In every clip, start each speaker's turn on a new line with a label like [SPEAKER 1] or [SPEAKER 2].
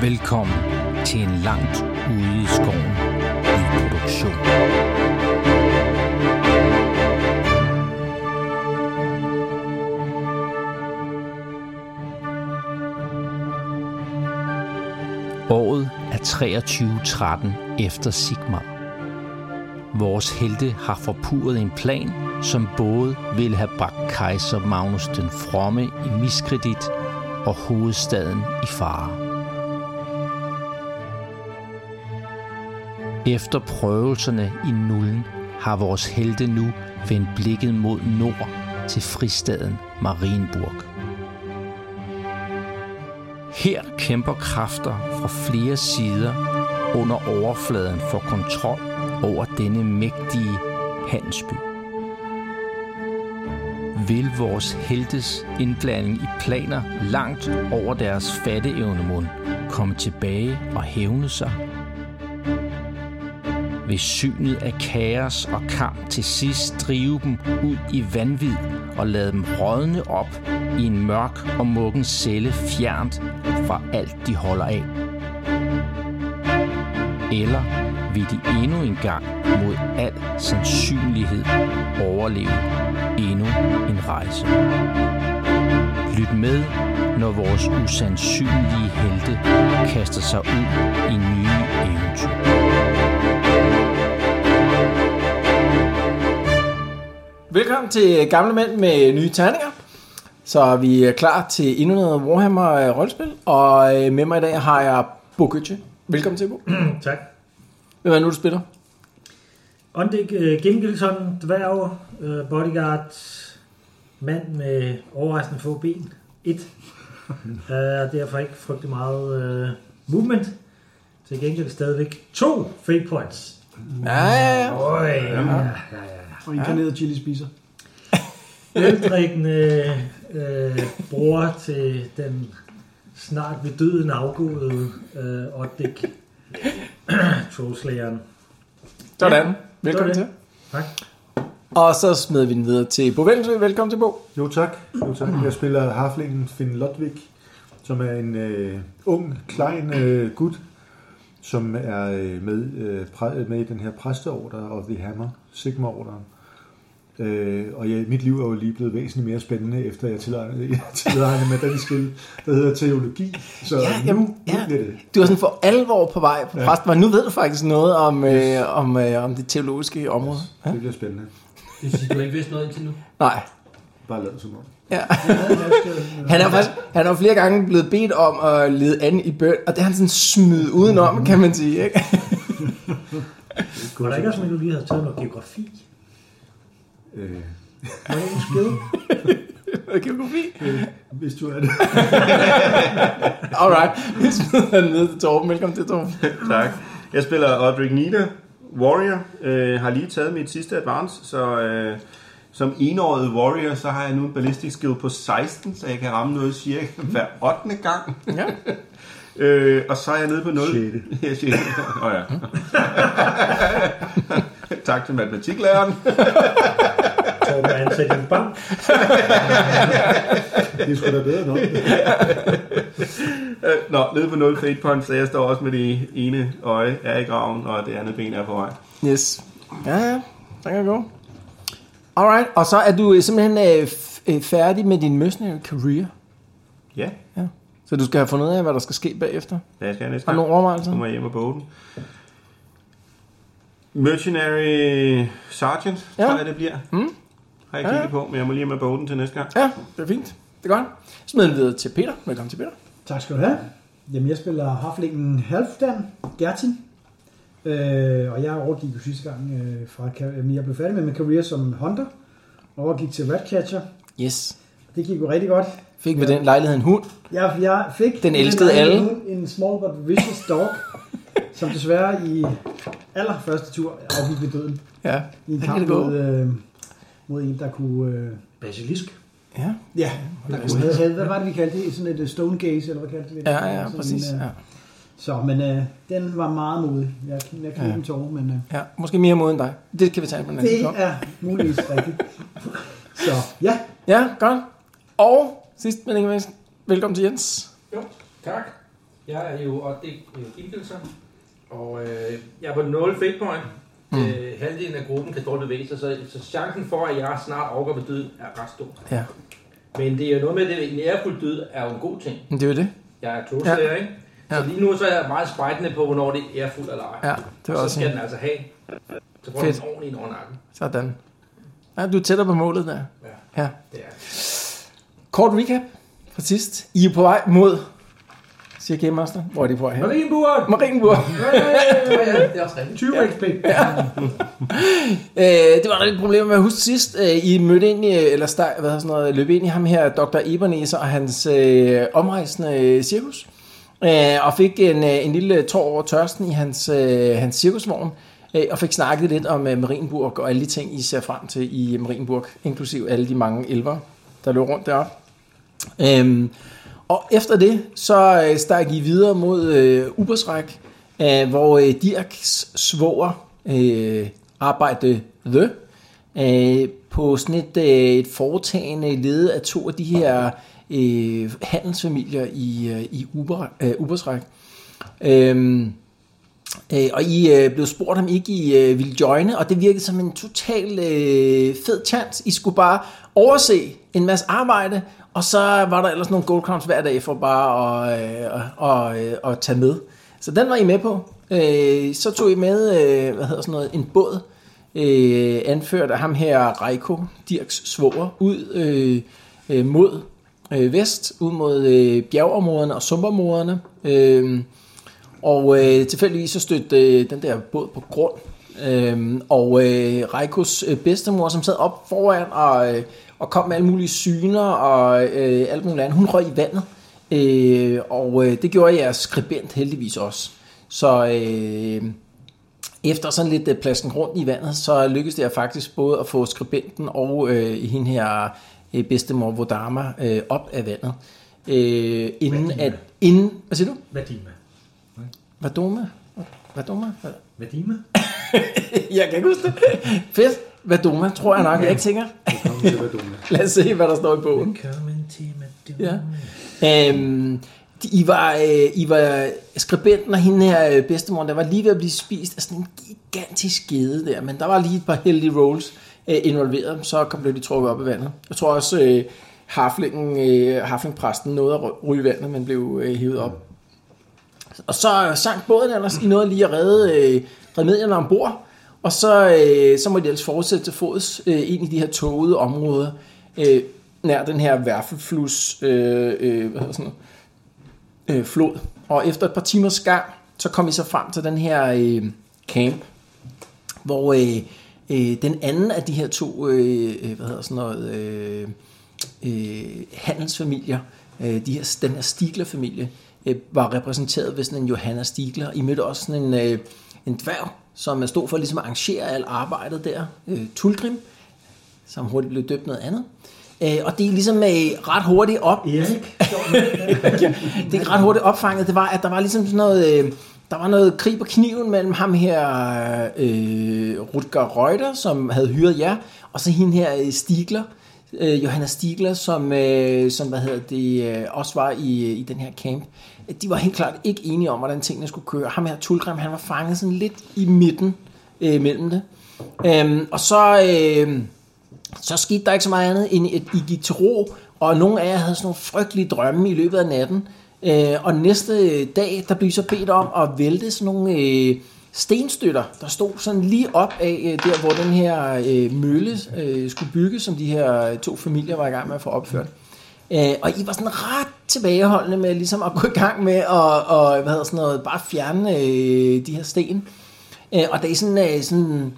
[SPEAKER 1] Velkommen til en langt ude i skoven produktion. Året er 2313 efter Sigmar. Vores helte har forpurret en plan, som både ville have bragt kejser Magnus den Fromme i miskredit og hovedstaden i fare. Efter prøvelserne i nullen har vores helte nu vendt blikket mod nord til fristaden Marienburg. Her kæmper kræfter fra flere sider under overfladen for kontrol over denne mægtige handelsby. Vil vores heltes indblanding i planer langt over deres fatteevnemund komme tilbage og hævne sig? vil synet af kaos og kamp til sidst drive dem ud i vanvid og lade dem rådne op i en mørk og muggen celle fjernt fra alt, de holder af. Eller vil de endnu en gang mod al sandsynlighed overleve endnu en rejse. Lyt med, når vores usandsynlige helte kaster sig ud i nye eventyr.
[SPEAKER 2] Velkommen til øh, Gamle Mænd med nye terninger. Så vi er klar til endnu noget Warhammer øh, rollespil, og øh, med mig i dag har jeg Bo Gøtje. Velkommen til, Bo.
[SPEAKER 3] Mm, Tak.
[SPEAKER 2] Hvem er det nu, du spiller?
[SPEAKER 3] Ondik uh, Gengilson, dværg, uh, bodyguard, mand med overraskende få ben. Et. Uh, og derfor ikke frygtelig meget uh, movement. Til gengæld stadigvæk to fate points.
[SPEAKER 2] Ja, ja, ja.
[SPEAKER 3] Øj, ja.
[SPEAKER 4] Og inkarneret chili spiser.
[SPEAKER 3] Øldrikkende uh, bror til den snart ved døden afgåede uh, Ondik. Trollslageren.
[SPEAKER 2] Sådan. Velkommen
[SPEAKER 3] det.
[SPEAKER 2] til.
[SPEAKER 3] Tak.
[SPEAKER 2] Og så smider vi den videre til Bo Velsø. Velkommen til, Bo.
[SPEAKER 4] Jo tak, jo tak. Jeg spiller harflingen Finn Lodvig, som er en øh, ung, klein øh, gut, som er øh, med, øh, præ, øh, med i den her præsteorder of the Hammer, Sigma-orderen. Øh, og ja, mit liv er jo lige blevet væsentligt mere spændende, efter jeg tilegnede, jeg tilegnede mig den skill, der hedder teologi. Så ja, nu,
[SPEAKER 2] jamen,
[SPEAKER 4] nu
[SPEAKER 2] ja.
[SPEAKER 4] bliver det.
[SPEAKER 2] Du er sådan for alvor på vej på præst, men nu ved du faktisk noget om, øh, om, øh, om det teologiske område.
[SPEAKER 4] Det bliver spændende.
[SPEAKER 5] Det vil sige, du har ikke vidst noget indtil nu.
[SPEAKER 2] Nej.
[SPEAKER 4] Bare lad som om.
[SPEAKER 2] Ja. Han er faktisk, han er jo flere gange blevet bedt om at lede an i bøn, og det har han sådan smidt udenom, kan man sige. Ikke?
[SPEAKER 3] Var der ikke også, at du lige havde taget noget geografi?
[SPEAKER 4] Øh,
[SPEAKER 3] Var det en skid?
[SPEAKER 2] Geografi.
[SPEAKER 4] hvis du er det.
[SPEAKER 2] Alright, vi smider den ned til Torben. Velkommen til Torben.
[SPEAKER 6] tak. Jeg spiller Odrik Nita, Warrior. Øh, har lige taget mit sidste advance, så øh, som enåret Warrior, så har jeg nu en ballistisk skill på 16, så jeg kan ramme noget cirka hver 8. gang.
[SPEAKER 2] Mhm. Ja.
[SPEAKER 6] Øh, og så er jeg nede på 0.
[SPEAKER 4] Sjette.
[SPEAKER 6] Ja, sjette. Åh oh, ja. tak til matematiklæreren.
[SPEAKER 3] Torben er ansat i en bank.
[SPEAKER 4] Det er sgu da bedre nok.
[SPEAKER 6] Øh, nå, nede på 0 fate points, så jeg står også med det ene øje er i graven, og det andet ben er på vej.
[SPEAKER 2] Yes. Ja, ja. Der kan gå. Alright, og så er du øh, simpelthen øh, f- øh, færdig med din mercenary career.
[SPEAKER 6] Ja,
[SPEAKER 2] Ja. Så du skal have fundet ud af, hvad der skal ske bagefter.
[SPEAKER 6] hvad skal jeg næste
[SPEAKER 2] Har du
[SPEAKER 6] gang?
[SPEAKER 2] nogle overvejelser?
[SPEAKER 6] Så må jeg hjem og boge den. Mercenary Sergeant,
[SPEAKER 2] Ja.
[SPEAKER 6] ja. tror jeg det bliver.
[SPEAKER 2] Mm.
[SPEAKER 6] Har jeg
[SPEAKER 2] Ja, ja.
[SPEAKER 6] kigget på, men jeg må lige hjem og boge den til næste gang.
[SPEAKER 2] Ja, det er fint. Det er godt. Smid den videre til Peter. Velkommen til Peter.
[SPEAKER 7] Tak skal du have. Jamen, jeg spiller harflingen Halfdan Gertin. Øh, og jeg overgik jo sidste gang, øh, fra, ka- jeg blev færdig med min karriere som hunter, og overgik til Ratcatcher.
[SPEAKER 2] Yes.
[SPEAKER 7] Det gik jo rigtig godt.
[SPEAKER 2] Fik vi den lejlighed en hund?
[SPEAKER 7] Jeg, jeg fik
[SPEAKER 2] Den elskede
[SPEAKER 7] en-
[SPEAKER 2] alle.
[SPEAKER 7] En, en small but vicious dog, som desværre i allerførste tur afgik ved døden.
[SPEAKER 2] Ja.
[SPEAKER 7] I en
[SPEAKER 2] Hvordan kan
[SPEAKER 7] kamp
[SPEAKER 2] det gå?
[SPEAKER 7] mod, øh, mod en, der kunne... Øh,
[SPEAKER 3] Basilisk.
[SPEAKER 2] Ja.
[SPEAKER 7] ja, der kunne havde, hvad var det, vi kaldte det? Sådan et øh, stone gaze, eller hvad kaldte vi det?
[SPEAKER 2] Ja, ja,
[SPEAKER 7] Sådan en,
[SPEAKER 2] præcis.
[SPEAKER 7] øh,
[SPEAKER 2] Ja.
[SPEAKER 7] Så, men øh, den var meget modig. Jeg, jeg
[SPEAKER 2] Ja.
[SPEAKER 7] kan ikke ja. tårer, men øh,
[SPEAKER 2] ja. Måske mere mod end dig. Det kan vi tage på den anden
[SPEAKER 7] det
[SPEAKER 2] gang.
[SPEAKER 7] er muligvis rigtigt. Så ja,
[SPEAKER 2] Ja, godt. Og sidst men ikke mindst, velkommen til Jens.
[SPEAKER 8] Jo, tak. Jeg er jo Oddik øh, Gilgelsen, og øh, jeg er på 0 fake point. Mm. Øh, halvdelen af gruppen kan dårligt bevæge sig, så, så chancen for, at jeg snart overgår ved døden, er ret stor.
[SPEAKER 2] Ja.
[SPEAKER 8] Men det er jo noget med, at en ærefuld død er jo en god ting.
[SPEAKER 2] Men det er jo det.
[SPEAKER 8] Jeg er togsager, ja. ikke? Så
[SPEAKER 2] Ja.
[SPEAKER 8] lige nu så er jeg meget spejtende på, hvornår det er ærefuldt eller ej.
[SPEAKER 2] Ja, det var
[SPEAKER 8] så
[SPEAKER 2] også
[SPEAKER 8] skal
[SPEAKER 2] en.
[SPEAKER 8] den altså have. Så får
[SPEAKER 2] Fedt.
[SPEAKER 8] den ordentligt over nakken.
[SPEAKER 2] Sådan. Ja, du er tættere på målet der. Ja.
[SPEAKER 8] Det er.
[SPEAKER 2] Kort recap fra sidst. I er på vej mod, siger Game Master. Hvor er de på vej hen?
[SPEAKER 3] Marienburg!
[SPEAKER 2] Marienburg.
[SPEAKER 8] det er også rigtigt.
[SPEAKER 3] 20 ja. XP.
[SPEAKER 2] Øh, det var der lidt problemer med at huske sidst. Øh, I mødte ind i, eller steg, hvad hedder sådan noget, løb ind i ham her, Dr. Ebenezer og hans øh, omrejsende øh, cirkus. Øh, og fik en, øh, en lille tår over tørsten i hans, øh, hans cirkusvogn. Øh, og fik snakket lidt om øh, Marienburg og alle de ting, I ser frem til i Marienburg. Inklusiv alle de mange elver, der løb rundt deroppe. Øhm, og efter det, så øh, stak I videre mod øh, Ubersræk, øh, hvor øh, Dirks svoger øh, arbejde The øh, på sådan et, øh, et foretagende ledet af to af de her øh, handelsfamilier i, øh, i Uber, øh, Ubersræk. Øhm, Øh, og I øh, blev spurgt, om I ikke I øh, ville joine, og det virkede som en total øh, fed chance. I skulle bare overse en masse arbejde, og så var der ellers nogle gold crowns hver dag for bare at, øh, og, øh, at tage med. Så den var I med på. Øh, så tog I med øh, hvad hedder sådan noget, en båd, øh, anført af ham her Reiko, Dirks svoger, ud øh, øh, mod øh, vest, ud mod øh, bjergområderne og sumpområderne. Øh, og øh, tilfældigvis så stødte øh, den der båd på grund. Øhm, og øh, Reikos øh, bedstemor, som sad op foran og, øh, og kom med alle mulige syner og øh, alt muligt andet, hun røg i vandet. Øh, og øh, det gjorde jeres skribent heldigvis også. Så øh, efter sådan lidt øh, plasken rundt i vandet, så lykkedes det jer faktisk både at få skribenten og øh, hende her øh, bedstemor Vodama øh, op af vandet. Øh, inden at... Inden, hvad siger du?
[SPEAKER 3] Vadima.
[SPEAKER 2] Vadoma? Vadoma?
[SPEAKER 3] Vadima?
[SPEAKER 2] Jeg kan ikke huske det. Fedt. Vadoma, tror jeg nok. Jeg er ikke sikker.
[SPEAKER 4] Velkommen til Vadum.
[SPEAKER 2] Lad os se, hvad der står i bogen.
[SPEAKER 3] Velkommen til Madonna.
[SPEAKER 2] Ja. Øhm, de- I var, øh, I var skribenten og hende her øh, bedstemor, der var lige ved at blive spist af sådan en gigantisk gede der, men der var lige et par heldige rolls øh, involveret, så kom blev de trukket op i vandet. Jeg tror også, øh, harflingen, øh, harflingpræsten nåede at ry- ryge i vandet, men blev øh, hævet op Og så sank båden ellers. I nåede lige at redde øh, remedierne ombord. Og så, øh, så må de ellers fortsætte til fods øh, ind i de her tågede områder. Øh, nær den her værfelflus øh, øh, hvad hedder sådan noget, øh, flod. Og efter et par timers gang, så kom I så frem til den her øh, camp, hvor øh, øh, den anden af de her to øh, øh, hvad hedder sådan noget, øh, øh, handelsfamilier, øh, de her, den her Stigler-familie, øh, var repræsenteret ved sådan en Johanna Stigler. I mødte også sådan en, øh, en dværg, som stod for ligesom at arrangere alt arbejdet der, øh, Tulgrim, som hurtigt blev døbt noget andet. Øh, og det er ligesom øh, ret hurtigt op
[SPEAKER 3] Erik.
[SPEAKER 2] det er ret hurtigt opfanget, det var, at der var ligesom sådan noget... Øh, der var noget krig på kniven mellem ham her, øh, Rutger Reuter, som havde hyret jer, og så hende her øh, Stigler, øh, Johanna Stigler, som, øh, som hvad hedder det, øh, også var i, øh, i den her camp. De var helt klart ikke enige om, hvordan tingene skulle køre. Ham her Tulgrim, han var fanget sådan lidt i midten øh, mellem det. Øhm, og så... Øh, så skete der ikke så meget andet, end at I gik til ro, og nogle af jer havde sådan nogle frygtelige drømme i løbet af natten. Øh, og næste dag, der blev I så bedt om at vælte sådan nogle øh, stenstøtter, der stod sådan lige op af øh, der, hvor den her øh, mølle øh, skulle bygges, som de her øh, to familier var i gang med at få opført. Øh, og I var sådan ret tilbageholdende med ligesom at gå i gang med at og, hvad hedder sådan noget, bare fjerne øh, de her sten. Øh, og da I sådan, øh, sådan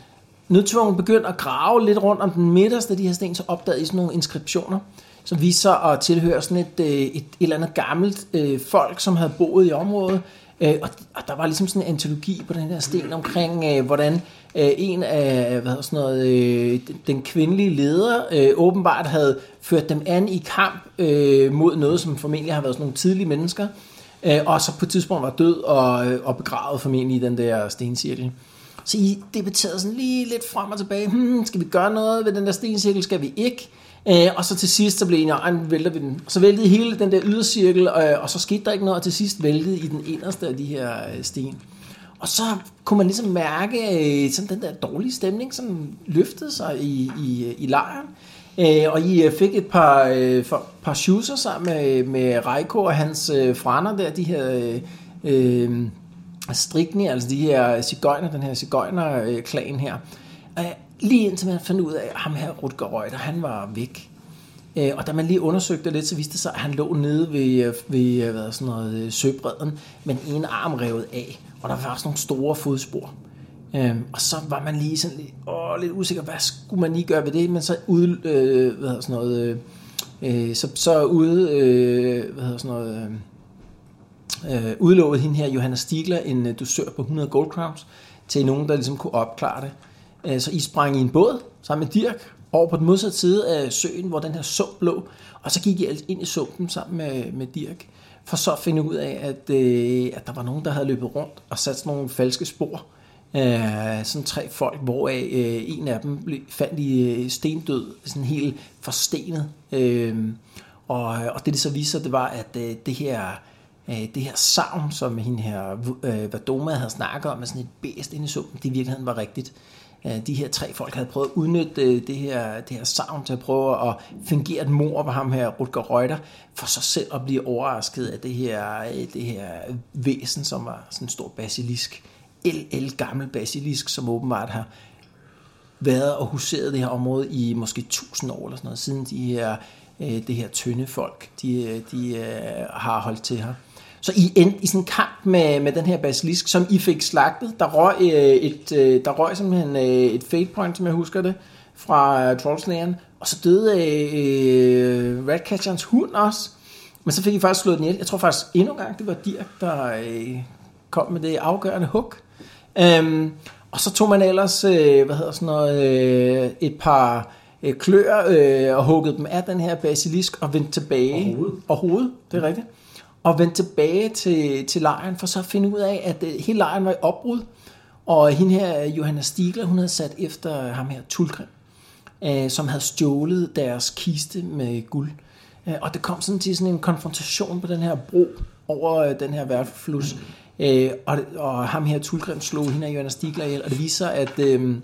[SPEAKER 2] nødtvungen begyndte at grave lidt rundt om den midterste af de her sten, så opdagede I sådan nogle inskriptioner, som viste sig at tilhøre sådan et, øh, et, et eller andet gammelt øh, folk, som havde boet i området. Øh, og, og der var ligesom sådan en antologi på den her sten omkring, øh, hvordan øh, en af hvad hedder sådan noget, øh, den- den kvindelige leder øh, åbenbart havde ført dem an i kamp øh, mod noget, som formentlig har været sådan nogle tidlige mennesker. Øh, og så på et tidspunkt var død og, øh, og begravet formentlig i den der stencirkel. Så I debatterede sådan lige lidt frem og tilbage. Hmm, skal vi gøre noget ved den der stencirkel? Skal vi ikke? Øh, og så til sidst, så blev en af vælter vi den. Og så væltede hele den der ydercirkel, øh, og så skete der ikke noget, og til sidst væltede i den inderste af de her øh, sten. Og så kunne man ligesom mærke øh, sådan den der dårlige stemning, som løftede sig i, i, øh, i lejren. Øh, og I øh, fik et par, øh, for, par shoeser sammen med, med Reiko og hans øh, franer der, de her øh, øh, strikne, altså de her cigøjner, den her cigøjner-klan her. Øh, Lige indtil man fandt ud af, at ham her Rutger Reuter, han var væk. Øh, Og da man lige undersøgte det lidt, så viste det sig, at han lå nede ved, øh, ved øh, hvad er sådan noget, øh, søbredden, men en arm revet af, og der var også nogle store fodspor. Øhm, og så var man lige sådan lidt, åh, lidt usikker, hvad skulle man lige gøre ved det, men så ud, øh, hvad hedder sådan noget, øh, øh, så, så ude, øh, hvad hedder sådan noget, øh, øh, udlovet hende her, Johanna Stigler, en øh, dusør på 100 gold crowns, til nogen, der ligesom kunne opklare det. Øh, så I sprang i en båd sammen med Dirk over på den modsatte side af søen, hvor den her sump lå, og så gik I altså ind i sumpen sammen med, med Dirk, for så at finde ud af, at, øh, at der var nogen, der havde løbet rundt og sat sådan nogle falske spor. Øh, sådan tre folk, hvoraf øh, en af dem blev, fandt i øh, stendød, sådan helt forstenet. Øh, og, og det, det så viste sig, det var, at øh, det her øh, det her savn, som hende her øh, Vadoma havde snakket om, med sådan et bæst inde i sumpen, det i virkeligheden var rigtigt. Øh, de her tre folk havde prøvet at udnytte øh, det, her, det her savn til at prøve at fingere et mor på ham her, Rutger Reuter, for sig selv at blive overrasket af det her, øh, det her væsen, som var sådan en stor basilisk, el, el gammel basilisk, som åbenbart har været og huseret det her område i måske 1000 år eller sådan noget, siden de her, øh, det her tynde folk, de, øh, de øh, har holdt til her. Så I endte i sådan en kamp med, med den her basilisk, som I fik slagtet. Der røg, øh, et, øh, der røg simpelthen øh, et fate point, som jeg husker det, fra øh, Trollslægeren. Og så døde øh, øh, Ratcatcherens hund også. Men så fik I faktisk slået den ihjel. Jeg tror faktisk endnu en gang, det var Dirk, der øh, kom med det afgørende hug. Øhm, og så tog man ellers øh, hvad hedder sådan noget, øh, et par øh, klør øh, og huggede dem af den her basilisk og vendte tilbage. Og hovedet. Og hovedet, det er rigtigt. Og vendte tilbage til, til lejren for så at finde ud af, at øh, hele lejren var i opbrud. Og hende her, Johanna Stigler, hun havde sat efter ham her, Tulgrim øh, som havde stjålet deres kiste med guld. Øh, og det kom sådan til sådan en konfrontation på den her bro over øh, den her værflus. Øh, og, det- og ham her, Tulgrim, slog hende og Jørgen Stigler ihjel, og det viser, at, øh,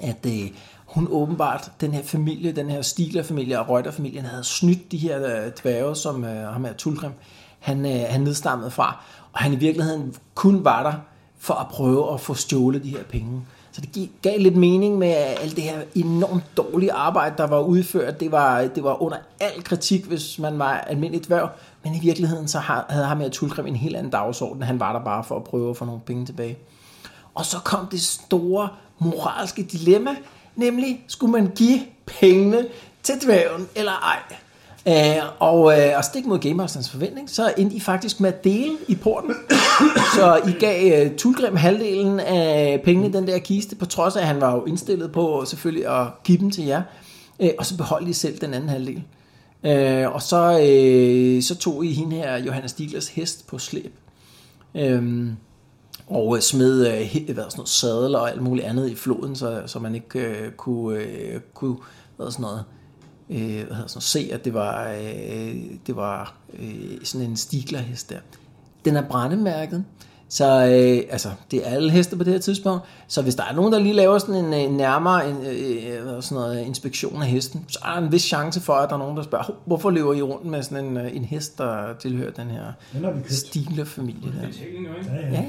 [SPEAKER 2] at øh, hun åbenbart, den her familie, den her Stigler-familie og Reuter-familien, havde snydt de her øh, dværge, som øh, ham her, Tulgrim, han, øh, han nedstammede fra. Og han i virkeligheden kun var der for at prøve at få stjålet de her penge. Så det gi- gav lidt mening med at alt det her enormt dårlige arbejde, der var udført. Det var, det var under al kritik, hvis man var almindelig dværg. Men i virkeligheden så har- havde ham her Tulgrim en helt anden dagsorden. Han var der bare for at prøve at få nogle penge tilbage. Og så kom det store moralske dilemma, nemlig skulle man give pengene til dværgen eller ej? Øh, og, øh, og stik mod Gamerstans forventning, så endte I faktisk med at dele i porten. så I gav øh, Tulgrim halvdelen af pengene i den der kiste, på trods af, at han var jo indstillet på selvfølgelig at give dem til jer. Øh, og så beholdt I selv den anden halvdel. Øh, og så, øh, så tog I hende her, Johannes Stiglers hest på slæb. Øh, og øh, smed øh, he- hvad, sådan noget, sadler og alt muligt andet i floden, så, så man ikke øh, kunne, øh, kunne hvad, sådan noget, øh, hvad hedder sådan noget, se, at det var, øh, det var øh, sådan en stiglerhest der. Den er brændemærket, så øh, altså, det er alle heste på det her tidspunkt, så hvis der er nogen, der lige laver sådan en øh, nærmere en, øh, hvad, sådan noget, inspektion af hesten, så er der en vis chance for, at der er nogen, der spørger, "Hov, hvorfor løber I rundt med sådan en, øh, en hest, der tilhører den her
[SPEAKER 7] Den har vi købt.
[SPEAKER 2] stiglerfamilie der?
[SPEAKER 5] Betaling, jo, ikke?
[SPEAKER 3] Ja, ja.
[SPEAKER 2] Ja,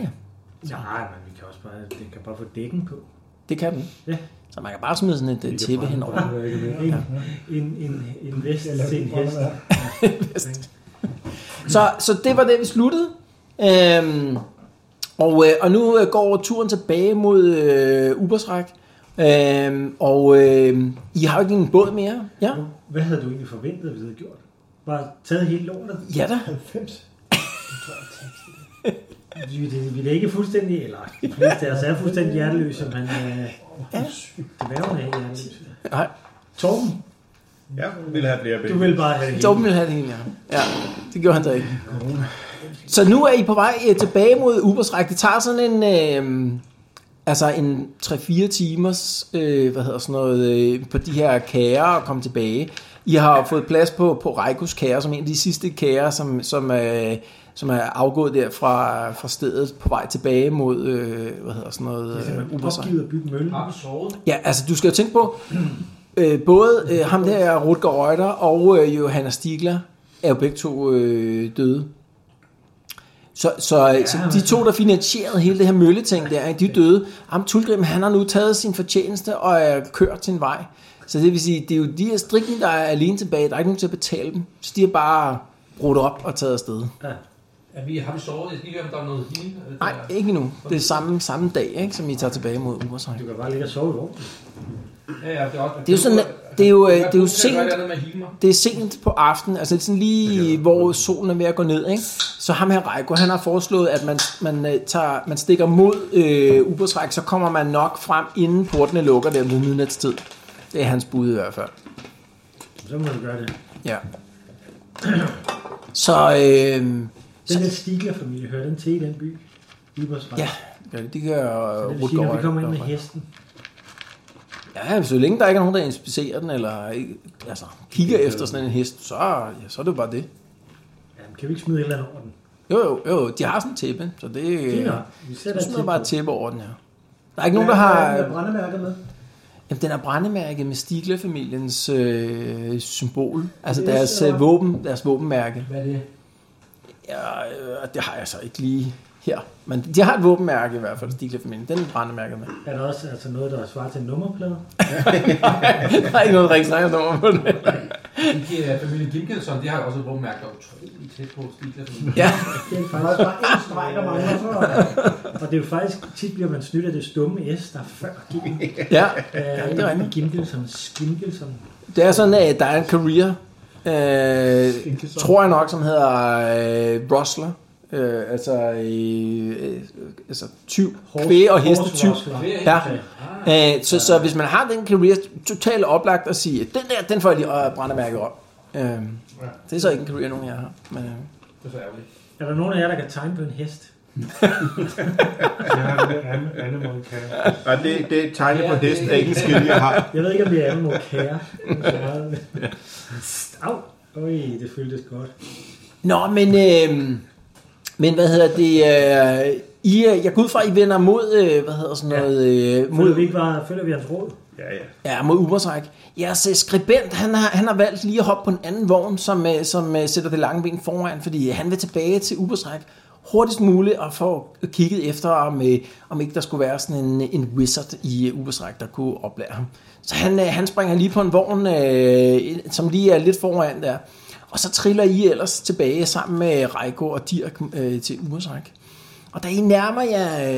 [SPEAKER 2] ja.
[SPEAKER 3] Nej, men vi kan også bare, det kan bare få dækken på.
[SPEAKER 2] Det kan den.
[SPEAKER 3] Ja.
[SPEAKER 2] Så man kan bare smide sådan et øh, tæppe henover.
[SPEAKER 3] En, en, en, en vest til en hest.
[SPEAKER 2] Så, så det var det, vi sluttede. Øhm, og, øh, og nu øh, går turen tilbage mod øh, Ubersræk. Øhm, og øh, I har jo ikke en båd mere. Ja,
[SPEAKER 3] Hvad havde du egentlig forventet, at vi havde gjort? Bare taget hele lortet?
[SPEAKER 2] ja da.
[SPEAKER 7] 90.
[SPEAKER 3] Vi, det, vi er da ikke fuldstændig, eller de fleste af os er fuldstændig hjerteløse, men øh,
[SPEAKER 2] Ja.
[SPEAKER 3] dværgene er ikke hjerteløse.
[SPEAKER 2] Nej,
[SPEAKER 3] Torben,
[SPEAKER 6] Ja, vil have flere
[SPEAKER 3] du
[SPEAKER 6] penge.
[SPEAKER 3] vil bare have det hele.
[SPEAKER 2] Torben ville have det hele, ja. ja. det gjorde han så ikke. Så nu er I på vej øh, tilbage mod Ubersræk. Det tager sådan en... Øh, Altså en 3-4 timers, øh, hvad hedder sådan noget, øh, på de her kager og komme tilbage. I har fået plads på, på Reikos kager, som en af de sidste kager, som, som, øh, som er afgået der fra, fra stedet på vej tilbage mod, øh, hvad hedder sådan noget,
[SPEAKER 3] Altså,
[SPEAKER 2] øh,
[SPEAKER 3] man
[SPEAKER 2] Ubersøj.
[SPEAKER 3] opgivet at bygge møllen.
[SPEAKER 5] Har du sovet?
[SPEAKER 2] Ja, altså du skal jo tænke på, øh, både øh, ham der, Rutger Reuter, og øh, Johanna Stigler, er jo begge to øh, døde. Så, så, ja, så de to, der finansierede hele det her mølleting der, ikke, de er døde. Ham Tulgrim, han har nu taget sin fortjeneste og er kørt sin vej. Så det vil sige, det er jo de her strikken, der er alene tilbage. Der er ikke nogen til at betale dem. Så de har bare brudt op og taget afsted.
[SPEAKER 5] Er vi, har vi sovet? Jeg skal lige høre, om der er noget hende. øh,
[SPEAKER 2] Nej,
[SPEAKER 5] der-
[SPEAKER 2] ikke nu. Det er samme, samme dag, ikke, som I tager tilbage mod Ubersøj.
[SPEAKER 3] Du kan bare ligge og sove i vognen.
[SPEAKER 5] Ja, ja, det er, også,
[SPEAKER 2] Det er jo sådan, at- det er jo, øh, det er jo
[SPEAKER 5] Det
[SPEAKER 2] sent.
[SPEAKER 5] er noget med Hilmer.
[SPEAKER 2] det er sent på aftenen, altså det er sådan lige hvor solen er ved at gå ned, ikke? så ham her Reiko, han har foreslået, at man, man, øh, tager, man stikker mod øh, ubådsræk, så kommer man nok frem, inden portene lukker der ved midnatstid. Det er hans bud i hvert fald.
[SPEAKER 3] Så må du gøre det.
[SPEAKER 2] Ja. Så øh,
[SPEAKER 3] Den der Stigler-familie, hører den til i den by? Ibersvej.
[SPEAKER 2] Ja, ja, de kan
[SPEAKER 3] Det
[SPEAKER 2] øh,
[SPEAKER 3] vil sige, når vi kommer ind med
[SPEAKER 2] Rutger-
[SPEAKER 3] hesten,
[SPEAKER 2] Ja, så længe der ikke er nogen, der inspicerer den, eller ikke- altså, kigger efter sådan en hest, så, ja, så er det jo bare det.
[SPEAKER 3] jamen, kan vi ikke smide et eller andet over den?
[SPEAKER 2] Jo, jo, jo, de har sådan en tæppe, så det...
[SPEAKER 3] Fint nok. Vi sætter
[SPEAKER 2] Du
[SPEAKER 3] et
[SPEAKER 2] Øh, smider
[SPEAKER 3] tæppe
[SPEAKER 2] bare
[SPEAKER 3] på.
[SPEAKER 2] et tæppe over den her. Der er ikke nogen, der har...
[SPEAKER 7] Hvad er brændemærket med?
[SPEAKER 2] Jamen, den er brændemærket med Stigler-familiens øh, symbol. Altså
[SPEAKER 7] Det er
[SPEAKER 2] deres,
[SPEAKER 7] så-
[SPEAKER 2] øh, våben, deres våbenmærke.
[SPEAKER 5] Hvad er det?
[SPEAKER 2] Ja, øh, det har jeg så ikke lige her. Men de har et våbenmærke i hvert fald, Stigler-familien. Den er brændemærket med.
[SPEAKER 3] Er der også altså noget, der svarer til en nummerplade?
[SPEAKER 2] Der er ikke noget registreringsnummer på den.
[SPEAKER 5] Ikke, øh, familien Gimkelsson, det har jo også et rummærke, der er utrolig tæt på Stigler.
[SPEAKER 2] Ja,
[SPEAKER 3] Det er
[SPEAKER 7] Der er også
[SPEAKER 3] faktisk,
[SPEAKER 7] bare én streg, der mangler. Så
[SPEAKER 3] og det er jo faktisk, tit bliver man snydt af det stumme S, der er før gik.
[SPEAKER 2] ja.
[SPEAKER 3] Øh,
[SPEAKER 2] det er rigtigt.
[SPEAKER 3] Gimbelson, Skimkelson.
[SPEAKER 2] Det er sådan, at der er en career, øh,
[SPEAKER 4] Skinkeson.
[SPEAKER 2] tror jeg nok, som hedder øh, Rustler. Øh, altså, øh, øh, altså tyv, kvæg og heste tyv. Ja. Øh, så, så hvis man har den career, totalt oplagt at sige, den der, den får jeg lige øh, brændemærket op. Øh, det er så ikke en career, nogen af jer har. Men, øh,
[SPEAKER 5] Det er så ærgerligt.
[SPEAKER 3] Er der nogen af jer, der kan tegne på en hest?
[SPEAKER 4] Jeg har en an- animal cat.
[SPEAKER 6] Nej, det, det tegne på
[SPEAKER 5] Ja, det-
[SPEAKER 6] hest er ikke en skill, jeg har.
[SPEAKER 3] Jeg ved ikke, om det er animal care. Det er så meget- Au! Øj, det føltes godt.
[SPEAKER 2] nå, men, øh, men hvad hedder det? Øh, I, øh, jeg går ud fra, at I vender mod, øh, hvad hedder sådan noget, øh,
[SPEAKER 3] Følger vi
[SPEAKER 2] mod,
[SPEAKER 3] ikke bare, følger vi hans råd?
[SPEAKER 6] Ja, ja.
[SPEAKER 2] ja, mod Ubersræk. Jeres øh, skribent, han har, han har valgt lige at hoppe på en anden vogn, som, øh, som øh, sætter det lange ben foran, fordi øh, han vil tilbage til Ubersræk hurtigst muligt og få kigget efter, om, øh, om ikke der skulle være sådan en, en wizard i Ubersræk, der kunne oplære ham. Så han, øh, han springer lige på en vogn, øh, som lige er lidt foran der. Og så triller I ellers tilbage sammen med Reiko og Dirk øh, til Ubersræk. Og da I nærmer jer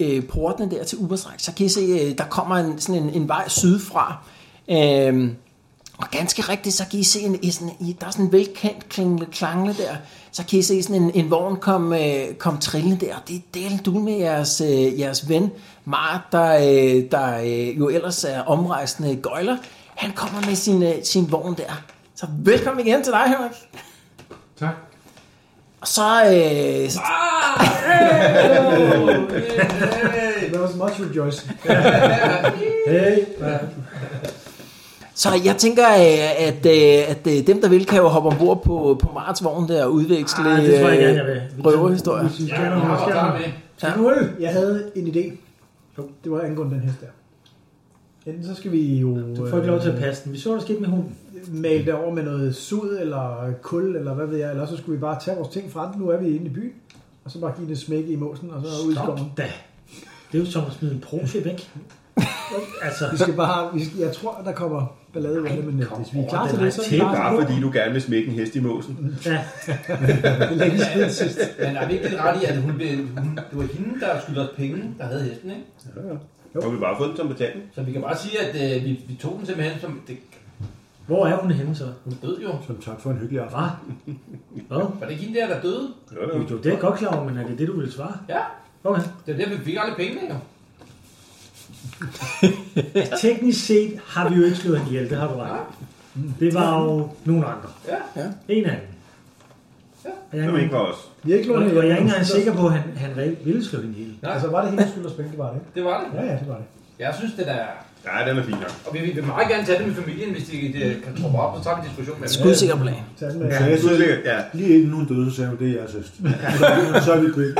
[SPEAKER 2] øh, øh, portene der til Ubersræk, så kan I se, øh, der kommer en, sådan en, en vej sydfra. Øh, og ganske rigtigt, så kan I se, en, i sådan, i, der er sådan en velkendt klingle, klangle der, så kan I se sådan en, en vogn komme øh, kom trillende der, og det er delen du med jeres, øh, jeres ven, Mart, der, øh, der øh, jo ellers er omrejsende gøjler, han kommer med sin, øh, sin vogn der. Så velkommen igen til dig, Henrik.
[SPEAKER 5] Tak.
[SPEAKER 2] Og så, øh, så
[SPEAKER 5] Ah! Hey!
[SPEAKER 7] There was much rejoicing.
[SPEAKER 3] Hey!
[SPEAKER 2] Så jeg tænker, øh, at, øh, at øh, dem, der vil, kan jo hoppe ombord på, på Marts vogn der og udveksle
[SPEAKER 3] Ah, det tror jeg gerne, jeg
[SPEAKER 2] øh,
[SPEAKER 3] vil.
[SPEAKER 2] røverhistorier.
[SPEAKER 3] Hvis vi
[SPEAKER 5] Ja,
[SPEAKER 3] skal have
[SPEAKER 5] jeg
[SPEAKER 3] nogle
[SPEAKER 5] var klar
[SPEAKER 3] skærme.
[SPEAKER 5] med.
[SPEAKER 7] Skal du øl? Jeg havde en idé. Jo, det var angående den hest der. Enten så skal vi jo...
[SPEAKER 3] Du får ikke lov
[SPEAKER 2] øh,
[SPEAKER 3] til at passe den. Vi så, der skete med hunden.
[SPEAKER 7] øh, Male det over med noget sud eller kul, eller hvad ved jeg. Eller så skulle vi bare tage vores ting fra den. Nu er vi inde i byen. Og så bare give den et smæk i måsen, og så ud i
[SPEAKER 3] Stop
[SPEAKER 7] skoven.
[SPEAKER 3] da. Det er jo som at smide en Porsche væk. altså,
[SPEAKER 7] Vi skal bare... Vi skal, jeg tror, der kommer ballade ud af det, men øh, hvis vi er klar
[SPEAKER 3] over,
[SPEAKER 7] til
[SPEAKER 3] den
[SPEAKER 7] det, så
[SPEAKER 3] er
[SPEAKER 7] er vi klar
[SPEAKER 6] Bare
[SPEAKER 7] til det.
[SPEAKER 6] fordi du gerne vil smække en hest i måsen.
[SPEAKER 3] ja,
[SPEAKER 7] Det er længe siden sidst.
[SPEAKER 5] Men er vi ikke lidt ret i, at hun, blev- hun, det var hende, der skyldte os penge, der havde hesten, ikke?
[SPEAKER 6] Og vi bare fået den som betaling.
[SPEAKER 5] Så vi kan bare sige, at øh, vi, vi tog den simpelthen som... Det,
[SPEAKER 3] hvor er hun henne så?
[SPEAKER 5] hun døde jo.
[SPEAKER 4] Som tak for en hyggelig aften.
[SPEAKER 3] Hvad? Hvad?
[SPEAKER 5] Var det ikke hende der, der døde?
[SPEAKER 6] Jo, jo.
[SPEAKER 3] Jo, det er jeg godt klar over, men er det det, du vil svare?
[SPEAKER 5] Ja.
[SPEAKER 3] Okay.
[SPEAKER 5] Det er der, vi fik aldrig pengene, jo.
[SPEAKER 3] Teknisk set har vi jo ikke slået hende ihjel, det har du ret. i. Det var jo nogen andre.
[SPEAKER 5] Ja.
[SPEAKER 2] Ja.
[SPEAKER 3] En anden. Og jeg, er
[SPEAKER 6] Som
[SPEAKER 3] ikke,
[SPEAKER 6] ikke var os.
[SPEAKER 7] Vi har ikke lånt
[SPEAKER 3] og, og jeg er ikke engang
[SPEAKER 7] Skylders-
[SPEAKER 3] sikker på, at han, han reelt ville slå hende ihjel.
[SPEAKER 7] Altså, var det hele skyld og spil, det var det. ikke?
[SPEAKER 8] Det var det.
[SPEAKER 7] Ja, ja, det var det.
[SPEAKER 8] Jeg synes, det er...
[SPEAKER 6] Ja, den er fin nok.
[SPEAKER 8] Og vi vi vil meget gerne tage det med familien, hvis de
[SPEAKER 5] øh,
[SPEAKER 8] de kan troppe op, så tager vi en diskussion med dem.
[SPEAKER 2] Skudsikker plan.
[SPEAKER 7] Tag den med.
[SPEAKER 4] Så jeg
[SPEAKER 6] Det er
[SPEAKER 4] siger,
[SPEAKER 6] sikkert, ja.
[SPEAKER 4] lige inden hun døde, så sagde hun, det er jeres søster. Så, så er vi kvitt.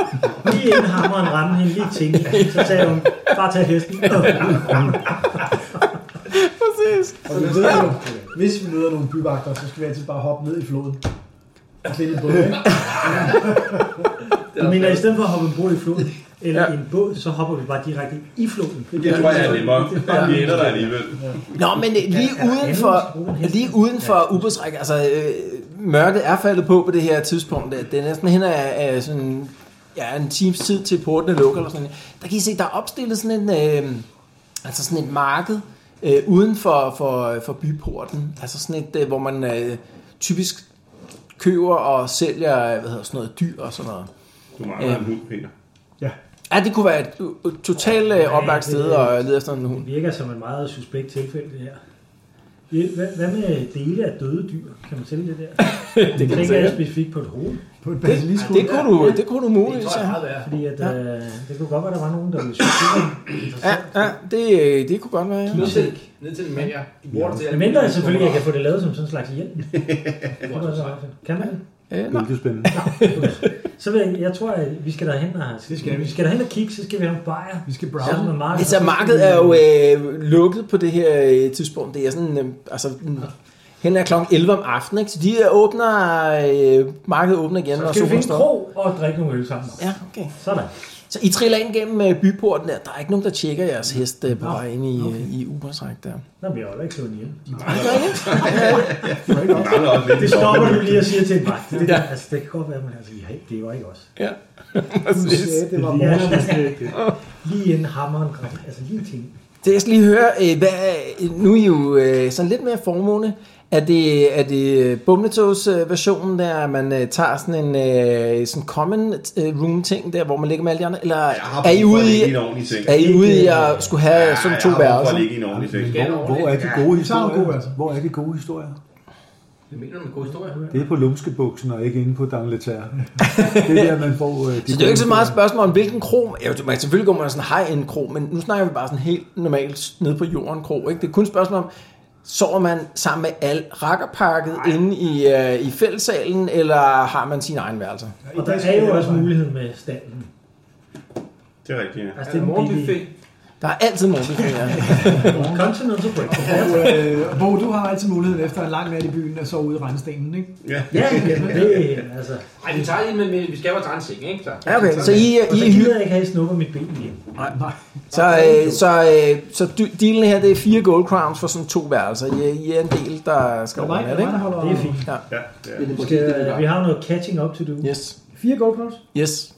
[SPEAKER 3] Lige inden hammeren ramte hende, lige tænkte, så sagde hun, bare tag hesten.
[SPEAKER 7] Og vi ved jo, hvis vi møder nogle byvagter, så skal vi altid bare hoppe ned i floden. Og finde en båd, ikke?
[SPEAKER 3] Jeg mener, i stedet for at hoppe en båd i floden, eller ja. en båd, så hopper vi bare direkte i floden.
[SPEAKER 6] Det tror jeg er nemmere. Vi ender der alligevel.
[SPEAKER 2] Nå, men øh, lige uden for, lige uden for ubådsrække, altså øh, mørket er faldet på på det her tidspunkt. Det er næsten hen af, af sådan, ja, en times tid til portene lukker eller sådan noget. Der kan I se, der er opstillet sådan en, øh, altså sådan et marked øh, uden for, for, for byporten. Altså sådan et, øh, hvor man øh, typisk køber og sælger, øh, hvad hedder sådan noget, dyr og sådan noget.
[SPEAKER 6] Du mangler en hund, Peter.
[SPEAKER 2] Ja, det kunne være et øh, totalt øh, oplagt sted at lede efter en hund.
[SPEAKER 3] Det virker som et meget suspekt tilfælde, det her. Hvad hvad med dele af døde dyr? Kan man sælge det der? det kan Tænker jeg specifikt på et hoved.
[SPEAKER 7] På et basilisko.
[SPEAKER 2] Det kunne du, det kunne du
[SPEAKER 8] Det
[SPEAKER 2] muligvis,
[SPEAKER 8] tror jeg
[SPEAKER 2] ja.
[SPEAKER 8] er meget værd.
[SPEAKER 3] Fordi at, ja. øh, det kunne godt være, der var nogen, der ville synes, det var
[SPEAKER 2] Ja,
[SPEAKER 3] interessant.
[SPEAKER 2] ja det, øh, det kunne godt være. Ja.
[SPEAKER 8] Ned til, ned til en mand, ja. I bruger det til
[SPEAKER 3] Men
[SPEAKER 8] alt
[SPEAKER 3] mindre jeg
[SPEAKER 8] muligt.
[SPEAKER 3] selvfølgelig, at jeg kan få det lavet som sådan en slags hjælp. Det kunne også være ret fedt. kan man?
[SPEAKER 2] Øh, nå.
[SPEAKER 4] Hvilket spændende.
[SPEAKER 3] Så vil jeg, jeg tror, at vi skal derhen og, det skal vi. vi skal derhen og kigge, så skal vi have en bajer.
[SPEAKER 7] Vi skal
[SPEAKER 3] Ja,
[SPEAKER 7] browse.
[SPEAKER 3] med marked,
[SPEAKER 2] Altså,
[SPEAKER 3] så skal
[SPEAKER 2] markedet
[SPEAKER 3] vi-
[SPEAKER 2] er jo øh, lukket på det her øh, tidspunkt. Det er sådan, øh, altså, mm, hen er klokken 11 om aftenen, ikke? Så de øh, åbner, øh, markedet åbner igen,
[SPEAKER 3] Så
[SPEAKER 2] når
[SPEAKER 3] skal vi
[SPEAKER 2] solen
[SPEAKER 3] finde en
[SPEAKER 2] står. op.
[SPEAKER 3] krog og drikke nogle øl sammen.
[SPEAKER 2] Ja, okay.
[SPEAKER 3] Sådan.
[SPEAKER 2] Så I triller ind gennem øh, byporten der. Der er ikke nogen, der tjekker jeres hest øh, på vej ind i, okay. i Ubersræk der.
[SPEAKER 3] Nå, men jeg er jo ikke slået ihjel.
[SPEAKER 6] Du mangler også lidt.
[SPEAKER 3] Det stopper du lige og siger til en vagt. Det, ja. altså, det kan godt være, men altså, I har ikke, det var ikke os.
[SPEAKER 2] Ja.
[SPEAKER 7] Du sagde, det var
[SPEAKER 3] Ja,
[SPEAKER 7] vores.
[SPEAKER 3] lige inden hammeren kom. Altså lige ting.
[SPEAKER 2] Det jeg skal lige høre, øh, hvad, er- nu er I jo øh, sådan lidt mere formående. Er det, er det bumletogs øh, versionen der, at man øh, tager sådan en øh, sådan common øh, room ting der, hvor man ligger med alle de andre? Eller
[SPEAKER 6] Jeg har
[SPEAKER 2] er I
[SPEAKER 6] brug for
[SPEAKER 2] ude
[SPEAKER 6] at
[SPEAKER 2] i,
[SPEAKER 6] ligge i en ordentlig seng.
[SPEAKER 2] er I ude i at skulle have
[SPEAKER 6] øh, Ja,
[SPEAKER 2] sådan
[SPEAKER 6] jeg
[SPEAKER 2] to
[SPEAKER 6] har brug for
[SPEAKER 2] værelser?
[SPEAKER 6] at ligge i en ordentlig seng.
[SPEAKER 8] Hvor-
[SPEAKER 4] Hvor er de gode
[SPEAKER 7] Vi tager en god, altså.
[SPEAKER 4] historier? Hvor er de gode historier?
[SPEAKER 8] Det mener du med god historie.
[SPEAKER 4] Det er på lumskebuksen og ikke inde på Dangletær. Det er der, man får... øh, de
[SPEAKER 2] Så det er jo ikke så
[SPEAKER 4] gode
[SPEAKER 2] meget et spørgsmål om, hvilken krog... Ja, man kan selvfølgelig gå med sådan en high-end krog, men nu snakker vi bare sådan helt normalt nede på jorden krog. Ikke? Det er kun et spørgsmål om, sover man sammen med al rakkerpakket inde i, øh, i fællessalen, eller har man sin egen værelse?
[SPEAKER 3] Og der er jo også mulighed med standen.
[SPEAKER 6] Det er rigtigt, ja.
[SPEAKER 3] Altså,
[SPEAKER 8] Er
[SPEAKER 3] det
[SPEAKER 8] det
[SPEAKER 3] er en billig...
[SPEAKER 8] morgenbuffet?
[SPEAKER 2] Der er altid morgenbuffet.
[SPEAKER 3] Continental breakfast.
[SPEAKER 7] Og, øh, Bo, du har altid muligheden efter en lang nat i byen at sove ude i regnstenen, ikke?
[SPEAKER 6] ja.
[SPEAKER 3] Ja, jamen, det er altså...
[SPEAKER 8] Ej, vi tager lige med, med, vi skal bare tage en seng, ikke? Så.
[SPEAKER 2] Ja, okay. Så I,
[SPEAKER 3] Og så
[SPEAKER 2] I er
[SPEAKER 3] gider
[SPEAKER 2] hyret.
[SPEAKER 3] jeg ikke have, at I snupper mit ben igen.
[SPEAKER 2] Så, øh, så, øh, så dy- dealen her, det er fire gold crowns for sådan to værelser. I, øh, I er en del, der skal
[SPEAKER 7] Der var
[SPEAKER 2] over
[SPEAKER 7] en,
[SPEAKER 2] nat,
[SPEAKER 7] der
[SPEAKER 2] ikke?
[SPEAKER 7] holder...
[SPEAKER 3] Det er fint.
[SPEAKER 2] Ja. øh,
[SPEAKER 6] ja. ja.
[SPEAKER 3] Vi, skal, vi har noget catching up to do.
[SPEAKER 2] Yes.
[SPEAKER 7] Fire gold crowns.
[SPEAKER 2] Yes.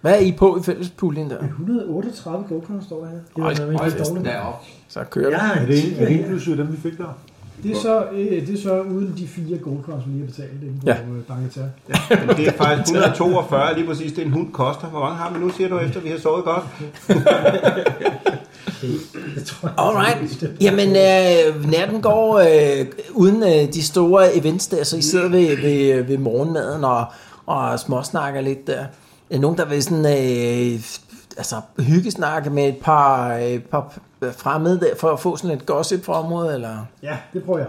[SPEAKER 2] Hvad er I på i fællespuljen der?
[SPEAKER 7] 138 gold crowns står der her.
[SPEAKER 3] Det var noget med
[SPEAKER 8] Hold
[SPEAKER 3] dårligt.
[SPEAKER 8] festen deroppe.
[SPEAKER 2] Så kører vi.
[SPEAKER 3] Jeg har
[SPEAKER 4] historier.
[SPEAKER 3] en
[SPEAKER 4] Er det, er det
[SPEAKER 3] tiger.
[SPEAKER 4] inklusive dem, vi fik der?
[SPEAKER 7] Det er, så, øh, det er så uden de fire gold crowns, vi lige har betalt øh, inde på
[SPEAKER 2] Ja.
[SPEAKER 7] ja. Banketær.
[SPEAKER 6] Men det er faktisk 142, lige præcis det en hund koster. Hvor mange har vi nu, siger du, efter vi har sovet godt?
[SPEAKER 3] Det tror jeg.
[SPEAKER 2] Alright. Jamen, øh, natten går øh, uden øh, de store events der, så I sidder ved, ved, ved morgenmaden og, og småsnakker lidt der. Øh, Nogen, der vil sådan, øh, altså, hyggesnakke med et par, øh, par fremmede der, for at få sådan lidt gossip fra området, eller?
[SPEAKER 7] Ja, det prøver jeg.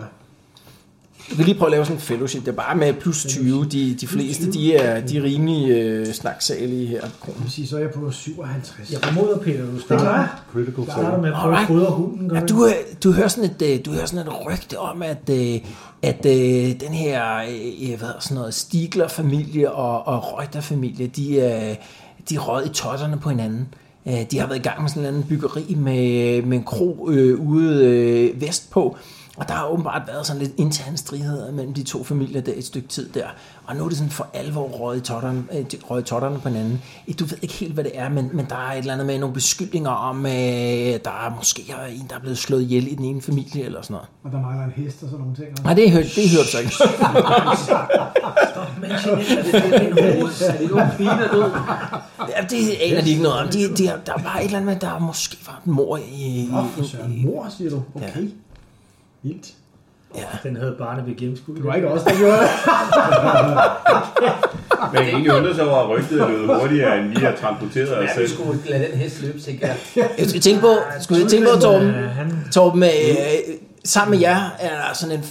[SPEAKER 2] Du kan lige prøve at lave sådan en fellowship. Det er bare med plus 20. De, de fleste, de er, de er rimelig øh, snaksalige her.
[SPEAKER 7] Det vil sige, så er jeg på 57.
[SPEAKER 3] Jeg formoder, Peter, du
[SPEAKER 7] Det
[SPEAKER 3] starter,
[SPEAKER 7] gør jeg.
[SPEAKER 4] Critical
[SPEAKER 3] du starter
[SPEAKER 4] Sale.
[SPEAKER 3] med at prøve at
[SPEAKER 2] Alright.
[SPEAKER 3] fodre hunden. gør
[SPEAKER 2] Ja,
[SPEAKER 3] du
[SPEAKER 2] du,
[SPEAKER 3] ikke?
[SPEAKER 2] øh, du, hører sådan et, øh, du hører sådan et rygte om, at, øh, at øh, den her øh, øh, hvad hedder sådan noget, Stigler-familie og, og Reuter-familie, de, øh, de er røget i totterne på hinanden. Øh, De har været i gang med sådan en eller anden byggeri med, med en kro øh, ude øh, vestpå, og der har åbenbart været sådan lidt interne stridigheder mellem de to familier der et stykke tid der. Og nu er det sådan for alvor røget i totterne, øh, de- røget i totterne på hinanden. Øh, Du ved ikke helt, hvad det er, men, men der er et eller andet med nogle beskyldninger om, øh, der er måske er en, der er blevet slået ihjel i den ene familie eller sådan noget.
[SPEAKER 7] Og der mangler en hest og sådan nogle ting.
[SPEAKER 2] Nej, det, hør, det hørte du så ikke.
[SPEAKER 3] Men Jeanette, det er din hoved.
[SPEAKER 8] Er det jo en fin at død?
[SPEAKER 2] Ja, det aner de ikke noget om. De, de, har- der var et eller andet med, der måske var et mor i... i,
[SPEAKER 7] Åh, for søren.
[SPEAKER 2] i
[SPEAKER 7] Mor, siger du. Okay. Vildt.
[SPEAKER 3] Den havde Barnaby gennemskudt.
[SPEAKER 7] Det var ikke os, der gjorde det.
[SPEAKER 6] Man kan egentlig undre sig over, at rygtet er løbet hurtigere, end vi har transporteret os
[SPEAKER 8] Ja, vi
[SPEAKER 6] selv.
[SPEAKER 8] skulle lade den hest løbe, tænker jeg.
[SPEAKER 2] Jeg skal tænke på, skulle jeg tænke på Torben, Torben øh, sammen med jer er der sådan en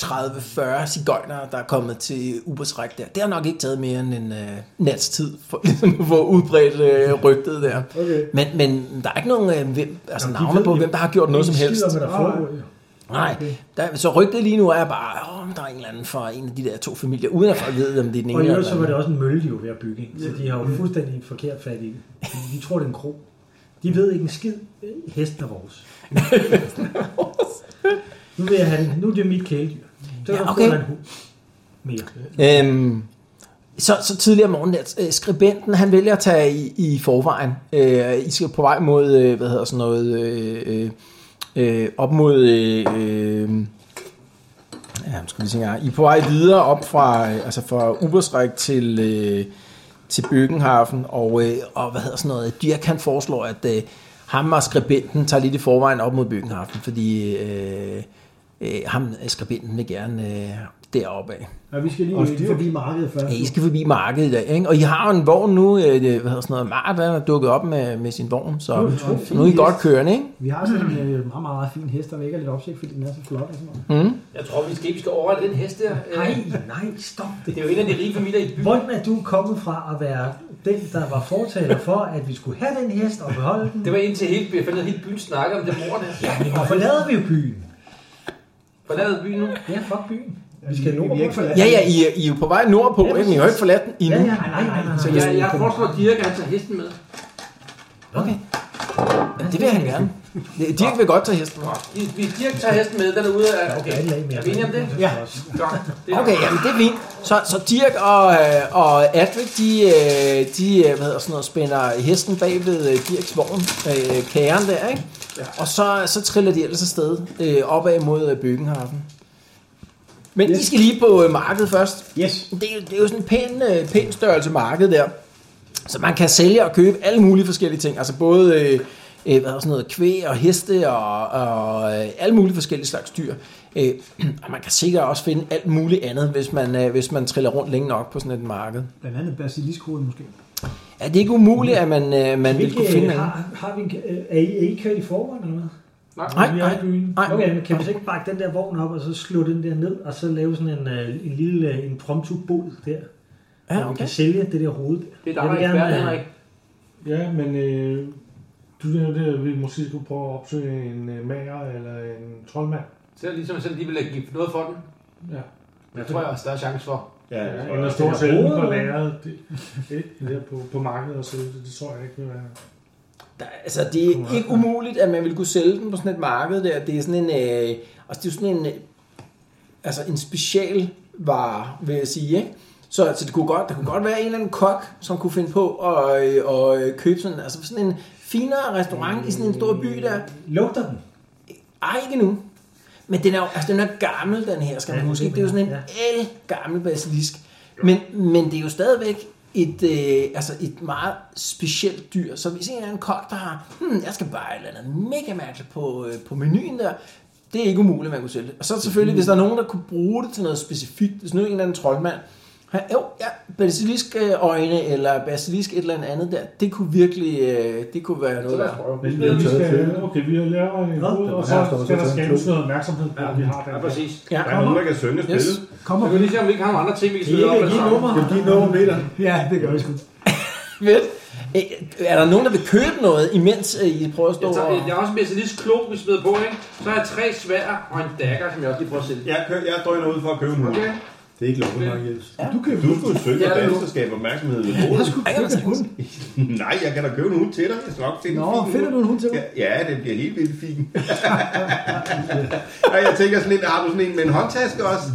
[SPEAKER 2] 30-40 cigøjner, der er kommet til Ubersræk der. Det har nok ikke taget mere end en øh, nats tid for, ligesom, at få udbredt øh, rygtet der.
[SPEAKER 7] Okay.
[SPEAKER 2] Men, men der er ikke nogen øh, hvem, altså,
[SPEAKER 3] Nå, de
[SPEAKER 2] navne
[SPEAKER 3] ved
[SPEAKER 2] på,
[SPEAKER 3] jo-
[SPEAKER 2] hvem der har gjort noget som helst.
[SPEAKER 3] Skider, hvad der foregår. jo.
[SPEAKER 2] Nej, der, så rygtet lige nu er bare, åh, men der er en eller anden fra en af de der to familier, uden at folk ved, om det er den ene
[SPEAKER 3] Og i
[SPEAKER 2] eller
[SPEAKER 3] øvrigt
[SPEAKER 2] den
[SPEAKER 3] så var det
[SPEAKER 2] anden.
[SPEAKER 3] også en mølle, de var ved at bygge. ikke? Så de har jo
[SPEAKER 7] Mm.
[SPEAKER 3] fuldstændig forkert fat i det. De tror, det er en kro. De ved ikke en skid. Hesten er vores. nu vil jeg have den. Nu er det mit kæledyr. Så
[SPEAKER 2] Ja,
[SPEAKER 3] ja,
[SPEAKER 2] okay.
[SPEAKER 3] okay. en hund mere.
[SPEAKER 2] Øhm, så, så tidligere om morgenen, at, øh, skribenten, han vælger at tage i, i forvejen. Øh, I skal på vej mod, øh, hvad hedder sådan noget, øh, øh, øh, op mod, øh, øh, ja, nu skal vi tænke, her. I er på vej videre op fra, øh, altså fra Ubersræk til, øh, til Bøgenhafen, og, øh, og hvad hedder sådan noget, Dirk han foreslår, at øh, ham og skribenten tager lidt i forvejen op mod Bøgenhafen, fordi øh, øh, ham, øh, skribenten, vil gerne øh, deroppe af.
[SPEAKER 7] Ja, vi skal lige
[SPEAKER 4] Og styr.
[SPEAKER 7] forbi markedet først.
[SPEAKER 2] Ja, I skal forbi markedet i dag, ikke? Og I har jo en vogn nu, øh, det- hvad hedder sådan noget, Mart han er dukket op med, med sin vogn, så
[SPEAKER 7] Nu er det to fine
[SPEAKER 2] nu er I godt
[SPEAKER 7] heste.
[SPEAKER 2] kørende, ikke?
[SPEAKER 7] Vi har sådan en øh, meget, meget fin hest, der vækker lidt opsigt, fordi den er så flot og sådan noget.
[SPEAKER 8] Jeg tror, vi skal, vi skal over den hest der. Øh,
[SPEAKER 3] Nej, nej, stop det.
[SPEAKER 8] Det er jo en af de rige familier i byen.
[SPEAKER 3] Hvordan er du kommet fra at være den, der var fortaler for, at vi skulle have den hest og beholde den?
[SPEAKER 8] Det var indtil hele, jeg fandt ud af, at hele byen snakker om det mor der. Ja,
[SPEAKER 3] Men nu forlader vi jo byen.
[SPEAKER 8] Forladet byen nu.
[SPEAKER 3] Ja, fuck byen. Vi skal
[SPEAKER 7] Vi er ikke forladt.
[SPEAKER 2] Ja, ja, I, er- I er jo på vej nordpå, ikke? Men I har jo ikke forladt den
[SPEAKER 3] Ja,
[SPEAKER 2] endnu.
[SPEAKER 3] ja, nej, nej, nej.
[SPEAKER 8] Så
[SPEAKER 3] nej.
[SPEAKER 8] jeg, jeg foreslår Dirk, at han tager hesten med.
[SPEAKER 2] Okay. Ja, det vil han gerne. Ja, Dirk vil godt tage hesten.
[SPEAKER 8] Hvis- Hvis Dirk tager hesten med, den er ude af... Okay,
[SPEAKER 3] Der er et lag mere.
[SPEAKER 8] er vi enige om det?
[SPEAKER 7] Ja.
[SPEAKER 8] Godt. Det er
[SPEAKER 2] Okay, jamen det er fint. Så, så Dirk og, øh, og Adric, de, øh, de øh, hvad hedder sådan noget, spænder hesten bag ved øh, Dirks vogn, øh, kæren der, ikke? Og så, så triller de ellers afsted øh, opad mod øh, Bøgenhafen. Men yes. I skal lige på øh, markedet først.
[SPEAKER 7] Yes.
[SPEAKER 2] Det, er jo- det er jo sådan en pæn, øh, pæn størrelse marked der. Så man kan sælge og købe alle mulige forskellige ting. Altså både øh, øh, hvad er sådan noget, kvæg og heste og, og øh, alle mulige forskellige slags dyr. Øh, og man kan sikkert også finde alt muligt andet, hvis man, øh, hvis man triller rundt længe nok på sådan et marked.
[SPEAKER 7] Blandt andet basiliskhovedet måske.
[SPEAKER 2] Er det ikke umuligt, at man, øh, man vil kunne
[SPEAKER 3] Hvilke,
[SPEAKER 2] finde andet?
[SPEAKER 3] har, har vi en, er, I, er I kørt i forvejen eller hvad?
[SPEAKER 2] Nej,
[SPEAKER 3] Vi er i
[SPEAKER 2] nej,
[SPEAKER 3] byen.
[SPEAKER 2] nej.
[SPEAKER 3] Okay, men kan vi så ikke bakke den der vogn op, og så slå den der ned, og så lave sådan en, øh, en lille øh, en promptu bod der, hvor
[SPEAKER 2] Ja,
[SPEAKER 3] man
[SPEAKER 2] okay.
[SPEAKER 3] kan sælge det der hoved. der?
[SPEAKER 8] Det er dig,
[SPEAKER 3] Jeg
[SPEAKER 8] der
[SPEAKER 3] vil
[SPEAKER 8] er
[SPEAKER 3] gerne,
[SPEAKER 8] ekspert,
[SPEAKER 3] øh,
[SPEAKER 8] Henrik.
[SPEAKER 9] Ja, men øh, du nævnte, at vi måske skulle prøve at opsøge en øh, mager eller en troldmand.
[SPEAKER 8] Så er det ligesom, selvom de vil give noget for den.
[SPEAKER 9] Ja.
[SPEAKER 8] Men jeg tror, jeg har større chance for.
[SPEAKER 6] Ja, jeg tror,
[SPEAKER 9] Eller
[SPEAKER 6] jeg-
[SPEAKER 9] stå
[SPEAKER 3] det er
[SPEAKER 9] selv på
[SPEAKER 3] rodet.
[SPEAKER 9] lageret det, ikke? der på, på markedet og så det, det tror jeg ikke vil være.
[SPEAKER 2] Der, altså, det er ikke umuligt, at man vil kunne sælge den på sådan et marked der. Det er sådan en, øh, altså, det er sådan en, øh, altså en special vare, vil jeg sige, ikke? Så altså, det kunne godt, der kunne godt være en eller anden kok, som kunne finde på at, øh, at øh, købe sådan, altså sådan en finere restaurant i sådan en stor by der.
[SPEAKER 3] Lugter den?
[SPEAKER 2] Ej, ikke nu. Men den er jo, altså, den er gammel, den her, skal man
[SPEAKER 3] Ja,
[SPEAKER 2] huske.
[SPEAKER 3] det
[SPEAKER 2] ikke? Det er jo sådan en
[SPEAKER 3] mener
[SPEAKER 2] el gammel basilisk. Men, men det er jo stadigvæk et, øh, altså et meget specielt dyr. Så hvis en eller anden kok, der har, hmm, jeg skal bare et eller andet mega mærkeligt på, øh, på menuen der, det er ikke umuligt, man kunne sælge det. Og så selvfølgelig, hvis der er nogen, der kunne bruge det til noget specifikt, hvis nu en eller anden troldmand, han, jo, ja, basilisk øh, øjne eller basilisk et eller andet der, det kunne virkelig, øh, det kunne være noget værd.
[SPEAKER 9] Men
[SPEAKER 4] vi har
[SPEAKER 9] vi
[SPEAKER 4] taget til.
[SPEAKER 9] skal, okay, vi laver en
[SPEAKER 3] Nå,
[SPEAKER 9] god, og
[SPEAKER 4] den her står der
[SPEAKER 9] så
[SPEAKER 4] så
[SPEAKER 9] skal der
[SPEAKER 4] til en
[SPEAKER 9] skabes
[SPEAKER 4] klub.
[SPEAKER 9] noget opmærksomhed på, at vi har
[SPEAKER 8] Ja,
[SPEAKER 9] den.
[SPEAKER 8] præcis.
[SPEAKER 2] Ja.
[SPEAKER 6] Der er nogen, der kan synge og spille.
[SPEAKER 2] Yes.
[SPEAKER 7] Kom
[SPEAKER 8] Så
[SPEAKER 7] og
[SPEAKER 8] kan vi lige se, om vi ikke har nogle andre ting, vi
[SPEAKER 3] Det
[SPEAKER 8] kan spille
[SPEAKER 3] er
[SPEAKER 8] op.
[SPEAKER 3] ikke
[SPEAKER 8] eller
[SPEAKER 3] give
[SPEAKER 8] sådan.
[SPEAKER 3] nummer.
[SPEAKER 4] Skal vi give noget om meter?
[SPEAKER 7] Ja, det gør vi sgu.
[SPEAKER 2] Fedt. Øh, Er der nogen, der vil købe noget, imens øh, I prøver at stå
[SPEAKER 8] Jeg, tager,
[SPEAKER 2] og...
[SPEAKER 8] jeg har også en basilisk klo, vi smider på, ikke? Så har jeg tre svær og en dagger, som jeg også lige prøver at sælge.
[SPEAKER 6] Jeg, kø, jeg drøner ud for at købe en hund.
[SPEAKER 8] Okay?
[SPEAKER 4] Det er ikke lukket nok, Jens.
[SPEAKER 7] Du køber.
[SPEAKER 6] Du skulle synge
[SPEAKER 8] Ja,
[SPEAKER 6] og
[SPEAKER 8] det er
[SPEAKER 6] danse
[SPEAKER 8] nu.
[SPEAKER 6] og skabe opmærksomhed ved hovedet.
[SPEAKER 7] Du
[SPEAKER 2] Ej, altså,
[SPEAKER 7] køber en hund.
[SPEAKER 6] Nej, jeg kan da købe en hund til dig. Jeg skal nok finde
[SPEAKER 7] Nå,
[SPEAKER 6] en fin
[SPEAKER 7] finder
[SPEAKER 6] hund.
[SPEAKER 7] du en hund til mig?
[SPEAKER 6] Ja, ja, det bliver helt vildt fint. Og jeg tænker sådan lidt, har du sådan en med en håndtaske også?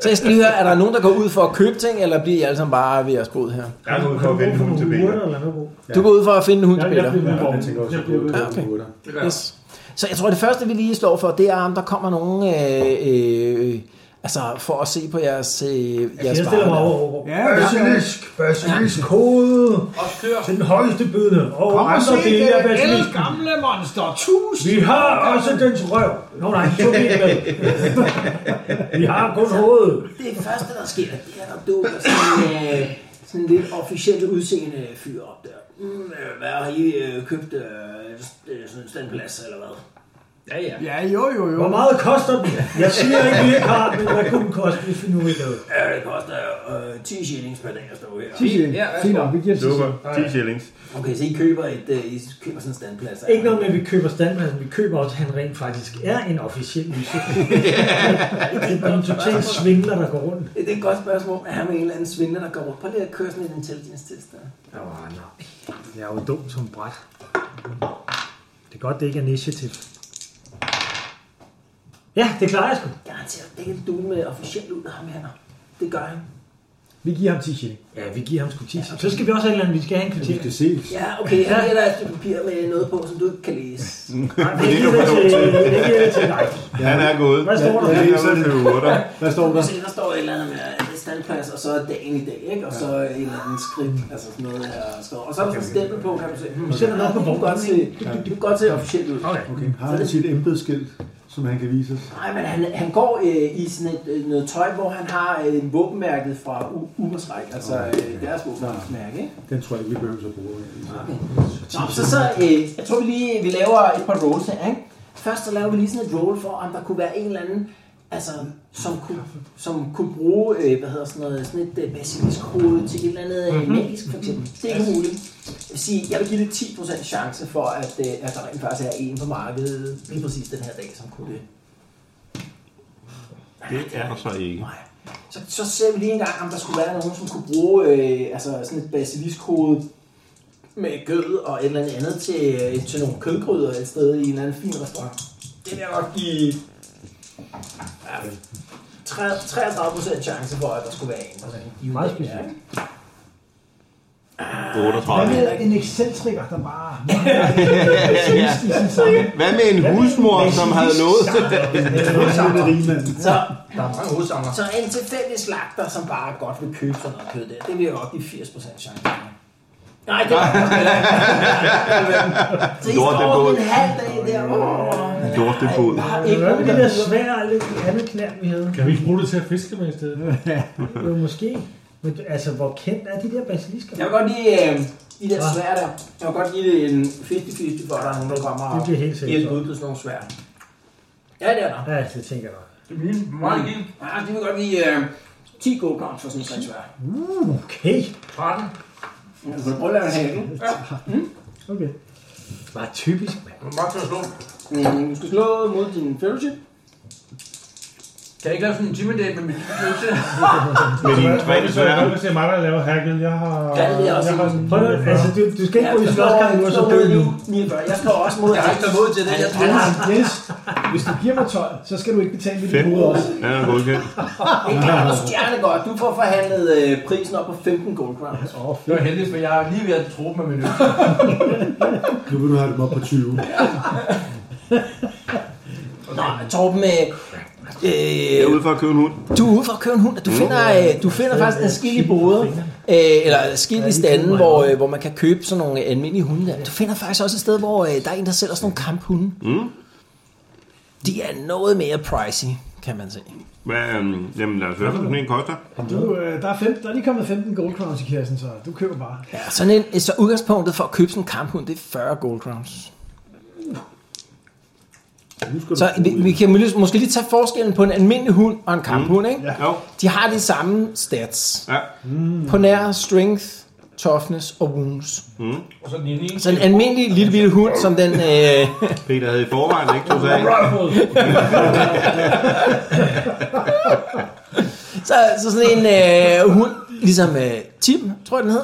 [SPEAKER 2] Så jeg skal lige høre, er der nogen, der går ud for at købe ting, eller bliver I alle sammen bare ved jeres bod her?
[SPEAKER 6] Jeg er ude for at vende hunden til
[SPEAKER 3] Nogle urter
[SPEAKER 6] Peter.
[SPEAKER 3] eller noget Bo?
[SPEAKER 2] Ja. Du går ud for at finde en hund til
[SPEAKER 9] Jeg, jeg
[SPEAKER 2] Peter.
[SPEAKER 9] bliver ved
[SPEAKER 4] Ja, jeg
[SPEAKER 9] vognen.
[SPEAKER 4] tænker også,
[SPEAKER 9] Jeg
[SPEAKER 4] at
[SPEAKER 9] bliver ved
[SPEAKER 2] Ja, okay.
[SPEAKER 4] det er
[SPEAKER 8] Det gør jeg.
[SPEAKER 2] Yes. Så jeg tror, det første, vi lige står for, det er, om der kommer nogen... Øh, øh, Altså, for at se på jeres, øh, jeres
[SPEAKER 3] Jeg stiller mig
[SPEAKER 2] varer.
[SPEAKER 3] over over.
[SPEAKER 7] Ja,
[SPEAKER 4] Basilisk, basilisk kode
[SPEAKER 8] Også kør.
[SPEAKER 3] Til den højeste bydende. Og
[SPEAKER 4] Kom og
[SPEAKER 3] andre
[SPEAKER 4] se
[SPEAKER 3] dele af
[SPEAKER 4] det
[SPEAKER 3] basilisken.
[SPEAKER 7] gamle monster, tusind!
[SPEAKER 3] Vi har også dens røv. Nå nej, to ben med. Vi har kun hovedet.
[SPEAKER 2] Det første, der sker, det er, der dukker sådan, øh, sådan lidt officielt udseende fyr op der. Mm, øh, hvad har I øh, købt? Øh, øh, sådan en standplads eller hvad?
[SPEAKER 8] Ja, ja.
[SPEAKER 7] Ja, jo, jo, jo.
[SPEAKER 3] Hvor meget koster den? Jeg siger ikke, vi ikke har den, men hvad kunne den koste, hvis vi nu ikke havde? den?
[SPEAKER 2] Ja, det koster øh, 10 shillings per dag at stå her.
[SPEAKER 8] Ja, værsgo.
[SPEAKER 7] Fint nok, vi giver det til
[SPEAKER 6] Super. 10 shillings.
[SPEAKER 2] Okay, så I køber, et, øh, I køber sådan en standplads?
[SPEAKER 3] Ikke noget med, at vi køber standpladsen. Vi køber også, at han rent faktisk er en officiel musik. Det er en total svindler, der går rundt.
[SPEAKER 2] Det er et godt spørgsmål. Er han med en eller anden svindler, der går rundt? Prøv lige at køre sådan en intelligence-test der.
[SPEAKER 3] Åh, nej. Jeg er jo dum som bræt. Det er godt, det ikke er initiativ. Ja, det klarer jeg sgu.
[SPEAKER 2] Garanteret, det kan du med officielt ud af ham her. Det gør han.
[SPEAKER 7] Vi giver ham 10 shilling.
[SPEAKER 3] Ja, vi giver ham sgu 10. Så skal vi også have en eller anden, vi skal have en
[SPEAKER 4] Vi
[SPEAKER 3] kvarter.
[SPEAKER 4] skal ses.
[SPEAKER 2] Ja, okay, her er der et stykke papir med noget på, som du ikke kan læse.
[SPEAKER 3] Nej, det giver jeg til, det giver jeg til dig.
[SPEAKER 6] Han er gået.
[SPEAKER 3] Hvad står der?
[SPEAKER 6] Han er ude til urter.
[SPEAKER 4] Hvad står der?
[SPEAKER 2] Du ser, der står et eller andet med at det er standplads, og så er dagen i dag, ikke? Og så en eller anden skridt, altså sådan noget her. skrevet. Og så er der sådan en stempel på, kan du se. Hmm,
[SPEAKER 3] Du sætter noget på
[SPEAKER 2] det kan
[SPEAKER 3] vognen,
[SPEAKER 2] godt se, det kan godt se officielt ud.
[SPEAKER 3] Okay.
[SPEAKER 4] Okay, har han sit embedsskilt, som han kan vise os?
[SPEAKER 2] Nej, men han, han går øh, i sådan et, øh, noget tøj, hvor han har øh, våbenmærket fra U- Ubersræk, altså øh, deres våbenmærke, ikke?
[SPEAKER 4] Den tror jeg ikke, vi behøver at bruge.
[SPEAKER 2] Nå, så, så øh, jeg tror vi lige, vi laver et par rolls her, ikke? Først så laver vi lige sådan et roll for, om der kunne være en eller anden, altså, som kunne, som kunne bruge, øh, hvad hedder sådan noget, sådan et øh, basilisk hoved til et eller andet
[SPEAKER 7] Mhm.
[SPEAKER 2] øh, magisk, for eksempel. Det er ikke muligt. Jeg vil, sige, jeg vil give det 10% chance for, at, øh, at der rent faktisk er en på markedet, lige præcis den her dag, som kunne det.
[SPEAKER 6] Det er der så ikke.
[SPEAKER 2] Nej. Så, så ser vi lige en gang, om der skulle være nogen, som kunne bruge øh, altså sådan et basiliskhoved med kød og et eller andet andet til, øh, til nogle kødgryder et sted i en eller anden fin restaurant. Det vil jeg godt give ja, tre- 33% chance for, at der skulle være en. Altså, I er
[SPEAKER 7] Meget specifikt.
[SPEAKER 2] ikke?
[SPEAKER 6] 38.
[SPEAKER 7] med en ekscentriker, der bare... Basilisk i sin samling.
[SPEAKER 6] Hvad med en husmor, som havde lovet?
[SPEAKER 2] Så,
[SPEAKER 8] Der er mange hovedsamler.
[SPEAKER 2] så en tilfældig slagter, som bare godt vil købe sådan noget kød der, det vil jeg godt give 80% chance for. Nej, det var godt. Så I
[SPEAKER 6] Lort, det
[SPEAKER 2] står
[SPEAKER 6] båd.
[SPEAKER 2] en halv dag der. Åh,
[SPEAKER 6] Lortebod.
[SPEAKER 2] Bare
[SPEAKER 3] Det
[SPEAKER 2] ikke
[SPEAKER 3] var
[SPEAKER 2] nogen,
[SPEAKER 3] det
[SPEAKER 2] der
[SPEAKER 3] der svære lidt andet knær, vi havde.
[SPEAKER 9] Kan vi ikke bruge det til at fiske med i stedet?
[SPEAKER 3] Jo, måske. Men du- altså, hvor kendt er de der basilisker?
[SPEAKER 2] Jeg vil godt lige... Øh, de der
[SPEAKER 3] Hva?
[SPEAKER 2] svær der. Jeg vil godt give det en 50-50, for at der er nogen, der kommer
[SPEAKER 3] Det
[SPEAKER 2] og
[SPEAKER 3] bliver helt sikkert
[SPEAKER 2] hjælper
[SPEAKER 3] sådan.
[SPEAKER 2] ud på sådan nogle svær. Ja, det er der.
[SPEAKER 3] Ja, det tænker jeg nok.
[SPEAKER 8] Det er mine. Meget igen.
[SPEAKER 2] Ja, de vil godt give øh, 10 gode for sådan en slags svær.
[SPEAKER 3] Okay.
[SPEAKER 8] 13.
[SPEAKER 2] Ja, så prøv at lave en hække.
[SPEAKER 7] Okay.
[SPEAKER 3] Bare typisk, mand.
[SPEAKER 8] Du er meget til at slå.
[SPEAKER 2] Mm, Du skal slå mod din fellowship.
[SPEAKER 8] Kan jeg ikke lave sådan en intimidate med mit knæse?
[SPEAKER 6] Med dine tre
[SPEAKER 9] Hvad
[SPEAKER 6] svære.
[SPEAKER 9] hvis det er mig, der laver hacket? Jeg har...
[SPEAKER 2] Ja, det vil jeg også
[SPEAKER 9] har
[SPEAKER 2] sige.
[SPEAKER 3] Prøv at, altså, du, du skal ikke gå i slåskamp nu, og så dø nu.
[SPEAKER 2] 49. Jeg slår også mod
[SPEAKER 8] Jeg har ikke taget mod til det. Jeg tror,
[SPEAKER 7] Jens, Jens, hvis du giver mig 12, så skal du ikke betale mit
[SPEAKER 6] Fem.
[SPEAKER 7] hoved også.
[SPEAKER 6] Han er godkendt.
[SPEAKER 2] Det klarer du stjerne godt. Du får forhandlet øh, prisen op på 15 gold crowns.
[SPEAKER 7] Åh,
[SPEAKER 8] det
[SPEAKER 7] fedt.
[SPEAKER 8] var heldigt, for jeg er lige ved at tro med min øl.
[SPEAKER 4] Nu vil du have dem op på 20.
[SPEAKER 2] Nå, men Torben, øh,
[SPEAKER 6] Jeg er
[SPEAKER 2] øh,
[SPEAKER 6] ude for at købe en hund.
[SPEAKER 2] Du er ude for at købe en hund, og du finder, øh, du finder faktisk adskillige boder, øh, eller adskillige stande, hvor, øh, hvor man kan købe sådan nogle øh, almindelige hunde. Der. Du finder faktisk også et sted, hvor øh, der er en, der sælger sådan nogle kamphunde.
[SPEAKER 6] Mm.
[SPEAKER 2] De er noget mere pricey, kan man se.
[SPEAKER 6] Hvad, øhm, jamen lad os høre, hvad sådan en koster.
[SPEAKER 7] Du, øh, der, er fem, der er lige kommet 15 gold crowns i kassen, så du køber bare.
[SPEAKER 2] Ja, sådan en, så udgangspunktet for at købe sådan en kamphund, det er 40 gold crowns. Så vi, vi kan mås- måske lige tage forskellen på en almindelig hund og
[SPEAKER 7] Mm,
[SPEAKER 2] en kamphund, ikke?
[SPEAKER 6] Jo,
[SPEAKER 2] De har de samme stats.
[SPEAKER 6] ja.
[SPEAKER 2] På nær strength, toughness og wounds.
[SPEAKER 8] Og så den ene ene.
[SPEAKER 2] Så en almindelig lille bitte hund, som den... Øh,
[SPEAKER 6] Peter havde i forvejen ikke tog sig af.
[SPEAKER 2] Så, så sådan en øh, hund, ligesom øh, Tim, tror jeg den hed,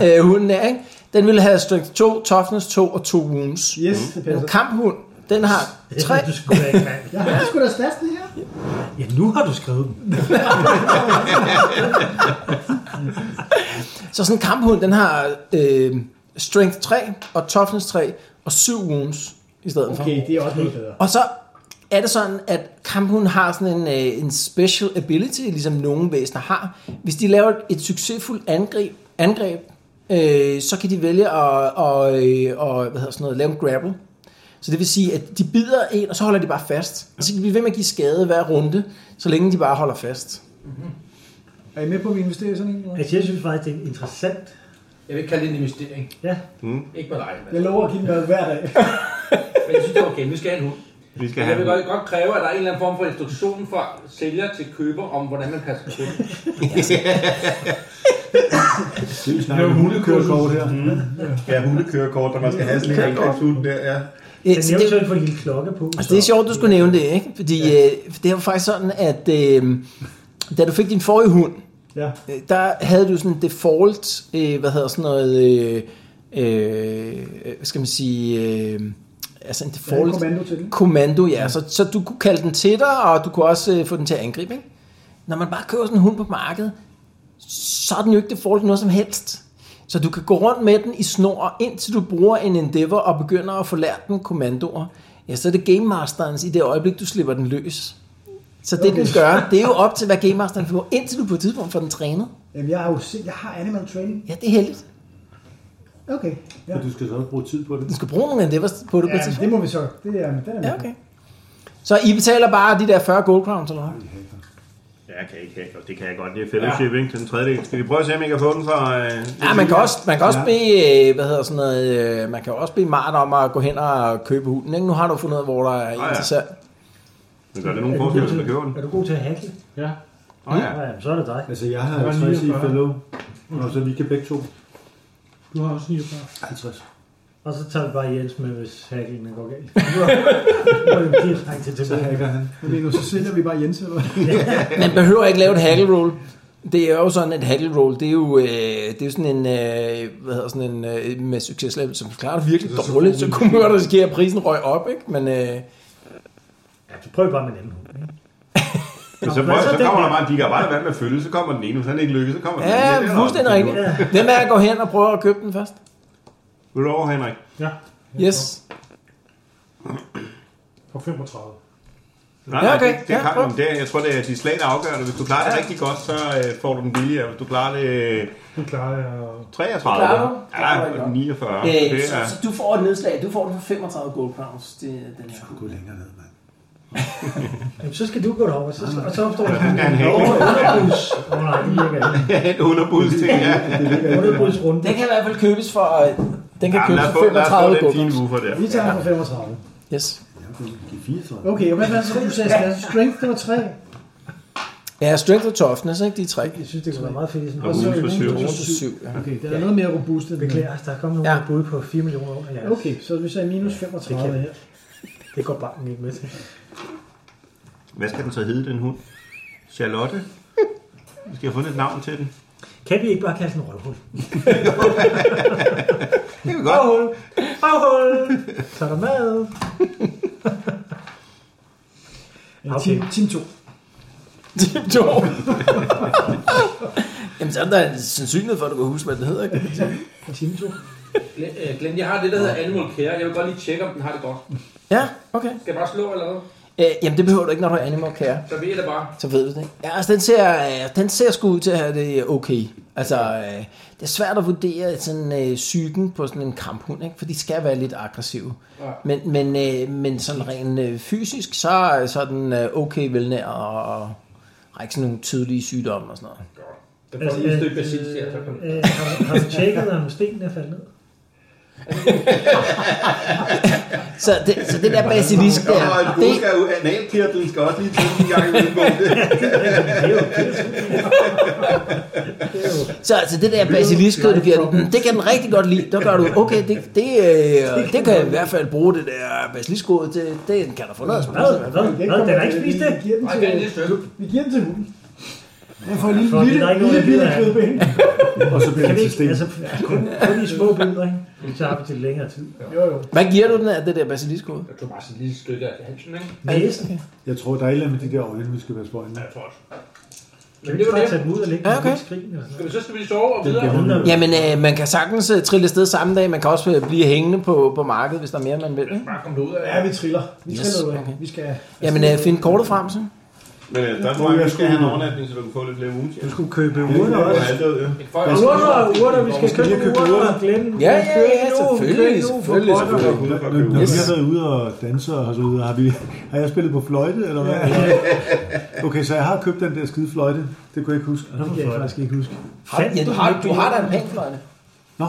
[SPEAKER 2] ja. øh, hunden er, ikke? den ville have strength 2, toughness 2 og 2 wounds.
[SPEAKER 7] Yes, det passer.
[SPEAKER 2] En kamphund, den har
[SPEAKER 3] Det
[SPEAKER 2] 3,
[SPEAKER 3] er, du skulle være i gang.
[SPEAKER 7] Jeg har sgu da stats, det her.
[SPEAKER 3] Ja, nu har du skrevet dem.
[SPEAKER 2] så sådan en kamphund, den har øh, strength 3 og toughness 3 og 7 wounds i stedet for.
[SPEAKER 7] Okay, det er også noget bedre.
[SPEAKER 2] Og så Er det sådan, at kamphund har sådan en, øh, en special ability, ligesom nogen væsener har? Hvis de laver et succesfuldt angreb, angreb øh, så kan de vælge at, at, øh, at hvad hedder sådan noget, lave en grapple. Så det vil sige, at de bider en, og så holder de bare fast. Og så kan de blive ved med at give skade hver runde, så længe de bare holder fast.
[SPEAKER 7] Er I med på, at vi investerer i sådan en? eller hvad?
[SPEAKER 3] Altså, jeg synes faktisk, det er interessant.
[SPEAKER 8] Jeg vil ikke kalde det en investering.
[SPEAKER 3] Ja,
[SPEAKER 8] Ikke med dig, men.
[SPEAKER 7] Jeg lover at give den mad hver dag.
[SPEAKER 8] men jeg synes, det er okay. Vi skal have en hund.
[SPEAKER 6] Vi skal
[SPEAKER 8] Men jeg
[SPEAKER 6] have den.
[SPEAKER 8] vil godt, godt kræve, at der er en eller anden form for instruktion fra sælger til køber om, hvordan man passer på hunden.
[SPEAKER 4] Det er jo snart et hundekørekort her.
[SPEAKER 6] Ja, hundekørekort, der man skal have sådan en hund der, ja.
[SPEAKER 2] Øh,
[SPEAKER 3] den
[SPEAKER 2] så
[SPEAKER 3] er
[SPEAKER 2] det-
[SPEAKER 3] eventuelt få en lille klokke på.
[SPEAKER 2] Altså, det er sjovt, du skulle nævne det, ikke? Fordi ja. øh, for det var faktisk sådan, at øh, da du fik din forrige hund,
[SPEAKER 7] Ja.
[SPEAKER 2] øh, der havde du sådan en default, øh, hvad hedder sådan noget, øh, øh, hvad skal man sige, øh, altså en
[SPEAKER 7] Jeg har en
[SPEAKER 2] default
[SPEAKER 7] kommando til den.
[SPEAKER 2] kommando, ja. Så, så du kunne kalde den til dig, og du kunne også øh, få den til at angribe, ikke? Når man bare køber sådan en hund på markedet, så er den jo ikke default noget som helst. Så du kan gå rundt med den i snor, indtil du bruger en Endeavor og begynder at få lært den kommandoer. Ja, så er det Game Masterens i det øjeblik, du slipper den løs. Så det, okay. den gør, det er jo op til, hvad Game Masteren får, indtil du på et tidspunkt får den trænet.
[SPEAKER 7] Jamen, jeg har jo set, jeg har animal training.
[SPEAKER 2] Ja, det er heldigt.
[SPEAKER 7] Okay. Ja.
[SPEAKER 4] Og du skal så bruge tid på det.
[SPEAKER 2] Du skal bruge nogle Endeavors på det på et
[SPEAKER 7] ja det
[SPEAKER 2] tidspunkt.
[SPEAKER 7] må vi så. Det er, den er med.
[SPEAKER 2] Ja, okay. Så I betaler bare de der 40 gold crowns, eller hvad?
[SPEAKER 6] Ja, jeg kan ikke have, og det kan jeg godt. Det er fellowship, ja. ikke? Til den tredje del. Skal vi prøve at se, om jeg kan få den fra... Øh,
[SPEAKER 2] Ja, man kan også, man kan også bede, øh, hvad hedder sådan noget, øh, man kan jo også bede Mart om at gå hen og købe hunden, ikke? Nu har du fundet ud af, hvor der er en
[SPEAKER 4] Ah,
[SPEAKER 6] ja.
[SPEAKER 2] til salg.
[SPEAKER 6] Men gør det nogen forskel, hvis man køber den?
[SPEAKER 3] Er du god til at hackle?
[SPEAKER 9] Ja.
[SPEAKER 6] Åh oh, ja.
[SPEAKER 3] Ja, ja, så er det dig.
[SPEAKER 4] Altså, jeg har
[SPEAKER 9] Det var
[SPEAKER 4] 50 i
[SPEAKER 9] 49.
[SPEAKER 4] fellow. Nå, så vi kan begge to.
[SPEAKER 9] Du har også 49.
[SPEAKER 4] 50.
[SPEAKER 3] Og så tager vi bare Jens med, hvis hacklingen går galt. Nu er det direkte til
[SPEAKER 4] Så hacker han.
[SPEAKER 7] Jeg mener, så sælger vi bare Jens, eller hvad?
[SPEAKER 2] Man behøver ikke lave et haggle roll. Det er jo sådan et haggle roll, det er jo, øh, det er jo sådan en, øh, hvad hedder sådan en, øh, med succeslevel, som klarer det virkelig dårligt, så kunne man jo risikere, at prisen røg op, ikke? Men øh,
[SPEAKER 3] Ja, så prøv bare med en anden hund. ikke?
[SPEAKER 6] Men så,
[SPEAKER 3] Nå,
[SPEAKER 6] prøv,
[SPEAKER 3] hvad så
[SPEAKER 6] så
[SPEAKER 3] den
[SPEAKER 6] kommer der
[SPEAKER 3] der?
[SPEAKER 6] bare en digger bare vand med at følge, så kommer den ene. Hvis han ikke lykkes, så kommer den anden. Det er
[SPEAKER 2] ja,
[SPEAKER 6] der
[SPEAKER 2] fuldstændig
[SPEAKER 6] også.
[SPEAKER 2] rigtigt. Hvem er at gå hen og prøve at købe den først?
[SPEAKER 6] Vil du over, Henrik?
[SPEAKER 9] Ja.
[SPEAKER 2] Yes.
[SPEAKER 9] På 35.
[SPEAKER 6] Nej,
[SPEAKER 2] Ja,
[SPEAKER 6] nej,
[SPEAKER 2] okay.
[SPEAKER 6] det, det
[SPEAKER 2] Ja,
[SPEAKER 6] kan
[SPEAKER 2] prøv.
[SPEAKER 6] man. Det, er- jeg tror, det er de slag, der afgør det. Hvis du klarer det rigtig godt, så øh, får du den billigere. Hvis du klarer det øh,
[SPEAKER 9] Nu klarer jeg
[SPEAKER 6] 33,
[SPEAKER 2] Klarer du? Klarer du
[SPEAKER 6] ja,
[SPEAKER 2] godt.
[SPEAKER 6] 49.
[SPEAKER 2] Øh,
[SPEAKER 6] Det
[SPEAKER 2] så,
[SPEAKER 6] er,
[SPEAKER 2] så du får et nedslag, du får den for 35 gold crowns, det er den her.
[SPEAKER 4] Gå længere ned, mand.
[SPEAKER 3] Jamen, så skal du gå derover, så, og så opstår der
[SPEAKER 6] skal han
[SPEAKER 3] en
[SPEAKER 6] have.
[SPEAKER 3] underbrugs. Åh nej, det virker ikke.
[SPEAKER 6] en underbudsting, ja.
[SPEAKER 3] Underbrugsrunde.
[SPEAKER 2] Den kan i hvert fald købes for... øh, Den kan
[SPEAKER 6] Jamen,
[SPEAKER 2] købes
[SPEAKER 6] lad os
[SPEAKER 2] for
[SPEAKER 6] få, lad os få
[SPEAKER 2] 35
[SPEAKER 6] den fine
[SPEAKER 2] gold.
[SPEAKER 6] woofer der.
[SPEAKER 7] Vi tager den for 35.
[SPEAKER 2] Yes.
[SPEAKER 4] Giv 34.
[SPEAKER 7] Okay, og hvad var det, så, du sagde skasse? Strength, det var 3.
[SPEAKER 2] Ja, strength og toughness, ikke? De er tre.
[SPEAKER 3] Jeg synes, det kunne være meget fedt i sådan
[SPEAKER 6] Og ugen for syv.
[SPEAKER 2] Otte til syv, ja.
[SPEAKER 7] Okay, der er noget mere robust end den.
[SPEAKER 3] Beklager, der er kommet nogen
[SPEAKER 2] Ja.
[SPEAKER 3] ja. bud på 4 millioner under jeres.
[SPEAKER 7] Okay, så vi sagde minus 35 her.
[SPEAKER 3] Det går banken ikke med til.
[SPEAKER 6] Hvad skal den så hedde, den hund? Charlotte? Skal jeg have fundet et navn til den?
[SPEAKER 3] Kan vi ikke bare kaste en røvhul?
[SPEAKER 6] Det kan vi godt.
[SPEAKER 3] Røvhul! Så er der mad.
[SPEAKER 7] Eller
[SPEAKER 3] Okay.
[SPEAKER 7] Team, team 2.
[SPEAKER 2] Tip to. Jamen, så er der en sandsynlighed for, at du kan huske, hvad den hedder, ikke?
[SPEAKER 7] Team 2.
[SPEAKER 8] Glenn, øh, Glenn, jeg har det, der hedder Animal Care. Jeg vil godt lige tjekke, om den har det godt.
[SPEAKER 2] Ja, okay.
[SPEAKER 8] Skal jeg bare slå eller hvad?
[SPEAKER 2] Øh, jamen, det behøver du ikke, når du er animal care.
[SPEAKER 8] Så ved jeg det bare.
[SPEAKER 2] Så ved du det, ikke? Ja, altså, den ser, øh, den ser sgu ud til at have det okay. Altså, øh, det er svært at vurdere sådan øh, psyken på sådan en kamphund, ikke? For de skal være lidt aggressive.
[SPEAKER 8] Ja.
[SPEAKER 2] Men, men, øh, men sådan rent øh, fysisk, så, så er den øh, okay velnær og, og har ikke sådan nogle tydelige sygdomme og sådan noget.
[SPEAKER 8] Den får lige et stykke basil her. Så kan den.
[SPEAKER 3] Altså, Øh, har, har du tjekket, om stenen er faldet ned?
[SPEAKER 2] Så det, så det der basilisk der,
[SPEAKER 6] Og en
[SPEAKER 2] det,
[SPEAKER 6] busk af analkirtlen skal også lige til en gang i det.
[SPEAKER 2] så, så det der basilisk, du giver, den, "Mm, det kan den rigtig godt lide. Der gør du, okay, det, det, øh, det kan jeg i hvert fald bruge det der basiliskode til. Det kan der få noget at
[SPEAKER 3] Hvad?
[SPEAKER 2] spise.
[SPEAKER 3] Hvad? Hvad? Den har ikke spist det?
[SPEAKER 7] Vi giver den Altså,
[SPEAKER 8] Nej,
[SPEAKER 7] til,
[SPEAKER 8] Glenn, det er sødt.
[SPEAKER 7] vi giver den til hunden. Jeg får en lille,
[SPEAKER 3] for det er
[SPEAKER 7] lille,
[SPEAKER 3] der ikke
[SPEAKER 7] lille,
[SPEAKER 3] nogen, der
[SPEAKER 7] lille,
[SPEAKER 3] gider af.
[SPEAKER 7] knædben.
[SPEAKER 4] Og så bliver
[SPEAKER 3] Kan
[SPEAKER 4] det
[SPEAKER 3] vi
[SPEAKER 4] til
[SPEAKER 3] ikke?
[SPEAKER 4] sten.
[SPEAKER 3] Altså, kun, kun i små bidder, ikke? Så har vi til længere tid.
[SPEAKER 7] Jo, jo.
[SPEAKER 2] Hvad giver du den af det der basiliskode?
[SPEAKER 8] Jeg tog bare sådan et lille stykke af halsen, ikke?
[SPEAKER 3] Næsen.
[SPEAKER 4] Jeg tror, der er et eller andet med de der øjne, vi skal være spøjende.
[SPEAKER 8] Jeg tror også.
[SPEAKER 3] Kan vi ikke bare tage dem ud og lægge
[SPEAKER 2] Ja,
[SPEAKER 3] dem
[SPEAKER 2] okay.
[SPEAKER 3] i skrigen? Eller sådan
[SPEAKER 8] Jamen, så skal vi sove og videre.
[SPEAKER 3] noget?
[SPEAKER 2] Jamen, øh, man kan sagtens øh, trille afsted samme dag. Man kan også øh, blive hængende på, på markedet, hvis der er mere, man vil. ikke?
[SPEAKER 8] Bare kom ud af
[SPEAKER 7] Ja, vi triller. Vi
[SPEAKER 2] Yes,
[SPEAKER 7] triller ud af.
[SPEAKER 2] okay.
[SPEAKER 7] Vi skal...
[SPEAKER 2] Jamen, øh, find kortet frem, så.
[SPEAKER 6] Men øh, der tror jeg, vi skal have en overnatning, så du kan få lidt flere ugen.
[SPEAKER 7] Du skulle købe urter også.
[SPEAKER 8] et folk.
[SPEAKER 7] Urter, urter, vi skal købe
[SPEAKER 4] lige købe
[SPEAKER 7] urter.
[SPEAKER 4] urter.
[SPEAKER 7] Glenn,
[SPEAKER 2] Ja,
[SPEAKER 7] Glenn,
[SPEAKER 2] ja,
[SPEAKER 7] køb
[SPEAKER 2] ja,
[SPEAKER 7] nu,
[SPEAKER 2] selvfølgelig,
[SPEAKER 7] køb nu for
[SPEAKER 2] selvfølgelig,
[SPEAKER 7] pokker.
[SPEAKER 2] selvfølgelig.
[SPEAKER 4] Når, når vi har været ude og danse og så videre, har, vi, har jeg spillet på fløjte, eller hvad? Okay, så jeg har købt den der skide fløjte. Det kunne jeg ikke huske.
[SPEAKER 7] Det kan jeg faktisk ikke huske.
[SPEAKER 3] Fandt
[SPEAKER 2] Ja, du har, du har da en pæn fløjte.
[SPEAKER 4] Nå,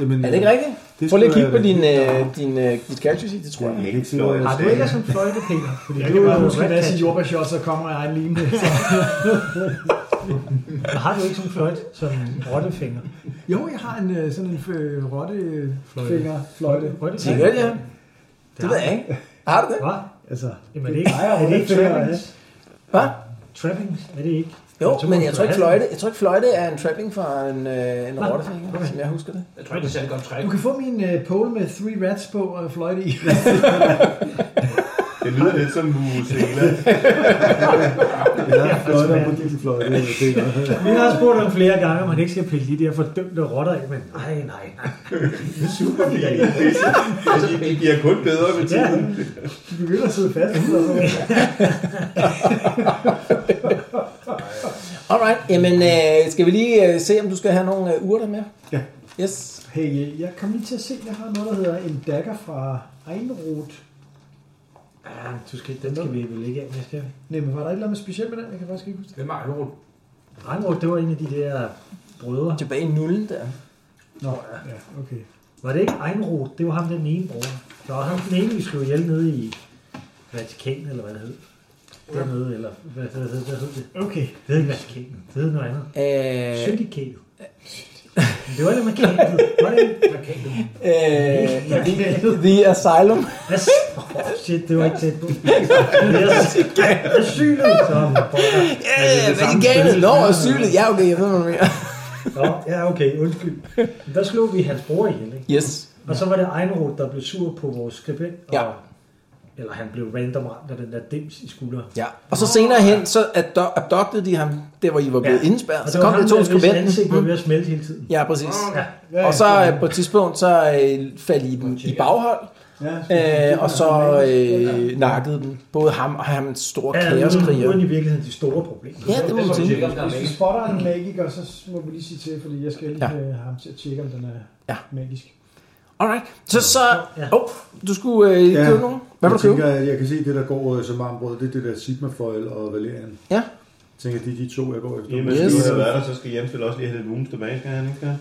[SPEAKER 4] jamen,
[SPEAKER 2] Er det ikke rigtigt?
[SPEAKER 4] Det
[SPEAKER 2] Prøv lige at
[SPEAKER 4] skulle
[SPEAKER 2] kigge på
[SPEAKER 4] jeg da.
[SPEAKER 2] din, øh, din, øh, dit character sheet, det tror jeg.
[SPEAKER 4] Jeg kan ikke se, hvor jeg
[SPEAKER 7] Har du ikke som fløjte, Peter? Fordi
[SPEAKER 3] Jeg
[SPEAKER 7] du
[SPEAKER 3] kan bare
[SPEAKER 7] husker
[SPEAKER 3] høre
[SPEAKER 7] en masse
[SPEAKER 3] Ratcatcher.
[SPEAKER 7] jordbærsjot, så kommer jeg lige med.
[SPEAKER 3] Men Har du ikke sådan en fløjt som en rottefinger?
[SPEAKER 7] Jo, jeg har en øh, sådan en øh, rottefinger fløjte.
[SPEAKER 2] Sikkert, ja. Det ved jeg ikke. Har du det?
[SPEAKER 3] Hvad?
[SPEAKER 7] Altså,
[SPEAKER 3] Jamen, er det ikke,
[SPEAKER 7] Nej, jeg
[SPEAKER 3] er det ikke
[SPEAKER 7] rottefinger,
[SPEAKER 3] trappings?
[SPEAKER 2] Hvad?
[SPEAKER 3] Trappings, er det ikke?
[SPEAKER 2] Jo,
[SPEAKER 3] Så må
[SPEAKER 2] men
[SPEAKER 3] du
[SPEAKER 2] jeg
[SPEAKER 3] da
[SPEAKER 2] tror ikke
[SPEAKER 3] have
[SPEAKER 2] fløjte. Jeg tror ikke fløjte er en trapping fra en, øh, en
[SPEAKER 3] Nej,
[SPEAKER 2] rottefinger,
[SPEAKER 3] okay.
[SPEAKER 2] som jeg husker det.
[SPEAKER 8] Jeg tror ikke, det er særlig godt træk.
[SPEAKER 7] du kan få min øh, pole med three rats på og fløjte i.
[SPEAKER 6] Det lyder lidt som musela.
[SPEAKER 4] Jeg har fløjter på din fløjte. Det er godt.
[SPEAKER 3] Vi har spurgt om flere gange, om han ikke skal pille de der fordømte rotter af, men nej, nej, nej.
[SPEAKER 6] Super Det bliver kun bedre med
[SPEAKER 3] Ja,
[SPEAKER 6] tiden.
[SPEAKER 7] Du begynder at sidde fast. Så,
[SPEAKER 2] Alright, jamen øh, skal vi lige øh, se, om du skal have nogle øh, urter med?
[SPEAKER 4] Ja.
[SPEAKER 2] Yes.
[SPEAKER 7] hey, øh, jeg kom lige til at se, jeg har noget, der hedder en dagger fra Einroth.
[SPEAKER 3] ja du skal, den skal vi vel ikke af med, skal vi?
[SPEAKER 7] Nej, men var der et eller andet specielt med den? Jeg kan faktisk ikke huske det.
[SPEAKER 8] Hvem er Arnold?
[SPEAKER 3] Randrup, det var en af de der brødre.
[SPEAKER 2] Tilbage i nullen der.
[SPEAKER 7] Nå, ja, okay.
[SPEAKER 3] Var det ikke Einroth? Det var ham den ene bror. Der var ham den ene, vi slog ihjel nede i Vatikanen, eller hvad det hed. Dernede, eller hvad, hvad, hvad, hvad hed det?
[SPEAKER 7] Okay.
[SPEAKER 3] Det hed ikke Vatikanen, det hed noget andet.
[SPEAKER 2] Øh,
[SPEAKER 3] Syndikatet. Det var det markantet. Var det ikke?
[SPEAKER 2] øh, the, the Asylum.
[SPEAKER 3] Hvad s- Åh, Shit, det var ikke tæt på. Det er asylet. Så er man borger.
[SPEAKER 2] Ja, Øh, hvad er galt? Lov og sygeligt. Ja, okay, jeg ved noget mere.
[SPEAKER 3] Nå, ja, okay, undskyld. Men der slog vi hans bror ihjel, ikke?
[SPEAKER 2] Yes.
[SPEAKER 3] Og så var det Einroth, der blev sur på vores skribent. Og,
[SPEAKER 2] Ja.
[SPEAKER 3] Eller han blev random ramt af den der dims i skulderen.
[SPEAKER 2] Ja. Og så senere hen, så abdo- abducted de ham, der hvor I var blevet
[SPEAKER 3] Ja.
[SPEAKER 2] indspærret. Så kom de to
[SPEAKER 3] ansigt var
[SPEAKER 2] skribenten.
[SPEAKER 3] ved at smelte hele tiden.
[SPEAKER 2] Ja, præcis.
[SPEAKER 3] Ja.
[SPEAKER 2] Og så øh, på et tidspunkt, så øh, faldt I dem i baghold,
[SPEAKER 7] Ja,
[SPEAKER 2] øh, og så øh, nakkede dem. Både ham og ham en stor
[SPEAKER 3] Ja, uden,
[SPEAKER 2] kaoskriger.
[SPEAKER 3] uden i virkeligheden de store problemer.
[SPEAKER 2] Ja, det blev til.
[SPEAKER 8] Tjekke, om der er
[SPEAKER 7] Hvis vi
[SPEAKER 8] magisk.
[SPEAKER 7] spotter en magiker, så må vi lige sige til, fordi jeg skal lige ja. have ham til at tjekke, om den er
[SPEAKER 2] Ja.
[SPEAKER 7] ja. magisk.
[SPEAKER 2] Alright. Så så...
[SPEAKER 3] Ja.
[SPEAKER 2] Åh, oh, du skulle øh,
[SPEAKER 4] Ja.
[SPEAKER 2] købe nogen. Hvad vil
[SPEAKER 4] jeg
[SPEAKER 2] du købe?
[SPEAKER 4] tænker, at jeg kan se, at det, der går øh, som armbrød, det er det der Sigmafoil og Valerian.
[SPEAKER 2] Ja.
[SPEAKER 4] Jeg tænker, at det er de to, jeg går efter.
[SPEAKER 6] Jamen,
[SPEAKER 2] Yes.
[SPEAKER 6] yes. du har været der, så skal Jens vel også lige have lidt vunds tilbage, skal han ikke? skal han?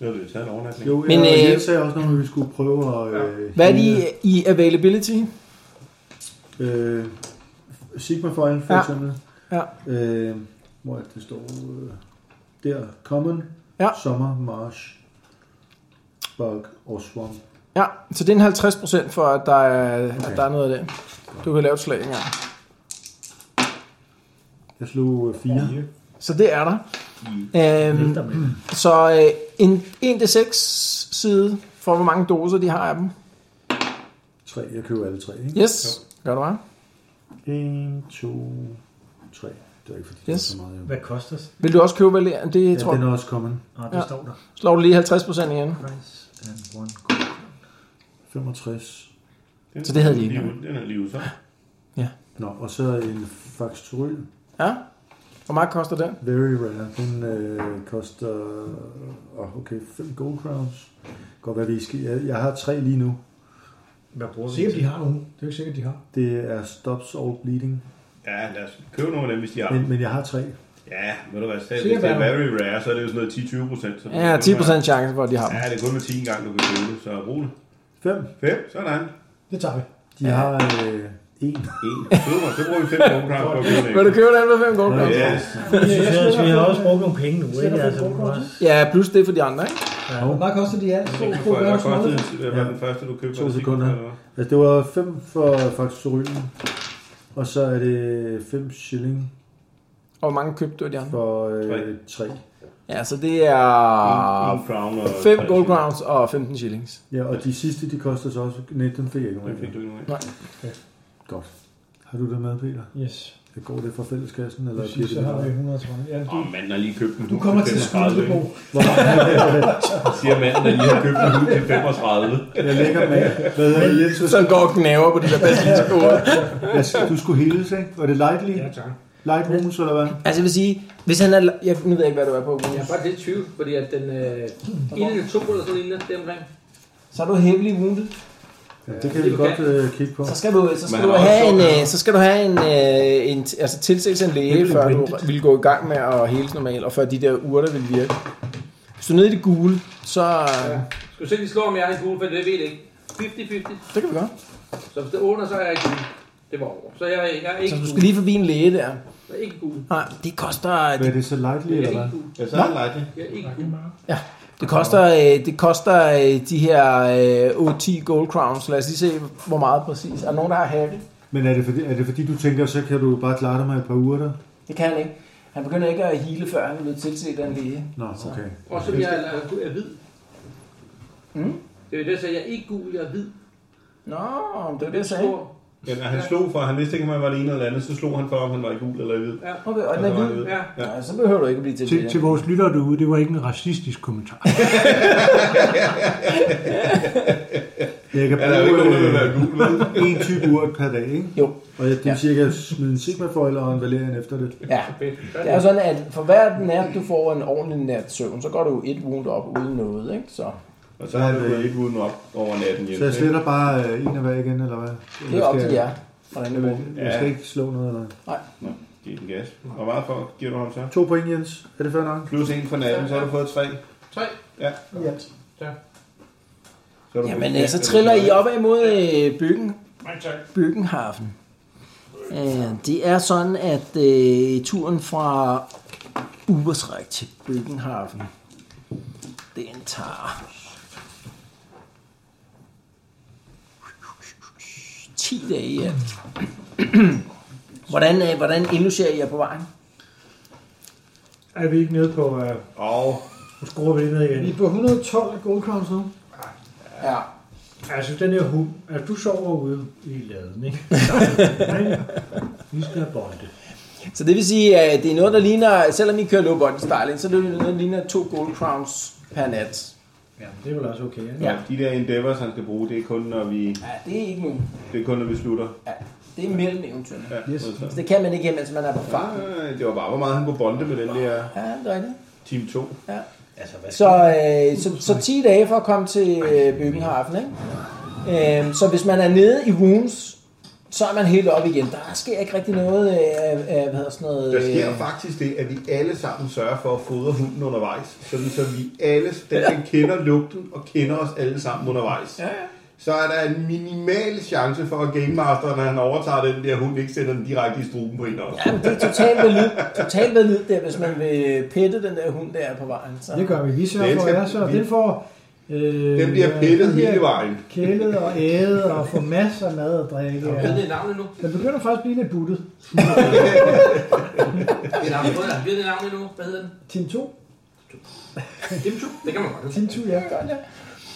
[SPEAKER 6] Nu har vi jo taget en overnatning.
[SPEAKER 4] Jo,
[SPEAKER 2] Men,
[SPEAKER 4] Men,
[SPEAKER 2] øh,
[SPEAKER 4] jeg, jeg sagde også, når vi skulle prøve at... Øh,
[SPEAKER 2] Hvad er de
[SPEAKER 4] hente,
[SPEAKER 2] i availability?
[SPEAKER 4] Øh, Sigmafoil,
[SPEAKER 2] Ja.
[SPEAKER 4] for ja. eksempel.
[SPEAKER 2] Ja.
[SPEAKER 4] Øh, hvor er det, det står? Øh, der. Common,
[SPEAKER 2] Ja.
[SPEAKER 4] Summer, Marsh, Bug og Swamp.
[SPEAKER 2] Ja, så det er en 50% for, at der er, okay. at
[SPEAKER 4] Okay.
[SPEAKER 2] der er noget af det. Du kan lave et slag engang.
[SPEAKER 4] Jeg slog øh, 4.
[SPEAKER 2] Så det er der. Øhm,
[SPEAKER 3] Efter med.
[SPEAKER 2] så øh, en, en til 6 side for, hvor mange doser de har af dem.
[SPEAKER 4] 3. Jeg køber alle tre, ikke?
[SPEAKER 2] Yes. Gør du bare.
[SPEAKER 4] 1, 2, 3. Det var ikke, fordi det
[SPEAKER 2] Yes.
[SPEAKER 4] var så meget. Jo.
[SPEAKER 3] Hvad koster det?
[SPEAKER 2] Vil du også købe Valerian? Det
[SPEAKER 4] Ja,
[SPEAKER 2] tror
[SPEAKER 4] den
[SPEAKER 2] jeg.
[SPEAKER 4] er også common.
[SPEAKER 3] Nå, det
[SPEAKER 2] Ja.
[SPEAKER 3] står der.
[SPEAKER 2] Slår du lige 50% igen.
[SPEAKER 3] Price and one
[SPEAKER 4] 65.
[SPEAKER 6] Den-
[SPEAKER 2] Så det havde de ikke.
[SPEAKER 6] lige ud- Den er lige ude, så.
[SPEAKER 4] Nå, og så en faktoryl.
[SPEAKER 2] Ja. Hvor meget koster den?
[SPEAKER 4] Very rare. Den øh, koster... Oh, okay, 5 gold crowns. Godt, hvad vi skal... Jeg, jeg har tre lige nu.
[SPEAKER 3] Hvad bruger vi?
[SPEAKER 7] Sikkert, de har nogen. Det er jo ikke sikkert, de har.
[SPEAKER 4] Det er stops all bleeding.
[SPEAKER 6] Ja, lad os købe nogle af dem, hvis de har.
[SPEAKER 4] Men, men jeg har tre.
[SPEAKER 6] Ja, ved du hvad, selv,
[SPEAKER 7] Sikkert
[SPEAKER 6] hvis det er
[SPEAKER 7] være.
[SPEAKER 6] very rare, så er det jo sådan noget 10-20 procent.
[SPEAKER 2] Ja, 10% chance for, at de har dem.
[SPEAKER 6] Ja, det er kun med 10 gange, du kan købe det, så rolig.
[SPEAKER 4] Fem.
[SPEAKER 6] 5, sådan.
[SPEAKER 7] Det tager vi.
[SPEAKER 4] De ja. har øh, en.
[SPEAKER 6] 1, super, så bruger vi 5 kroner på at købe
[SPEAKER 2] Vil du
[SPEAKER 6] det.
[SPEAKER 2] købe den med 5 gold? Ja.
[SPEAKER 6] Yes.
[SPEAKER 3] Jeg synes, også, vi har også brugt nogle penge nu,
[SPEAKER 7] Sætter
[SPEAKER 3] ikke?
[SPEAKER 7] for
[SPEAKER 3] Altså,
[SPEAKER 7] gode
[SPEAKER 3] vi har også-
[SPEAKER 2] ja, plus det for de andre, ikke?
[SPEAKER 7] Hvor meget koster de alt? To
[SPEAKER 6] Hvad
[SPEAKER 7] to
[SPEAKER 6] hvad
[SPEAKER 7] børn
[SPEAKER 6] kostede
[SPEAKER 7] smålet.
[SPEAKER 6] hvad var den første, du købte?
[SPEAKER 4] To
[SPEAKER 6] Var det
[SPEAKER 4] sekunder.
[SPEAKER 6] 10 eller
[SPEAKER 4] Altså, det var fem for faktorylen. Og så er det 5 shilling
[SPEAKER 2] Og hvor mange købte du af de andre?
[SPEAKER 4] for øh, tre.
[SPEAKER 2] Ja, så det er
[SPEAKER 6] hvad? En crown og
[SPEAKER 2] 5
[SPEAKER 6] tre
[SPEAKER 2] Ah, gold
[SPEAKER 6] shilling.
[SPEAKER 2] crowns og 15 shillings.
[SPEAKER 4] Ja, og de sidste, de koster så også... Nej, dem fik jeg ikke
[SPEAKER 6] Den
[SPEAKER 4] nogen
[SPEAKER 6] fik
[SPEAKER 4] af.
[SPEAKER 6] du ikke nogen af.
[SPEAKER 4] Godt. Har du det med, Peter?
[SPEAKER 7] Yes.
[SPEAKER 4] Går det fra fælleskassen? Eller
[SPEAKER 7] Præcis, så har vi 100 trøjer. Ja,
[SPEAKER 6] Åh, oh, manden har lige købt en
[SPEAKER 7] du kommer til
[SPEAKER 6] 35,
[SPEAKER 7] Skuldebo.
[SPEAKER 6] ikke? Siger manden, der lige har købt en hund til 35.
[SPEAKER 4] Jeg lægger med. Hvad hedder det, Jens?
[SPEAKER 2] Sådan går og knæver på de der basilskoer.
[SPEAKER 4] Jeg- Du skulle hilse, ikke? Var det lightly?
[SPEAKER 3] Ja, tak.
[SPEAKER 4] Light rooms, eller hvad?
[SPEAKER 2] altså jeg vil sige, hvis han er... la- Jeg, nu ved jeg ikke, hvad du er på.
[SPEAKER 8] Jeg er
[SPEAKER 2] Rufus.
[SPEAKER 8] bare lidt i tvivl, fordi at den øh, inden to eller sådan lignende, det er omkring.
[SPEAKER 2] Så er du heavily wounded.
[SPEAKER 4] Ja, det kan vi godt øh, kigge på.
[SPEAKER 2] Så skal du, så skal
[SPEAKER 6] Man
[SPEAKER 2] du
[SPEAKER 6] har også
[SPEAKER 2] have en,
[SPEAKER 6] sjovt,
[SPEAKER 2] øh, så skal du have en, øh, en altså tilsigelse en læge, før du vil gå i gang med at hele normalt, og før de der urter vil virke. Hvis du er nede i det gule, så ja.
[SPEAKER 8] Skal du se, de slår, om jeg er i gul, for det ved jeg ikke. 50-50.
[SPEAKER 2] det kan vi gøre.
[SPEAKER 8] Så hvis det er under, så er jeg i gul. Det var over. Så jeg, jeg er
[SPEAKER 2] Så
[SPEAKER 8] ikke
[SPEAKER 2] du
[SPEAKER 8] gul.
[SPEAKER 2] skal lige forbi en læge der.
[SPEAKER 8] Jeg er ikke gul.
[SPEAKER 2] Nej, det koster,
[SPEAKER 4] Hvad er
[SPEAKER 2] det,
[SPEAKER 4] det så lightly,
[SPEAKER 8] Jeg er
[SPEAKER 4] eller hvad?
[SPEAKER 8] ikke gul.
[SPEAKER 6] Ja, så er det lightly.
[SPEAKER 8] Jeg er ikke gul.
[SPEAKER 2] det koster, øh, det koster øh, de her øh, 8-10 gold crowns. Lad os lige se, hvor meget præcis. Er der nogen, der har hacket?
[SPEAKER 4] Men er det, fordi, er det fordi, du tænker, så kan du bare klare dig med et par uger der?
[SPEAKER 2] Det kan han ikke. Han begynder ikke at hele, før han er blevet tilset af en læge.
[SPEAKER 4] Nå, okay.
[SPEAKER 8] Og så jeg er, er, er hvid.
[SPEAKER 2] Mm.
[SPEAKER 8] Det er jo det, så jeg er ikke gul, jeg er hvid.
[SPEAKER 2] Nå, det var det, jeg sagde.
[SPEAKER 8] Stor.
[SPEAKER 6] Jamen, han slog for, han vidste ikke, om han var det ene eller det andet, så slog han for, om han var i gul eller i hvid.
[SPEAKER 8] Ja.
[SPEAKER 2] Okay, og den er hvid.
[SPEAKER 8] Ja.
[SPEAKER 6] Ja.
[SPEAKER 2] Nej, så behøver du ikke at blive
[SPEAKER 10] Til,
[SPEAKER 2] tilset.
[SPEAKER 10] til vores lyttere derude, det var ikke en racistisk kommentar.
[SPEAKER 4] Jeg kan
[SPEAKER 6] Ja, der er jo ikke nogen, der vil
[SPEAKER 4] bruge
[SPEAKER 6] være gul, vel?
[SPEAKER 4] øh, en type urt per dag, ikke?
[SPEAKER 2] Jo.
[SPEAKER 4] Og det vil sige, at jeg kan smide en sigma og en valerian efter det.
[SPEAKER 2] Ja.
[SPEAKER 8] Fedt. Godt.
[SPEAKER 2] Det er jo sådan, at for hver nat, du får en ordentlig nat søvn, så går du jo et wound op uden noget, ikke? Så
[SPEAKER 6] Og så har du ikke uden op over natten
[SPEAKER 4] Så jeg
[SPEAKER 6] Jens. ikke?
[SPEAKER 4] sletter bare øh, en af hver igen, eller hvad?
[SPEAKER 2] det er op
[SPEAKER 4] Eller
[SPEAKER 2] til
[SPEAKER 4] skal jeg-
[SPEAKER 2] jer. Hvordan det går.
[SPEAKER 4] Jeg skal ikke slå noget, eller hvad?
[SPEAKER 6] Nå, giv den gas. Hvor meget for giver du ham så?
[SPEAKER 4] To point, Jens. Er det fair nok?
[SPEAKER 6] Plus en for natten, så har du fået tre.
[SPEAKER 8] Tre.
[SPEAKER 6] Ja.
[SPEAKER 7] Ja.
[SPEAKER 6] Så er du
[SPEAKER 2] Jamen,
[SPEAKER 6] på-
[SPEAKER 2] øh, så triller I op imod øh, byggen, Byggenhafen. Øh, Det er sådan, at øh, turen fra Ubersræk til Byggenhafen, den tager 10 dage i alt. Hvordan, øh, hvordan indlogerer I jer på vejen?
[SPEAKER 3] Er vi ikke nede på... Øh,
[SPEAKER 6] Åh,
[SPEAKER 3] nu skruer vi lige ned igen.
[SPEAKER 7] Vi er på 112 gold crowns nu.
[SPEAKER 2] Ja.
[SPEAKER 3] Altså, den her hund... Altså, du sover ude i laden, ikke? Men vi skal have bolde.
[SPEAKER 2] Så det vil sige, at det er noget, der ligner, selvom I kører low body styling, så er det noget, der ligner to gold crowns per nat.
[SPEAKER 3] Ja, det er vel også okay, ikke?
[SPEAKER 2] Ja.
[SPEAKER 6] ja. de der endeavors, han skal bruge, det er kun, når vi,
[SPEAKER 2] Ja, det er ikke nogen.
[SPEAKER 6] det er kun, når vi slutter.
[SPEAKER 2] Ja, det er mellem eventyrene.
[SPEAKER 6] Ja, noget
[SPEAKER 7] Yes.
[SPEAKER 6] sådan.
[SPEAKER 2] Så det kan man ikke, mens man er på far.
[SPEAKER 6] Øh, Det var bare, hvor meget han kunne bonde med den der
[SPEAKER 2] Ja, det er rigtigt.
[SPEAKER 6] Team 2.
[SPEAKER 3] Altså, hvad
[SPEAKER 2] Så, øh, så, så 10 dage for at komme til øh, Bøgenhafen, ikke? Øhm, så hvis man er nede i Wounds, så er man helt op igen. Der sker ikke rigtig noget af, øh, af hvad hedder sådan noget...
[SPEAKER 6] Der sker
[SPEAKER 2] øh,
[SPEAKER 6] faktisk det, at vi alle sammen sørger for at fodre hunden undervejs, sådan så vi alle, den, den kender lugten og kender os alle sammen undervejs. Ja, ja. Så er der en minimal chance for, at Game Master, når han overtager den der hund, ikke sender den direkte i struben på en af os.
[SPEAKER 2] Jamen, det er totalt valid, totalt valid der, hvis man vil pette den der hund der på vejen. Så.
[SPEAKER 7] Det gør vi. Vi sørger
[SPEAKER 6] Den
[SPEAKER 7] for
[SPEAKER 6] skal-
[SPEAKER 7] jer, så
[SPEAKER 6] vi-
[SPEAKER 7] den får... Øh,
[SPEAKER 6] Den bliver pillet
[SPEAKER 7] den bliver
[SPEAKER 6] hele vejen.
[SPEAKER 7] Kælet og ædet og får masser af mad og drikke.
[SPEAKER 8] Jeg ved det navn endnu.
[SPEAKER 7] Den begynder faktisk at blive lidt buttet.
[SPEAKER 8] Det er navnet. Jeg ved det navn endnu. Hvad hedder den?
[SPEAKER 7] Team 2?
[SPEAKER 8] Dimchu. Det kan man godt.
[SPEAKER 7] Team 2, ja.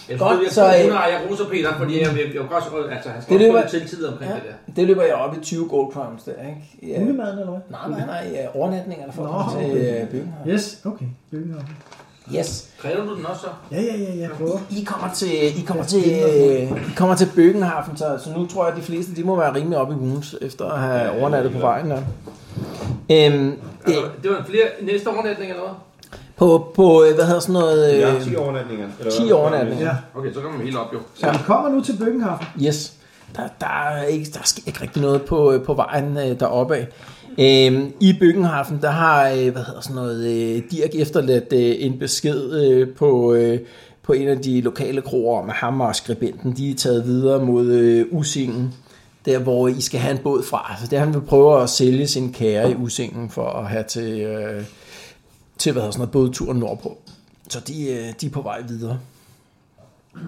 [SPEAKER 8] Jeg
[SPEAKER 2] Godt,
[SPEAKER 8] godt, jeg
[SPEAKER 2] så,
[SPEAKER 8] så...
[SPEAKER 2] øh,
[SPEAKER 8] Jeg, jeg, jeg roser Peter, fordi jeg, jeg, jeg, jeg også, altså, han skal
[SPEAKER 2] Det
[SPEAKER 8] det
[SPEAKER 2] løber-
[SPEAKER 8] også til tid omkring
[SPEAKER 2] Ja.
[SPEAKER 8] det der.
[SPEAKER 2] Det løber jeg op i 20 gold crowns der, ikke? Ja.
[SPEAKER 7] Hundemaden eller hvad?
[SPEAKER 2] Nej, nej, nej. ja, Overnatningerne for at
[SPEAKER 7] Nå,
[SPEAKER 2] komme til
[SPEAKER 7] okay.
[SPEAKER 2] øh, Bøgenhafen.
[SPEAKER 7] Yes, okay. Lykke op.
[SPEAKER 2] Yes.
[SPEAKER 8] Kræver du den også så?
[SPEAKER 7] Ja, ja, ja, jeg prøver.
[SPEAKER 2] I kommer til, I kommer til, øh, I kommer til Bøgenhafen, så, så nu tror jeg, at de fleste de må være rimelig oppe i Wounds, efter at have overnattet på vejen. Der. Øhm, det,
[SPEAKER 8] Altså, det var en flere næste overnatning eller hvad?
[SPEAKER 2] på, på, øh, hvad hedder sådan noget...
[SPEAKER 6] Ja,
[SPEAKER 2] Øh,
[SPEAKER 6] 10 overnatninger. eller
[SPEAKER 2] 10
[SPEAKER 6] hvad?
[SPEAKER 2] overnatninger.
[SPEAKER 7] Ja.
[SPEAKER 8] Okay, så kommer vi helt op jo.
[SPEAKER 7] Så vi kommer nu til Bøkkenhafen.
[SPEAKER 2] Yes. Der, der, er ikke, der sker ikke rigtig noget på, øh, på vejen øh, deroppe af. Øhm, I Byggenhafen, der har øh, hvad hedder sådan noget, øh, Dirk efterladt øh, en besked øh, på, øh, på en af de lokale kroer om, at ham og skribenten de er taget videre mod øh, Usingen, der hvor I skal have en båd fra. Så det er, han vil prøve at sælge sin kære i Usingen for at have til, øh, til hvad hedder sådan noget, bådturen nordpå. Så de, øh, de er på vej videre.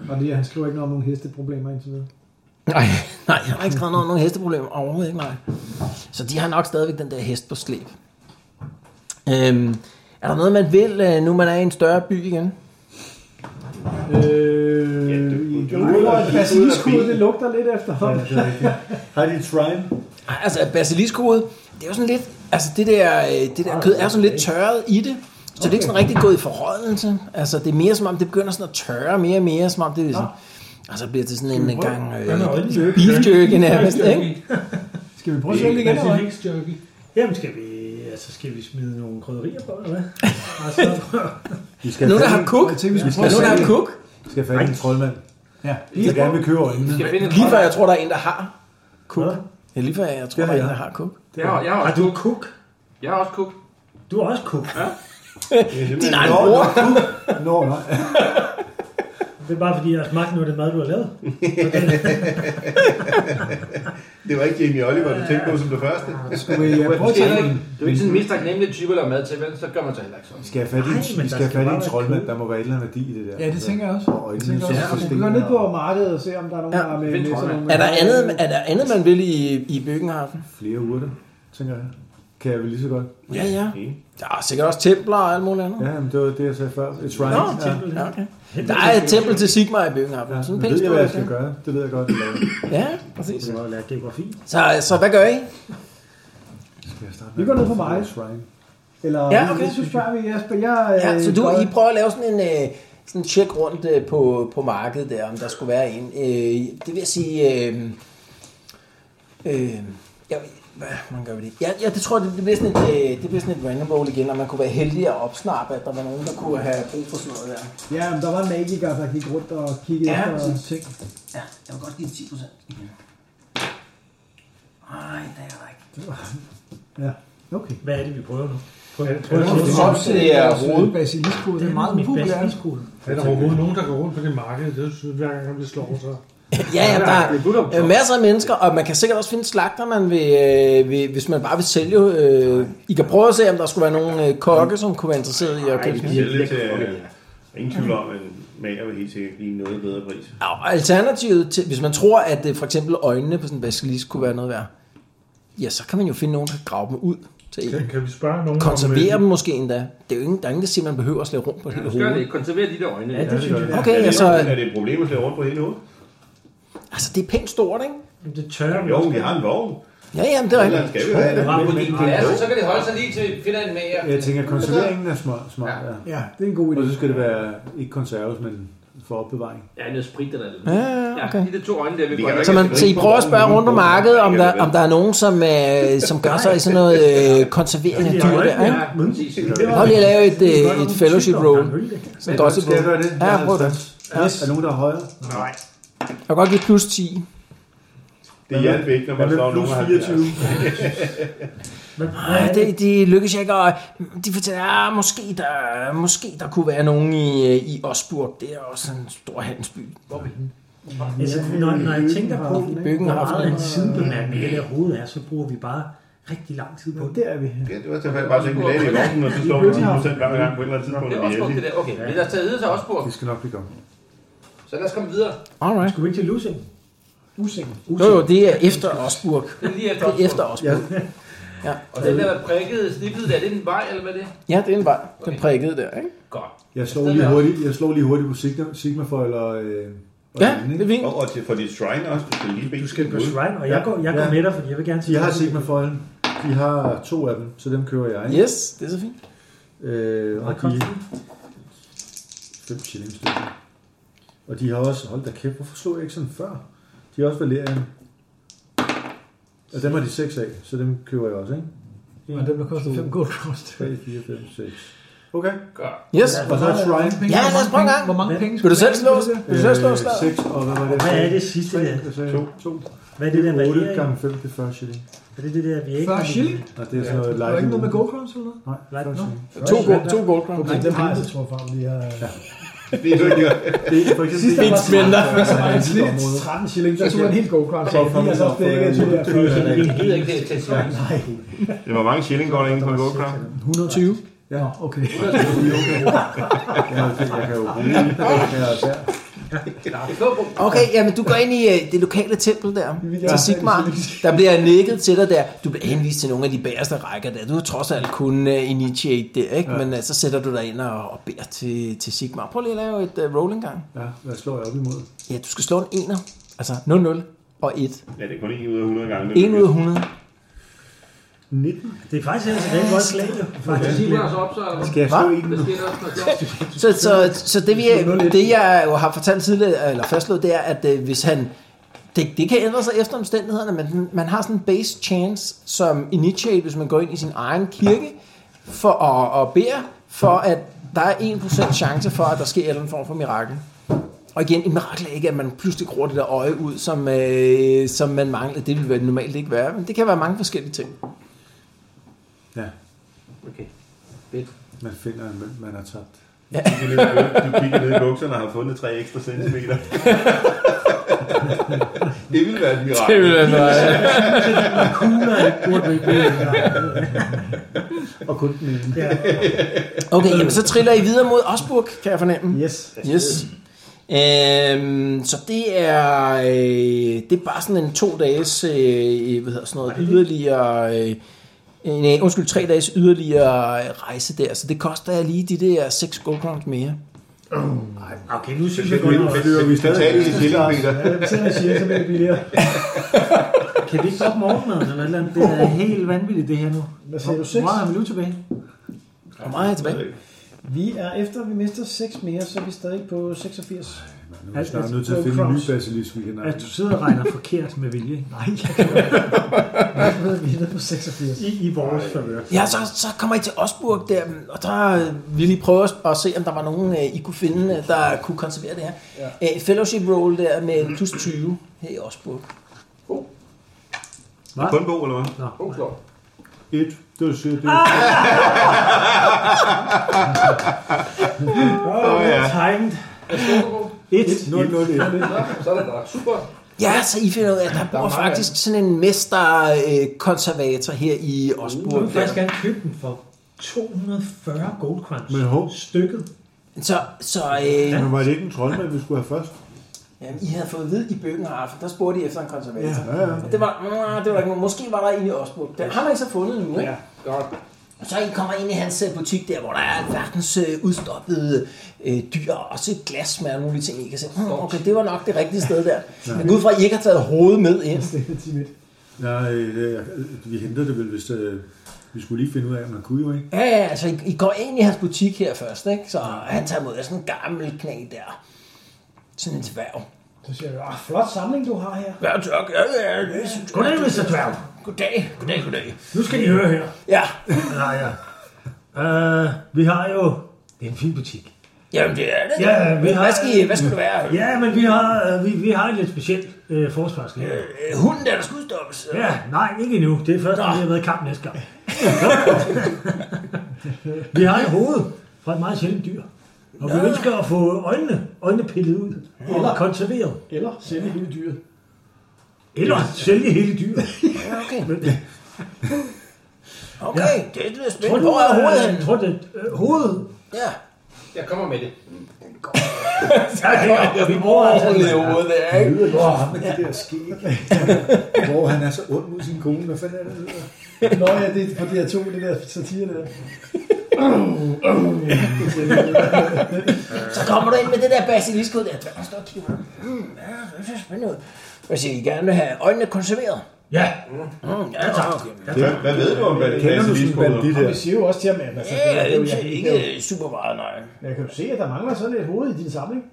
[SPEAKER 7] Og det, er, han skriver ikke noget om nogle hesteproblemer indtil videre.
[SPEAKER 2] Nej, nej, han har ikke skrevet noget om nogen hesteproblemer. Overhovedet ikke, nej. Så de har nok stadigvæk den der hest på slæb. Øhm, er der noget, man vil, øh, nu man er i en større by igen?
[SPEAKER 7] Øh,
[SPEAKER 6] Ja, det-
[SPEAKER 7] i-
[SPEAKER 6] det-
[SPEAKER 7] jo, og
[SPEAKER 6] det-
[SPEAKER 7] basiliskhovedet,
[SPEAKER 6] det-
[SPEAKER 7] det lugter lidt efter ham.
[SPEAKER 4] Har de et shrine?
[SPEAKER 2] Ej, altså basiliskhovedet, det er jo sådan lidt, altså det der, øh, det der kød er jo sådan lidt tørret i det, så det er ikke sådan rigtig gået i forrådelse. Altså det er mere som om, det begynder sådan at tørre mere og mere, som om det er sådan, og så bliver det sådan en, en gang øh, beef jerky nærmest, ikke?
[SPEAKER 10] Skal vi
[SPEAKER 2] prøve at se, om det igen, eller hvad?
[SPEAKER 10] Jerky.
[SPEAKER 3] Jamen skal vi, altså skal vi smide nogle krydderier på, eller hvad? Altså,
[SPEAKER 4] Vi skal
[SPEAKER 2] Nu,
[SPEAKER 4] have
[SPEAKER 2] der
[SPEAKER 4] fat i-
[SPEAKER 2] har kuk.
[SPEAKER 4] Jeg tænker, vi skal
[SPEAKER 2] Nu er der en kuk.
[SPEAKER 4] Vi skal have fat i en troldmand.
[SPEAKER 10] Ja.
[SPEAKER 4] Jeg gerne vil køre øjnene.
[SPEAKER 8] Skal finde en
[SPEAKER 2] Lige før
[SPEAKER 8] hånd?
[SPEAKER 2] jeg tror, der er en, der har kuk. Ja, lige før jeg tror,
[SPEAKER 4] Ja,
[SPEAKER 2] der er en,
[SPEAKER 4] ja.
[SPEAKER 2] der har kuk.
[SPEAKER 8] Jeg har, jeg har
[SPEAKER 3] har
[SPEAKER 8] også
[SPEAKER 3] du
[SPEAKER 8] kuk.
[SPEAKER 3] kuk?
[SPEAKER 8] Jeg har også kuk.
[SPEAKER 3] Du er også kuk.
[SPEAKER 2] Din egen bror.
[SPEAKER 4] Nå, nej.
[SPEAKER 3] Det er bare fordi, jeg har smagt noget af den mad, du har lavet.
[SPEAKER 6] Det var ikke Jamie Oliver, du tænkte på som det første.
[SPEAKER 7] Skulle vi øh, prøve at
[SPEAKER 8] Det er
[SPEAKER 7] tage
[SPEAKER 8] ikke,
[SPEAKER 7] en?
[SPEAKER 8] det er jo ikke sådan en mest taknemmelig type, der er mad til, vel? Så gør man så heller ikke sådan.
[SPEAKER 4] Vi skal have fat i en,
[SPEAKER 3] Nej, men
[SPEAKER 4] vi
[SPEAKER 3] der
[SPEAKER 4] skal have
[SPEAKER 3] skal
[SPEAKER 4] fat i
[SPEAKER 3] bare
[SPEAKER 4] en
[SPEAKER 3] være
[SPEAKER 4] troldmand.
[SPEAKER 3] kød.
[SPEAKER 4] Der må være et eller andet værdi i det der.
[SPEAKER 10] Ja, det tænker jeg også.
[SPEAKER 4] Og øjnene
[SPEAKER 10] Det
[SPEAKER 4] så
[SPEAKER 10] tænker jeg
[SPEAKER 7] Vi
[SPEAKER 4] forstener.
[SPEAKER 7] går ned på markedet og se, om der er nogen,
[SPEAKER 2] Ja,
[SPEAKER 7] der er med,
[SPEAKER 8] find
[SPEAKER 7] med sådan
[SPEAKER 8] troldmand.
[SPEAKER 7] nogle...
[SPEAKER 2] Er der andet, er der andet man vil i, i Bøgenhafen?
[SPEAKER 4] Flere urter, tænker jeg. Kan jeg vel lige så godt.
[SPEAKER 2] Ja, ja. Der er sikkert også templer og alt muligt andet.
[SPEAKER 4] Ja, men det var det, jeg sagde før. It's right.
[SPEAKER 2] Nå,
[SPEAKER 4] ja.
[SPEAKER 2] ja, okay. Der er et tempel til Sigmar i Bøgenhafen.
[SPEAKER 4] Ja,
[SPEAKER 2] Sådan
[SPEAKER 4] nu
[SPEAKER 2] en pæn
[SPEAKER 4] ved jeg, hvad jeg
[SPEAKER 2] stor
[SPEAKER 4] skal gøre. Det ved jeg godt. eller hvad.
[SPEAKER 2] Ja, præcis.
[SPEAKER 3] Du har jo lært geografi.
[SPEAKER 2] Så, så hvad gør I?
[SPEAKER 4] Skal jeg starte
[SPEAKER 7] Vi går ned på markedet.
[SPEAKER 4] It's right.
[SPEAKER 7] Eller,
[SPEAKER 2] Ja,
[SPEAKER 7] jeg-
[SPEAKER 2] okay.
[SPEAKER 7] Jeg synes bare, vi... Jeg, jeg, jeg,
[SPEAKER 2] Ja, så
[SPEAKER 7] øh,
[SPEAKER 2] du,
[SPEAKER 7] går-
[SPEAKER 2] I prøver at lave sådan en øh, sådan tjek rundt øh, på, på markedet der, om der skulle være en. Øh, det vil jeg sige... Øh, øh, jeg, hvad, man gør ved det? Ja, ja, det tror jeg, det, det bliver sådan et, øh, det bliver sådan et random roll igen, og man kunne være heldig at opsnappe, at der var nogen, der kunne have brug for sådan noget der.
[SPEAKER 7] Ja, men der var en magiker, der gik rundt og kiggede
[SPEAKER 2] Ja,
[SPEAKER 7] efter
[SPEAKER 2] præcis.
[SPEAKER 7] ting.
[SPEAKER 2] Ja, jeg vil godt give 10 procent. Nej, det er der ikke.
[SPEAKER 7] Ja, okay.
[SPEAKER 3] Hvad er det, vi prøver nu?
[SPEAKER 2] Jeg tror, det er rodet.
[SPEAKER 10] Basilisko, det er meget
[SPEAKER 3] mit
[SPEAKER 10] populært.
[SPEAKER 3] basiliskål.
[SPEAKER 9] Er der overhovedet nogen, der går rundt på det marked? Det er jo hver gang, han bliver slået, så...
[SPEAKER 2] Ja, ja, der er øh, masser af mennesker, og man kan sikkert også finde slagter, man vil, øh, vil, hvis man bare vil sælge. Øh, I kan prøve at se, om der skulle være nogle øh, kokke, som kunne være interesseret i at købe sådan en.
[SPEAKER 6] sælge til... øh, Ingen tvivl om, at mager vil helt sikkert blive noget bedre pris.
[SPEAKER 2] Og Alternativet, til, hvis man tror, at øh, for eksempel øjnene på sådan en basilisk kunne være noget værd, ja, så kan man jo finde nogen, der kan grave dem ud til en.
[SPEAKER 9] Kan, kan vi spørge nogen
[SPEAKER 2] Konservere
[SPEAKER 9] om...
[SPEAKER 2] dem måske endda. Det er jo ingen, der er ingen, der siger, at man behøver at slæve rundt på hele
[SPEAKER 8] Du skal det
[SPEAKER 2] hovedet.
[SPEAKER 8] ikke. Konserver de der øjne.
[SPEAKER 3] Ja, det synes jeg.
[SPEAKER 2] Okay,
[SPEAKER 6] er, det,
[SPEAKER 2] altså,
[SPEAKER 6] er det et problem at slå rundt på hele hovedet?
[SPEAKER 2] altså det er pænt stort, ikke?
[SPEAKER 3] Jamen, Det tørrer vi
[SPEAKER 6] Jo,
[SPEAKER 3] også.
[SPEAKER 6] vi har en vogn.
[SPEAKER 2] Ja, ja, men det er
[SPEAKER 6] Eller
[SPEAKER 2] rigtigt.
[SPEAKER 6] skal vi have det?
[SPEAKER 8] Bare på din glas, altså, så kan det holde sig lige til vi finder en mager.
[SPEAKER 4] Jeg tænker, konserveringen er smart. smart ja.
[SPEAKER 7] Ja, det er en god idé.
[SPEAKER 4] Og så skal det være, ikke konserves, men for opbevaring.
[SPEAKER 8] Ja, noget sprit eller noget.
[SPEAKER 2] Ja, ja, okay.
[SPEAKER 8] de der to øjne der, vi
[SPEAKER 6] Vi
[SPEAKER 8] går
[SPEAKER 6] kan
[SPEAKER 2] Så, man, så I prøver at spørge rundt om markedet, om der, om der er nogen, som, øh, som gør sig i sådan noget øh, konservering af dyr der, ikke?
[SPEAKER 8] Ja, præcis.
[SPEAKER 2] Prøv lige at lave et, øh, et fellowship roll. Sådan en dodgeball.
[SPEAKER 4] Skal jeg gøre det?
[SPEAKER 2] Ja, prøv det.
[SPEAKER 4] Ja. Er der nogen, der er højere?
[SPEAKER 6] Nej,
[SPEAKER 2] Jeg kan godt give plus 10.
[SPEAKER 6] det hjalp ikke, når man
[SPEAKER 4] Hvad med
[SPEAKER 6] slår
[SPEAKER 4] plus
[SPEAKER 6] nogen
[SPEAKER 4] 24?
[SPEAKER 2] Nej, det, de lykkes ikke, og de fortæller, at måske der, måske der kunne være nogen i, øh, i Osburg. Det er også en stor handelsby. Hvor vi-
[SPEAKER 3] Altså, når, når jeg tænker på,
[SPEAKER 2] Byggen
[SPEAKER 3] hvor
[SPEAKER 2] har haft
[SPEAKER 3] meget
[SPEAKER 2] den.
[SPEAKER 3] en sidebemærkning det der hoved er, så bruger vi bare rigtig lang tid på det.
[SPEAKER 7] Der er vi.
[SPEAKER 6] Ja, det var tilfældigt bare at tænke, at vi lagde det i vognen, og så slår vi 10% hver gang på et eller andet tidspunkt,
[SPEAKER 8] Det
[SPEAKER 6] når
[SPEAKER 8] er
[SPEAKER 6] vi er
[SPEAKER 8] Osburg, det
[SPEAKER 6] heldige.
[SPEAKER 8] der. Okay, men lad os tage videre til Osburg.
[SPEAKER 4] Det skal nok blive godt.
[SPEAKER 8] Så lad os komme videre.
[SPEAKER 2] Alright.
[SPEAKER 3] Skulle vi ikke til Lusing?
[SPEAKER 7] Usikker.
[SPEAKER 2] Jo, jo, det er efter Osburg.
[SPEAKER 8] Det er lige efter
[SPEAKER 2] Det er efter
[SPEAKER 8] Osburg.
[SPEAKER 2] Osburg.
[SPEAKER 8] Og den der prikkede, snippet der, det er den vej, eller hvad det er?
[SPEAKER 2] Ja, det er en vej. Den prikkede der, ikke?
[SPEAKER 8] Godt.
[SPEAKER 4] Jeg slår lige hurtigt, jeg slår lige hurtigt på Sigma, Sigma for, eller... Øh, og
[SPEAKER 2] Ja,
[SPEAKER 4] den,
[SPEAKER 2] det
[SPEAKER 4] ikke?
[SPEAKER 2] er fint.
[SPEAKER 6] Og, og til, for dit shrine også, du skal lige bede
[SPEAKER 3] Du skal
[SPEAKER 6] den
[SPEAKER 3] på
[SPEAKER 6] ud.
[SPEAKER 3] Shrine, og jeg går, jeg går
[SPEAKER 4] Ja.
[SPEAKER 3] med dig, fordi jeg vil gerne sige...
[SPEAKER 4] Jeg har Sigma foilen. De har to af dem, så dem kører jeg. ikke?
[SPEAKER 2] Yes, det er så fint.
[SPEAKER 4] Øh, og de... 5 shilling stykker. Og de har også... Hold da kæft, hvorfor slog jeg ikke sådan før? De har også Valerian. Og dem har de 6 af, så dem køber jeg også, ikke?
[SPEAKER 10] Og dem, der koster 5 gold cost.
[SPEAKER 4] 3, 4, 5, 6. Okay.
[SPEAKER 8] Godt.
[SPEAKER 2] Yes.
[SPEAKER 4] Og så er Shrine.
[SPEAKER 2] Ja, lad os prøve en gang.
[SPEAKER 10] Hvor mange penge
[SPEAKER 2] Vil du selv slå? Vil du selv slå
[SPEAKER 4] Øh,
[SPEAKER 2] slaget?
[SPEAKER 4] 6, og hvad var det?
[SPEAKER 3] Hvad er det sidste der?
[SPEAKER 4] To. To.
[SPEAKER 3] Hvad er det der
[SPEAKER 4] Det er 8
[SPEAKER 3] variering?
[SPEAKER 4] gange 5, det er 40 shilling.
[SPEAKER 3] Er det det der, vi ikke...
[SPEAKER 10] 40 shilling?
[SPEAKER 4] Og det er sådan noget
[SPEAKER 10] Der
[SPEAKER 4] light.
[SPEAKER 10] er ikke noget med gold cost eller noget?
[SPEAKER 4] Nej, 40 shilling.
[SPEAKER 2] To, go- to gold crowns.
[SPEAKER 7] Okay, den har jeg, altså tror jeg, fordi jeg...
[SPEAKER 6] Det er det, jeg
[SPEAKER 4] Det er for eksempel...
[SPEAKER 7] Sidste
[SPEAKER 4] det-
[SPEAKER 2] Mindre.
[SPEAKER 4] Det er et område.
[SPEAKER 7] 13 shilling, så tog jeg en helt god crown. Så
[SPEAKER 4] For at komme
[SPEAKER 7] jeg
[SPEAKER 4] ud
[SPEAKER 7] så
[SPEAKER 4] og få
[SPEAKER 7] flækket til
[SPEAKER 4] noget
[SPEAKER 7] der.
[SPEAKER 4] kød eller
[SPEAKER 8] Jeg gider ikke det til Sverige.
[SPEAKER 6] Det var mange shilling går der inde på en go-kram.
[SPEAKER 7] 120. Ja, okay.
[SPEAKER 4] Ja, det- jeg kan jo bruge det. Jeg kan også her.
[SPEAKER 2] Okay, jamen du går ind i øh, det lokale tempel der,
[SPEAKER 7] gerne
[SPEAKER 2] til
[SPEAKER 7] have
[SPEAKER 2] Sigmar.
[SPEAKER 7] det
[SPEAKER 2] Der bliver nikket til dig der. Du bliver henvist til nogle af de bagerste rækker der. Du har trods alt kun uh, initiate det, ikke? Men uh, så sætter du dig ind og, og beder til, til Sigmar. Prøv lige at lave et uh, rolling gang.
[SPEAKER 4] Ja, hvad slår jeg op imod?
[SPEAKER 2] Ja, du skal slå en ener. Altså 0-0 og 1.
[SPEAKER 6] Ja, det er kun 1 ud af 100 gange.
[SPEAKER 2] 1 ud af 100.
[SPEAKER 4] 19.
[SPEAKER 3] Det er faktisk ellers et rigtig godt slag, jo.
[SPEAKER 8] Det
[SPEAKER 3] Faktisk.
[SPEAKER 8] siger os op, så...
[SPEAKER 4] Skal jeg slå
[SPEAKER 8] Hva?
[SPEAKER 4] en
[SPEAKER 8] Der
[SPEAKER 4] nu?
[SPEAKER 8] sker noget, når klokken-
[SPEAKER 2] Så, så, så det, vi, det, jeg jo har fortalt tidligere, eller fastslået, det er, at øh, hvis han... Det, det kan ændre sig efter omstændighederne, men man har sådan en base chance som initiate, hvis man går ind i sin egen kirke for, og, og beder, for at der er 1% chance for, at der sker en eller anden form for mirakel. Og igen, et mirakel er ikke, at man pludselig gror det der øje ud, som, øh, som man mangler. Det ville være- normalt ikke være, men det kan være mange forskellige ting.
[SPEAKER 4] Ja,
[SPEAKER 8] Okay.
[SPEAKER 4] man finder en mønt, man har tabt.
[SPEAKER 6] kigger ned i buk- Du kigger ned i bukserne og har fundet 3 ekstra centimeter. det ville være et mirakel.
[SPEAKER 1] Det vil være noget.
[SPEAKER 4] Og kun den ene.
[SPEAKER 3] Ja.
[SPEAKER 2] Okay, jamen, så triller I videre mod Osburg, kan jeg fornemme.
[SPEAKER 7] Yes.
[SPEAKER 2] Yes. Øhm, så det er øh, det er bare sådan en to dages øh, hvad hedder sådan noget, yderligere øh, en, øh, undskyld, tre dages yderligere øh, rejse der, så det koster jeg lige de der 6 gold crowns mere.
[SPEAKER 3] Okay, nu synes jeg
[SPEAKER 6] Det
[SPEAKER 3] godt,
[SPEAKER 6] ville-
[SPEAKER 3] at
[SPEAKER 6] det ville vi stadig tage det i centimeter.
[SPEAKER 7] Ja, hvis jeg siger, så bliver det billigere.
[SPEAKER 3] Kan vi ikke stoppe morgenmaden eller et eller andet? Det er helt vanvittigt, det her nu.
[SPEAKER 7] Hvad siger du,
[SPEAKER 3] Hvor
[SPEAKER 7] seks?
[SPEAKER 3] meget har vi nu tilbage?
[SPEAKER 2] Hvor meget er jeg tilbage?
[SPEAKER 7] Vi er efter, at vi mister 6 mere, så er vi stadig på 86.
[SPEAKER 4] Nu
[SPEAKER 10] Altså,
[SPEAKER 4] er vi snart nødt til at
[SPEAKER 7] Go
[SPEAKER 4] finde en ny
[SPEAKER 7] Crocs.
[SPEAKER 4] basilisk, vi kan have.
[SPEAKER 3] Altså, du sidder og regner forkert med vilje. Nej, jeg kan
[SPEAKER 7] Nu er vi nede på 86.
[SPEAKER 3] I, i vores favør.
[SPEAKER 2] Ja, så, så kommer I til Osburg der, og der øh, ville I prøve at, at se, om der var nogen, øh, I kunne finde, øh, der kunne konservere det her. Ja. Øh, fellowship roll der med en plus 20 her i Osburg.
[SPEAKER 6] Kun bo, eller hvad?
[SPEAKER 8] God klok.
[SPEAKER 4] Et, det vil sige, det
[SPEAKER 3] Åh, oh,
[SPEAKER 6] ja.
[SPEAKER 3] ja. timed. Et.
[SPEAKER 4] er 0 0
[SPEAKER 8] Så er det der. Super.
[SPEAKER 2] Ja, så Altså, I finder ud af, at der bor faktisk sådan en mesterkonservator her i
[SPEAKER 3] Du
[SPEAKER 2] Osburg.
[SPEAKER 3] vil faktisk gerne købe den for 240 gold crunch.
[SPEAKER 4] Men hov,
[SPEAKER 3] Stykket.
[SPEAKER 2] Så, så øh,
[SPEAKER 4] men var det ikke en troldmand, vi skulle have først?
[SPEAKER 2] jamen, I havde fået at vide i bøkken Arf, der spurgte I efter en konservator.
[SPEAKER 4] Ja, ja.
[SPEAKER 2] Og det var, mm, det var der ikke nogen. Måske var der en i Osburg. Den har man ikke så fundet nu, ikke?
[SPEAKER 8] Godt.
[SPEAKER 2] Og så I kommer ind i hans øh, butik der, hvor der er verdens øh, udstoppede øh, dyr, og også et glas med alle mulige ting, I kan se. Hmm, okay, det var nok det rigtige sted der. Jeg går ud fra, at I ikke har taget hovedet med ind.
[SPEAKER 4] Nej, øh, vi hentede det vel, hvis øh, vi skulle lige finde ud af, om man kunne jo ikke.
[SPEAKER 2] Ja, ja, altså I, I går ind i hans butik her først, ikke? Så han tager mod sådan en gammel knæ der. Sådan en dværg.
[SPEAKER 7] Så siger jeg, ah, flot samling, du har her.
[SPEAKER 2] Ja, tak. Ja, ja, ja.
[SPEAKER 3] Goddag, Mr. Dværg.
[SPEAKER 2] Goddag, goddag, goddag.
[SPEAKER 3] Nu skal I høre her.
[SPEAKER 2] Ja,
[SPEAKER 3] Nej, ja. Uh, vi har jo... Det er en fin butik.
[SPEAKER 2] jamen det er det.
[SPEAKER 3] Ja, vi har-
[SPEAKER 2] Hvad skal, I- hvad skal du være? Ja.
[SPEAKER 3] Ja, men vi har, øh, vi, vi har et lidt specielt øh, forsvarskab.
[SPEAKER 2] Hunden der, der skal udstoppes. Ja.
[SPEAKER 3] Ja, nej, ikke endnu. Det er først, når vi har været i kamp næste gang. vi har et hoved fra et meget sjældent dyr. Og vi ønsker at få øjnene, øjnene pillet ud eller konserveret.
[SPEAKER 7] Eller sælge hele dyret.
[SPEAKER 3] Eller sælge hele dyret.
[SPEAKER 2] Okay,
[SPEAKER 3] Men,
[SPEAKER 2] okay. Det lyder
[SPEAKER 3] tror
[SPEAKER 2] spændende.
[SPEAKER 3] du,
[SPEAKER 2] Hvor er hovedet
[SPEAKER 3] øh,
[SPEAKER 2] henne?
[SPEAKER 3] Tror det, øh, hovedet?
[SPEAKER 2] Ja.
[SPEAKER 8] Jeg kommer med det.
[SPEAKER 3] Ja, det er, vi bruger altså...
[SPEAKER 2] hovedet der, ikke?
[SPEAKER 4] Det var ham med det der skæg. Hvor han er så ond mod sin kone. Hvad fanden er det? der?
[SPEAKER 7] Nå ja, det er på de her to, det der satire der.
[SPEAKER 2] Så kommer du ind med det der basilisk ud der. Dværgen står og kigger på dig. Mm, ja, det ser spændende ud. Hvad siger I gerne vil have øjnene konserveret?
[SPEAKER 3] Ja,
[SPEAKER 2] Mm, ja, tak.
[SPEAKER 6] Hvad, hvad ved du om hvad det
[SPEAKER 4] Kender du sådan en bandit
[SPEAKER 7] Og
[SPEAKER 4] her?
[SPEAKER 7] vi siger jo også til ham, at altså,
[SPEAKER 2] Ja,
[SPEAKER 7] jeg,
[SPEAKER 2] det er
[SPEAKER 7] jeg, jeg,
[SPEAKER 2] ikke super meget, nej.
[SPEAKER 7] jeg kan jo se, at der mangler sådan et hoved i din samling.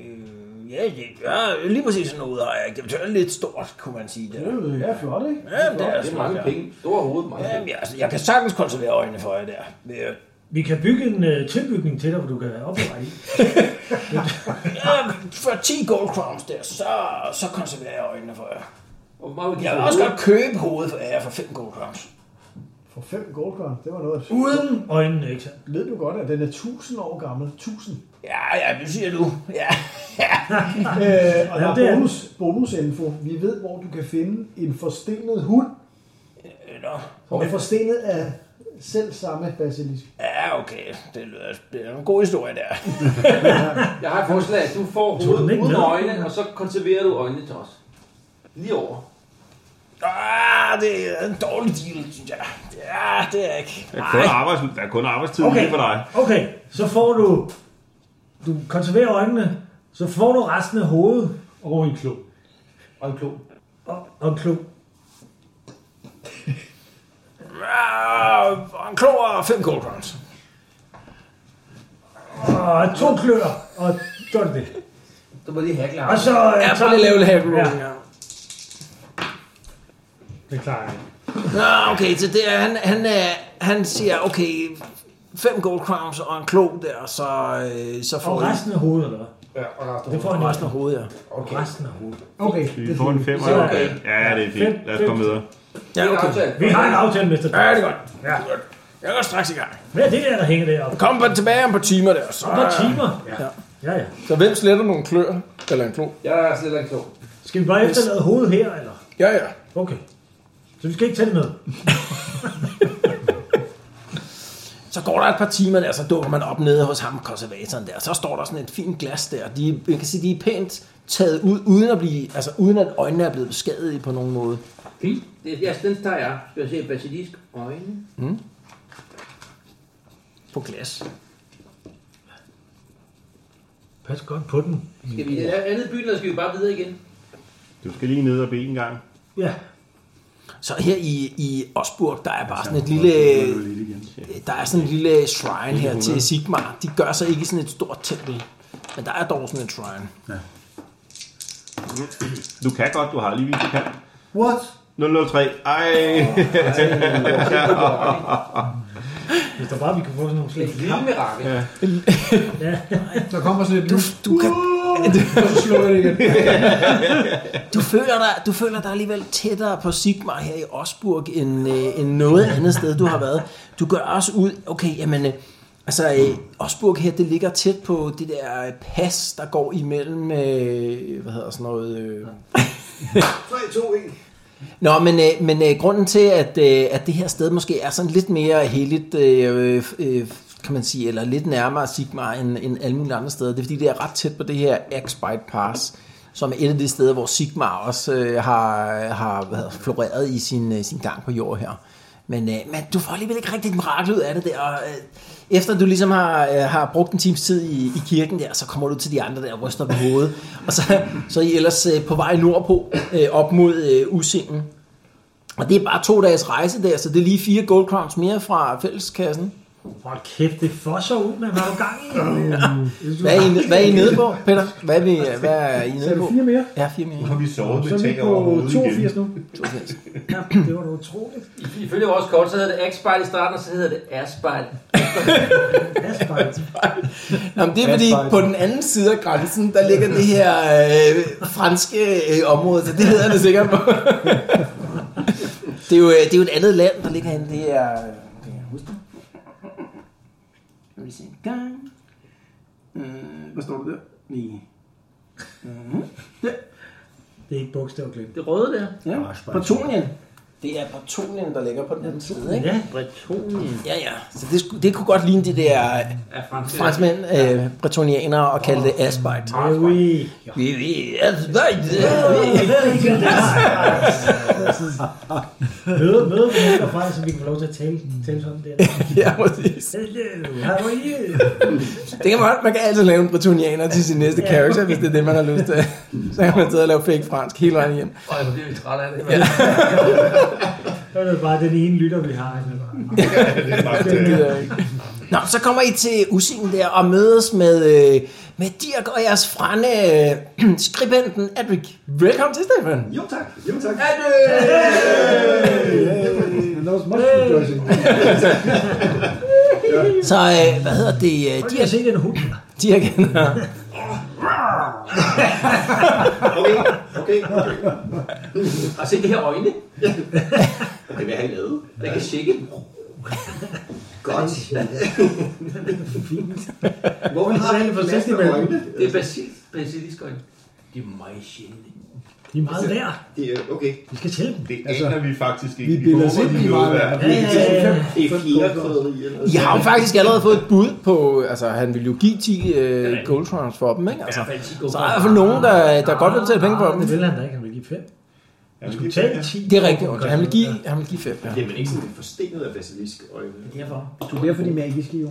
[SPEAKER 2] Øh, Ja, det, ja, lige præcis sådan noget har jeg ikke. Det er lidt stort, kunne man sige. Der.
[SPEAKER 7] Det er jo ja, flot, ikke?
[SPEAKER 2] Ja, det er,
[SPEAKER 8] Det er
[SPEAKER 2] smart,
[SPEAKER 8] mange
[SPEAKER 2] ja.
[SPEAKER 8] penge. Store hoved, mange
[SPEAKER 2] Ja,
[SPEAKER 8] penge.
[SPEAKER 2] men jeg, altså, jeg kan sagtens konservere øjnene for jer der. Øh, Det er-
[SPEAKER 3] vi kan bygge en øh, tilbygning til dig, hvor du kan opbevare i.
[SPEAKER 2] Ja, for 10 gold crowns der, så, så konserverer jeg øjnene for jer.
[SPEAKER 8] Hvor meget vil de
[SPEAKER 2] Jeg
[SPEAKER 8] få
[SPEAKER 2] vil også
[SPEAKER 8] hovedet?
[SPEAKER 2] godt købe hovedet for jer for 5 gold crowns.
[SPEAKER 7] For 5 goldkorn, det var noget.
[SPEAKER 3] Uden øjnene, ikke sandt?
[SPEAKER 7] Ved du godt, at den er 1000 år gammel? 1000.
[SPEAKER 2] Ja, ja, det siger du. Ja.
[SPEAKER 7] Øh, og der
[SPEAKER 3] Ja, det
[SPEAKER 7] er
[SPEAKER 3] er-
[SPEAKER 7] bonus, bonusinfo. Vi ved, hvor du kan finde en forstenet hund.
[SPEAKER 2] Øh, Nå.
[SPEAKER 7] Og forstenet af selv samme basilisk.
[SPEAKER 2] Ja, okay. Det lyder det er en god historie der.
[SPEAKER 8] Jeg har et forslag. Du får
[SPEAKER 3] den
[SPEAKER 8] hovedet
[SPEAKER 3] ikke
[SPEAKER 8] uden
[SPEAKER 3] med?
[SPEAKER 8] øjnene, og så konserverer du øjnene til os. Lige over.
[SPEAKER 2] Ah, det er en dårlig deal, synes jeg. Ja, det er ikke.
[SPEAKER 6] Der er kun, arbejds, der er kun arbejdstid okay. lige for dig.
[SPEAKER 3] Okay, så får du... Du konserverer øjnene, så får du resten af hovedet
[SPEAKER 9] Og en klub.
[SPEAKER 8] Og en klog.
[SPEAKER 3] og, og en klub.
[SPEAKER 2] "Ah, og en klog og fem gold crowns.
[SPEAKER 3] Og to kløer, og så er det det.
[SPEAKER 5] Du må lige have klar.
[SPEAKER 3] Og så... øh,
[SPEAKER 2] Ja, prøv
[SPEAKER 3] tager-
[SPEAKER 2] lige at lave lidt hack roll.
[SPEAKER 3] Ja.
[SPEAKER 2] Ja.
[SPEAKER 9] Det klarer jeg.
[SPEAKER 2] Nå, okay, så det er, han, han, er, han siger, okay, fem gold crowns og en klog der, så, øh, så
[SPEAKER 3] Og
[SPEAKER 2] får
[SPEAKER 3] resten af hovedet, eller hvad?
[SPEAKER 5] Ja, og Lars, du
[SPEAKER 3] Det får han
[SPEAKER 2] I
[SPEAKER 3] jo
[SPEAKER 2] resten af hovedet, ja.
[SPEAKER 3] Okay. Resten af hovedet.
[SPEAKER 7] Okay, det
[SPEAKER 6] Vi
[SPEAKER 7] er
[SPEAKER 6] får en
[SPEAKER 7] fint.
[SPEAKER 6] femmer.
[SPEAKER 3] Så-
[SPEAKER 6] Okay. Ja, det er fint. Lad os komme videre.
[SPEAKER 2] Ja, okay.
[SPEAKER 3] Vi har en aftale, Mr.
[SPEAKER 2] Ja, det er godt.
[SPEAKER 3] Ja.
[SPEAKER 2] Jeg går straks i gang.
[SPEAKER 3] Hvad er det der, der hænger deroppe?
[SPEAKER 2] Kom på, tilbage om et par timer der. Så,
[SPEAKER 3] Et par timer. Ja. Ja, ja.
[SPEAKER 2] så hvem sletter nogle klør? Eller en klog?
[SPEAKER 5] Jeg er slet ikke klog.
[SPEAKER 3] Skal vi bare efterlade hovedet her, eller?
[SPEAKER 2] Ja, ja.
[SPEAKER 3] Okay. Så vi skal ikke tage det med?
[SPEAKER 2] Så går der et par timer der, så dukker man op nede hos ham, konservatoren der. Så står der sådan et fint glas der. De, jeg kan sige, de er pænt taget ud, uden at, blive, altså, uden at øjnene er blevet beskadiget på nogen måde.
[SPEAKER 8] Fint. Det, ja, den tager jeg. Skal jeg se basilisk øjne?
[SPEAKER 2] På glas.
[SPEAKER 10] Pas godt på den.
[SPEAKER 8] Skal vi lave andet i byen, eller skal vi bare videre igen?
[SPEAKER 6] Du skal lige ned og bede en gang.
[SPEAKER 3] Ja.
[SPEAKER 2] Så her i, i Osburg, der er bare sådan et lille, der er sådan en lille shrine her til Sigmar. De gør sig ikke sådan et stort tempel, men der er dog sådan et shrine.
[SPEAKER 6] Du kan godt, du har lige vist, du kan.
[SPEAKER 4] What?
[SPEAKER 6] 003. Ej,
[SPEAKER 3] Hvis der bare vi kan få sådan nogle
[SPEAKER 5] Det er
[SPEAKER 3] slik.
[SPEAKER 5] et lille mirakel. Ja.
[SPEAKER 10] Der kommer sådan et luft.
[SPEAKER 2] Du, kan,
[SPEAKER 10] Og så slår jeg det igen.
[SPEAKER 2] du, føler dig, du føler dig alligevel tættere på Sigmar her i Osburg, end, øh, end noget andet sted, du har været. Du gør også ud, okay, jamen, øh, altså øh, Osburg her, det ligger tæt på det der øh, pas, der går imellem, øh, hvad hedder sådan noget... Øh,
[SPEAKER 5] 3, 2, 1.
[SPEAKER 2] Nå, men, øh, men øh, grunden til, at, øh, at det her sted måske er sådan lidt mere heldigt, øh, øh, kan man sige, eller lidt nærmere Sigmar end, end alle mulige andre steder, det er fordi, det er ret tæt på det her Axbite Pass, som er et af de steder, hvor Sigmar også øh, har, har hvad hedder, floreret i sin, øh, sin gang på jord her. Men, øh, men du får alligevel ikke rigtig et mirakel ud af det der. Og, øh, efter du ligesom har, øh, har brugt en times tid i, i kirken der, så kommer du til de andre der og ryster på hovedet. Og så, så er I ellers øh, på vej nordpå, øh, op mod øh, Usingen. Og det er bare to dages rejse der, så det er lige fire gold crowns mere fra fælleskassen.
[SPEAKER 3] Hold kæft, det fosser ud, man. Hvad er du gang i?
[SPEAKER 2] Hvad er I, hvad er I nede på, Peter? Hvad er, vi, hvad er I
[SPEAKER 7] Så er
[SPEAKER 2] nede
[SPEAKER 7] det
[SPEAKER 2] på?
[SPEAKER 7] fire mere.
[SPEAKER 2] Ja, fire mere.
[SPEAKER 6] har vi sovet
[SPEAKER 7] Så er
[SPEAKER 6] med
[SPEAKER 7] vi
[SPEAKER 6] tag
[SPEAKER 7] på
[SPEAKER 6] over hovedet igen.
[SPEAKER 7] 82 nu.
[SPEAKER 3] Ja, det var da utroligt.
[SPEAKER 8] Ifølge vores kort, så hedder det Axbite i starten, og så hedder det Asbite.
[SPEAKER 3] Asfalt.
[SPEAKER 2] Jamen, det er fordi, på den anden side af grænsen, der ligger det her øh, franske øh, område, så det hedder det sikkert på. det, er jo, øh, det er jo et andet land, der ligger henne. Det er... øh, Kan jeg huske det? Nu vil jeg se en gang. Øh, hvad står der der? Lige.
[SPEAKER 3] Det er ikke bogstavglæden.
[SPEAKER 8] Det røde der.
[SPEAKER 2] Ja, Bretonien. Det er Bretonien, der ligger på den anden side, ikke?
[SPEAKER 3] Ja,
[SPEAKER 2] Ja, ja. Så det, skulle, det kunne godt ligne de der øh,
[SPEAKER 8] Er fransk.
[SPEAKER 2] franskmænd, øh, bretonianere, og kalde det aspect.
[SPEAKER 3] det er jo i-
[SPEAKER 2] Vi, vi, aspect. øh, vi.
[SPEAKER 3] Møde, møde mennesker fra, så vi kan få lov til at tale, tale sådan der.
[SPEAKER 2] Ja, præcis.
[SPEAKER 3] Hello, how are you?
[SPEAKER 2] Det kan man, man kan altid lave en bretonianer til sin næste character, hvis det er det, man har lyst til. Så kan man sidde og lave fake fransk hele vejen hjem.
[SPEAKER 8] Øj, hvor bliver vi trætte af det.
[SPEAKER 3] Så er det bare den ene lytter, vi har. han er bare-
[SPEAKER 2] Det gider jeg ikke. Nå, så kommer I til Usingen der og mødes med, øh, med Dirk og jeres frænde øh, skribenten Adrik. Velkommen til, Stefan.
[SPEAKER 5] Jo tak, jo tak.
[SPEAKER 7] And that was much rejoicing.
[SPEAKER 2] Så øh, hvad hedder det? Øh,
[SPEAKER 3] Jeg har
[SPEAKER 2] Dirk,
[SPEAKER 3] set en hund.
[SPEAKER 2] Dirk han har-
[SPEAKER 5] Okay, okay.
[SPEAKER 8] Og se det her øjne.
[SPEAKER 5] Det vil han æde.
[SPEAKER 8] Der kan tjekke.
[SPEAKER 5] Godt. Hvor har han
[SPEAKER 3] Forsigtig
[SPEAKER 5] plads med
[SPEAKER 3] med den.
[SPEAKER 5] øjne?
[SPEAKER 8] Det er basil, basilisk øjne. Det er meget sjældent.
[SPEAKER 3] De er
[SPEAKER 2] Altså-
[SPEAKER 3] meget værd.
[SPEAKER 5] Det er okay.
[SPEAKER 3] Vi skal til dem.
[SPEAKER 6] Det aner vi faktisk ikke.
[SPEAKER 4] Vi bilder os
[SPEAKER 6] håber,
[SPEAKER 4] ind
[SPEAKER 6] de
[SPEAKER 4] i
[SPEAKER 6] er
[SPEAKER 4] meget
[SPEAKER 6] noget
[SPEAKER 4] værd.
[SPEAKER 6] værd.
[SPEAKER 3] Ja, ja, ja.
[SPEAKER 5] Det er fire krydderier. eller
[SPEAKER 2] I
[SPEAKER 5] sådan
[SPEAKER 2] har jo faktisk allerede fået et bud på, altså han ville jo give 10 øh, gold crowns for dem, ikke? Altså,
[SPEAKER 8] hvert fald 10 gold
[SPEAKER 2] så er der i hvert fald nogen, der, der godt vil tage penge for
[SPEAKER 3] Nej,
[SPEAKER 2] dem.
[SPEAKER 3] Det vil han da ikke. Han vil give fem.
[SPEAKER 6] Ja,
[SPEAKER 3] Han
[SPEAKER 6] vi
[SPEAKER 3] skulle
[SPEAKER 6] kan-
[SPEAKER 3] tage 10.
[SPEAKER 2] Det er rigtigt, okay. han vil give, han vil give 5, ja.
[SPEAKER 5] noget. Jamen ikke sådan lidt forstenet af basilisk øjne.
[SPEAKER 3] Derfor.
[SPEAKER 7] Det er derfor, de er magiske jo.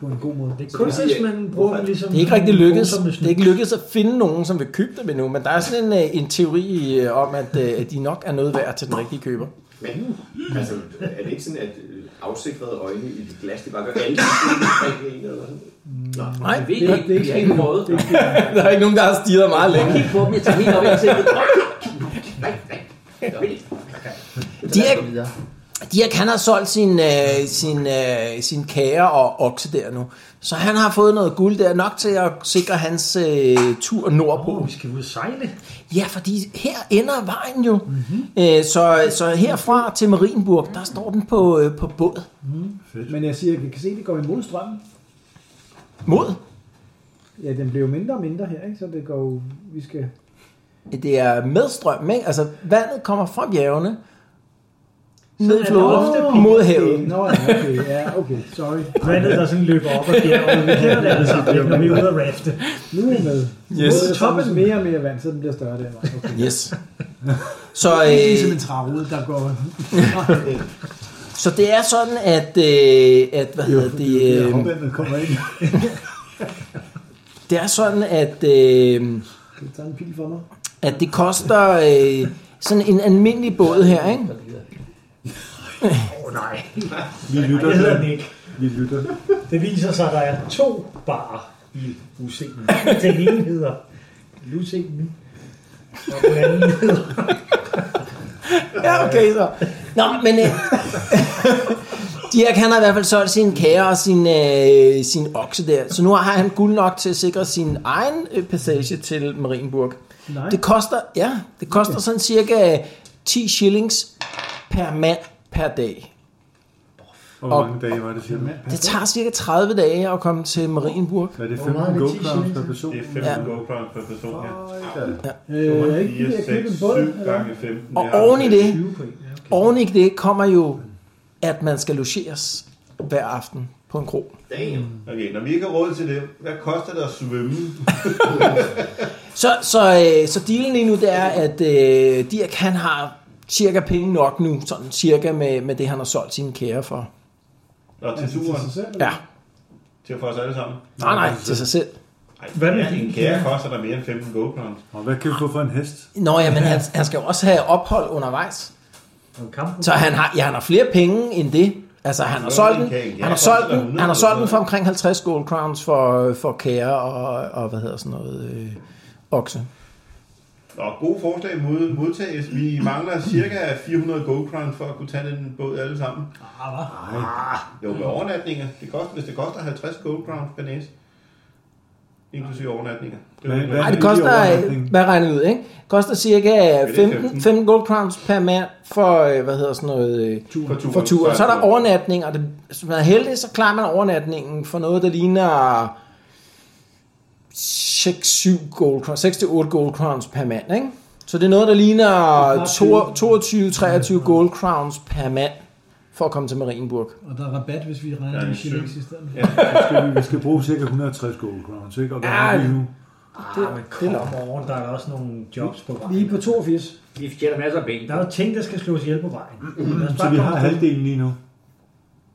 [SPEAKER 7] på en god måde.
[SPEAKER 3] Det er kun hvis man bruger den ligesom...
[SPEAKER 2] Det er ikke rigtig lykkedes, det er ikke lykkedes at finde nogen, som vil købe dem endnu, men der er sådan en, øh, en teori øh, om, at øh, at de nok er noget værd til den rigtige køber.
[SPEAKER 11] Men altså, er det ikke sådan, at øh, afsikrede øjne i et glas, de bare gør alle de ting, en eller sådan? Nej,
[SPEAKER 2] Nej,
[SPEAKER 11] vi ved ikke, vi har ikke prøvet.
[SPEAKER 2] Der er ikke nogen, der har stiget meget længe.
[SPEAKER 11] Kig på dem, jeg tager helt op i ansigtet.
[SPEAKER 2] De her, de her, han har solgt sin, øh, sin, øh, sin kager og okse der nu. Så han har fået noget guld der, nok til at sikre hans øh, tur nordpå. Oh, vi
[SPEAKER 3] skal ud sejle.
[SPEAKER 2] Ja, fordi her ender vejen jo. Mm-hmm. Øh, så, så herfra til Marienburg, der står den på, øh, på båd.
[SPEAKER 7] Mm. Men jeg siger, jeg kan se, at det går imod strømmen.
[SPEAKER 2] Mod?
[SPEAKER 7] Ja, den bliver jo mindre og mindre her, ikke? så det går jo, vi skal...
[SPEAKER 2] Det er medstrøm, ikke? Altså, vandet kommer fra bjergene, ned i
[SPEAKER 7] Så er der
[SPEAKER 2] floden,
[SPEAKER 7] ofte
[SPEAKER 2] oh,
[SPEAKER 7] pil.
[SPEAKER 2] mod havet.
[SPEAKER 7] Okay, Nå, ja, okay, ja, okay, sorry.
[SPEAKER 3] Vandet, der sådan løber op og bjerget. Vi kender det alle sammen, ikke? når vi er ude at rafte.
[SPEAKER 7] Nu er jeg med.
[SPEAKER 2] Yes.
[SPEAKER 7] Yes. Både
[SPEAKER 2] Toppen.
[SPEAKER 7] toppen mere og mere vand, så den bliver større den vej. Okay.
[SPEAKER 2] Yes. Så,
[SPEAKER 7] det er ligesom
[SPEAKER 2] øh,
[SPEAKER 7] en travrude, der går...
[SPEAKER 2] så det er sådan, at, øh, at hvad hedder det,
[SPEAKER 4] Det er
[SPEAKER 2] øh,
[SPEAKER 4] omvendt, kommer ind.
[SPEAKER 2] det er sådan, at, øh,
[SPEAKER 7] Det tager en pil for mig.
[SPEAKER 2] at det koster øh, sådan en almindelig båd her, ikke?
[SPEAKER 3] Åh, nej.
[SPEAKER 4] Vi
[SPEAKER 3] Nej,
[SPEAKER 4] lytter
[SPEAKER 3] det hedder
[SPEAKER 4] til
[SPEAKER 3] den ikke.
[SPEAKER 4] Vi lytter.
[SPEAKER 3] Det viser sig, at der er to barer i Lusingen. Den ene hedder Lusingen, og den anden hedder...
[SPEAKER 2] Ja, okay så. Nå, men øh, Dirk, han har i hvert fald solgt sin kære og sin, øh, sin okse der. Så nu har han guld nok til at sikre sin egen øh, passage til Marienburg.
[SPEAKER 7] Nej.
[SPEAKER 2] Det koster, ja, det koster sådan cirka 10 shillings per mand per dag.
[SPEAKER 4] Og Hvor mange dage var det, siger du?
[SPEAKER 2] Det tager cirka 30 dage at komme til Marienburg.
[SPEAKER 4] Hvad er det
[SPEAKER 7] Hvor meget er
[SPEAKER 4] 15
[SPEAKER 7] det, 10
[SPEAKER 4] go-crowns per
[SPEAKER 7] shillings?
[SPEAKER 4] person?
[SPEAKER 6] Det er 15 ja. GoPro'er per person, ja.
[SPEAKER 7] Øh, jeg er ikke lige
[SPEAKER 6] 4,
[SPEAKER 7] at købe
[SPEAKER 6] 6,
[SPEAKER 7] en
[SPEAKER 6] 7
[SPEAKER 7] båd, eller?
[SPEAKER 6] gange 15.
[SPEAKER 2] Og
[SPEAKER 6] det er altså
[SPEAKER 2] oven i det,
[SPEAKER 3] på en.
[SPEAKER 2] oven i det kommer jo, at man skal logeres hver aften på en kro.
[SPEAKER 11] Damn.
[SPEAKER 6] Okay, når vi ikke har råd til det, hvad koster det at svømme?
[SPEAKER 2] Så, så, øh, så dealen lige nu, det er, at øh, Dirk, han har cirka penge nok nu, sådan cirka med, med det, han har solgt sine kære for.
[SPEAKER 6] Nå, til
[SPEAKER 7] Til
[SPEAKER 6] turen.
[SPEAKER 7] sig selv, eller?
[SPEAKER 2] Ja,
[SPEAKER 6] Til for os alle sammen.
[SPEAKER 2] nej, nej, til sig selv.
[SPEAKER 6] Ej,
[SPEAKER 3] Hvad med
[SPEAKER 6] ja,
[SPEAKER 3] din
[SPEAKER 6] en kære koster der mere end 15 GoPro'er.
[SPEAKER 4] Og hvad kan vi få for en hest?
[SPEAKER 2] Nå, jamen, han, han skal jo også have ophold undervejs.
[SPEAKER 3] Og kampen.
[SPEAKER 2] Så han har, ja, han har flere penge end det. Altså, han har solgt den, han har solgt den, han har solgt den for omkring 50 gold crowns for, for kære og, og, hvad hedder sådan noget, øh, okse.
[SPEAKER 6] Nå, gode forslag mod, modtages. Vi mangler cirka 400 GoPro'er for at kunne tage den båd alle sammen. Ah, hvad? Jo, med overnatninger. Det koster, hvis det koster 50 GoPro'er per næse. Inklusive overnatninger. Det er jo
[SPEAKER 4] Hvad-
[SPEAKER 6] ikke
[SPEAKER 4] hvad-
[SPEAKER 2] Nej,
[SPEAKER 6] værd.
[SPEAKER 2] det koster, øh,
[SPEAKER 4] overnatning.
[SPEAKER 2] hvad regner vi ud, ikke? Koster cirka
[SPEAKER 6] det er
[SPEAKER 2] 15,
[SPEAKER 6] 15.
[SPEAKER 2] 15 gold crowns per mand for, øh, hvad hedder sådan noget, øh,
[SPEAKER 6] for turen.
[SPEAKER 2] for turen. Så er der overnatning, og det, hvis man er heldig, så klarer man overnatningen for noget, der ligner 6-7 gold crowns, 6-8 gold crowns per mand, ikke? Så det er noget, der ligner 22-23 gold crowns per mand for at komme til Marienburg.
[SPEAKER 10] Og der er rabat, hvis vi regner
[SPEAKER 6] Der er
[SPEAKER 10] med
[SPEAKER 6] en
[SPEAKER 10] shillings
[SPEAKER 6] syv.
[SPEAKER 10] i stedet.
[SPEAKER 4] Vi skal, vi skal bruge cirka 160 go-crowns, ikke? Og hvad er vi nu?
[SPEAKER 3] Det, det er morgen, der er der også nogle jobs på vejen.
[SPEAKER 7] Vi er på 82.
[SPEAKER 8] Vi tjener masser af penge.
[SPEAKER 3] Der er jo ting, der skal slås ihjel på vejen. Mm,
[SPEAKER 4] Så vi har halvdelen lige nu.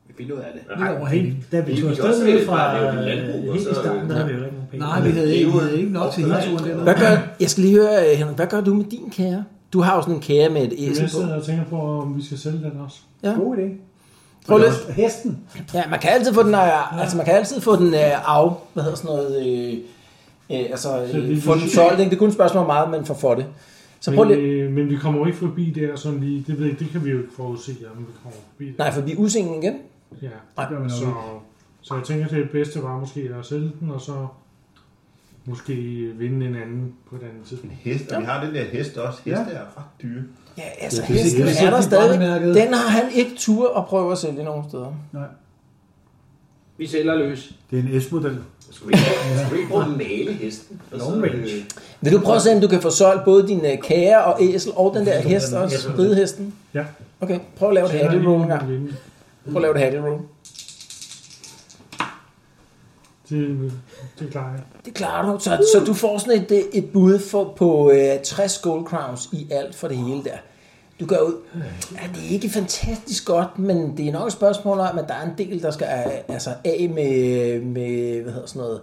[SPEAKER 11] Vi finder ud af det.
[SPEAKER 3] Nej, helt, da vi
[SPEAKER 11] Vi-
[SPEAKER 3] tog
[SPEAKER 11] vi
[SPEAKER 3] afsted
[SPEAKER 11] også
[SPEAKER 3] ned
[SPEAKER 11] lidt
[SPEAKER 3] fra øh,
[SPEAKER 11] bare lave det landbrug, og
[SPEAKER 3] helt
[SPEAKER 11] så-
[SPEAKER 3] i starten, der havde vi jo ikke nogen penge.
[SPEAKER 10] Nej, vi havde ikke, vi havde ikke nok til hele turen dernede.
[SPEAKER 2] Hvad gør, jeg skal lige høre, øh, Henrik, hvad gør du med din kære? Du har jo sådan en kære med et
[SPEAKER 9] Men
[SPEAKER 2] æsel
[SPEAKER 9] jeg
[SPEAKER 2] på.
[SPEAKER 9] sidder og tænker på, om vi skal sælge den også.
[SPEAKER 7] God idé.
[SPEAKER 2] Prøv lidt.
[SPEAKER 7] Hesten.
[SPEAKER 2] Ja, man kan altid få den, øh, altså man kan altid få den øh, af, hvad hedder sådan noget, øh, øh, altså
[SPEAKER 9] Så det er
[SPEAKER 2] øh, få den
[SPEAKER 9] lidt-
[SPEAKER 2] solgt, ikke? det er kun et spørgsmål om hvor meget, man får for det. Så prøv
[SPEAKER 9] Men,
[SPEAKER 2] lige,
[SPEAKER 9] øh, men vi kommer jo ikke forbi der sådan lige. Det, ved jeg, ikke, det kan vi jo ikke forudse, om vi kommer forbi der.
[SPEAKER 2] nej, forbi usingen igen.
[SPEAKER 9] Ja.
[SPEAKER 2] Nej,
[SPEAKER 7] gør vi nok
[SPEAKER 9] Så, så jeg tænker, det bedste var måske at sælge den, og så måske vinde en anden på et andet tidspunkt.
[SPEAKER 6] Hest, og vi har den der hest også. Heste er ret dyre.
[SPEAKER 2] Ja, altså
[SPEAKER 4] det er
[SPEAKER 2] hesten
[SPEAKER 4] sikkert-
[SPEAKER 2] er der
[SPEAKER 7] sikkert
[SPEAKER 2] stadig.
[SPEAKER 7] brændemærket.
[SPEAKER 2] Den har han ikke tur at prøve at sælge nogen steder.
[SPEAKER 8] Vi sælger løs.
[SPEAKER 4] Det er en S-model.
[SPEAKER 11] Skulle vi ikke- skulle vi ikke prøve at male hesten? Og så, øh,
[SPEAKER 2] Vil du prøve at se, om du kan få solgt både din øh, kære og æsel og den der hest også, ridehesten?
[SPEAKER 9] Ja.
[SPEAKER 2] Okay, prøv at lave et
[SPEAKER 9] Så er der
[SPEAKER 2] hackle
[SPEAKER 9] lige
[SPEAKER 2] roll en
[SPEAKER 9] en
[SPEAKER 2] gang.
[SPEAKER 9] vinde.
[SPEAKER 2] Prøv at lave et hackle roll.
[SPEAKER 9] Det, det klarer jeg.
[SPEAKER 2] Det klarer du. Så, øh, så du får sådan et, et bud for, på øh, 60 gold crowns i alt for det hele der. Du går ud. Ja, det er ikke fantastisk godt, men det er nok et spørgsmål om, at der er en del, der skal øh, altså, af med, med hvad hedder sådan noget,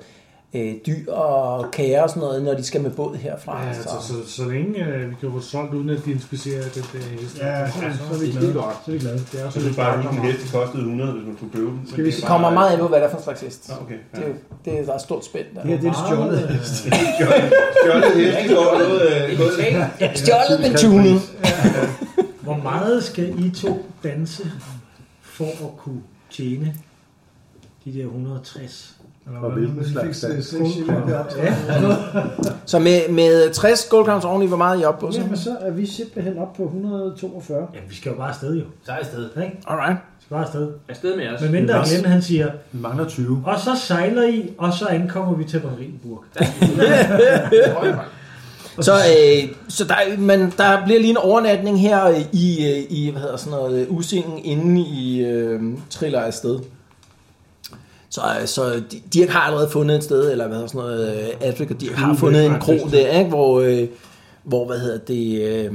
[SPEAKER 2] øh, dyr og kager og sådan noget, når de skal med båd herfra.
[SPEAKER 9] Ja, altså,
[SPEAKER 2] så.
[SPEAKER 9] så, så længe øh, vi kan få det solgt, uden at de inspicerer den der hest.
[SPEAKER 7] Ja, så- så er vi glade. Så er vi glade.
[SPEAKER 9] Det er
[SPEAKER 6] Så
[SPEAKER 9] også
[SPEAKER 6] det er
[SPEAKER 9] lidt
[SPEAKER 6] bare,
[SPEAKER 9] bare
[SPEAKER 6] at en hest kostede 100, hvis man skulle købe den.
[SPEAKER 7] Skal vi-
[SPEAKER 6] Det er
[SPEAKER 2] Det
[SPEAKER 6] bare-
[SPEAKER 2] kommer meget af på, hvad det er for en slags hest.
[SPEAKER 6] Nå, okay, ja.
[SPEAKER 2] det, er jo- det er, der er et stort spænd. Der.
[SPEAKER 7] Det her, det er en stjålet hest.
[SPEAKER 6] Stjålet hest, det går ud, øh, gået-
[SPEAKER 2] Stjålet, men tunet.
[SPEAKER 3] øh, Hvor meget skal I to danse for at kunne tjene de der 160? Eller
[SPEAKER 4] Og hvilken slags
[SPEAKER 7] øh,
[SPEAKER 4] dans?
[SPEAKER 2] Så med, med 60 guldkrams oveni, hvor meget er I oppe på? Så?
[SPEAKER 7] Jamen, så er vi simpelthen op på 142.
[SPEAKER 3] Ja, vi skal jo bare afsted jo.
[SPEAKER 8] Så er jeg afsted.
[SPEAKER 3] Ikke?
[SPEAKER 2] Alright.
[SPEAKER 3] Vi skal bare afsted.
[SPEAKER 8] Afsted med os.
[SPEAKER 3] Men mindre Glenn, han siger,
[SPEAKER 4] Vi mangler 20.
[SPEAKER 3] og så sejler I, og så ankommer vi til Marienburg.
[SPEAKER 2] Så, øh, så der, man, der bliver lige en overnatning her øh, i, øh, i hvad hedder sådan noget, øh, usingen, inden I øh, triller afsted. Så, øh, så de- Dirk har allerede fundet et sted, eller hvad hedder sådan noget, øh, Adric og Dirk har fundet en kro der, ikke? Hvor, øh, hvor, hvad hedder det, øh,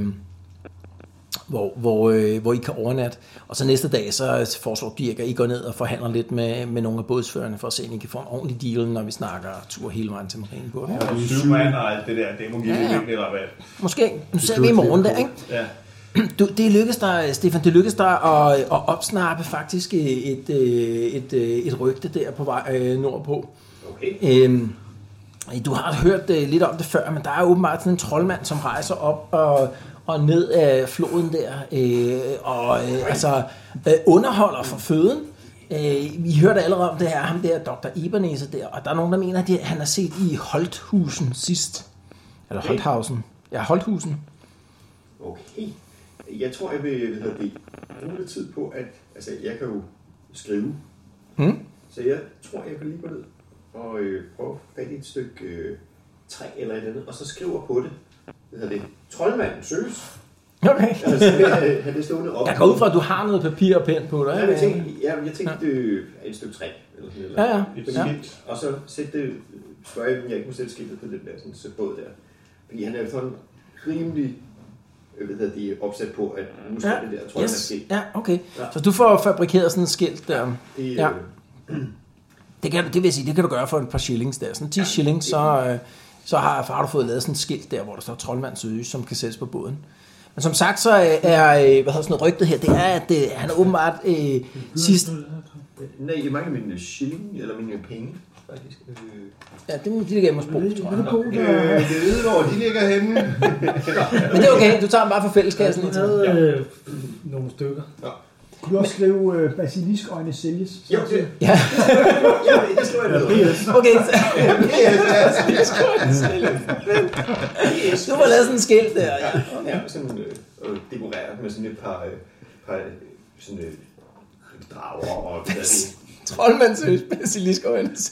[SPEAKER 2] hvor, hvor, øh, hvor I kan overnatte. Og så næste dag, så foreslår Dirk, at I går ned og forhandler lidt med, med nogle af bådsførerne, for at se, om I kan få en ordentlig deal, når vi snakker tur hele vejen til Marienburg.
[SPEAKER 6] Og syv mand og alt det der, det må give
[SPEAKER 2] Ja,
[SPEAKER 6] ja,
[SPEAKER 2] ja.
[SPEAKER 6] virkelig rabat.
[SPEAKER 2] Måske. Nu ser vi i morgen der, ikke?
[SPEAKER 6] Ja.
[SPEAKER 2] Du, det lykkedes dig, Stefan, det lykkedes dig at, at opsnappe faktisk et, øh, et, øh, et rygte der på vej øh, nordpå.
[SPEAKER 11] Okay.
[SPEAKER 2] Øhm, du har hørt øh, lidt om det før, men der er åbenbart sådan en troldmand, som rejser op og, og ned af floden der, øh, og øh, altså øh, underholder for føden. Øh, vi hørte allerede om det her, ham der, Dr. Ebenezer der, og der er nogen, der mener, at det- han har set i Holthusen sidst. Eller Holthausen. Ja, Holthusen.
[SPEAKER 11] Okay. Jeg tror, jeg vil hvad hedder det, bruge lidt tid på, at altså, jeg kan jo skrive.
[SPEAKER 2] Mm.
[SPEAKER 11] Så jeg tror, jeg vil lige gå ned og øh, prøve at få fat i et stykke øh, træ eller et eller andet, og så skriver på det. Hvad hedder det? Troldmanden søges.
[SPEAKER 2] Okay.
[SPEAKER 11] Altså, øh, han er stående op.
[SPEAKER 2] Jeg går ud fra, at du har noget papir og pen på dig.
[SPEAKER 11] Ja,
[SPEAKER 2] ikke?
[SPEAKER 11] jeg tænkte, ja, jeg tænkte øh, et stykke træ. Eller sådan noget.
[SPEAKER 2] Ja, ja.
[SPEAKER 11] Et
[SPEAKER 2] Ja.
[SPEAKER 11] skilt. Og så sætte det, spørge, om jeg ikke må sætte skiltet på den der sådan, så båd der. Fordi han er jo sådan rimelig øh, hvad hedder det, opsat på, at nu skal
[SPEAKER 2] Ja,
[SPEAKER 11] det der, tror jeg,
[SPEAKER 2] Yes.
[SPEAKER 11] skilt.
[SPEAKER 2] Ja, okay.
[SPEAKER 11] Ja.
[SPEAKER 2] Så du får fabrikeret sådan en skilt der.
[SPEAKER 11] Det,
[SPEAKER 2] Ja.
[SPEAKER 11] ja. øh,
[SPEAKER 2] Det, kan, det vil sige, det kan du gøre for et par shillings der. Sådan 10 shillings, så, øh, så har, har du fået lavet sådan et skilt der, hvor der står troldmand søge, som kan sættes på båden. Men som sagt, så øh, er øh, hvad hedder sådan noget rygtet her, det er, at øh, han er åbenbart øh, sidst...
[SPEAKER 11] nej, jeg mangler mine shilling, eller mine penge, faktisk. Øh,
[SPEAKER 2] Ja, det er min lille gamersbrug, tror jeg.
[SPEAKER 6] Øh, det ved, hvor de ligger henne.
[SPEAKER 2] Men det er okay, du tager dem bare fra fælleskassen.
[SPEAKER 3] Jeg havde øh, nogle stykker.
[SPEAKER 7] Kunne du også skrive øh, basiliskøjne sælges?
[SPEAKER 11] jo, det,
[SPEAKER 2] Ja.
[SPEAKER 11] ja, det, det skriver jeg ned.
[SPEAKER 2] Okay, så, du får lavet sådan en skilt øh, der. Ja.
[SPEAKER 11] Ja, sådan øh, øh, dekoreret med sådan et par, øh, par øh, sådan, øh, drager og hvad er det,
[SPEAKER 2] Troldmand søge, basilisk og andet.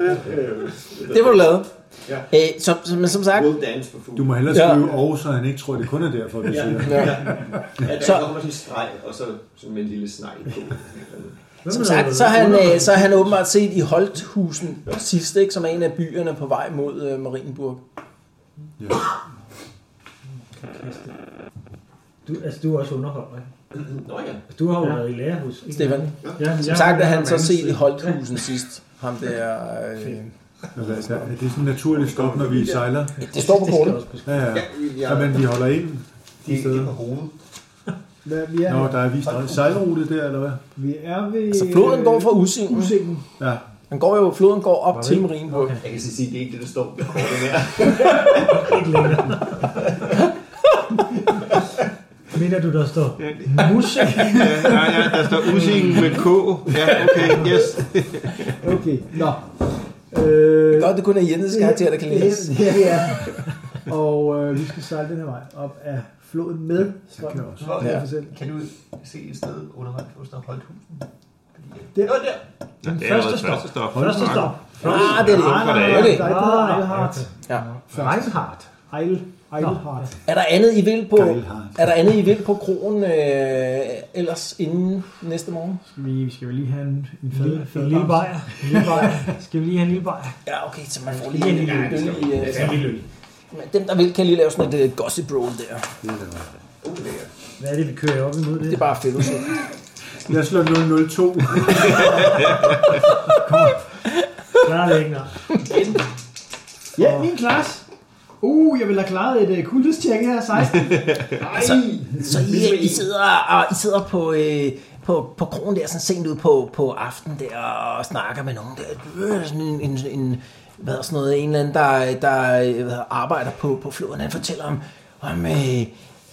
[SPEAKER 11] øh,
[SPEAKER 2] Det var du lavet.
[SPEAKER 11] Ja.
[SPEAKER 2] Øh, som, som, men som sagt,
[SPEAKER 11] Will dance for food.
[SPEAKER 4] Du må hellere
[SPEAKER 2] Ja.
[SPEAKER 4] skrive og, så han ikke tror, det kun er derfor, vi siger.
[SPEAKER 11] Ja, der
[SPEAKER 2] Så-
[SPEAKER 11] så... kommer sådan en streg, og så sådan med en lille snegl på.
[SPEAKER 2] som sagt så, er han, øh, så er han åbenbart set i Holthusen sidst, ikke, som er en af byerne på vej mod øh, Marienburg.
[SPEAKER 3] Du, altså, du er også underholder, ikke?
[SPEAKER 11] Nå ja.
[SPEAKER 3] Du har jo
[SPEAKER 9] Ja.
[SPEAKER 3] været i lærerhus. ikke?
[SPEAKER 2] Stefan,
[SPEAKER 9] Ja, men
[SPEAKER 2] som
[SPEAKER 9] jeg-
[SPEAKER 2] sagt er
[SPEAKER 9] jeg har
[SPEAKER 2] han
[SPEAKER 9] en
[SPEAKER 2] så
[SPEAKER 9] anden
[SPEAKER 2] set i
[SPEAKER 9] side.
[SPEAKER 2] Holthusen sidst. Ham der, øh,
[SPEAKER 4] Altså, er det sådan naturligt stop, når vi sejler?
[SPEAKER 2] det står på kortet.
[SPEAKER 4] Ja, ja. ja men vi holder ind de steder.
[SPEAKER 7] Hvad, vi, er,
[SPEAKER 4] Nå, der er vist sejlrute der, eller hvad?
[SPEAKER 7] vi er ved...
[SPEAKER 2] Så floden går fra Usingen.
[SPEAKER 7] Usingen.
[SPEAKER 4] Ja.
[SPEAKER 2] Den går jo, floden går op til Marienburg.
[SPEAKER 11] Jeg kan så sige, det er ikke det, der står på kortet mere.
[SPEAKER 3] Mener du, der står musik?
[SPEAKER 6] Ja, nej, nej, der står usingen med K. Ja, okay, yes.
[SPEAKER 7] Okay, nå. Øh,
[SPEAKER 2] Godt, det kun er Jens karakter, der kan læse.
[SPEAKER 7] Ja, ja. Og øh, vi skal sejle den her vej op af floden med strømmen.
[SPEAKER 2] Ja.
[SPEAKER 7] Ja. Selv.
[SPEAKER 5] Kan du se et sted undervejs, hvor der er Holthusen? Jo,
[SPEAKER 7] Der.
[SPEAKER 5] der.
[SPEAKER 6] Ja, det
[SPEAKER 3] Første
[SPEAKER 6] er allerede
[SPEAKER 3] stop.
[SPEAKER 6] første stop.
[SPEAKER 3] Første stop.
[SPEAKER 2] Ah, det er det.
[SPEAKER 7] Nej, nej, nej,
[SPEAKER 2] Okay.
[SPEAKER 7] der er ikke noget Eilhard.
[SPEAKER 2] Ja.
[SPEAKER 3] Reinhardt.
[SPEAKER 7] Eil, Eilhard.
[SPEAKER 2] Er der andet, I vil på,
[SPEAKER 4] Geilhardt.
[SPEAKER 2] er der andet, I vil på krogen øh, ellers inden næste morgen?
[SPEAKER 7] Skal vi, skal vi lige have en, en
[SPEAKER 3] En lille, en lille bajer. En lille bajer. Skal vi lige have en lille bajer?
[SPEAKER 2] Ja, okay, så man får lige en lille bøl i... øh,
[SPEAKER 3] En lille øl.
[SPEAKER 2] Men dem, der vil, kan lige lave sådan et uh, gossip roll der.
[SPEAKER 3] Hvad er det, vi kører op imod det? Det
[SPEAKER 2] er bare fællesskab.
[SPEAKER 4] Jeg slår 002.
[SPEAKER 3] Klar det ikke, nej.
[SPEAKER 7] Ja, min klasse. Uh, jeg ville have klaret et uh, kuldestjek her, 16.
[SPEAKER 2] Så, så I, I, sidder, og I sidder på, øh, på, på krogen der, sådan sent ude på, på aftenen der, og snakker med nogen der. Øh, Sådan en, en, en hvad hedder sådan noget, en eller anden, der, der øh, hvad hedder, arbejder på, på floden, han fortæller om, om, øh,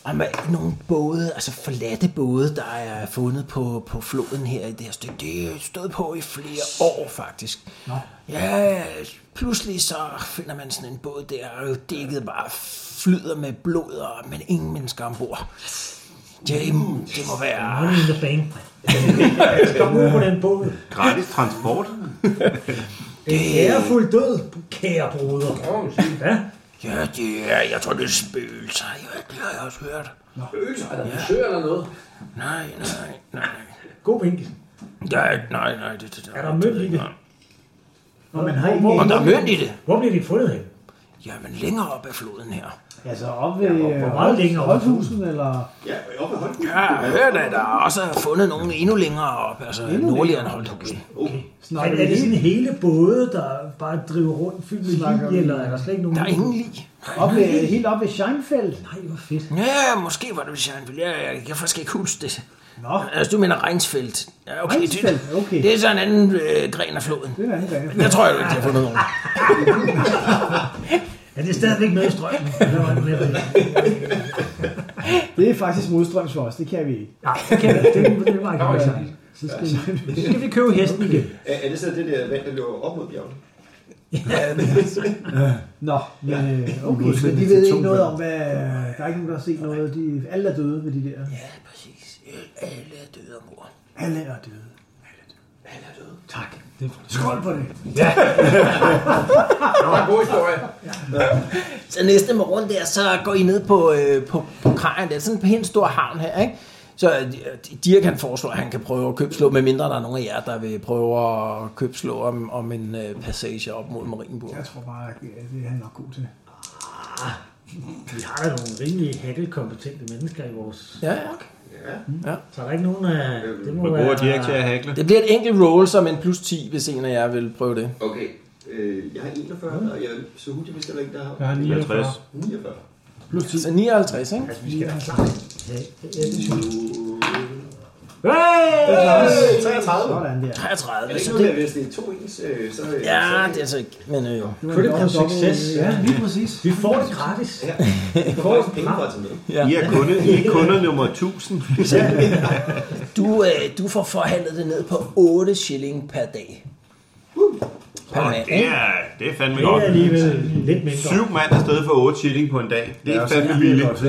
[SPEAKER 2] om øh, nogle både, altså forladte både, der er fundet på, på floden her i det her stykke. Det er stået på i flere år, faktisk. Nå. Ja, pludselig så finder man sådan en båd der, og dækket bare flyder med blod, og, men ingen mennesker ombord. Jamen, det må være...
[SPEAKER 3] Money in the bank. Kom ud på den båd.
[SPEAKER 6] Gratis transport.
[SPEAKER 3] En ærefuld død, kære broder. Hvad?
[SPEAKER 2] Ja, det er, jeg tror, det er spøgelser. Ja, det har jeg også hørt.
[SPEAKER 8] Spøgelser? Er der besøg eller noget?
[SPEAKER 2] Nej, nej, nej.
[SPEAKER 3] God vinkel.
[SPEAKER 2] Nej, nej, nej. Det, det, det,
[SPEAKER 3] Er der mønt i det?
[SPEAKER 7] Nå, men har I
[SPEAKER 2] Om der er mønt i det?
[SPEAKER 3] Hvor bliver de fundet hen?
[SPEAKER 2] Jamen, længere op ad floden her.
[SPEAKER 7] Altså op ved
[SPEAKER 3] hvor meget længere
[SPEAKER 7] øh,
[SPEAKER 3] op?
[SPEAKER 7] Holdhusen, eller...
[SPEAKER 11] Ja, og op ad hånden.
[SPEAKER 2] Ja, jeg har hørt, at der også er fundet nogen endnu længere op, altså nordligere end Holthusen.
[SPEAKER 3] Er,
[SPEAKER 7] Snakker
[SPEAKER 3] er det
[SPEAKER 7] vi
[SPEAKER 3] sådan hele både, der bare driver rundt fyldt
[SPEAKER 7] Snakker
[SPEAKER 3] med
[SPEAKER 7] vi-
[SPEAKER 3] lig, eller er der slet ikke nogen?
[SPEAKER 2] Der er ingen lig.
[SPEAKER 7] op ved, helt op ved Scheinfeld?
[SPEAKER 3] Nej, hvor fedt.
[SPEAKER 2] Ja, måske var det, hvis jeg ville. Ja, jeg, jeg kan faktisk ikke huske det.
[SPEAKER 7] Nå,
[SPEAKER 2] Altså, du mener Reinsfeldt. Ja, okay.
[SPEAKER 7] Reinsfeldt,
[SPEAKER 2] Det,
[SPEAKER 7] okay.
[SPEAKER 2] det er så en anden øh, gren af floden.
[SPEAKER 7] det er en anden
[SPEAKER 2] Jeg tror, jeg ikke, de har fundet nogen.
[SPEAKER 3] Er det stadigvæk med i strømmen? Eller var det mere ved?
[SPEAKER 7] Det er faktisk modstrøms for os, det kan vi ikke.
[SPEAKER 3] Nej, det kan det, det, det var ikke noget. Så skal, vi- så skal vi købe hesten igen.
[SPEAKER 11] Er, er det så det der vand, der løber op mod bjergene?
[SPEAKER 7] Nå, men øh, okay, men de ved ikke noget om, hvad... Der er ikke nogen, der har set noget. De, alle er døde ved de der.
[SPEAKER 2] Ja, præcis. Alle er døde om mor.
[SPEAKER 7] Alle er døde.
[SPEAKER 8] Han er død.
[SPEAKER 7] Tak. Skål på det.
[SPEAKER 8] Det var en god historie.
[SPEAKER 2] Så næste morgen der, så går I ned på, øh, på, på kajen. Det er sådan en pæn stor havn her, ikke? Så øh, Dirk han foreslår, at han kan prøve at købslå, medmindre der er nogen af jer, der vil prøve at købslå om, om en øh, passage op mod Marienburg.
[SPEAKER 7] Jeg tror bare, at ja, det er han nok god til.
[SPEAKER 3] Vi har da nogle rimelig hakkelkompetente mennesker i vores...
[SPEAKER 2] Ja, ja.
[SPEAKER 3] Så er der ikke nogen af... Det må
[SPEAKER 6] Hvor
[SPEAKER 3] være...
[SPEAKER 6] bruger Dirk til at hackle?
[SPEAKER 2] Det bliver et enkelt roll som en plus 10, hvis en af jer vil prøve det.
[SPEAKER 11] Okay, øh, jeg har 41, og jeg, så hurtigt vidste heller ikke, der har
[SPEAKER 9] Jeg har
[SPEAKER 6] 50.
[SPEAKER 9] 59.
[SPEAKER 11] 49.
[SPEAKER 2] Så 59, Altså ikke?
[SPEAKER 3] Vi skal have klart. Ja, ja, det synes jeg.
[SPEAKER 7] Det er
[SPEAKER 3] Hey!
[SPEAKER 7] Lars.
[SPEAKER 11] 33.
[SPEAKER 7] Sådan der.
[SPEAKER 2] 33.
[SPEAKER 11] Er det ikke
[SPEAKER 2] Så
[SPEAKER 11] noget med,
[SPEAKER 2] det,
[SPEAKER 11] at hvis det er to ens, øh, så... øh,
[SPEAKER 2] ja,
[SPEAKER 11] så-
[SPEAKER 2] det er altså ikke. Men øh,
[SPEAKER 7] Nu er
[SPEAKER 3] Critical
[SPEAKER 7] der dobbelt-
[SPEAKER 3] success.
[SPEAKER 7] Ja, lige præcis.
[SPEAKER 3] Vi får det gratis.
[SPEAKER 11] Ja. Jeg får også penge for at tage med.
[SPEAKER 6] I er kunde, I er kunder nummer 1000.
[SPEAKER 2] du, øh, du får forhandlet det ned på 8 shilling per dag. Per mand.
[SPEAKER 6] Det er, det er fandme
[SPEAKER 3] Det er
[SPEAKER 6] godt.
[SPEAKER 3] alligevel lidt mindre.
[SPEAKER 6] Syv mand afsted for 8 shilling på en dag. Det er fandme billigt.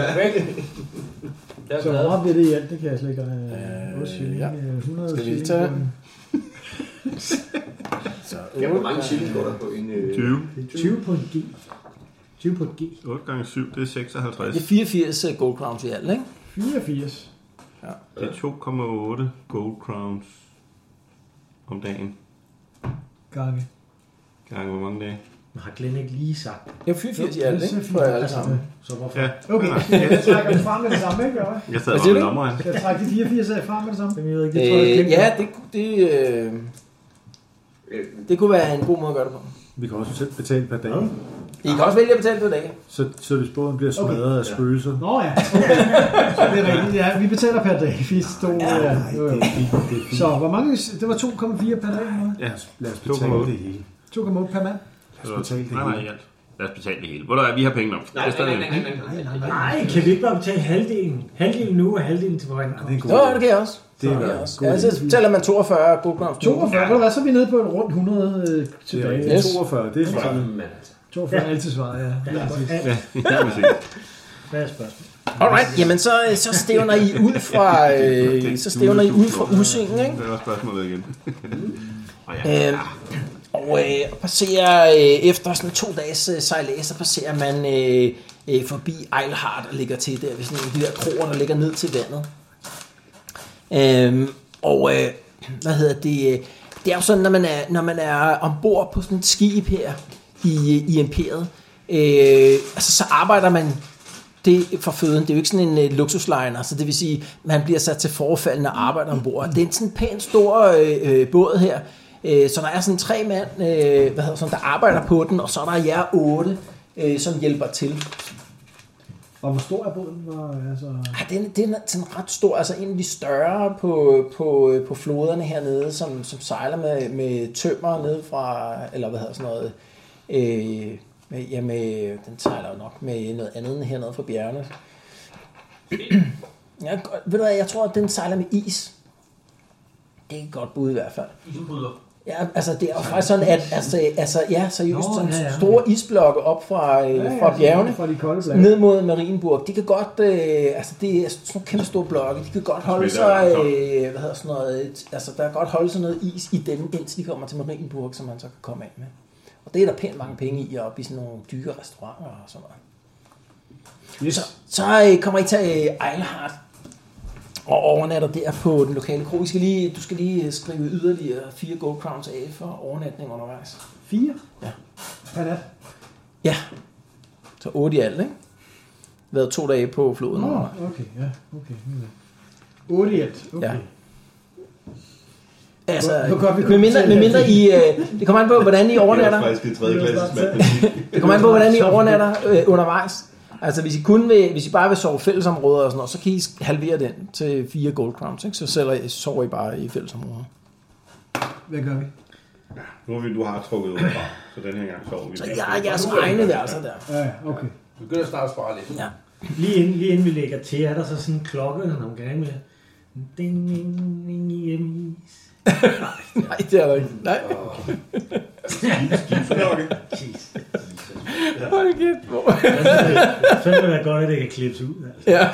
[SPEAKER 8] Jeg er
[SPEAKER 7] Så hvor
[SPEAKER 8] glad.
[SPEAKER 7] meget bliver det i alt? Det kan jeg slet ikke... Øh, 8 shilling,
[SPEAKER 2] ja.
[SPEAKER 7] øh, 100
[SPEAKER 2] Skal vi lige
[SPEAKER 7] shilling
[SPEAKER 2] tage
[SPEAKER 7] på
[SPEAKER 2] den?
[SPEAKER 7] en-
[SPEAKER 11] Ja, hvor mange chili går der på en... Øh,
[SPEAKER 6] 20.
[SPEAKER 3] Det er 20 på en G. 20 på en G.
[SPEAKER 6] 8 gange 7, det er 56.
[SPEAKER 2] Det er 84 gold crowns i alt, ikke?
[SPEAKER 7] 84.
[SPEAKER 6] Det er 2,8 gold crowns om dagen.
[SPEAKER 7] Gange.
[SPEAKER 6] Gange hvor mange dage?
[SPEAKER 3] Men har Glenn ikke lige sagt det?
[SPEAKER 2] Ja, 84 i
[SPEAKER 7] Jo,
[SPEAKER 2] alt,
[SPEAKER 7] det er
[SPEAKER 2] ikke?
[SPEAKER 7] så
[SPEAKER 2] For
[SPEAKER 7] fint.
[SPEAKER 2] jer alle sammen.
[SPEAKER 3] Så hvorfor?
[SPEAKER 6] Ja.
[SPEAKER 7] Okay,
[SPEAKER 6] nej,
[SPEAKER 7] så jeg trækker den frem med det samme, ikke? Eller? hvad?
[SPEAKER 6] Jeg sad
[SPEAKER 2] Hvad
[SPEAKER 6] og
[SPEAKER 2] siger
[SPEAKER 6] med
[SPEAKER 2] du?
[SPEAKER 6] lommer af.
[SPEAKER 7] Skal jeg trække de 84 af frem med det samme?
[SPEAKER 3] Det ved jeg ikke, det tror jeg,
[SPEAKER 2] Øh,
[SPEAKER 3] Glenn
[SPEAKER 2] ja,
[SPEAKER 3] gør.
[SPEAKER 2] det, kunne- det, øh,
[SPEAKER 11] øh,
[SPEAKER 2] det kunne være en god måde at gøre det på.
[SPEAKER 4] Vi kan også selv betale per dag.
[SPEAKER 2] I kan også vælge at betale det i dag.
[SPEAKER 4] Så, så hvis båden bliver smadret af spøgelser.
[SPEAKER 7] Nå ja, okay. så det er rigtigt. Ja, vi betaler per dag. Vi stod, ja, ja. Jo, jo. Så hvor mange? Det var 2,4 per dag. eller hvad?
[SPEAKER 6] Ja,
[SPEAKER 4] Lad os betale det hele.
[SPEAKER 7] 2,8 per mand.
[SPEAKER 6] lad
[SPEAKER 4] os betale det
[SPEAKER 6] Nej, nej,
[SPEAKER 4] hele.
[SPEAKER 6] ja. Lad os betale det hele. Hvor der er, vi har penge nok.
[SPEAKER 5] Nej, nej, nej, nej, nej, nej.
[SPEAKER 3] Nej, kan vi ikke bare betale halvdelen? Halvdelen nu og halvdelen til vores
[SPEAKER 4] Det er en god
[SPEAKER 2] Jo,
[SPEAKER 4] idé.
[SPEAKER 2] det kan jeg også.
[SPEAKER 4] Det er
[SPEAKER 2] Det kan
[SPEAKER 4] godt.
[SPEAKER 2] jeg også. Ja, så tæller man 42 gold crowns.
[SPEAKER 7] 42, ja. hvad, så er vi nede på en rundt 100 øh,
[SPEAKER 4] Det er
[SPEAKER 7] tilbage.
[SPEAKER 4] rigtigt.
[SPEAKER 2] Yes.
[SPEAKER 4] 42, det er sådan.
[SPEAKER 11] Mand,
[SPEAKER 7] 42 er altid svaret, ja.
[SPEAKER 3] Ja,
[SPEAKER 6] Ja, det er præcis.
[SPEAKER 3] Hvad er spørgsmålet?
[SPEAKER 2] Alright, jamen så, så stævner I ud fra, øh, så stævner I ud fra usingen, ikke?
[SPEAKER 6] Det var spørgsmålet igen. Og ja,
[SPEAKER 2] Øh, og øh, og passerer øh, efter sådan to dages øh, sejlads, så passerer man øh, øh, forbi Eilhard og ligger til der ved sådan en af de der kroer, der ligger ned til vandet. Øh, og øh, hvad hedder det? øh, Det er jo sådan, når man er, når man er ombord på sådan et skib her i, øh, i imperiet, øh, øh, altså, så arbejder man det for føden. Det er jo ikke sådan en øh, luksusliner, så det vil sige, man bliver sat til forfaldende arbejde ombord. Det er en sådan pæn stor øh, øh, båd her, øh, så der er sådan tre mand, øh, hvad hedder, sådan, der arbejder på den, og så er der jer otte, øh, som hjælper til.
[SPEAKER 7] Og hvor stor er båden? Hvor, altså,
[SPEAKER 2] Ah, den, den er sådan ret stor, altså en af de større på, på, på floderne hernede, som, som sejler med, med tømmer ned fra, eller hvad hedder sådan noget, øh, med, ja, med, den sejler jo nok med noget andet end hernede fra bjergene. Ja, godt. ved du hvad, jeg tror, at den sejler med is. Det er et godt bud i hvert fald.
[SPEAKER 5] Isbryder.
[SPEAKER 2] Ja, altså det er jo faktisk sådan, at altså, altså, ja, seriøst,
[SPEAKER 5] Nå,
[SPEAKER 2] sådan
[SPEAKER 5] ja, ja.
[SPEAKER 2] store isblokke op fra, øh,
[SPEAKER 7] Ja, ja,
[SPEAKER 2] fra bjergene,
[SPEAKER 7] fra de kolde bjerge.
[SPEAKER 2] ned mod Marienburg, de kan godt, øh, altså det er sådan nogle kæmpe store blokke, de kan godt holde
[SPEAKER 7] Spiller
[SPEAKER 2] sig,
[SPEAKER 7] langt op.
[SPEAKER 2] øh, hvad hedder sådan noget, et- altså der kan godt holde sig noget is i dem, indtil de kommer til Marienburg, som man så kan komme af med. Og det er der pænt mange penge i, op i sådan nogle dyre restauranter og sådan noget.
[SPEAKER 7] Yes.
[SPEAKER 2] Så, så øh, kommer I til øh, Eilhardt og overnatter der på den lokale kro. I skal lige, du skal lige øh, skrive yderligere fire gold crowns af for overnatning undervejs.
[SPEAKER 7] Fire?
[SPEAKER 2] Ja.
[SPEAKER 7] Per nat?
[SPEAKER 2] Ja. Så otte i alt, ikke? Været to dage på floden.
[SPEAKER 7] Nå,
[SPEAKER 2] Oh.
[SPEAKER 7] okay, ja, okay. 8 i alt, okay.
[SPEAKER 2] Ja.
[SPEAKER 7] Ja.
[SPEAKER 2] Altså,
[SPEAKER 7] Hvor- hvor godt vi
[SPEAKER 2] med
[SPEAKER 7] kunne
[SPEAKER 2] mindre,
[SPEAKER 7] betale
[SPEAKER 2] med mindre I... Øh, det kommer an på, hvordan I overnatter.
[SPEAKER 6] Det er faktisk en tredje klasses matematik.
[SPEAKER 2] Det kommer an på, hvordan I overnatter øh, undervejs. Altså, hvis I, kun vil, hvis I bare vil sove i fællesområder og sådan noget, så kan I halvere den til fire gold crowns, ikke? Så sælger, sover I bare i fællesområder.
[SPEAKER 7] Hvad gør vi?
[SPEAKER 6] Nu har vi, du har trukket ud af bar, så den her gang sover vi.
[SPEAKER 2] Så jeg er jeres egne værelser der.
[SPEAKER 7] Ja, ja, okay.
[SPEAKER 8] Vi begynder snart at spare lidt.
[SPEAKER 2] Ja.
[SPEAKER 3] Lige inden, lige inden vi lægger til, er der så sådan en klokke, eller nogle gange med ding, ding, ding, ding,
[SPEAKER 2] Nej, det er der ikke. Nej.
[SPEAKER 3] Jesus.
[SPEAKER 2] Hold kæft, hvor-
[SPEAKER 3] Så vil det være godt, at det kan klippes ud. Altså.
[SPEAKER 2] Ja.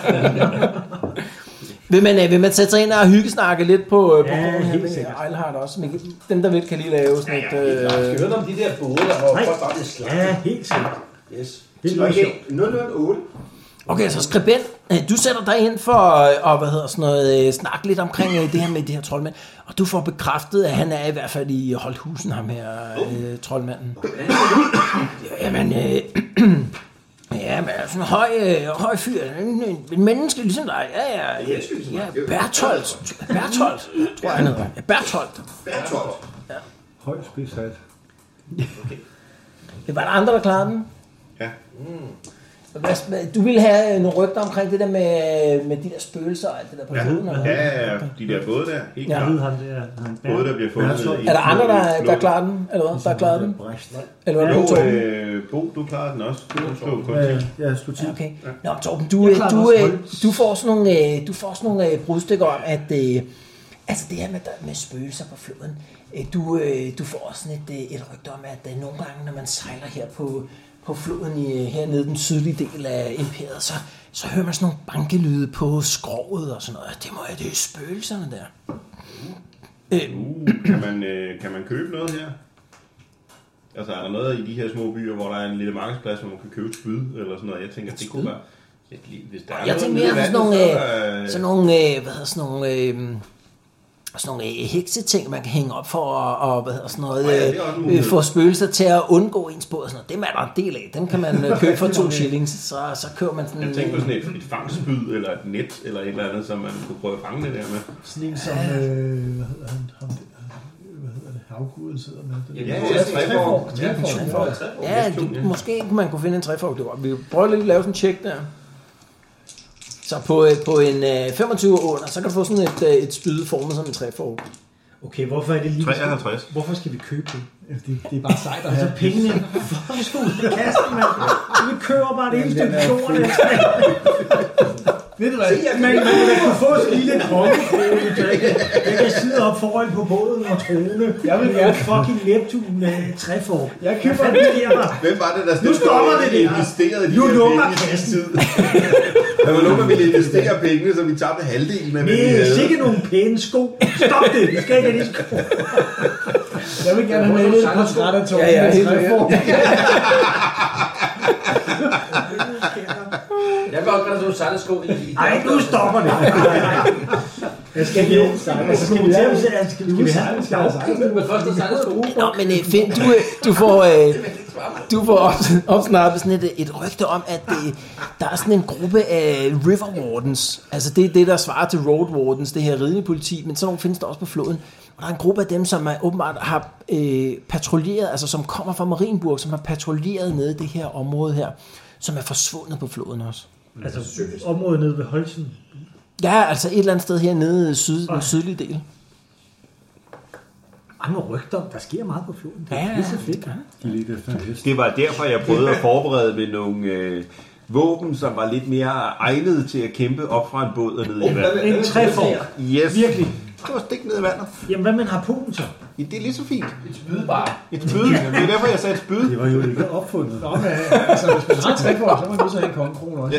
[SPEAKER 2] Vil man, øh, vil man sætte sig ind og hyggesnakke lidt på, øh, på
[SPEAKER 3] Ja,
[SPEAKER 2] krogen her
[SPEAKER 3] helt
[SPEAKER 2] med
[SPEAKER 3] sikkert.
[SPEAKER 2] Eilhardt også? Men dem, der vil, kan lige lave sådan et...
[SPEAKER 5] Jeg
[SPEAKER 2] øh,
[SPEAKER 5] skal høre noget om de der både, der hvor
[SPEAKER 2] Nej.
[SPEAKER 5] folk bare bliver slagt.
[SPEAKER 3] Ja, helt sikkert.
[SPEAKER 5] Yes.
[SPEAKER 3] Det lyder
[SPEAKER 5] Okay,
[SPEAKER 3] sjovt.
[SPEAKER 5] 008.
[SPEAKER 2] Okay, så skribent, øh, du sætter dig ind for øh, og hvad hedder sådan noget, øh, snakke lidt omkring øh, det her med de her troldmænd, og du får bekræftet, at han er i hvert fald i Holthusen, ham her øh, troldmanden. Jamen, øh, ja, men sådan en høj, øh, høj fyr, en, en, en menneske ligesom dig, ja, ja, ja, ja Bertolt, Bertolt, tror jeg han hedder, ja, Bertolt.
[SPEAKER 11] Bertolt.
[SPEAKER 4] Høj spidsat.
[SPEAKER 2] Det var der andre, der klarede den?
[SPEAKER 6] Ja.
[SPEAKER 2] Mm. Du ville have øh, nogle rygter omkring det der øh, med, med de der spøgelser og alt det der på
[SPEAKER 6] Ja,
[SPEAKER 2] floden, eller hvad?
[SPEAKER 6] ja, ja, de der både der, helt
[SPEAKER 2] Ja.
[SPEAKER 3] Ham
[SPEAKER 6] klart.
[SPEAKER 3] der, han
[SPEAKER 6] Både der bliver fundet i
[SPEAKER 2] Er der andre, der, der
[SPEAKER 6] floden.
[SPEAKER 2] klarer den? Eller hvad? Der klarer den? Eller hvad?
[SPEAKER 6] Jo,
[SPEAKER 2] Torben?
[SPEAKER 6] øh, Bo, du klarede den også. Du slog kun
[SPEAKER 4] Ja,
[SPEAKER 6] til.
[SPEAKER 4] ja, slå 10.
[SPEAKER 2] Okay. Nå, Torben, du,
[SPEAKER 4] Jeg
[SPEAKER 2] øh,
[SPEAKER 4] klarer den
[SPEAKER 2] du,
[SPEAKER 4] også
[SPEAKER 2] øh,
[SPEAKER 4] højt.
[SPEAKER 2] du får sådan nogle, øh, du får sådan nogle øh, brudstykker om, at øh, altså det her med, der- med spøgelser på floden, øh, du, øh, du får også sådan et, øh, et rygte om, at øh, nogle gange, når man sejler her på, på floden i, øh, hernede i den sydlige del af imperiet, så, så hører man sådan nogle bankelyde på skroget og sådan noget. Det må jeg, det er spøgelserne der.
[SPEAKER 6] Uh, kan, man, øh, kan man købe noget her? Altså, er der noget i de her små byer, hvor der er en lille markedsplads, hvor man kan købe spyd eller sådan noget? Jeg tænker, det kunne være... Hvis der er
[SPEAKER 2] Jeg
[SPEAKER 6] noget
[SPEAKER 2] tænker
[SPEAKER 6] nede
[SPEAKER 2] mere
[SPEAKER 6] i
[SPEAKER 2] på sådan
[SPEAKER 6] vandet,
[SPEAKER 2] nogle,
[SPEAKER 6] så,
[SPEAKER 2] øh, sådan nogle, øh, hvad hedder sådan nogle, øh, sådan nogle øh, hekseting, man kan hænge op for, og, og hvad hedder sådan
[SPEAKER 6] Nå ja,
[SPEAKER 2] noget,
[SPEAKER 6] det er
[SPEAKER 2] øh,
[SPEAKER 6] også en
[SPEAKER 2] øh,
[SPEAKER 6] mulighed.
[SPEAKER 2] få spøgelser til at undgå ens båd, og sådan noget. Dem er der en del af. Dem kan man øh, købe for to shillings, så, så køber man sådan
[SPEAKER 6] Jeg tænker på sådan et, et fangspyd, eller et net, eller et eller andet, som man kunne prøve at fange det der med.
[SPEAKER 10] Sådan en som, øh, hvad hedder han, ham der, øh, hvad hedder det, havguden sidder med. Den
[SPEAKER 6] Ja,
[SPEAKER 10] der-
[SPEAKER 6] ja, ja, Treborg.
[SPEAKER 10] Ja,
[SPEAKER 6] Ja,
[SPEAKER 10] Treborg.
[SPEAKER 2] Ja, det, måske kunne man kunne finde en trefork. Det var- Vi prøver lige at lave sådan en check der. Så på, øh, på en øh, 25 under, så kan du få sådan et, øh, et spyd formet som en trefork.
[SPEAKER 3] Okay, hvorfor er det lige...
[SPEAKER 6] 53.
[SPEAKER 3] Hvorfor skal vi købe det?
[SPEAKER 10] Det, det er bare sejt at
[SPEAKER 3] Altså
[SPEAKER 10] have.
[SPEAKER 3] pengene. Hvorfor stod det kassen, mand? Vi køber bare det hele stykke jord. det.
[SPEAKER 10] Ved du hvad?
[SPEAKER 3] Man man kan da kunne få sådan en lille kongekrone i dag. Jeg kan sidde op foran på båden og trone. Jeg vil være fucking Neptun uh, med træform. Jeg køber det der.
[SPEAKER 6] Hvem var det, der
[SPEAKER 3] Nu stopper det der.
[SPEAKER 6] investerede
[SPEAKER 3] Nu lukker kassen.
[SPEAKER 6] Der var nogen, der ville investere pengene, så vi tabte halvdelen af, hvad vi
[SPEAKER 3] Nej,
[SPEAKER 6] havde.
[SPEAKER 3] sikke nogle pæne sko. Stop det. Vi skal ikke have de sko.
[SPEAKER 10] Jeg vil gerne have
[SPEAKER 3] Hvor er
[SPEAKER 10] med
[SPEAKER 3] du
[SPEAKER 10] et
[SPEAKER 3] sejt?
[SPEAKER 10] portræt af Torben.
[SPEAKER 2] Ja, ja,
[SPEAKER 10] med
[SPEAKER 2] helt
[SPEAKER 10] træform.
[SPEAKER 8] Jeg kan også godt have sådan sko i. i-
[SPEAKER 3] Nej, nu stopper det. Jeg skal vi altså, skal vi tage skal, skal vi have
[SPEAKER 8] Men først er sejlet sko.
[SPEAKER 2] Nå, men øh, Finn, du, øh, du får, øh, Du får op- opsnappet sådan et, øh, et rygte om, at det, der er sådan en gruppe af river wardens. Altså det er det, der svarer til road wardens, det her ridende politi, men sådan nogle findes der også på floden. Og der er en gruppe af dem, som er, åbenbart har øh, patruljeret, altså som kommer fra Marienburg, som har patruljeret nede i det her område her, som er forsvundet på floden også.
[SPEAKER 3] Altså området nede ved Holsen.
[SPEAKER 2] Ja, altså et eller andet sted hernede i syd, den
[SPEAKER 3] Ej.
[SPEAKER 2] sydlige del.
[SPEAKER 3] Andre rygter. Der sker meget på floden. Det er
[SPEAKER 2] Ja,
[SPEAKER 3] ja,
[SPEAKER 2] ja,
[SPEAKER 3] pisse fedt. Ja.
[SPEAKER 6] Det var derfor, jeg prøvede at forberede med nogle øh, våben, som var lidt mere egnet til at kæmpe op fra en båd og ned i vandet.
[SPEAKER 3] En træfork.
[SPEAKER 6] Yes.
[SPEAKER 3] Virkelig.
[SPEAKER 6] Det var stik ned i vandet.
[SPEAKER 3] Jamen, hvad med en harpun så?
[SPEAKER 6] Ja, det er lige så fint.
[SPEAKER 5] Et spyd bare.
[SPEAKER 6] Et spyd. Det er derfor, jeg sagde et spyd.
[SPEAKER 4] Det var jo ikke opfundet.
[SPEAKER 7] Nå, men, øh, altså, hvis man har tre for, så må man nødt til at have en kongekrone også.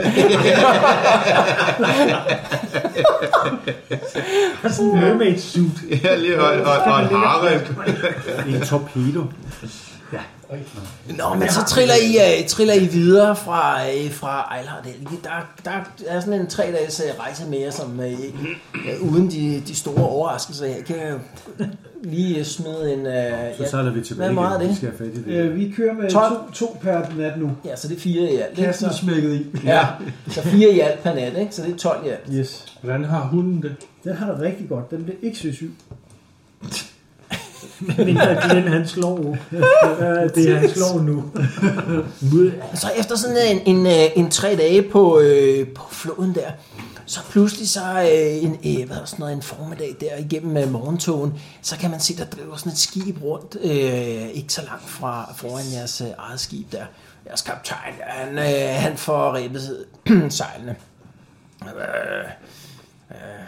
[SPEAKER 3] Og sådan en mermaid suit.
[SPEAKER 6] Ja, lige og, og, og en harem.
[SPEAKER 4] En torpedo.
[SPEAKER 2] Nå, men så triller I, uh, triller I videre fra, uh, fra Ejlhard. Der, der er sådan en tre dages øh, rejse med jer, som uh, uh, uden de, de store overraskelser her, kan jeg lige øh, smide en... Uh,
[SPEAKER 4] Så sejler vi tilbage
[SPEAKER 2] Hvad meget er
[SPEAKER 4] igen. Vi
[SPEAKER 2] det?
[SPEAKER 4] skal have fat i det.
[SPEAKER 7] Øh, vi kører med
[SPEAKER 2] Tolv.
[SPEAKER 7] to, to per nat nu.
[SPEAKER 2] Ja, så det er fire i alt. ikke?
[SPEAKER 7] Kassen er
[SPEAKER 2] Så-
[SPEAKER 7] smækket i.
[SPEAKER 2] Ja, så fire i alt per nat, ikke? Så det er 12 i alt.
[SPEAKER 7] Yes.
[SPEAKER 9] Hvordan har hunden det?
[SPEAKER 7] Den har det rigtig godt. Den bliver ikke søsyg.
[SPEAKER 3] Men Glenn, han slår. Øh, det er, han slår nu.
[SPEAKER 2] Så efter sådan en, en, øh, en tre dage på, øh, på floden der, så pludselig så øh, en, øh, hvad er sådan noget, en formiddag der igennem øh, morgentogen, så kan man se, der driver sådan et skib rundt, øh, ikke så langt fra foran jeres øh, eget skib der. Jeres kaptajn, ja, han, øh, han får rebet sejlene. Øh, øh,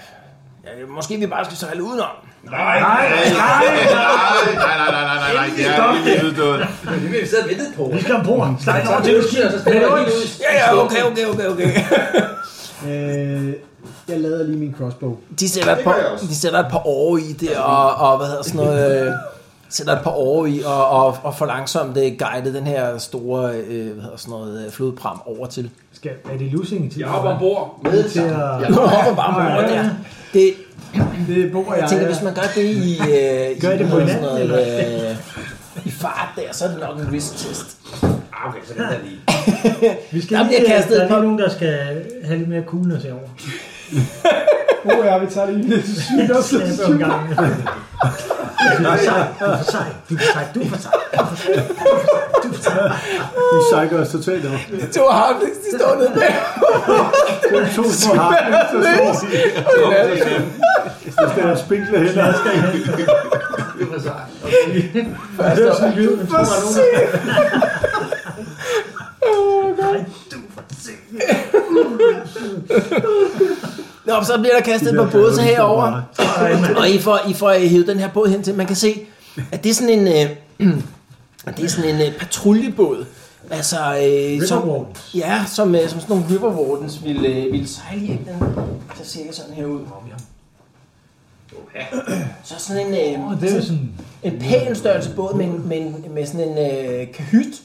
[SPEAKER 2] ja, måske vi bare skal sejle udenom.
[SPEAKER 6] Nej, nej, nej, nej, nej, nej, nej, nej, nej, det er helt udstået.
[SPEAKER 5] Det vil vi sidde og vente på.
[SPEAKER 3] Vi skal ombord. Slej
[SPEAKER 5] Så
[SPEAKER 3] over
[SPEAKER 5] er
[SPEAKER 3] til
[SPEAKER 5] det
[SPEAKER 3] os.
[SPEAKER 5] jo så stiller vi helt ud.
[SPEAKER 2] Ja, ja, okay, okay, okay, okay.
[SPEAKER 7] Øh, jeg lader lige min crossbow.
[SPEAKER 2] De sætter, et
[SPEAKER 11] Det gør jeg
[SPEAKER 2] par,
[SPEAKER 11] også.
[SPEAKER 2] de sætter et par år i det, og, og hvad hedder sådan noget, øh, sætter et par år i, og, og, og for langsomt øh, guide den her store øh, hvad hedder sådan noget, øh, flodpram over til.
[SPEAKER 3] Skal, er det losing til?
[SPEAKER 8] Jeg hopper ombord.
[SPEAKER 3] med til at...
[SPEAKER 2] Du hopper bare på over der. Det,
[SPEAKER 7] Det er Bo og jeg.
[SPEAKER 2] jeg tænker, hvis man gør det i, øh,
[SPEAKER 3] Gør I
[SPEAKER 2] i,
[SPEAKER 3] det på
[SPEAKER 2] hvad hedder
[SPEAKER 3] hinanden,
[SPEAKER 2] øh, i fart der, så er det nok en risk test.
[SPEAKER 5] Ah, okay, så kan jeg lige.
[SPEAKER 3] Vi skal
[SPEAKER 2] Der
[SPEAKER 3] lige, øh,
[SPEAKER 2] bliver kastet
[SPEAKER 3] der er
[SPEAKER 2] et par-
[SPEAKER 3] lige nogen, der skal have lidt mere kuglen at se over.
[SPEAKER 7] Bo og jeg, vi tager lige lidt syg.
[SPEAKER 3] Jeg skal have en gang. Du er for sej. Du er for sej. Du er for sej. Du er for sej.
[SPEAKER 4] Vi sejker os totalt op.
[SPEAKER 2] Det var harmløst, de står nede der.
[SPEAKER 4] To små harme, så står vi. Så skal der spinkle hænder.
[SPEAKER 5] Det var sejt.
[SPEAKER 3] Det er sådan en lyd, man tror, der er nogen, der... Nej, du er for sej.
[SPEAKER 2] Nå, men så bliver der kastet et par bådser herover. Og I får, I får øh, hævet den her båd hen til. Man kan se, at det er sådan en, øh, det er sådan en øh, patruljebåd. Altså, øh, som,
[SPEAKER 3] Riverwalk.
[SPEAKER 2] ja, som, øh, som sådan nogle river wardens ville, øh, ville sejle hjem. Den så cirka sådan her ud. Så sådan en, øh,
[SPEAKER 3] Og det er jo sådan...
[SPEAKER 2] en pæn størrelse båd med, en- med, en- med sådan en øh, kahyt.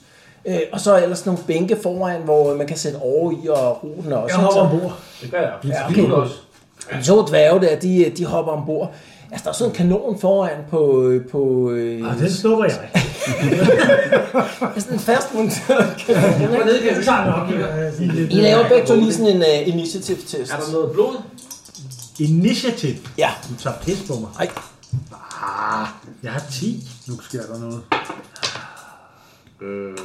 [SPEAKER 2] Øh, og så ellers nogle bænke foran, hvor man kan sætte over i og ro den også.
[SPEAKER 3] Jeg hopper ombord.
[SPEAKER 8] Det gør jeg.
[SPEAKER 2] Ja,
[SPEAKER 8] Ja,
[SPEAKER 2] okay.
[SPEAKER 8] okay. også.
[SPEAKER 2] De to dværge der, de, øh, de hopper ombord. Altså, der er sådan en kanon foran på... øh, på øh,
[SPEAKER 3] Og den slukker jeg.
[SPEAKER 2] er sådan en fast monteret kanon.
[SPEAKER 8] Jeg var nede i
[SPEAKER 3] Jeg tager nok.
[SPEAKER 2] I laver begge to lige sådan en uh, initiativ-test.
[SPEAKER 8] Er der noget blod?
[SPEAKER 3] Initiativ.
[SPEAKER 2] Ja.
[SPEAKER 3] Du tager pis på mig. Ah,
[SPEAKER 2] Ej.
[SPEAKER 3] Jeg har 10.
[SPEAKER 4] Nu sker der noget.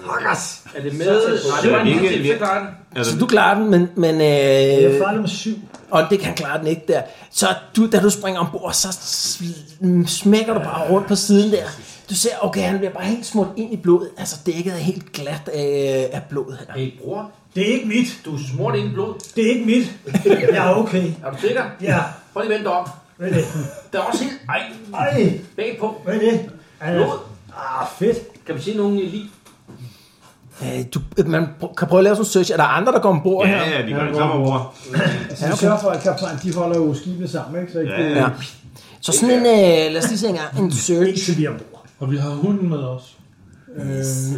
[SPEAKER 3] Pokkers.
[SPEAKER 8] Er det med? Nej, det var en
[SPEAKER 6] Ikke-
[SPEAKER 8] lille tip, så klarer den.
[SPEAKER 2] Så du klarer den, men... men
[SPEAKER 3] Jeg
[SPEAKER 2] øh,
[SPEAKER 3] fejler med 7.
[SPEAKER 2] og det kan klare den ikke der. Så du, da du springer ombord, så sl- smækker du bare rundt på siden der. Du ser, okay, han bliver bare helt smurt ind i blodet. Altså, dækket er helt glat af, af blodet her.
[SPEAKER 8] Hey, bror.
[SPEAKER 3] Det er ikke mit.
[SPEAKER 8] Du er smurt ind i blod.
[SPEAKER 3] Det er ikke mit. Jeg er okay.
[SPEAKER 8] Er du sikker?
[SPEAKER 3] Ja,
[SPEAKER 8] Prøv lige at vente dig om.
[SPEAKER 3] hvad er det?
[SPEAKER 8] Der er også helt... Ej,
[SPEAKER 3] Ej,
[SPEAKER 8] bagpå.
[SPEAKER 3] hvad er det? Er det?
[SPEAKER 8] Blod.
[SPEAKER 3] Ah, fedt.
[SPEAKER 8] Kan vi se nogen lige?
[SPEAKER 2] Øh, du, man pr- kan prøve at lave sådan en search. Er der andre, der går ombord her?
[SPEAKER 6] Ja, ja, vi går ikke sammen over.
[SPEAKER 7] Så vi sørger for, at kaptajn, de holder jo skibene sammen, ikke? Så ikke
[SPEAKER 6] Ja,
[SPEAKER 2] Ja. Så sådan en, øh, lad os lige se en gang, en
[SPEAKER 3] Ikke
[SPEAKER 2] search.
[SPEAKER 3] til vi er ombord.
[SPEAKER 9] Og vi har hunden med os.
[SPEAKER 7] Øh,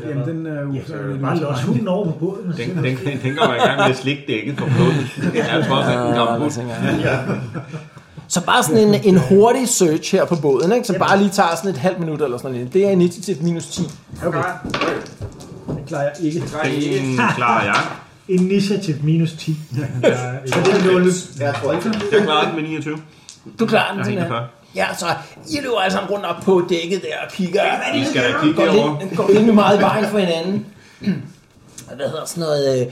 [SPEAKER 7] jamen, den er jo... så er det
[SPEAKER 3] Bare
[SPEAKER 7] lidt-
[SPEAKER 3] lås hunden over på båden. og
[SPEAKER 6] Den,
[SPEAKER 3] siger,
[SPEAKER 6] den, den, den går man i gang med at slikke dækket på blodet. Det er trods alt en gammel hund.
[SPEAKER 2] Så bare sådan en, en hurtig search her på båden, ikke? som bare lige tager sådan et halvt minut eller sådan noget. Det er initiativ minus 10.
[SPEAKER 8] Okay.
[SPEAKER 7] Den klarer jeg ikke.
[SPEAKER 6] altså. Den klarer jeg.
[SPEAKER 3] Initiativ minus 10. Ja,
[SPEAKER 11] Så det er nul. Jeg tror ikke.
[SPEAKER 6] Jeg klarer den med 29.
[SPEAKER 2] Du klarer den,
[SPEAKER 6] Jeg er
[SPEAKER 2] Tina.
[SPEAKER 6] 41.
[SPEAKER 2] Ja, så I løber alle sammen rundt op på dækket der og kigger.
[SPEAKER 6] I skal da kigge
[SPEAKER 2] går,
[SPEAKER 6] derovre.
[SPEAKER 2] lidt, går rimelig meget i vejen for hinanden. Og Hvad hedder sådan noget?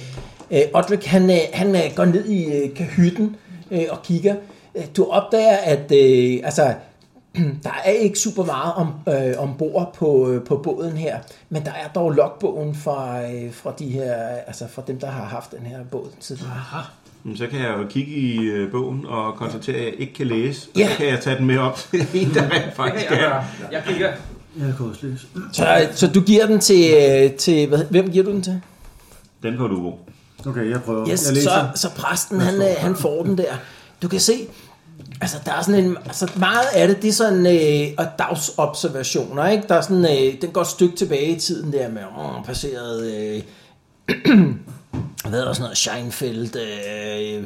[SPEAKER 2] Øh, øh, Odrik, han, øh, han øh, går ned i øh, kahytten øh, og kigger. Øh, Du opdager, at øh, altså, der er ikke super meget om, øh, ombord på, øh, på båden her, men der er dog logbogen fra, øh, fra, de her, altså fra dem, der har haft den her båd tidligere. Aha.
[SPEAKER 6] Jamen, Så kan jeg jo kigge i øh, bogen og konstatere, at jeg ikke kan læse. Og
[SPEAKER 2] Ja.
[SPEAKER 6] så kan jeg tage den med op til en, der rent faktisk
[SPEAKER 8] jeg,
[SPEAKER 6] kan.
[SPEAKER 8] gøre. jeg kigger.
[SPEAKER 10] Jeg kan også læse.
[SPEAKER 2] Så, så du giver den til, øh, til hvad, hvem giver du den til?
[SPEAKER 6] Den får du, Bo.
[SPEAKER 4] Okay, jeg prøver.
[SPEAKER 2] Yes,
[SPEAKER 4] jeg læser.
[SPEAKER 2] så, så præsten, han, øh, han får den der. Du kan se, altså der er sådan en, altså meget af det, det er sådan øh, og dagsobservationer, ikke? Der er sådan, øh, den går et stykke tilbage i tiden der med, åh, passeret, øh, hvad hedder sådan noget, Scheinfeld, øh,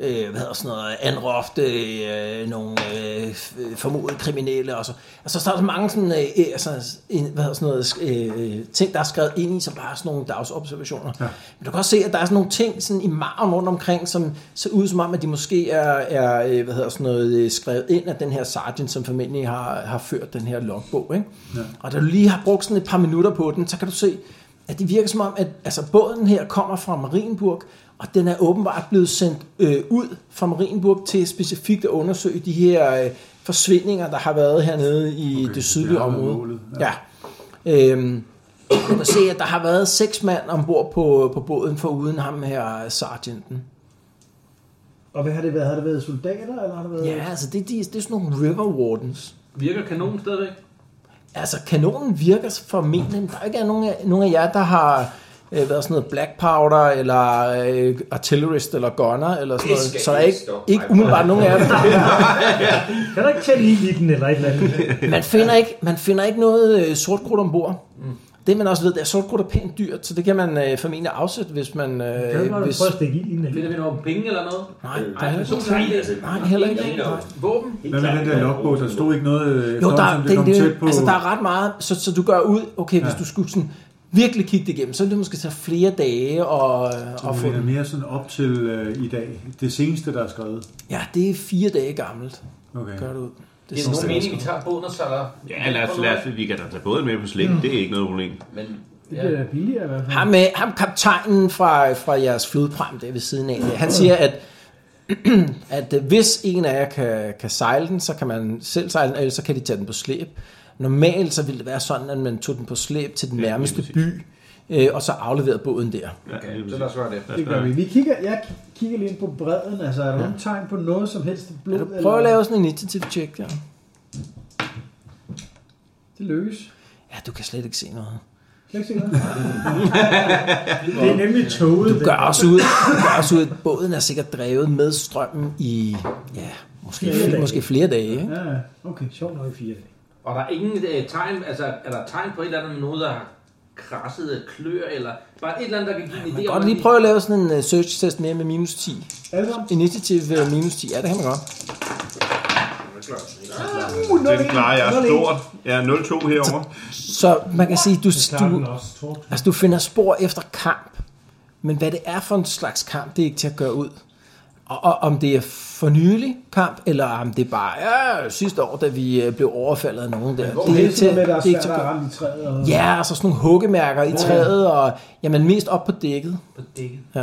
[SPEAKER 2] øh, hvad hedder sådan noget, anrofte, øh, nogle øh, f- formodede kriminelle og så. Altså, så er der så mange sådan, øh, øh, altså, en- hvad hedder sådan noget, sk- øh, ting, der er skrevet ind i, som bare er sådan nogle dagsobservationer. Ja. Men du kan også se, at der er sådan nogle ting sådan i marven rundt omkring, som ser ud som om, at de måske er, er øh, hvad hedder sådan noget, øh, skrevet ind af den her sergeant, som formentlig har, har ført den her logbog. Ikke? Ja. Og da du lige har brugt sådan et par minutter på den, så kan du se, at det virker som om, at altså, båden her kommer fra Marienburg, og den er åbenbart blevet sendt øh, ud fra Marienburg til specifikt at undersøge de her øh, forsvindinger, der har været hernede i okay, det sydlige
[SPEAKER 4] det har været
[SPEAKER 2] område.
[SPEAKER 4] målet,
[SPEAKER 2] ja. ja. Øhm, du kan se, at der har været seks mand ombord på, på båden, for uden ham her, sergeanten.
[SPEAKER 7] Og hvad har det været? Har det været soldater, eller har det været...
[SPEAKER 2] Ja, altså det, er de, det er sådan nogle river wardens.
[SPEAKER 8] Virker kanonen stadigvæk?
[SPEAKER 2] Altså kanonen virker formentlig, der er ikke nogen af, nogen af jer, der har øh, været sådan noget black powder, eller øh, artillerist, eller gunner, eller sådan
[SPEAKER 11] Det
[SPEAKER 2] noget.
[SPEAKER 11] skal
[SPEAKER 2] Så der er
[SPEAKER 11] ikke
[SPEAKER 2] ikke,
[SPEAKER 11] stoppe
[SPEAKER 2] ikke
[SPEAKER 11] mig.
[SPEAKER 2] umiddelbart nogen af jer, der
[SPEAKER 3] Kan du ikke tælle i den eller et eller
[SPEAKER 7] Øh,
[SPEAKER 3] andet?
[SPEAKER 2] man finder ikke, man finder ikke noget øh, sort krudt ombord. Mm. Det man også ved, det er, at sort krudt er pænt dyrt, så det kan man øh, formentlig afsætte, hvis man...
[SPEAKER 3] Kan du
[SPEAKER 2] Øh,
[SPEAKER 3] godt
[SPEAKER 2] hvis...
[SPEAKER 3] prøve at stikke i den?
[SPEAKER 8] Finder vi noget om penge eller noget?
[SPEAKER 2] Nej, der
[SPEAKER 8] Øh, Nej,
[SPEAKER 2] er
[SPEAKER 8] person,
[SPEAKER 2] ikke.
[SPEAKER 8] nej, altså,
[SPEAKER 2] Nej, heller ikke.
[SPEAKER 8] ingen
[SPEAKER 2] Nej.
[SPEAKER 8] Våben?
[SPEAKER 4] Hvad med den der logbog? Der stod ikke noget, øh,
[SPEAKER 2] Jo, der,
[SPEAKER 4] efterhånden, som
[SPEAKER 2] det,
[SPEAKER 4] kom
[SPEAKER 2] det,
[SPEAKER 4] tæt på.
[SPEAKER 2] altså, der er ret meget, så, så du gør ud, okay, ja. hvis du skulle sådan virkelig kigge det igennem, så ville det måske tage flere dage og, og få
[SPEAKER 4] det er
[SPEAKER 2] den.
[SPEAKER 4] mere sådan op til øh, i dag. Det seneste, der er skrevet.
[SPEAKER 2] Ja, det er fire dage gammelt,
[SPEAKER 4] Okay.
[SPEAKER 2] gør det ud.
[SPEAKER 8] Det er nogen mening, vi tager båden og sejler.
[SPEAKER 6] Ja, lad os, lad os, vi kan da tage båden med på slæb. Mm. Det er ikke noget problem.
[SPEAKER 8] Men
[SPEAKER 7] Det bliver da billigere i hvert fald.
[SPEAKER 2] Ham, øh, ham kaptajnen fra, fra jeres flodpram der ved siden af, han siger, at, at øh, hvis en af jer kan, kan sejle den, så kan man selv sejle den, eller så kan de tage den på slæb. Normalt så ville det være sådan, at man tog den på slæb til den nærmeste by, øh, og så afleverede båden der.
[SPEAKER 6] Okay,
[SPEAKER 5] Så lad os gøre det.
[SPEAKER 7] Det gør vi. vi kigger, jeg kigger lige ind på bredden. Altså, er der nogen tegn på noget som helst? Blod,
[SPEAKER 2] Eller prøv at lave sådan en initiativ check der.
[SPEAKER 7] Det lykkes.
[SPEAKER 2] Ja, du kan slet ikke se noget.
[SPEAKER 7] Kan ikke se noget?
[SPEAKER 3] Det er nemlig toget.
[SPEAKER 2] Du gør også ud, du gør også ud at båden er sikkert drevet med strømmen i, ja, måske,
[SPEAKER 7] Flere
[SPEAKER 2] flere,
[SPEAKER 7] dage.
[SPEAKER 2] måske flere dage. Ikke?
[SPEAKER 7] Ja, ja. okay, sjovt nok i fire dage.
[SPEAKER 8] Og der er ingen øh, tegn, altså er der tegn på et eller andet med noget, der har krasset øh, klør, eller bare et eller andet, der kan give en idé
[SPEAKER 2] Man
[SPEAKER 8] om...
[SPEAKER 2] kan godt lige prøve at lave sådan en øh, search test mere med minus 10.
[SPEAKER 7] Alle sammen?
[SPEAKER 2] Initiativ øh, minus 10, ja, det kan man godt.
[SPEAKER 7] Uh, nul
[SPEAKER 6] Den
[SPEAKER 7] en,
[SPEAKER 6] klarer jeg
[SPEAKER 7] nul en.
[SPEAKER 6] stort. Jeg er 0-2 herovre.
[SPEAKER 2] Så man kan sige, du,
[SPEAKER 9] Klarer den
[SPEAKER 2] du,
[SPEAKER 9] også, tror jeg.
[SPEAKER 2] altså, du finder spor efter kamp, men hvad det er for en slags kamp, det er ikke til at gøre ud. Og, og om det er for nylig kamp, eller om det er bare ja, sidste år, da vi øh, blev overfaldet af nogen der.
[SPEAKER 7] Det
[SPEAKER 2] Det
[SPEAKER 7] er
[SPEAKER 2] er
[SPEAKER 7] hele
[SPEAKER 2] ikke til,
[SPEAKER 7] tiden
[SPEAKER 2] det
[SPEAKER 7] med, der er
[SPEAKER 2] er ikke
[SPEAKER 7] svært
[SPEAKER 2] til
[SPEAKER 7] at
[SPEAKER 2] at gøre.
[SPEAKER 7] ramme i træet. Og...
[SPEAKER 2] Ja, altså sådan nogle huggemærker i træet, og jamen mest op på dækket.
[SPEAKER 8] På dækket.
[SPEAKER 2] Ja.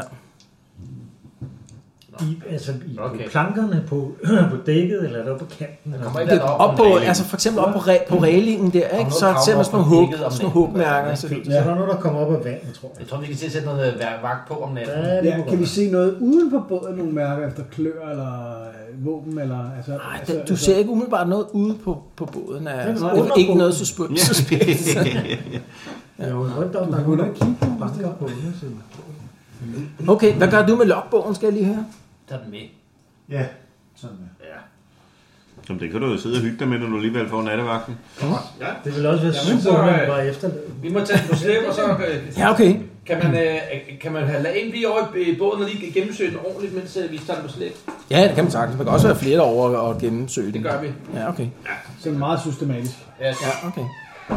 [SPEAKER 3] I, altså i okay.
[SPEAKER 8] Okay.
[SPEAKER 3] plankerne på, på dækket, eller er det oppe på kanten? Eller?
[SPEAKER 8] Kommer
[SPEAKER 3] sådan
[SPEAKER 2] Det,
[SPEAKER 8] ikke der
[SPEAKER 2] op på, altså for eksempel op på, re, på reglingen der, ikke?
[SPEAKER 8] noget
[SPEAKER 2] så ser man
[SPEAKER 8] kravler
[SPEAKER 2] sådan nogle,
[SPEAKER 8] fra
[SPEAKER 2] hug,
[SPEAKER 8] dækket om
[SPEAKER 2] sådan nogle
[SPEAKER 8] natten.
[SPEAKER 2] hugmærker. Så,
[SPEAKER 3] noget? Så er der noget, der kommer op af vandet, tror jeg.
[SPEAKER 8] Jeg tror, vi kan til at sætte noget øh, vagt på om natten.
[SPEAKER 3] Ja, det
[SPEAKER 7] Ja,
[SPEAKER 3] kunne
[SPEAKER 7] kan vi
[SPEAKER 3] godt
[SPEAKER 7] se noget uden på båden, nogle mærker efter klør eller øh, våben? Eller, altså,
[SPEAKER 2] nej,
[SPEAKER 7] altså,
[SPEAKER 2] den, du ser ikke umiddelbart noget ude på, på båden. Altså,
[SPEAKER 7] nej, under
[SPEAKER 2] ikke
[SPEAKER 7] båden.
[SPEAKER 2] noget suspekt. suspekt.
[SPEAKER 3] være. Jo, rundt om,
[SPEAKER 7] Du
[SPEAKER 3] der
[SPEAKER 7] kan
[SPEAKER 3] er
[SPEAKER 7] gå
[SPEAKER 3] nogen, der
[SPEAKER 7] ned og kigge på den, hvis det
[SPEAKER 3] banker
[SPEAKER 7] er-
[SPEAKER 3] på undersiden.
[SPEAKER 2] Okay, hvad gør du med logbogen, skal jeg lige høre?
[SPEAKER 8] Tag den med.
[SPEAKER 4] Ja, sådan der.
[SPEAKER 6] Jamen, det kan du jo sidde og hygge dig med, når du alligevel får nattevagten.
[SPEAKER 3] Det ville også være super,
[SPEAKER 8] Jamen, så,
[SPEAKER 3] om
[SPEAKER 8] øh,
[SPEAKER 3] man var efterladt.
[SPEAKER 8] Vi må tage den på slæb, og så øh,
[SPEAKER 2] Ja, okay.
[SPEAKER 8] kan man, øh, kan man have- lade en blive over i øh, båden og lige gennemsøge den ordentligt, mens øh, vi tager den på slæb.
[SPEAKER 2] Ja, det kan man sagtens. Man kan også være flere over og gennemsøge den.
[SPEAKER 8] Det gør vi.
[SPEAKER 2] Ja, okay.
[SPEAKER 7] Så er det meget systematisk.
[SPEAKER 8] Ja, så.
[SPEAKER 2] Ja, okay.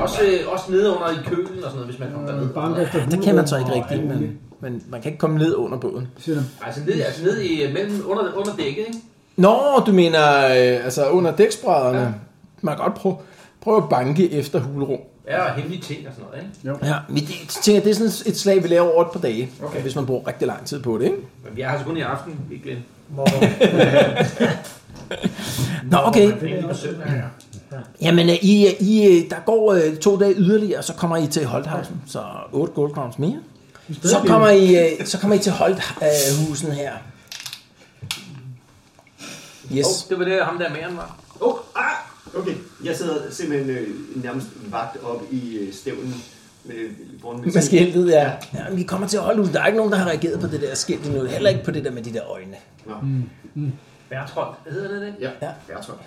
[SPEAKER 8] Også, øh, også nede under i kølen og sådan noget, hvis man
[SPEAKER 2] Øh,
[SPEAKER 8] kommer derned.
[SPEAKER 2] Ja, det kan man så ikke rigtigt, men, men man kan ikke komme ned under båden.
[SPEAKER 8] Altså ned, altså ned i, mellem, under, under dækket, ikke?
[SPEAKER 2] Nå, du mener øh, altså under dæksbrædderne. Ja. Man kan godt prøve, prøve at banke efter hulrum.
[SPEAKER 8] Ja, og hemmelige ting og sådan noget, ikke?
[SPEAKER 2] Ja, men det, jeg tænker, det er sådan et slag, vi laver over et par dage, okay. hvis man bruger rigtig lang tid på det, ikke?
[SPEAKER 8] Men vi er her så kun i aften, ikke Glenn?
[SPEAKER 2] Nå, okay. Jamen, øh, I, øh, I, øh, der går øh, to dage yderligere, og så kommer I til Holthausen. Så otte gold crowns mere. Så kommer I, øh, så kommer I til Holthusen her. Yes.
[SPEAKER 8] Oh, det var det, ham der med han var.
[SPEAKER 11] Oh, ah! Okay, jeg sidder simpelthen øh, nærmest vagt op i øh, stævnen med, foran min
[SPEAKER 2] Med skiltet, ja. ja men vi kommer til Holthusen. Der er ikke nogen, der har reageret på det der skilt endnu. Heller ikke på det der med de der øjne.
[SPEAKER 11] Nå,
[SPEAKER 2] Mm. Mm.
[SPEAKER 8] Bertolt, hvad hedder det det?
[SPEAKER 11] ja,
[SPEAKER 2] ja.
[SPEAKER 11] Bertolt.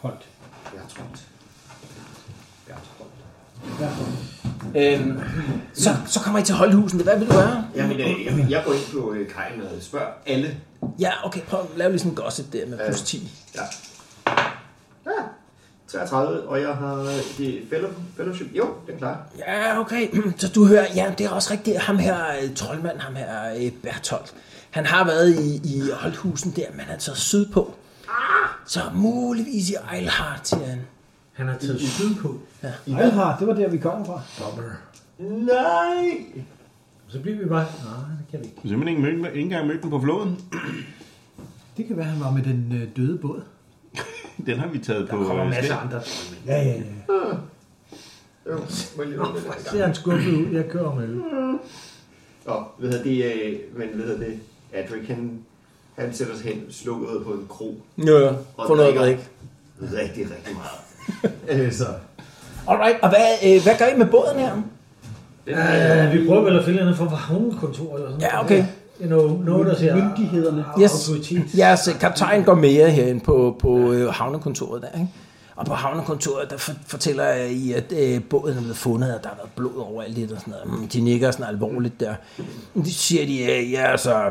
[SPEAKER 7] Holdt.
[SPEAKER 11] Bertolt. Bertolt.
[SPEAKER 2] Øhm, så, så kommer I til Holthusen. Hvad vil du gøre?
[SPEAKER 11] Jamen, øh, jeg, jeg går ind på øh, kajen og spørger alle.
[SPEAKER 2] Ja, okay, prøv at lave lige sådan en gossip der med
[SPEAKER 11] Øh.
[SPEAKER 2] plus 10.
[SPEAKER 11] Ja. Ja, 33, og jeg har øh, det fellow, fellowship. Jo, det er klart.
[SPEAKER 2] Ja, okay. Så du hører, ja, det er også rigtigt. Ham her, øh, troldmand, ham her, øh, Bertolt. Han har været i, i Holthusen der, men han er taget sydpå. Så muligvis i Eilhart, siger han.
[SPEAKER 3] Han har taget sydpå.
[SPEAKER 2] Ja.
[SPEAKER 7] Ejlhar, det var der, vi kommer fra.
[SPEAKER 11] Nej!
[SPEAKER 3] Så bliver vi bare... Nej, det kan vi ikke.
[SPEAKER 6] Du har simpelthen ikke, mødt, ikke engang mødt den på floden.
[SPEAKER 10] Det kan være, han var med den øh, døde båd.
[SPEAKER 6] Den har vi taget på...
[SPEAKER 10] kommer
[SPEAKER 6] øh,
[SPEAKER 10] masser
[SPEAKER 6] slæb.
[SPEAKER 10] af andre.
[SPEAKER 7] Ja, ja, ja.
[SPEAKER 11] Jo, må jeg lige runde den her
[SPEAKER 3] Ser
[SPEAKER 11] gang.
[SPEAKER 3] han skuffet ud. Jeg kører med øl.
[SPEAKER 11] Nå, ved jeg det, øh, men ved jeg det, Adric, han, han sætter sig hen slukket på en kro.
[SPEAKER 2] Ja, ja.
[SPEAKER 11] Og
[SPEAKER 2] Få noget at
[SPEAKER 11] drikker
[SPEAKER 2] drikke.
[SPEAKER 11] Rigtig, rigtig meget. Øh, så.
[SPEAKER 2] Alright, og hvad, øh, hvad gør I med båden her?
[SPEAKER 3] Øh, vi prøver vel at finde hende fra havnekontoret eller sådan
[SPEAKER 2] Ja, okay.
[SPEAKER 3] You know, noget, der siger...
[SPEAKER 7] Myndighederne.
[SPEAKER 2] Yes. Jeres øh, kaptajn går mere herinde på, på øh, havnekontoret der, ikke? Og på havnekontoret, der for, fortæller I, at øh, båden er blevet fundet, og der har været blod overalt lidt og sådan noget. Mm, De nikker sådan alvorligt der. De siger de, øh, ja, altså,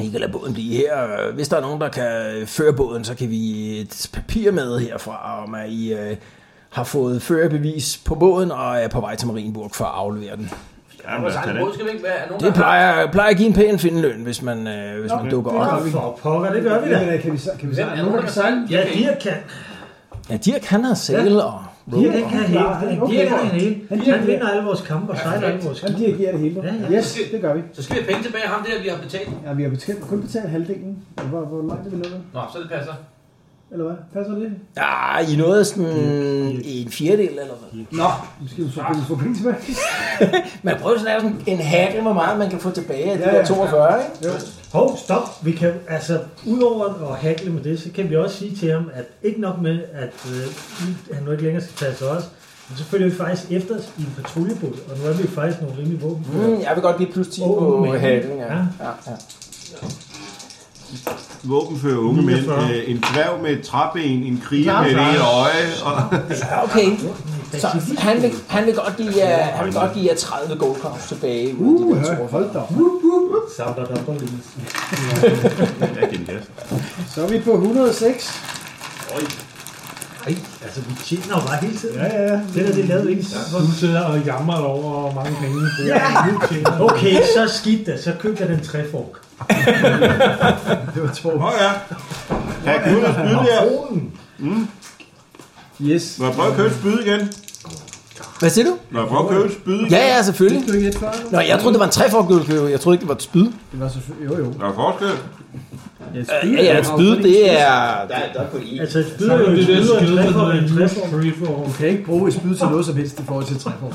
[SPEAKER 2] I kan lade båden blive her. Hvis der er nogen, der kan føre båden, så kan vi et papir med herfra, om at I øh, har fået førerbevis på båden, og er på vej til Marienburg for at aflevere den.
[SPEAKER 6] Ja, men altså,
[SPEAKER 8] Vores
[SPEAKER 6] lad os tage den.
[SPEAKER 8] egen båd skal vi ikke være. Er nogen,
[SPEAKER 2] Det
[SPEAKER 8] der har-
[SPEAKER 2] plejer, plejer at give en pæn findeløn, hvis man, øh, hvis man dukker op.
[SPEAKER 3] For pokker, det gør vi da.
[SPEAKER 7] Men, øh, kan vi, så- kan vi
[SPEAKER 3] Hvem
[SPEAKER 7] sejle?
[SPEAKER 8] er nogen, der kan sejle?
[SPEAKER 3] Ja, Dirk kan.
[SPEAKER 2] Ja, Dirk han har sæl ja. og
[SPEAKER 3] Dirk
[SPEAKER 2] rope.
[SPEAKER 3] han kan
[SPEAKER 7] klar.
[SPEAKER 3] hele.
[SPEAKER 7] Okay.
[SPEAKER 3] Dirk kan hele.
[SPEAKER 7] Han
[SPEAKER 3] Han
[SPEAKER 7] dirigerer.
[SPEAKER 3] vinder alle vores kampe og sejler alle vores
[SPEAKER 7] Han
[SPEAKER 3] kampe.
[SPEAKER 7] dirigerer det hele.
[SPEAKER 3] Ja, ja.
[SPEAKER 7] Yes, det gør vi.
[SPEAKER 8] Så skal vi have penge tilbage af ham der, vi har betalt.
[SPEAKER 7] Ja, vi har betalt, kun betalt halvdelen. Hvor, hvor langt er vi nået?
[SPEAKER 8] Nå, så det passer.
[SPEAKER 7] Eller hvad? Passer det?
[SPEAKER 2] Ja, Ah, I nåede sådan en fjerdedel eller hvad.
[SPEAKER 7] Nå, nu skal vi så kunne få penge tilbage.
[SPEAKER 2] Man prøver sådan at lave sådan en hack, hvor meget man kan få tilbage af de
[SPEAKER 7] Ja,
[SPEAKER 2] der
[SPEAKER 7] ja.
[SPEAKER 2] 42, ikke?
[SPEAKER 3] Hov, stop. Vi kan altså, udover at hakle med det, så kan vi også sige til ham, at ikke nok med, at øh, nu- han nu ikke længere skal tage sig af os, men så følger vi faktisk efter os i en patruljebåd, og nu er vi faktisk nogle rimelig våben.
[SPEAKER 2] Mm, jeg vil godt give plus 10
[SPEAKER 3] Åh,
[SPEAKER 2] på
[SPEAKER 3] men-
[SPEAKER 2] hacken, ja.
[SPEAKER 3] ja.
[SPEAKER 2] ja. ja.
[SPEAKER 6] Våbenfører unge mænd,
[SPEAKER 3] 49.
[SPEAKER 6] øh, en dværg med et træben, en kriger
[SPEAKER 7] Klar,
[SPEAKER 6] med et
[SPEAKER 7] klar.
[SPEAKER 6] ene øje, og
[SPEAKER 2] Ja, okay. Så han vil, han vil godt give jer, han vil godt give jer 30 gold crowns tilbage. ud af de
[SPEAKER 7] Uh,
[SPEAKER 2] der
[SPEAKER 7] hør,
[SPEAKER 2] 42.
[SPEAKER 7] hold da. op.
[SPEAKER 3] Samler der på lidt.
[SPEAKER 6] ja, igen, ja.
[SPEAKER 7] Så er vi på 106.
[SPEAKER 3] Ej, altså vi tjener jo bare hele tiden.
[SPEAKER 7] Ja, ja, ja.
[SPEAKER 3] Det der, det lavede vi ikke.
[SPEAKER 9] Du sidder og jammer over, hvor mange penge du bruger. Nu tjener du.
[SPEAKER 3] Okay, så skidt da. Så køb jeg den træfork.
[SPEAKER 7] Det var to.
[SPEAKER 6] Nå ja. Ja, Knud og spyd der.
[SPEAKER 7] Yes.
[SPEAKER 6] Må jeg prøve at købe et spyd igen?
[SPEAKER 2] Hvad siger du?
[SPEAKER 6] Må jeg prøve at købe et spyd igen?
[SPEAKER 2] Ja, ja, selvfølgelig.
[SPEAKER 7] Du ikke et før?
[SPEAKER 2] Nå, jeg troede, det var en træforgulvkløve. Jeg troede ikke, det var et spyd.
[SPEAKER 7] Det var selvfølgelig... Jo, jo.
[SPEAKER 6] Der er forskel.
[SPEAKER 2] Ja, ja, et spyd, det er...
[SPEAKER 11] Der, er- der er kun én.
[SPEAKER 3] Altså et spyd er jo en spyd og en træfork er en træfork.
[SPEAKER 9] reform.
[SPEAKER 10] Du kan ikke bruge et spyd til noget som helst i forhold til træform.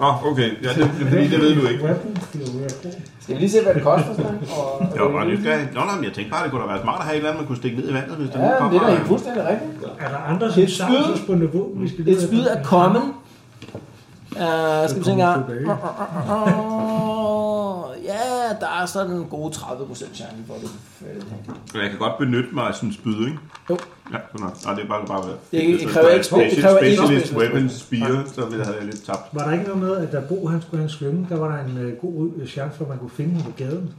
[SPEAKER 6] Nå, okay. Ja, det, fordi det ved du ikke.
[SPEAKER 3] Weapon, det er jo weapon.
[SPEAKER 2] Skal vi lige se, hvad det koster? Så? Og,
[SPEAKER 6] Jeg var bare nysgerrig. Nå, nej, men jeg tænkte bare, det kunne da være smart at have et eller andet, man kunne stikke ned i vandet, hvis der
[SPEAKER 2] Ja,
[SPEAKER 6] nu
[SPEAKER 2] men det er da helt
[SPEAKER 6] kommer.
[SPEAKER 2] fuldstændig rigtigt.
[SPEAKER 3] Er der andre, som
[SPEAKER 2] Et spyd.
[SPEAKER 3] samler os på niveau? Vi skal
[SPEAKER 2] Et spyd er kommet. Uh, skal vi se engang.
[SPEAKER 10] tilbage.
[SPEAKER 2] Åh, Ja, der er sådan en god 30% chance for det.
[SPEAKER 6] Men Jeg kan godt benytte mig af sådan et spyd, ikke?
[SPEAKER 2] Jo.
[SPEAKER 6] Ja, sådan noget. Nej, det er bare bare...
[SPEAKER 2] Det kræver ikke- det
[SPEAKER 6] special,
[SPEAKER 2] kræver ikke-
[SPEAKER 6] specialist weapons spear, så ville jeg have lidt tabt.
[SPEAKER 3] Var der ikke noget med, at da Bo han skulle have en svømme, der var der en øh, god øh, chance for, at man kunne finde ham på gaden?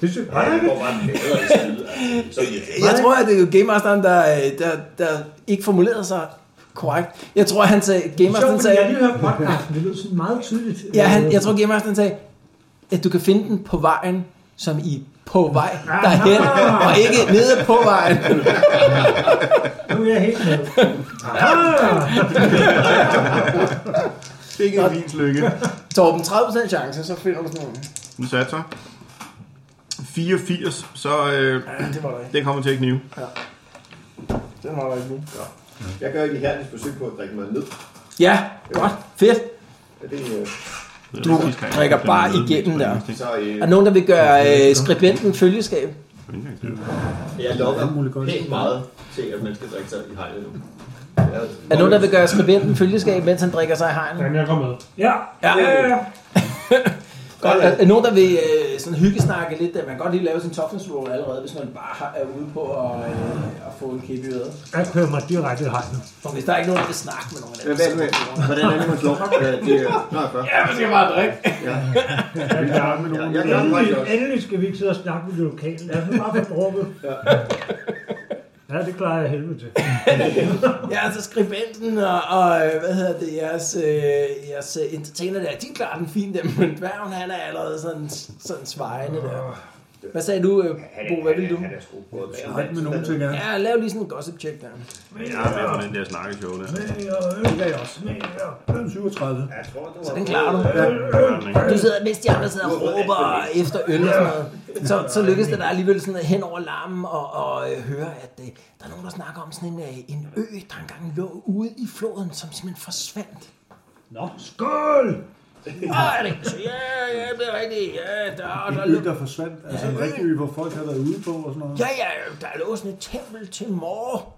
[SPEAKER 7] Det synes
[SPEAKER 11] Nej, det går bare bedre i side. altså. Så
[SPEAKER 2] Jeg tror, at det er Game Masteren, der, øh, der, der ikke formulerede sig korrekt. Jeg tror, han sagde... Game Masteren
[SPEAKER 3] Sjovt, fordi
[SPEAKER 2] sagde...
[SPEAKER 3] jeg har lige hørt podcasten, det lød sådan meget tydeligt.
[SPEAKER 2] Ja, han, jeg tror, Game Masteren sagde, at du kan finde den på vejen, som i på vej derhen, og ikke nede på vejen.
[SPEAKER 3] Nu er jeg helt med. Ah!
[SPEAKER 6] Sikke en vins lykke.
[SPEAKER 2] Torben, 30% chance, så finder du sådan noget.
[SPEAKER 6] Nu satte jeg. 84, så øh,
[SPEAKER 2] det var der ikke.
[SPEAKER 6] den kommer til at knive.
[SPEAKER 2] Den var der ikke nu.
[SPEAKER 11] Jeg gør et ihærdigt forsøg på at drikke mig ned.
[SPEAKER 2] Ja, godt. Fedt.
[SPEAKER 11] Er det, øh,
[SPEAKER 2] Du drikker bare igennem der.
[SPEAKER 11] så, øh,
[SPEAKER 2] Er der nogen, der vil gøre øh, skribenten følgeskab?
[SPEAKER 11] Jeg lokker helt meget til, at man skal drikke sig i hejlet nu. Er
[SPEAKER 2] Er der nogen, der vil gøre skribenten følgeskab, mens han drikker sig i hegnet?
[SPEAKER 9] Jamen, jeg kommer med.
[SPEAKER 3] Ja,
[SPEAKER 2] Ja.
[SPEAKER 3] ja, ja.
[SPEAKER 2] Godt. Er, er nogen, der vil øh, sådan hyggesnakke lidt? Man kan godt lige lave sin toughness roll allerede, hvis man bare har- er ude på at, øh, at få en kæppe i øret.
[SPEAKER 3] Jeg kører mig direkte i hegnet.
[SPEAKER 2] For hvis der er ikke nogen, der vil snakke med nogen af dem,
[SPEAKER 11] Hvad er det med? Hvordan er det, man slår? Ja, det er... Nå, jeg gør.
[SPEAKER 2] Ja, man skal bare drikke.
[SPEAKER 11] Jeg gør med nogen. Jeg gør det faktisk
[SPEAKER 3] Endelig,
[SPEAKER 11] også.
[SPEAKER 3] endelig skal vi ikke sidde og snakke med de lokale. Lad os nu bare få drukket. Ja, det klarer jeg helvede til.
[SPEAKER 2] Ja, altså skribenten og, og øh, hvad hedder det, jeres, øh, jeres øh, entertainer der, de klarer den fint der, men dværgen han er allerede sådan, sådan svejende der. Hvad sagde du, øh, Bo? Hvad ville du?
[SPEAKER 11] Han er sgu på at være.
[SPEAKER 4] Ret med nogen ting her.
[SPEAKER 2] Ja, lav lige sådan en gossip check der.
[SPEAKER 6] Jeg er med på den der snakkeshow der.
[SPEAKER 4] Det er jeg også. Den er 37.
[SPEAKER 11] Jeg tror, det var...
[SPEAKER 2] Så den klarer du. Du sidder, mens de andre sidder og råber efter øl og sådan noget, så, så lykkes det dig alligevel sådan hen over larmen og, og øh, høre, at øh, der er nogen, der snakker om sådan en, øh, en ø, der engang lå ude i floden, som simpelthen forsvandt.
[SPEAKER 3] Nå, skål!
[SPEAKER 8] Ah,
[SPEAKER 2] Åh, er det ikke? Ja, ja, det er rigtigt. Ja, der, der,
[SPEAKER 4] En ø, der forsvandt. Altså en rigtig ø, hvor folk har været ude på og sådan noget.
[SPEAKER 2] Ja, ja, der lå sådan et tempel til mor.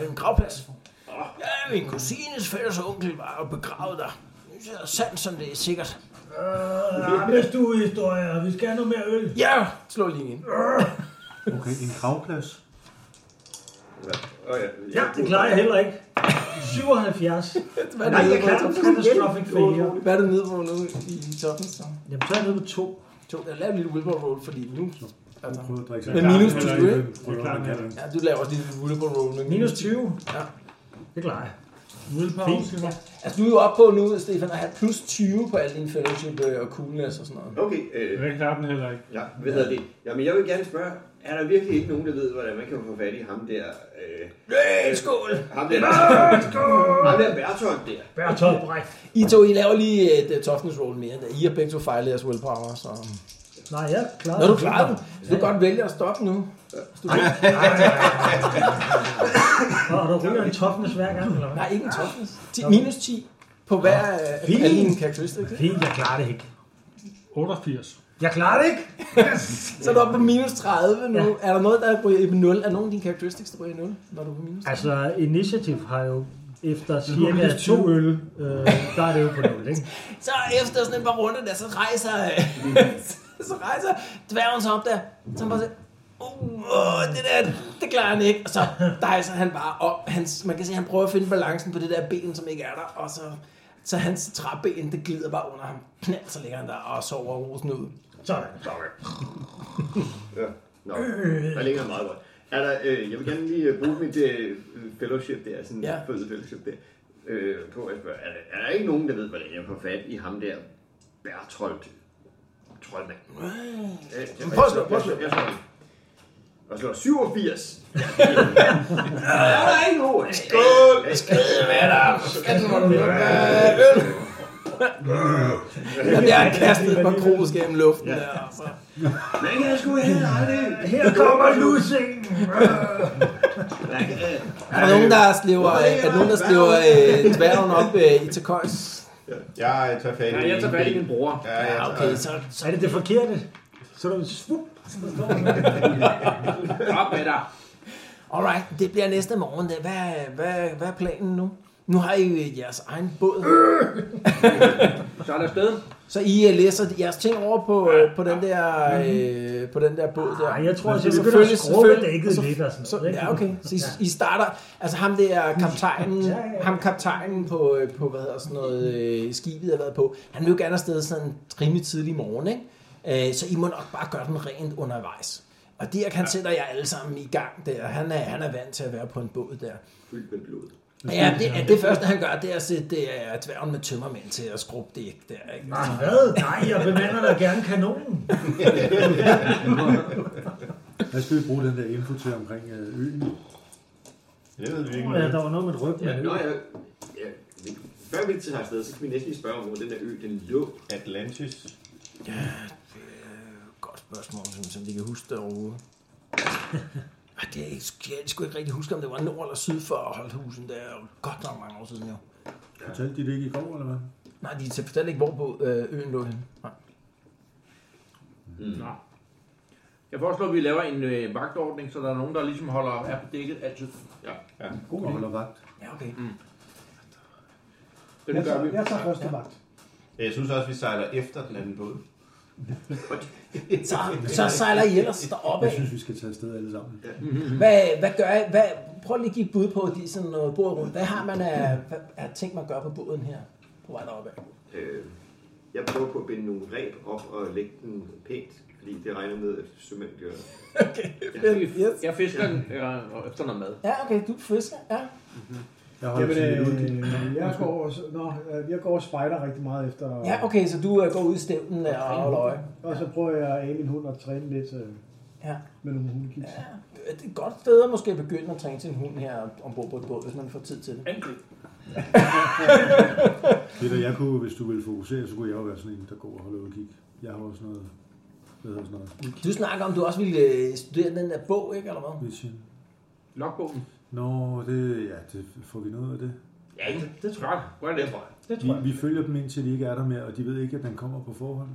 [SPEAKER 2] Ja, en gravplads. Ja, min kusines fælles onkel var begravet der. Det er sandt, som det er sikkert.
[SPEAKER 3] Ah, Rammestuehistorier, vi skal have noget mere øl.
[SPEAKER 2] Ja, slå lige ind.
[SPEAKER 4] Okay, en gravplads.
[SPEAKER 11] Åh, ja.
[SPEAKER 3] Ja, det klarer jeg heller ikke. 77.
[SPEAKER 2] Hvad
[SPEAKER 3] Nej,
[SPEAKER 2] er
[SPEAKER 3] jeg
[SPEAKER 2] det,
[SPEAKER 3] kan
[SPEAKER 2] nede på?
[SPEAKER 3] catastrophic failure.
[SPEAKER 2] Hvad er det nede på nu i i toppen? så?
[SPEAKER 3] Jamen, så er jeg nede på to.
[SPEAKER 2] To. Jeg laver en lille willpower roll, fordi nu... Altså,
[SPEAKER 4] Prøv at drikke sig.
[SPEAKER 2] med minus 20, ikke?
[SPEAKER 4] Prøv at drikke sig.
[SPEAKER 2] Ja, du laver også en lille willpower roll. men-
[SPEAKER 3] Minus 20.
[SPEAKER 2] Ja.
[SPEAKER 3] Det klarer jeg.
[SPEAKER 9] Willpower, skal jeg.
[SPEAKER 2] Altså, du er jo oppe på nu, Stefan, at have plus 20 på alle dine fellowship øh, og coolness og sådan noget.
[SPEAKER 11] Okay, øh,
[SPEAKER 9] Jeg klarer den heller ikke.
[SPEAKER 11] ja, hvad hedder det? Jamen, jeg vil gerne spørge, er der virkelig ikke nogen, der ved, hvordan man kan få fat i ham der... Øh,
[SPEAKER 2] Øh, skål!
[SPEAKER 11] ham der... ham der Bertolt der.
[SPEAKER 3] Bertolt Brecht.
[SPEAKER 2] I to, I laver lige et uh, toughness roll mere. I har begge to fejlet jeres willpower, så...
[SPEAKER 3] Nej, jeg klarer
[SPEAKER 2] Når du klarer den, så du kan godt vælge at stoppe nu. Hvis du vil.
[SPEAKER 3] Og du ryger en toughness hver gang, eller hvad?
[SPEAKER 2] Nej, ikke en toughness.
[SPEAKER 3] Ah.
[SPEAKER 2] 10, minus 10 på hver øh, af dine karakteristikker.
[SPEAKER 3] Fint, jeg klarer det ikke.
[SPEAKER 9] 88.
[SPEAKER 3] Jeg klarer det ikke!
[SPEAKER 2] Så er du oppe på minus 30 nu. Er der noget, der ryger i 0? Er nogen af dine characteristics, der ryger i 0, når du er på minus?
[SPEAKER 3] Altså, Initiative har jo efter cirka to øl, øh, der er det jo på nul, ikke?
[SPEAKER 2] Så efter sådan et par runder der, så rejser, så rejser dværgen sig op der. Så han bare siger, uh, uh, det der, det klarer han ikke. Og så dejser han bare op. Hans, man kan se, at han prøver at finde balancen på det der ben, som ikke er der. Og så, så hans træben, det glider bare under ham. Knald, så ligger han der og sover rosen ud.
[SPEAKER 3] Sådan.
[SPEAKER 11] Ja. Nå, der ligger han meget godt. Er der, øh, jeg vil gerne lige øh, bruge mit øh, fellowship der, sådan
[SPEAKER 2] Ja.
[SPEAKER 11] ja. født fellowship der, øh, på at spørge, er der, er der ikke nogen, der ved, hvordan jeg får fat i ham der Bertolt Troldmand? Øh, jeg, jeg,
[SPEAKER 2] prøv at slå,
[SPEAKER 11] jeg-
[SPEAKER 2] prøv at slå.
[SPEAKER 11] Jeg, jeg, slår den. og slår 87. Ja, det er der ikke nogen. Skål! Skål med dig!
[SPEAKER 2] Der bliver han kastet på krus gennem luften der. og så-
[SPEAKER 11] Men jeg skulle heller aldrig.
[SPEAKER 3] Her kommer lussingen!
[SPEAKER 2] Er der nogen, der sliver, er der nogen, der sliver øh, dværgen op øh, i Takøjs?
[SPEAKER 6] Jeg tager fat i
[SPEAKER 8] Ja, jeg tager fat i min bror.
[SPEAKER 6] Ja, jeg
[SPEAKER 2] Ja,
[SPEAKER 6] tager-
[SPEAKER 2] okay, så, så
[SPEAKER 3] Er det det forkerte? Så er der en svup.
[SPEAKER 8] Op med dig.
[SPEAKER 2] Alright, det bliver næste morgen. da. Hvad, hvad, hvad er planen nu? Nu har I øh, jeres egen båd.
[SPEAKER 8] Så er der afsted.
[SPEAKER 2] Så I øh, læser jeres ting over på, øh, på, den, der, øh, på den der båd der.
[SPEAKER 3] Nej, jeg tror, at det
[SPEAKER 2] Så
[SPEAKER 3] begynder
[SPEAKER 2] selvfølgelig-
[SPEAKER 3] at skrubbe
[SPEAKER 2] selvfølgelig-
[SPEAKER 3] dækket lidt og sådan
[SPEAKER 2] Så,
[SPEAKER 3] noget. ikke?
[SPEAKER 2] ja, okay. Så I, I starter, altså ham der kaptajnen,
[SPEAKER 3] Ja, ja, ja.
[SPEAKER 2] ham kaptajnen på, øh, på hvad hedder sådan noget, øh, skibet har været på, han vil jo gerne afsted sådan rimelig tidlig morgen, ikke? Øh, så I må nok bare gøre den rent undervejs. Og Dirk, han ja. sætter jer alle sammen i gang der. Han er, han er vant til at være på en båd der.
[SPEAKER 11] Fyldt med blod.
[SPEAKER 2] Ja, det, er det første, han gør, det er at sætte øh, dværgen med tømmermænd til at skrubbe det ikke der. Ikke?
[SPEAKER 3] Nej, hvad? Nej, jeg bemander da gerne kanonen.
[SPEAKER 4] Hvad skal vi bruge den der info til omkring øh, øen?
[SPEAKER 6] Det ved vi ikke.
[SPEAKER 3] Ja, der var noget med et ryg.
[SPEAKER 11] Ja, når jeg, ja, vi- før vi tager afsted, Altså, så kan vi næsten lige spørge om, hvor den der ø, den lå.
[SPEAKER 6] Atlantis.
[SPEAKER 2] Ja, det er et godt spørgsmål, som, som de kan huske derovre. Ej, det er, ikke- jeg kan sgu ikke rigtig huske, om det var nord eller syd for Holthusen. Det er jo godt nok mange år siden, jo.
[SPEAKER 4] Fortalte de det ikke i går, eller hvad?
[SPEAKER 2] Nej, de fortalte ikke, hvor på øh, øen lå henne. Nej.
[SPEAKER 8] Nå. Jeg foreslår, at vi laver en øh, vagtordning, så der er nogen, der ligesom holder er på dækket altid. Ja. ja.
[SPEAKER 4] God idé. Holder vagt.
[SPEAKER 2] Ja, okay.
[SPEAKER 8] Mm.
[SPEAKER 7] Jeg tager, jeg tager første vagt.
[SPEAKER 6] Jeg synes også, vi sejler efter den anden båd.
[SPEAKER 2] Så, så sejler I ellers deroppe.
[SPEAKER 4] Jeg synes, vi skal tage afsted alle sammen.
[SPEAKER 2] Hvad, hvad gør I? Hvad, prøv lige at give et bud på, de sådan noget bord rundt. Hvad har man af, hvad, af ting, man gør på båden her? På vej deroppe af.
[SPEAKER 11] Øh, jeg prøver på at binde nogle reb op og lægge den pænt, fordi det regner med, at sømænd gør.
[SPEAKER 8] Jeg fisker den øh, efter noget mad.
[SPEAKER 2] Ja, okay, du fisker. Ja.
[SPEAKER 4] Jeg
[SPEAKER 7] Jamen,
[SPEAKER 4] sådan lidt udkig.
[SPEAKER 7] øh, jeg går, og s- nå, øh, jeg går og spejder rigtig meget efter...
[SPEAKER 2] ja, okay, så du øh, går ud i stævnen øh, og holder øje.
[SPEAKER 7] Og så prøver jeg at æde min hund og træne lidt øh,
[SPEAKER 2] Ja.
[SPEAKER 7] med nogle hundekiks. Ja.
[SPEAKER 2] Det er et godt sted at måske begynde at træne sin hund her ombord på et båd, hvis man får tid til det.
[SPEAKER 8] Angreb.
[SPEAKER 4] Peter, jeg kunne, hvis du ville fokusere, så kunne jeg jo være sådan en, der går og holder udkig. Jeg har også noget, hvad hedder sådan noget,
[SPEAKER 2] Du snakker om, du også ville øh, studere den der bog, ikke, eller hvad?
[SPEAKER 4] vision.
[SPEAKER 8] Logbogen.
[SPEAKER 4] Nå, det, ja, det får vi noget af det.
[SPEAKER 8] Ja, det, det tror jeg. Hvor er det fra?
[SPEAKER 7] Det tror jeg.
[SPEAKER 4] Vi, vi følger dem, indtil de ikke er der mere, og de ved ikke, at den kommer på forhånd.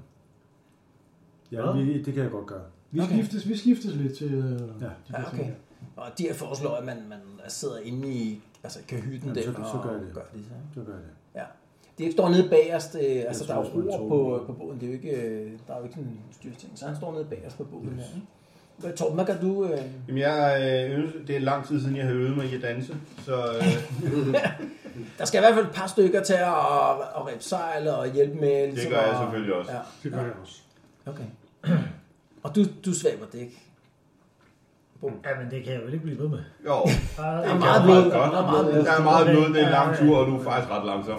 [SPEAKER 4] Ja,
[SPEAKER 7] Hvad?
[SPEAKER 4] vi, det kan jeg godt gøre.
[SPEAKER 7] Vi, okay. skiftes, vi skiftes lidt til øh,
[SPEAKER 4] Ja.
[SPEAKER 2] Ja,
[SPEAKER 7] de der ting
[SPEAKER 2] okay.
[SPEAKER 7] her.
[SPEAKER 2] Og de her foreslår, at man, man sidder inde i altså, kahytten der
[SPEAKER 4] Jamen, så,
[SPEAKER 2] og
[SPEAKER 4] så gør jeg det.
[SPEAKER 2] gør det så. ikke?
[SPEAKER 4] Så gør jeg det.
[SPEAKER 2] Ja. Det står nede bagerst, øh, altså
[SPEAKER 4] tror
[SPEAKER 2] der er
[SPEAKER 4] også, man
[SPEAKER 2] jo roer
[SPEAKER 4] tog
[SPEAKER 2] på,
[SPEAKER 4] den.
[SPEAKER 2] på båden, det er jo ikke, øh, der er jo ikke sådan en styrsting, så han står nede bagerst på båden yes. her. ikke? Hvad, Torben, hvad gør du? Øh,
[SPEAKER 6] Jamen, jeg, øh, øvede- det er lang tid siden, jeg har øvet mig i at danse, så øh,
[SPEAKER 2] der skal i hvert fald et par stykker til at, at rippe sejl og hjælpe med.
[SPEAKER 6] det gør jeg
[SPEAKER 2] at-
[SPEAKER 6] selvfølgelig også.
[SPEAKER 2] Ja,
[SPEAKER 9] Det gør jeg også.
[SPEAKER 2] okay. Og du, du svæber dæk.
[SPEAKER 3] Jamen, det kan jeg vel ikke blive ved med.
[SPEAKER 6] Jo,
[SPEAKER 3] Ah,
[SPEAKER 2] Der er meget blod. Der er meget blod.
[SPEAKER 6] der er meget blod, det er en lang tur, og du er faktisk ret langsom.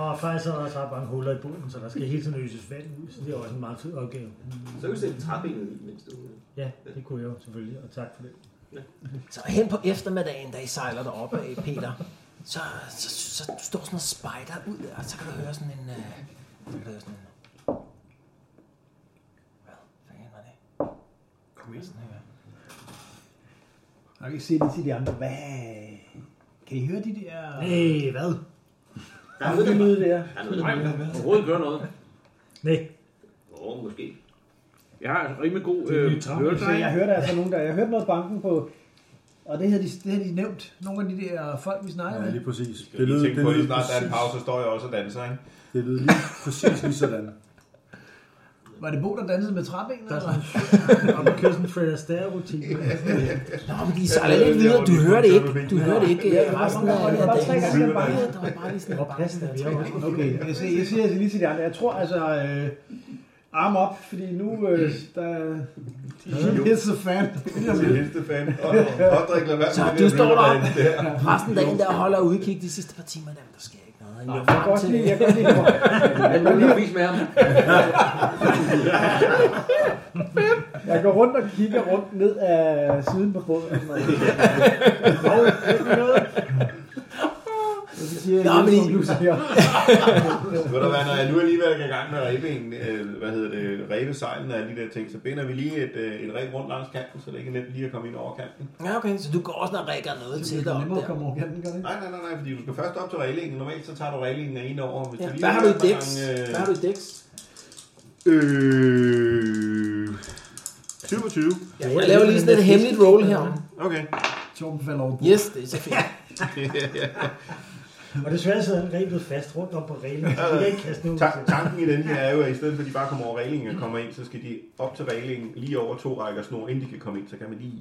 [SPEAKER 3] Og faktisk er der også ret mange huller i bunden, så der skal hele tiden øses vand ud, så det er også en meget fed opgave.
[SPEAKER 11] Så kan vi sætte træbenet i, mens du...
[SPEAKER 3] Ja, det kunne jeg jo selvfølgelig, og tak for det.
[SPEAKER 2] Så hen på eftermiddagen, da I sejler deroppe af, Peter, så, så, så, så står sådan en spider ud der, og så kan du høre sådan en... Øh, du kan høre sådan en hvad fanden var det? Kom ind. Sådan her.
[SPEAKER 7] Jeg kan se det til de andre. Hvad? Kan I høre de der...
[SPEAKER 3] Nej, hvad?
[SPEAKER 11] Der er noget, der
[SPEAKER 7] lyde der?
[SPEAKER 11] Der er noget, der
[SPEAKER 8] Nej, overhovedet gør noget.
[SPEAKER 3] Nej.
[SPEAKER 11] Åh, måske.
[SPEAKER 8] Jeg har en rimelig god
[SPEAKER 9] er
[SPEAKER 8] øh,
[SPEAKER 9] lidt travlt,
[SPEAKER 7] Så jeg
[SPEAKER 8] høretræk.
[SPEAKER 7] hørte altså nogen der... Jeg hørte noget banken på... Og det havde, de, det havde de nævnt. Nogle af de der folk, vi snakker
[SPEAKER 4] Ja,
[SPEAKER 7] med.
[SPEAKER 4] lige præcis.
[SPEAKER 6] Det lyder, tænk på, at
[SPEAKER 4] lyder
[SPEAKER 6] lige snart der er en
[SPEAKER 4] præcis-
[SPEAKER 6] pause, så står jeg også og danser, ikke?
[SPEAKER 4] Det lyder lige præcis lige sådan.
[SPEAKER 7] Var det Bo, der dansede med træben?
[SPEAKER 3] Der er
[SPEAKER 7] Eller?
[SPEAKER 3] sådan en- og man kører sådan en Fred Astaire-rutine.
[SPEAKER 2] Nå, men de sejler lidt videre. Du hører det ikke. Du hører det ikke øh,
[SPEAKER 7] Ja, det var
[SPEAKER 2] resten af
[SPEAKER 7] bare- det var bare tre gange, den
[SPEAKER 2] dagen.
[SPEAKER 7] var-
[SPEAKER 2] Ja, der var bare lige sådan en
[SPEAKER 3] Hvor passende vi er jo.
[SPEAKER 2] bange.
[SPEAKER 7] Okay, jeg, siger, jeg siger altså lige til de andre. Jeg tror altså... Øh, arm op, fordi nu øh, der... It's a fan.
[SPEAKER 6] Det er helt fan. Og, og drik, lad være
[SPEAKER 2] Så
[SPEAKER 6] med det
[SPEAKER 2] du
[SPEAKER 6] der
[SPEAKER 2] står
[SPEAKER 6] river
[SPEAKER 2] deroppe.
[SPEAKER 6] derinde.
[SPEAKER 2] Resten af dagen der holder udkig de sidste par timer. Jamen, der sker ikke noget. Jeg når
[SPEAKER 7] Jeg kan
[SPEAKER 2] frem
[SPEAKER 7] godt
[SPEAKER 2] til
[SPEAKER 7] lide, jeg kan godt lide, hvor-
[SPEAKER 8] Jeg vil lige vise med ham.
[SPEAKER 7] Jeg går rundt og kigger rundt ned af siden på båden. Og sådan noget. Nå, det er noget. Og så siger jeg,
[SPEAKER 2] Nå,
[SPEAKER 7] Nå,
[SPEAKER 2] men I-
[SPEAKER 7] men siger,
[SPEAKER 6] Ved du hvad, når jeg nu alligevel er i gang med rebingen, øh, hvad hedder det, rebesejlen og alle de der ting, så binder vi lige et, øh, en reb rundt langs kanten, så det ikke er nemt lige at komme ind over kanten.
[SPEAKER 2] Ja, okay, så du går også og rækker noget til
[SPEAKER 7] det
[SPEAKER 2] dig
[SPEAKER 7] er
[SPEAKER 2] op
[SPEAKER 7] nemmere at
[SPEAKER 2] der.
[SPEAKER 7] komme over kanten, gør det ikke?
[SPEAKER 6] Nej, nej, nej, nej, fordi du skal først op til reglingen. Normalt så tager du reglingen af en over. Hvis
[SPEAKER 2] Ja.
[SPEAKER 6] lige
[SPEAKER 2] Hvad har du i
[SPEAKER 6] et par
[SPEAKER 2] dæks?
[SPEAKER 6] gange, øh,
[SPEAKER 2] Hvad har du i dæks?
[SPEAKER 6] Øh... 27.
[SPEAKER 2] Ja, jeg laver lige sådan et hemmeligt roll her.
[SPEAKER 6] Okay.
[SPEAKER 7] Torben falder over bordet.
[SPEAKER 2] Yes, det er så fint.
[SPEAKER 3] Og desværre sidder han rebet fast rundt om på reglen, så vi kan ikke kaste noget.
[SPEAKER 6] Ta- tanken i den her er jo, at i stedet for at de bare kommer over reglingen og kommer ind, så skal de op til reglingen lige over to rækker snor, inden de kan komme ind, så kan man lige...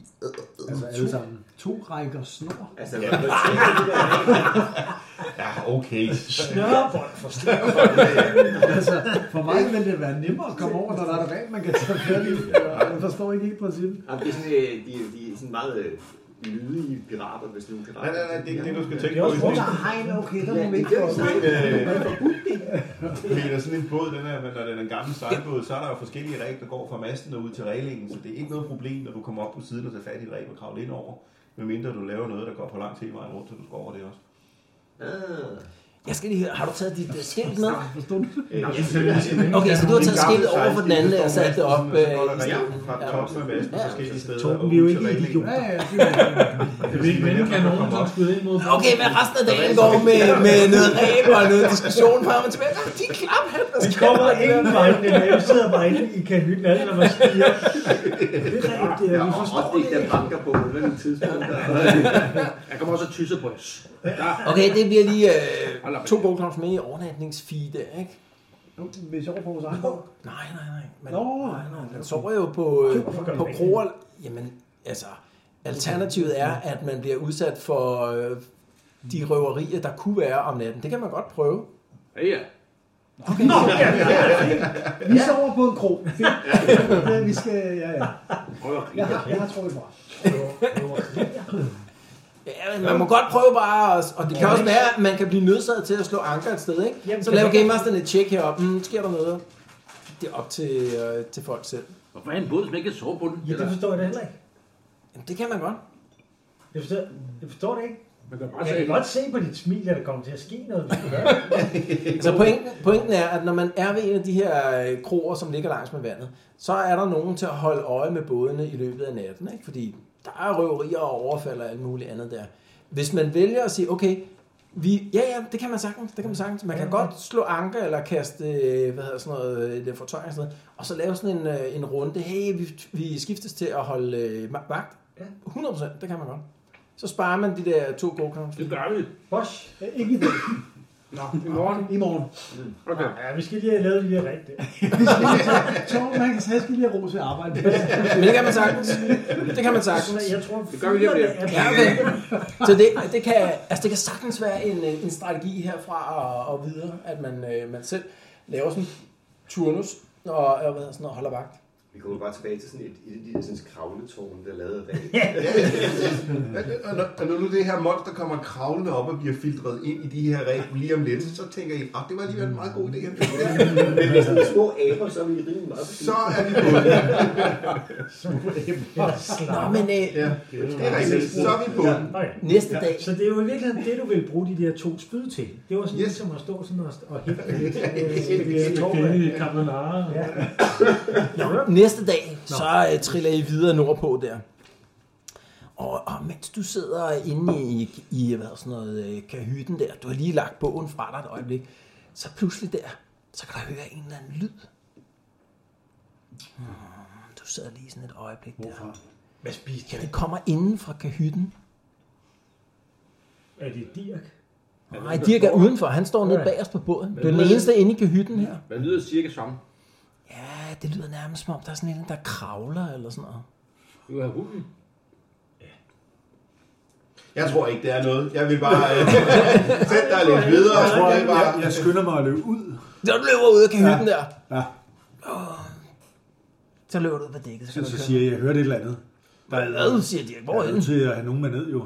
[SPEAKER 7] Altså alle sammen. To rækker snor.
[SPEAKER 6] Altså,
[SPEAKER 7] ja.
[SPEAKER 6] hvad- hvad tænker du der? Ja, okay.
[SPEAKER 7] Snørebold for
[SPEAKER 6] Snørebold, ja.
[SPEAKER 7] altså, for mig ville det være nemmere at komme over, når der er et regel, man kan tage fat i. Jeg forstår ikke helt princippet.
[SPEAKER 11] Jamen, det er sådan, øh, de, de er sådan meget øh, lydige pirater, hvis nu pirater.
[SPEAKER 6] Nej, nej, nej, det- det, du skal tænke
[SPEAKER 11] Ja,
[SPEAKER 6] på,
[SPEAKER 11] det
[SPEAKER 6] hvis
[SPEAKER 11] er
[SPEAKER 6] det-
[SPEAKER 7] Hej, okay, der
[SPEAKER 11] Ja,
[SPEAKER 7] er
[SPEAKER 11] det
[SPEAKER 7] vi ikke
[SPEAKER 11] kan
[SPEAKER 7] for
[SPEAKER 11] vi
[SPEAKER 7] os.
[SPEAKER 11] snakke
[SPEAKER 6] Men der er sådan en båd, den her, men når den er en gammel sejlbåd, så er der jo forskellige regler, der går fra masten og ud til reglingen, så det er ikke noget problem, når du kommer op på siden og tager fat i et reb og kravler ind over, medmindre du laver noget, der går på langt hele vejen rundt, så du skal over det også.
[SPEAKER 11] Ah.
[SPEAKER 2] Jeg skal lige høre, har du taget dit øh, skilt med?
[SPEAKER 6] Ja,
[SPEAKER 11] Øh,
[SPEAKER 2] Okay, så du har
[SPEAKER 6] en
[SPEAKER 2] taget
[SPEAKER 6] gammel
[SPEAKER 2] skiltet over for den anden
[SPEAKER 6] sejlbåd,
[SPEAKER 2] og sat det op.
[SPEAKER 6] og så går der
[SPEAKER 2] øh,
[SPEAKER 6] regler Fra toppen af masten forskellige steder.
[SPEAKER 3] Torben,
[SPEAKER 6] og
[SPEAKER 3] vi er jo
[SPEAKER 6] ud
[SPEAKER 3] ikke
[SPEAKER 6] til reglingen.
[SPEAKER 3] idioter.
[SPEAKER 9] Jeg ved ikke, hvordan kan nogen, der skyde ind mod
[SPEAKER 2] Okay, men resten af dagen går med, med noget ræb og noget diskussion frem og tilbage. Ah, De klap, han der
[SPEAKER 3] Vi
[SPEAKER 2] skal
[SPEAKER 3] kommer ingen vej med det. Vi sidder bare inde i kanytten alle, når man stiger. Det er rigtigt,
[SPEAKER 11] Ja,
[SPEAKER 3] vi
[SPEAKER 11] og
[SPEAKER 3] forstår
[SPEAKER 11] også
[SPEAKER 3] det
[SPEAKER 11] ikke,
[SPEAKER 3] ikke.
[SPEAKER 11] der banker på på hvilket tidspunkt. Der.
[SPEAKER 8] Jeg kommer også og tysse på os.
[SPEAKER 2] Okay, det bliver lige øh, to bogklubs med i overnatningsfeed, ikke?
[SPEAKER 7] Nu, Hvis jeg over på vores egen bog.
[SPEAKER 2] Nej, nej, nej. Man,
[SPEAKER 7] Nå,
[SPEAKER 2] nej, nej, man sover jo på, øh,
[SPEAKER 7] Hvorfor gør
[SPEAKER 2] på
[SPEAKER 7] man ikke
[SPEAKER 2] kroer. Jamen, altså, alternativet er, at man bliver udsat for øh, de røverier, der kunne være om natten. Det kan man godt prøve.
[SPEAKER 8] Ja, ja.
[SPEAKER 7] Vi sover på en krog. Fedt. Øh, Vi skal... Ja, ja. Jeg har, jeg har trukket fra.
[SPEAKER 2] Ja, men man må godt prøve bare, at- og det kan også være, at man kan blive nødsaget til at slå anker et sted, ikke?
[SPEAKER 3] Jamen,
[SPEAKER 2] så
[SPEAKER 3] kan
[SPEAKER 2] laver
[SPEAKER 3] man-
[SPEAKER 2] Game Masteren et tjek heroppe. Mm, sker der noget? Det er op til, øh, til folk selv.
[SPEAKER 8] Hvorfor er en båd, som ikke kan sove på den?
[SPEAKER 3] Ja, det forstår jeg da heller ikke.
[SPEAKER 2] Jamen, det kan man godt.
[SPEAKER 3] Jeg forstår, jeg forstår det ikke.
[SPEAKER 8] Man kan bare
[SPEAKER 3] Jeg kan
[SPEAKER 8] sige,
[SPEAKER 3] godt se på dit smil, at der kommer til at ske noget. hvis du gør
[SPEAKER 2] Altså pointen, pointen er, at når man er ved en af de her øh, kroer, som ligger langs med vandet, så er der nogen til at holde øje med bådene i løbet af natten, ikke? fordi der er røverier og overfald og alt muligt andet der. Hvis man vælger at sige, okay, vi, ja, ja, det kan man sagtens, det kan man sagtens. Man kan godt slå anker eller kaste, øh, hvad hedder sådan noget, øh, det fortøjningssted, og så lave sådan en, øh, en runde, hey, vi, vi skiftes til at holde øh, vagt.
[SPEAKER 3] Ja.
[SPEAKER 2] 100%, det kan man godt. Så sparer man de der to gode kampe.
[SPEAKER 8] det gør vi.
[SPEAKER 3] Bosch.
[SPEAKER 7] Øh, Ikke i dag.
[SPEAKER 8] Nå, i morgen.
[SPEAKER 7] I morgen.
[SPEAKER 8] Okay.
[SPEAKER 3] Ja, vi skal lige have lavet de her rigtigt.
[SPEAKER 7] Vi skal lige tage... Torben, han kan- han skal lige have ro til at arbejde.
[SPEAKER 2] Men det kan man sagtens. Det kan man sagtens.
[SPEAKER 3] Jeg tror,
[SPEAKER 8] Det gør vi lige om lidt.
[SPEAKER 3] firerne er-
[SPEAKER 2] Ja, okay. Så det, det, kan, altså det kan sagtens være en, øh, en strategi herfra og, og videre, at man, øh, man selv laver sådan en turnus og, og hvad hedder sådan noget, holder vagt.
[SPEAKER 11] Vi kommer bare tilbage til sådan et, et af de der sådan kravletårn, der er lavet af ræv.
[SPEAKER 6] Og når, og når nu det her monster kommer kravlende op og bliver filtreret ind i de her ræb lige om lidt, så tænker I, at det var alligevel en meget god idé. han fik der."
[SPEAKER 11] Men hvis det er små aber, så er vi rimelig meget forskellige.
[SPEAKER 6] Så er vi på den.
[SPEAKER 3] Eller slap.
[SPEAKER 2] Nå, men øh,
[SPEAKER 6] Ja, det er rigtigt. Så er vi på den.
[SPEAKER 3] Okay.
[SPEAKER 2] næste dag,
[SPEAKER 3] Så det er jo i virkeligheden det, du vil bruge de der to spyd til. Det var sådan yes.
[SPEAKER 6] Yes.
[SPEAKER 3] ligesom at stå sådan og, og hæfte lidt. øh,
[SPEAKER 9] Spaghetti carbonara. Ja.
[SPEAKER 2] næste dag så øh, triller I videre nordpå der. Og, og mens du sidder inde i, i hvad hedder sådan noget, øh, kahytten der, du har lige lagt bogen fra dig et øjeblik, så pludselig der, så kan du høre en eller anden lyd. Hmm, du sidder lige sådan et øjeblik der.
[SPEAKER 3] Hvad spiste
[SPEAKER 2] Ja,
[SPEAKER 3] jeg?
[SPEAKER 2] det kommer inden fra kahytten.
[SPEAKER 3] Er det Dirk?
[SPEAKER 2] Nej, Dirk er udenfor. Han står nede bagerst på båden. Du er den eneste inde i kahytten her.
[SPEAKER 8] Hvad lyder cirka som?
[SPEAKER 2] Ja, det lyder nærmest som om, der er sådan en, der kravler eller sådan noget.
[SPEAKER 8] Du har hunden.
[SPEAKER 6] Jeg tror ikke, det er noget. Jeg vil bare øh, sætte dig lidt videre.
[SPEAKER 4] Jeg tror,
[SPEAKER 6] jeg
[SPEAKER 4] jeg,
[SPEAKER 6] bare...
[SPEAKER 4] jeg, jeg skynder mig at løbe ud.
[SPEAKER 2] Så du løber ud af kahytten der.
[SPEAKER 4] Ja.
[SPEAKER 2] Åh. Så løber du ud på dækket. Så,
[SPEAKER 4] Så,
[SPEAKER 2] kan du
[SPEAKER 4] så
[SPEAKER 2] køre.
[SPEAKER 4] siger jeg, jeg hørte et eller andet. Der er
[SPEAKER 2] Hvad siger Dirk? Hvor
[SPEAKER 4] Jeg
[SPEAKER 2] er
[SPEAKER 4] er
[SPEAKER 2] den?
[SPEAKER 4] nødt til at have nogen med ned, jo.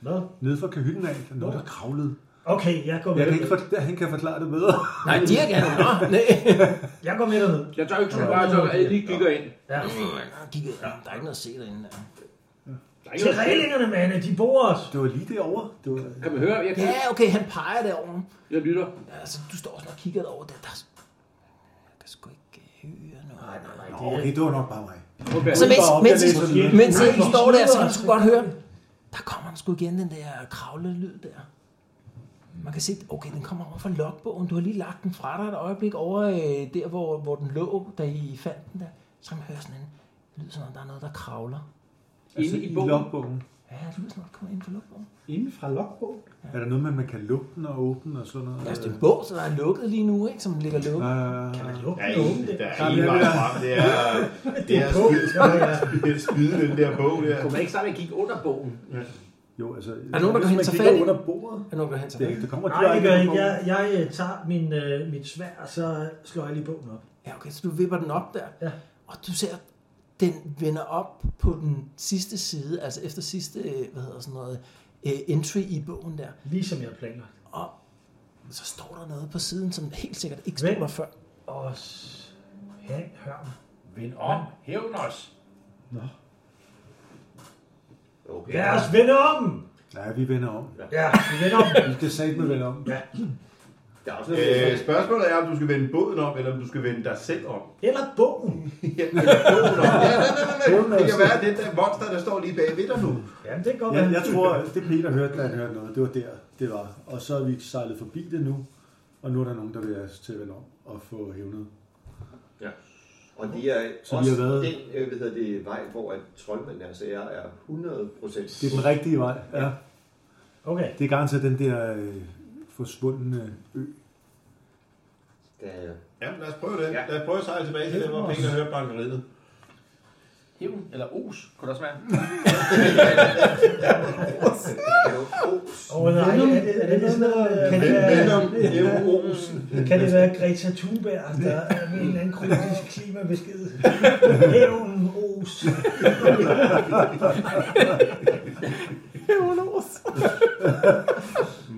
[SPEAKER 3] Hvad?
[SPEAKER 4] Nede fra kahytten af, der er nogen, der kravlede.
[SPEAKER 3] Okay, jeg går med
[SPEAKER 4] Jeg kan
[SPEAKER 3] dig
[SPEAKER 4] ikke
[SPEAKER 3] ned.
[SPEAKER 4] for, han kan forklare det bedre.
[SPEAKER 2] Nej, Dirk er den. Nå, nej.
[SPEAKER 3] Jeg går med derned.
[SPEAKER 8] Jeg tager jo ikke så bare, så alle lige kigger ind.
[SPEAKER 3] Ja.
[SPEAKER 2] Nå, Kig, ud. der er ikke noget at se derinde. Der.
[SPEAKER 8] Der er ikke
[SPEAKER 3] Til
[SPEAKER 8] noget at se.
[SPEAKER 3] reglingerne, mande, de bor os.
[SPEAKER 4] Det var lige derovre. Det var,
[SPEAKER 8] Kan man høre? Jeg, kan,
[SPEAKER 2] Ja, okay, han peger derovre.
[SPEAKER 8] jeg lytter.
[SPEAKER 2] Altså, du står sådan og kigger derovre. Der, der, er s- jeg kan sgu ikke høre noget. Nej, nej, nej.
[SPEAKER 4] Nå, okay, det var nok bare mig.
[SPEAKER 8] Okay.
[SPEAKER 2] Så mens,
[SPEAKER 4] Bare op,
[SPEAKER 2] mens,
[SPEAKER 4] jeg læser
[SPEAKER 2] mens,
[SPEAKER 4] den.
[SPEAKER 2] mens I står der, så kan
[SPEAKER 3] snyder
[SPEAKER 2] du sgu godt høre, der kommer den sgu igen, den der kravlede lyd der. Man kan se, okay, den kommer over fra logbogen. Du har lige lagt den fra dig et øjeblik over øh, der, hvor, hvor den lå, da I fandt den der. Så kan man høre sådan en lyd, som om der er noget, der kravler.
[SPEAKER 8] Inde i
[SPEAKER 4] altså, i
[SPEAKER 8] bogen.
[SPEAKER 4] logbogen.
[SPEAKER 2] Hvad er det, du snart kommer ind på lugtbogen?
[SPEAKER 7] Inden fra logbogen?
[SPEAKER 4] Er der noget med, at man kan lukke den og åbne den og sådan noget?
[SPEAKER 2] Altså, det er en bog, så der er lukket lige nu, ikke? Som ligger lukket.
[SPEAKER 4] Uh,
[SPEAKER 2] kan man
[SPEAKER 7] lukke
[SPEAKER 11] Der er ingen, der er ingen vej frem. Det er, det er spil, spil, spil, den der bog der.
[SPEAKER 8] Kunne man ikke starte med at kigge under bogen?
[SPEAKER 4] Jo, altså... Er
[SPEAKER 2] der nogen, der kan hente sig fat i?
[SPEAKER 4] under bordet?
[SPEAKER 2] Er nogen, der kan hente sig
[SPEAKER 4] Det, det kommer
[SPEAKER 3] Nej, det gør jeg ikke. Jeg, jeg øh, tager min, øh, mit svær, og så slår jeg lige bogen op.
[SPEAKER 2] Ja, okay, så du vipper den op der.
[SPEAKER 3] Ja.
[SPEAKER 2] Og du ser, den vender op på den sidste side, altså efter sidste, øh, hvad hedder sådan noget, øh, entry i bogen der.
[SPEAKER 3] Ligesom jeg havde planlagt.
[SPEAKER 2] Og så står der noget på siden, som helt sikkert ikke
[SPEAKER 3] Vent.
[SPEAKER 2] stod der før.
[SPEAKER 3] Og han, hør mig.
[SPEAKER 8] Vend om. Hævn os.
[SPEAKER 11] Okay.
[SPEAKER 3] Lad os vende om!
[SPEAKER 4] Nej, vi vender om.
[SPEAKER 3] Ja, vi vender om.
[SPEAKER 4] Vi skal sagt med vende om.
[SPEAKER 3] Ja.
[SPEAKER 11] Der er også noget,
[SPEAKER 6] Øh, spørgsmålet er, om du skal vende båden om, eller om du skal vende dig selv om.
[SPEAKER 3] Eller bogen.
[SPEAKER 6] Ja, eller båden om. Ja, nej, nej, nej, nej. Det kan være, at den der monster, der står lige bag ved dig nu.
[SPEAKER 3] Jamen, det kan godt
[SPEAKER 4] Ja,
[SPEAKER 3] være.
[SPEAKER 4] jeg tror, det Peter hørte, da han hørte noget, det var der, det var. Og så er vi sejlet forbi det nu, og nu er der nogen, der vil have os til at vende om og få hævnet.
[SPEAKER 11] og det er
[SPEAKER 4] Så
[SPEAKER 11] så
[SPEAKER 4] vi
[SPEAKER 11] også
[SPEAKER 4] har været-
[SPEAKER 11] den øh, hvad hedder det, vej, hvor at troldmanden altså jeg er 100 procent.
[SPEAKER 4] Det er den rigtige vej. Ja.
[SPEAKER 3] Okay,
[SPEAKER 4] Det er garanteret den der øh, forsvundne ø.
[SPEAKER 6] Ja, lad os prøve det.
[SPEAKER 11] Ja.
[SPEAKER 6] Lad os prøve at sejle tilbage til det, hvor Peter hører bankeriet.
[SPEAKER 8] Hævn eller os. Kunne det også være?
[SPEAKER 3] og nej, er det, er det, ligesom, øh, kan, det være,
[SPEAKER 6] Venom, Evo Olsen.
[SPEAKER 3] kan det være Greta Thunberg, der er med en eller anden kryptisk klimabesked? Hævn, os.
[SPEAKER 8] Altså,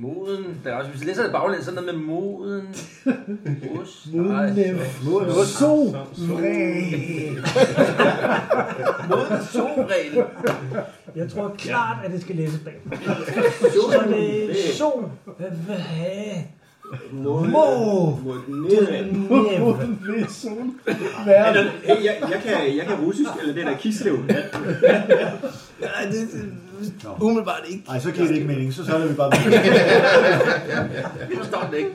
[SPEAKER 8] Moden. Der er også, hvis vi læser det baglæns, så er der noget med moden. Os.
[SPEAKER 7] Moden,
[SPEAKER 8] Nej,
[SPEAKER 7] øh,
[SPEAKER 8] så-
[SPEAKER 4] Måden var så...
[SPEAKER 7] Så
[SPEAKER 8] Moden solregel.
[SPEAKER 3] Jeg tror klart, at det skal læses bag. Så det er sol. Hvad hvad er Må. det?
[SPEAKER 11] Hey, jeg, jeg, kan, jeg kan russisk, eller det der kislev.
[SPEAKER 2] Ja, det, det umiddelbart ikke.
[SPEAKER 4] Ej, så giver det ikke mening, så sejler vi bare videre.
[SPEAKER 8] Jeg forstår det ikke.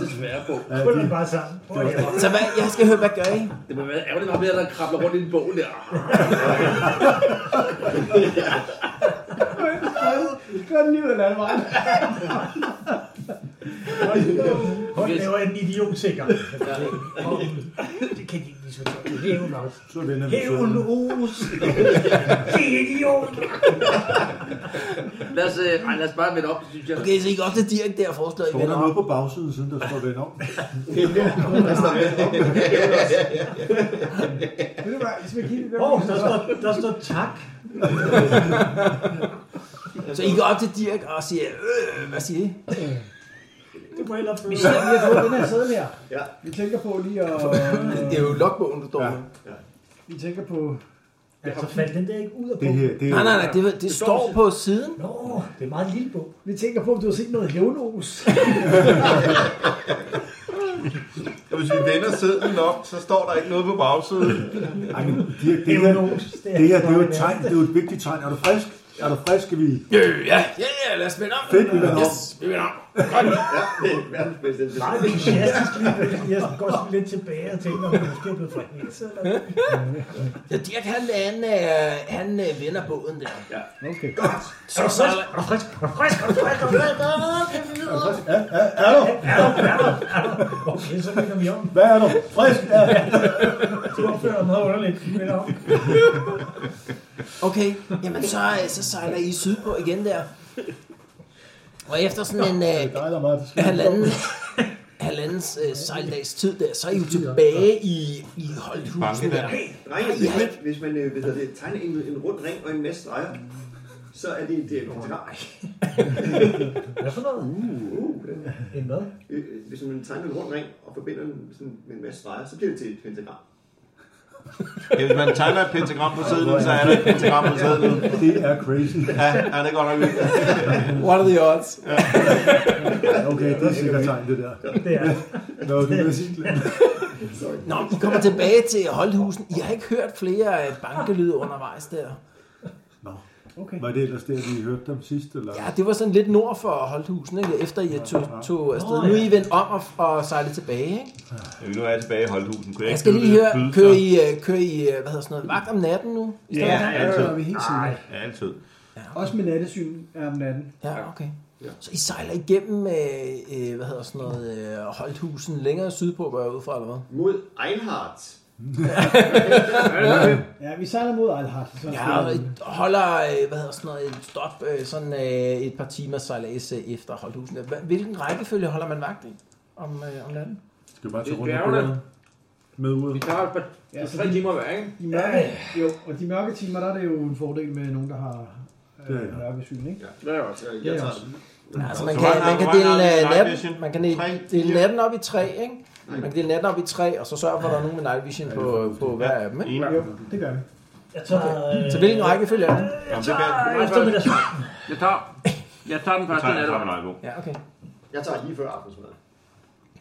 [SPEAKER 8] Desværre på.
[SPEAKER 4] Ja,
[SPEAKER 3] Put dem
[SPEAKER 4] vi-
[SPEAKER 3] bare sammen. Prøv at
[SPEAKER 2] Så hvad, jeg skal høre, hvad gør I?
[SPEAKER 8] Det må være ærgerligt, at der krabler rundt i en bog der.
[SPEAKER 7] Gør den lige ud af den anden vej.
[SPEAKER 3] Hun laver en idiot sikker. Det kan de ikke lige så godt. Hævn os.
[SPEAKER 4] Så vender vi så.
[SPEAKER 3] Hævn os. Det er idiot.
[SPEAKER 8] Lad os, øh, ej, lad os bare vende op, synes jeg.
[SPEAKER 2] Okay, så I går også direkte der og foreslår, I
[SPEAKER 4] Står der
[SPEAKER 2] vender
[SPEAKER 4] noget på bagsiden, siden der står vend om?
[SPEAKER 6] altså,
[SPEAKER 7] Ved du hvad, hvis vi kigger
[SPEAKER 3] Åh, der står, der står tak.
[SPEAKER 2] Så I går op til Dirk og siger, øh, hvad siger I?
[SPEAKER 3] Det må hellere føle.
[SPEAKER 7] Ja, vi har fået den her sæde her.
[SPEAKER 11] Ja.
[SPEAKER 7] Vi tænker på lige at...
[SPEAKER 2] Det er jo logbogen, du står med.
[SPEAKER 7] Vi tænker på...
[SPEAKER 3] Altså, faldt den der ikke ud af
[SPEAKER 4] Det her,
[SPEAKER 3] bogen?
[SPEAKER 4] det er...
[SPEAKER 2] Nej, nej, nej, det, det står på siden.
[SPEAKER 3] Nå, det er meget lille bog.
[SPEAKER 7] Vi tænker på, om du har set noget hævnos.
[SPEAKER 6] Og hvis vi vender sædlen op, så står der ikke noget på bagsiden.
[SPEAKER 4] Ej, men det, det, her, det
[SPEAKER 3] altså
[SPEAKER 4] her, det er jo et tegn, det er jo et vigtigt tegn. Er du frisk? Er du frisk, skal vi...
[SPEAKER 2] Øh, ja, ja, ja, lad os vende om.
[SPEAKER 4] Fedt, vi vender om.
[SPEAKER 2] Yes, vi vender om.
[SPEAKER 11] Ja, det er verdens bedste.
[SPEAKER 3] Nej, det er entusiastisk lige pludselig. Jeg går sådan lidt tilbage og tænker, om jeg måske er blevet forhængt. eller hvad.
[SPEAKER 2] Ja, Dirk, han, han, øh, han øh, vender båden der.
[SPEAKER 7] Okay.
[SPEAKER 2] Så sejler...
[SPEAKER 3] Er du frisk? Er du frisk? Er du frisk? Er du frisk?
[SPEAKER 4] Ja, ja, er du?
[SPEAKER 3] Er du er du? Er du? Okay, så vender vi om.
[SPEAKER 4] Hvad er du? Frisk? Ja.
[SPEAKER 3] Du opfører meget underligt. Vi vender om.
[SPEAKER 2] Okay, jamen så, øh, så sejler I sydpå igen der. Og efter sådan en øh,
[SPEAKER 4] Nej, der er meget forskelligt.
[SPEAKER 2] halvanden, halvandens øh, sejldags tid der, så er I jo tilbage i, i Holthusen der.
[SPEAKER 11] Drenge, hvis man, hvis man øh, hvad hedder det, tegner en, en rund ring og en masse streger, så er det, det er en drag.
[SPEAKER 3] Hvad for noget? uh. En hvad?
[SPEAKER 11] Øh, Hvis man tegner en rund ring og forbinder den sådan med en masse streger, så bliver det til et pentagram.
[SPEAKER 6] Ja, hvis man tegner et pentagram på sædlen, så er der et pentagram på sædlen.
[SPEAKER 4] Det er crazy.
[SPEAKER 6] Ja, ja det er godt nok vildt.
[SPEAKER 2] What are the odds?
[SPEAKER 4] Okay, det er sikkert tegn, det der.
[SPEAKER 3] Det er
[SPEAKER 4] Nå, du vil sige
[SPEAKER 2] Nå, I kommer tilbage til Holthusen. I har ikke hørt flere øh, bankelyde undervejs der.
[SPEAKER 4] Nå,
[SPEAKER 7] Okay.
[SPEAKER 4] var det ellers der, vi hørte dem sidst? Eller?
[SPEAKER 2] Ja, det var sådan lidt nord for Holthusen, ikke? efter I tog, tog afsted. Nu er I vendt om og, og sejlet tilbage, ikke?
[SPEAKER 6] Ja, vi nu er tilbage i Holdhusen. Kunne
[SPEAKER 2] Jeg skal
[SPEAKER 6] købe
[SPEAKER 2] lige
[SPEAKER 6] lidt
[SPEAKER 2] høre,
[SPEAKER 6] fløde?
[SPEAKER 2] kører I, øh, kører I øh, hvad hedder sådan noget, vagt om natten nu?
[SPEAKER 6] Mm. Ja, altid.
[SPEAKER 7] vi helt sikkert.
[SPEAKER 6] Ja, altid.
[SPEAKER 7] Ja, okay. Også med nattesyn er om natten.
[SPEAKER 2] Ja, okay. Ja. Så I sejler igennem, øh, øh, hvad hedder sådan noget, øh, Holthusen længere sydpå, hvor jeg er ude fra, eller hvad?
[SPEAKER 11] Mod Einhardt.
[SPEAKER 7] ja, vi sejler mod Alhart. Så
[SPEAKER 2] Ja, og I holder, øh, hvad hedder sådan noget, et stop, øh, sådan øh, et par timer sejlads øh, efter Holthusen. Hva- Hvilken rækkefølge holder man vagt i om, øh, om natten?
[SPEAKER 4] Skal vi bare
[SPEAKER 8] Det
[SPEAKER 4] tage
[SPEAKER 8] er
[SPEAKER 4] rundt af
[SPEAKER 8] bjergene.
[SPEAKER 4] bordene? Med ude?
[SPEAKER 8] Vi tager et par,
[SPEAKER 7] Ja,
[SPEAKER 8] ja,
[SPEAKER 7] så
[SPEAKER 8] tre
[SPEAKER 7] de-
[SPEAKER 8] timer hver, ikke?
[SPEAKER 7] De mørke, jo, og de mørke timer, der er det jo en fordel med nogen, der har
[SPEAKER 4] Det
[SPEAKER 7] øh,
[SPEAKER 4] er jeg.
[SPEAKER 7] mørkesyn, ikke?
[SPEAKER 11] Det er også. Jeg,
[SPEAKER 7] Det er
[SPEAKER 11] jeg tager
[SPEAKER 7] også.
[SPEAKER 11] den.
[SPEAKER 2] Altså,
[SPEAKER 6] Så
[SPEAKER 2] man
[SPEAKER 6] hvor
[SPEAKER 2] kan,
[SPEAKER 6] mange har-
[SPEAKER 2] man kan
[SPEAKER 6] hvor
[SPEAKER 2] dele
[SPEAKER 6] mange har
[SPEAKER 2] øh,
[SPEAKER 6] vi i night
[SPEAKER 2] natten,
[SPEAKER 6] vision? Mm.
[SPEAKER 2] man kan dele,
[SPEAKER 6] Tre,
[SPEAKER 2] dele
[SPEAKER 6] fire?
[SPEAKER 2] natten op i tre, ikke? Man kan dele natten op i tre, og så sørge for, at der er nogen med night vision på, på hver af dem, ikke?
[SPEAKER 6] En.
[SPEAKER 7] Jo, det gør vi.
[SPEAKER 3] Jeg tager...
[SPEAKER 2] Så hvilken rækkefølge er det?
[SPEAKER 6] Jamen, det er
[SPEAKER 3] Øh, eftermiddagsvagten.
[SPEAKER 8] Jeg tager, jeg tager den
[SPEAKER 6] jeg
[SPEAKER 8] første
[SPEAKER 6] tager, jeg
[SPEAKER 8] nat.
[SPEAKER 6] tager mig på.
[SPEAKER 2] Ja, okay.
[SPEAKER 11] jeg tager lige før aftensmad.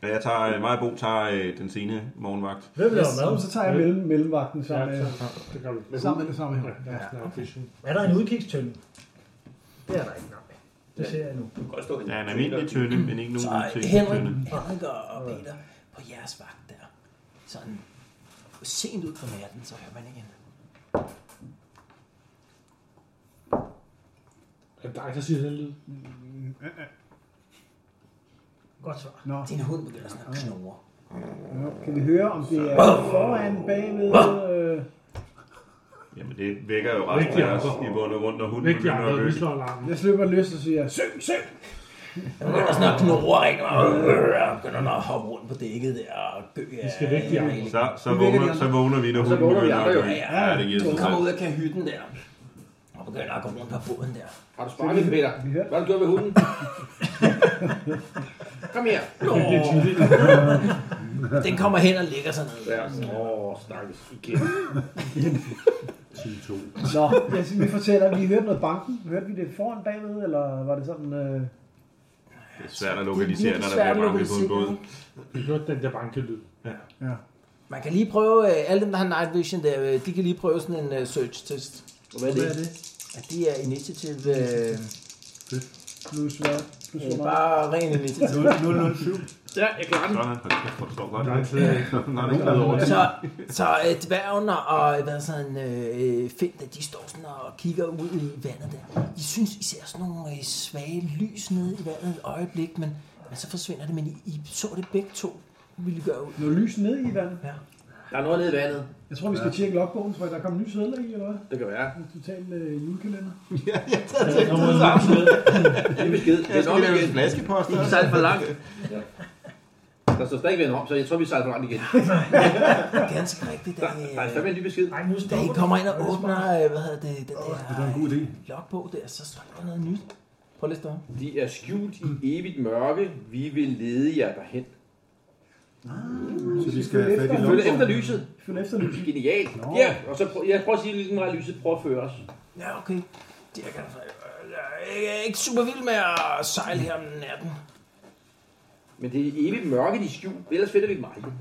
[SPEAKER 6] Ja, jeg tager, øh, mig og Bo tager øh, den sene morgenvagt.
[SPEAKER 3] Hvem laver mad?
[SPEAKER 7] Så, så tager jeg mellem, mellemvagten
[SPEAKER 9] Ja,
[SPEAKER 7] sammen med,
[SPEAKER 9] så- det gør vi.
[SPEAKER 7] sammen med det samme her.
[SPEAKER 9] Ja, ja, okay.
[SPEAKER 3] Er der en udkigstønde? Det er der ikke, nej. Det ser jeg nu.
[SPEAKER 11] Du kan godt stå i
[SPEAKER 6] Der er en almindelig tønde, men ikke nogen
[SPEAKER 2] Så
[SPEAKER 6] udsigt
[SPEAKER 2] Henrik,
[SPEAKER 6] tønde.
[SPEAKER 2] Henrik og Peter på jeres vagt der. Sådan sent ud på natten, så hører man igen.
[SPEAKER 9] Er det dig, der siger den lyd?
[SPEAKER 3] Godt svar.
[SPEAKER 7] Nå,
[SPEAKER 2] Din hund begynder sådan at knurre.
[SPEAKER 7] nå, øh, kan vi høre, om det er foran, bagved? Øh,
[SPEAKER 6] Jamen, det vækker jo resten
[SPEAKER 9] Vigtigt,
[SPEAKER 6] af os
[SPEAKER 9] Jacob.
[SPEAKER 6] i bund og grund, når hunden
[SPEAKER 9] Væk de
[SPEAKER 6] begynder
[SPEAKER 9] andre,
[SPEAKER 6] at
[SPEAKER 9] vi
[SPEAKER 6] løbe.
[SPEAKER 9] slår alarmen.
[SPEAKER 7] jeg slipper løs og siger, syng, syng!
[SPEAKER 2] Den begynder sådan at knurre, ikke? Og øh, begynder den at hoppe rundt på dækket der og gø øh, af... Vi
[SPEAKER 9] skal væk, de andre.
[SPEAKER 6] Så, så,
[SPEAKER 7] vækker de
[SPEAKER 6] vågner,
[SPEAKER 7] andre.
[SPEAKER 6] så vågner vi, når hunden
[SPEAKER 11] vågner vi
[SPEAKER 6] begynder at
[SPEAKER 11] andre jo.
[SPEAKER 6] løbe.
[SPEAKER 2] Ja,
[SPEAKER 6] Ja, det giver
[SPEAKER 2] Hun
[SPEAKER 6] sig
[SPEAKER 2] kommer
[SPEAKER 6] selv.
[SPEAKER 2] ud af kahytten der, og begynder at gå rundt på båden der.
[SPEAKER 5] Har du sparket, Peter? Hvad har du gjort med hunden? Kom her.
[SPEAKER 2] Den kommer hen og ligger sig ned.
[SPEAKER 5] Åh, stakkels. Igen.
[SPEAKER 7] Nå, jeg siger, vi fortæller, vi hørte noget banken. Hørte vi det foran, bagved, eller var det sådan... Øh,
[SPEAKER 6] Det er svært at
[SPEAKER 2] Det er
[SPEAKER 6] lokalisere,
[SPEAKER 2] virkelig
[SPEAKER 6] når der
[SPEAKER 2] svært
[SPEAKER 6] bliver
[SPEAKER 2] at
[SPEAKER 6] banket på en båd.
[SPEAKER 2] lokalisere,
[SPEAKER 9] Vi hørte den der bankelyd.
[SPEAKER 2] Man kan lige prøve, øh, alle dem, der har night vision der, øh, de kan lige prøve sådan en øh, search test. Og hvad er det? Hvad er det? Ja, det er initiativ, øh,
[SPEAKER 7] plus hvad? Plus
[SPEAKER 2] øh,
[SPEAKER 7] hvor meget?
[SPEAKER 2] bare ren initiativ.
[SPEAKER 4] 007.
[SPEAKER 8] Ja, jeg klarer den.
[SPEAKER 6] Sådan, hold kæft, hvor du står godt.
[SPEAKER 9] Der er ikke
[SPEAKER 6] Der er nogen, der over det.
[SPEAKER 2] Så, så øh, dværgen og- og øh, hvad sådan, øh, Fint, at de står sådan og kigger ud i vandet der. I synes, I ser sådan nogle øh, svage lys nede i vandet et øjeblik, men, men så forsvinder det. Men I, I så det begge to, ville I gøre ud.
[SPEAKER 7] Noget lys ned i vandet.
[SPEAKER 5] Der er noget nede i vandet.
[SPEAKER 7] Jeg tror, vi skal tjekke logbogen, tror jeg, der kom en ny sædler i, eller hvad?
[SPEAKER 5] Det kan være.
[SPEAKER 7] En total øh, julekalender.
[SPEAKER 9] Der kommer en lyd med.
[SPEAKER 5] Det er besked.
[SPEAKER 6] Jeg
[SPEAKER 5] Det er
[SPEAKER 6] skal
[SPEAKER 5] nok
[SPEAKER 6] lave en
[SPEAKER 5] igen.
[SPEAKER 6] flaskepost.
[SPEAKER 5] Vi sejler for langt. Der står stadig vand om, så jeg tror, vi sejler for langt igen.
[SPEAKER 2] Ganske rigtigt, da,
[SPEAKER 5] Der er
[SPEAKER 2] øh,
[SPEAKER 5] fandme en ny besked.
[SPEAKER 3] Nej, nu
[SPEAKER 2] da I
[SPEAKER 3] stopper
[SPEAKER 2] kommer ind og åbner øh, hvad hedder det, den der
[SPEAKER 4] en god idé.
[SPEAKER 2] øh, logbog der, så står der noget nyt. Prøv lige at stå.
[SPEAKER 5] De er skjult i evigt mørke. Vi vil lede jer derhen.
[SPEAKER 4] Så vi skal have fat i
[SPEAKER 5] Følg
[SPEAKER 4] lommen.
[SPEAKER 5] efter lyset.
[SPEAKER 7] Følg efter lys.
[SPEAKER 5] Genialt. Ja, og så prøv, jeg prøver at sige, hvilken vej lyset prøver at føre os.
[SPEAKER 2] Ja, okay. Dirk er, øh, jeg er ikke super vild med at sejle her om natten.
[SPEAKER 5] Men det er i evigt mørke, de er skjult. Ellers finder vi dem aldrig.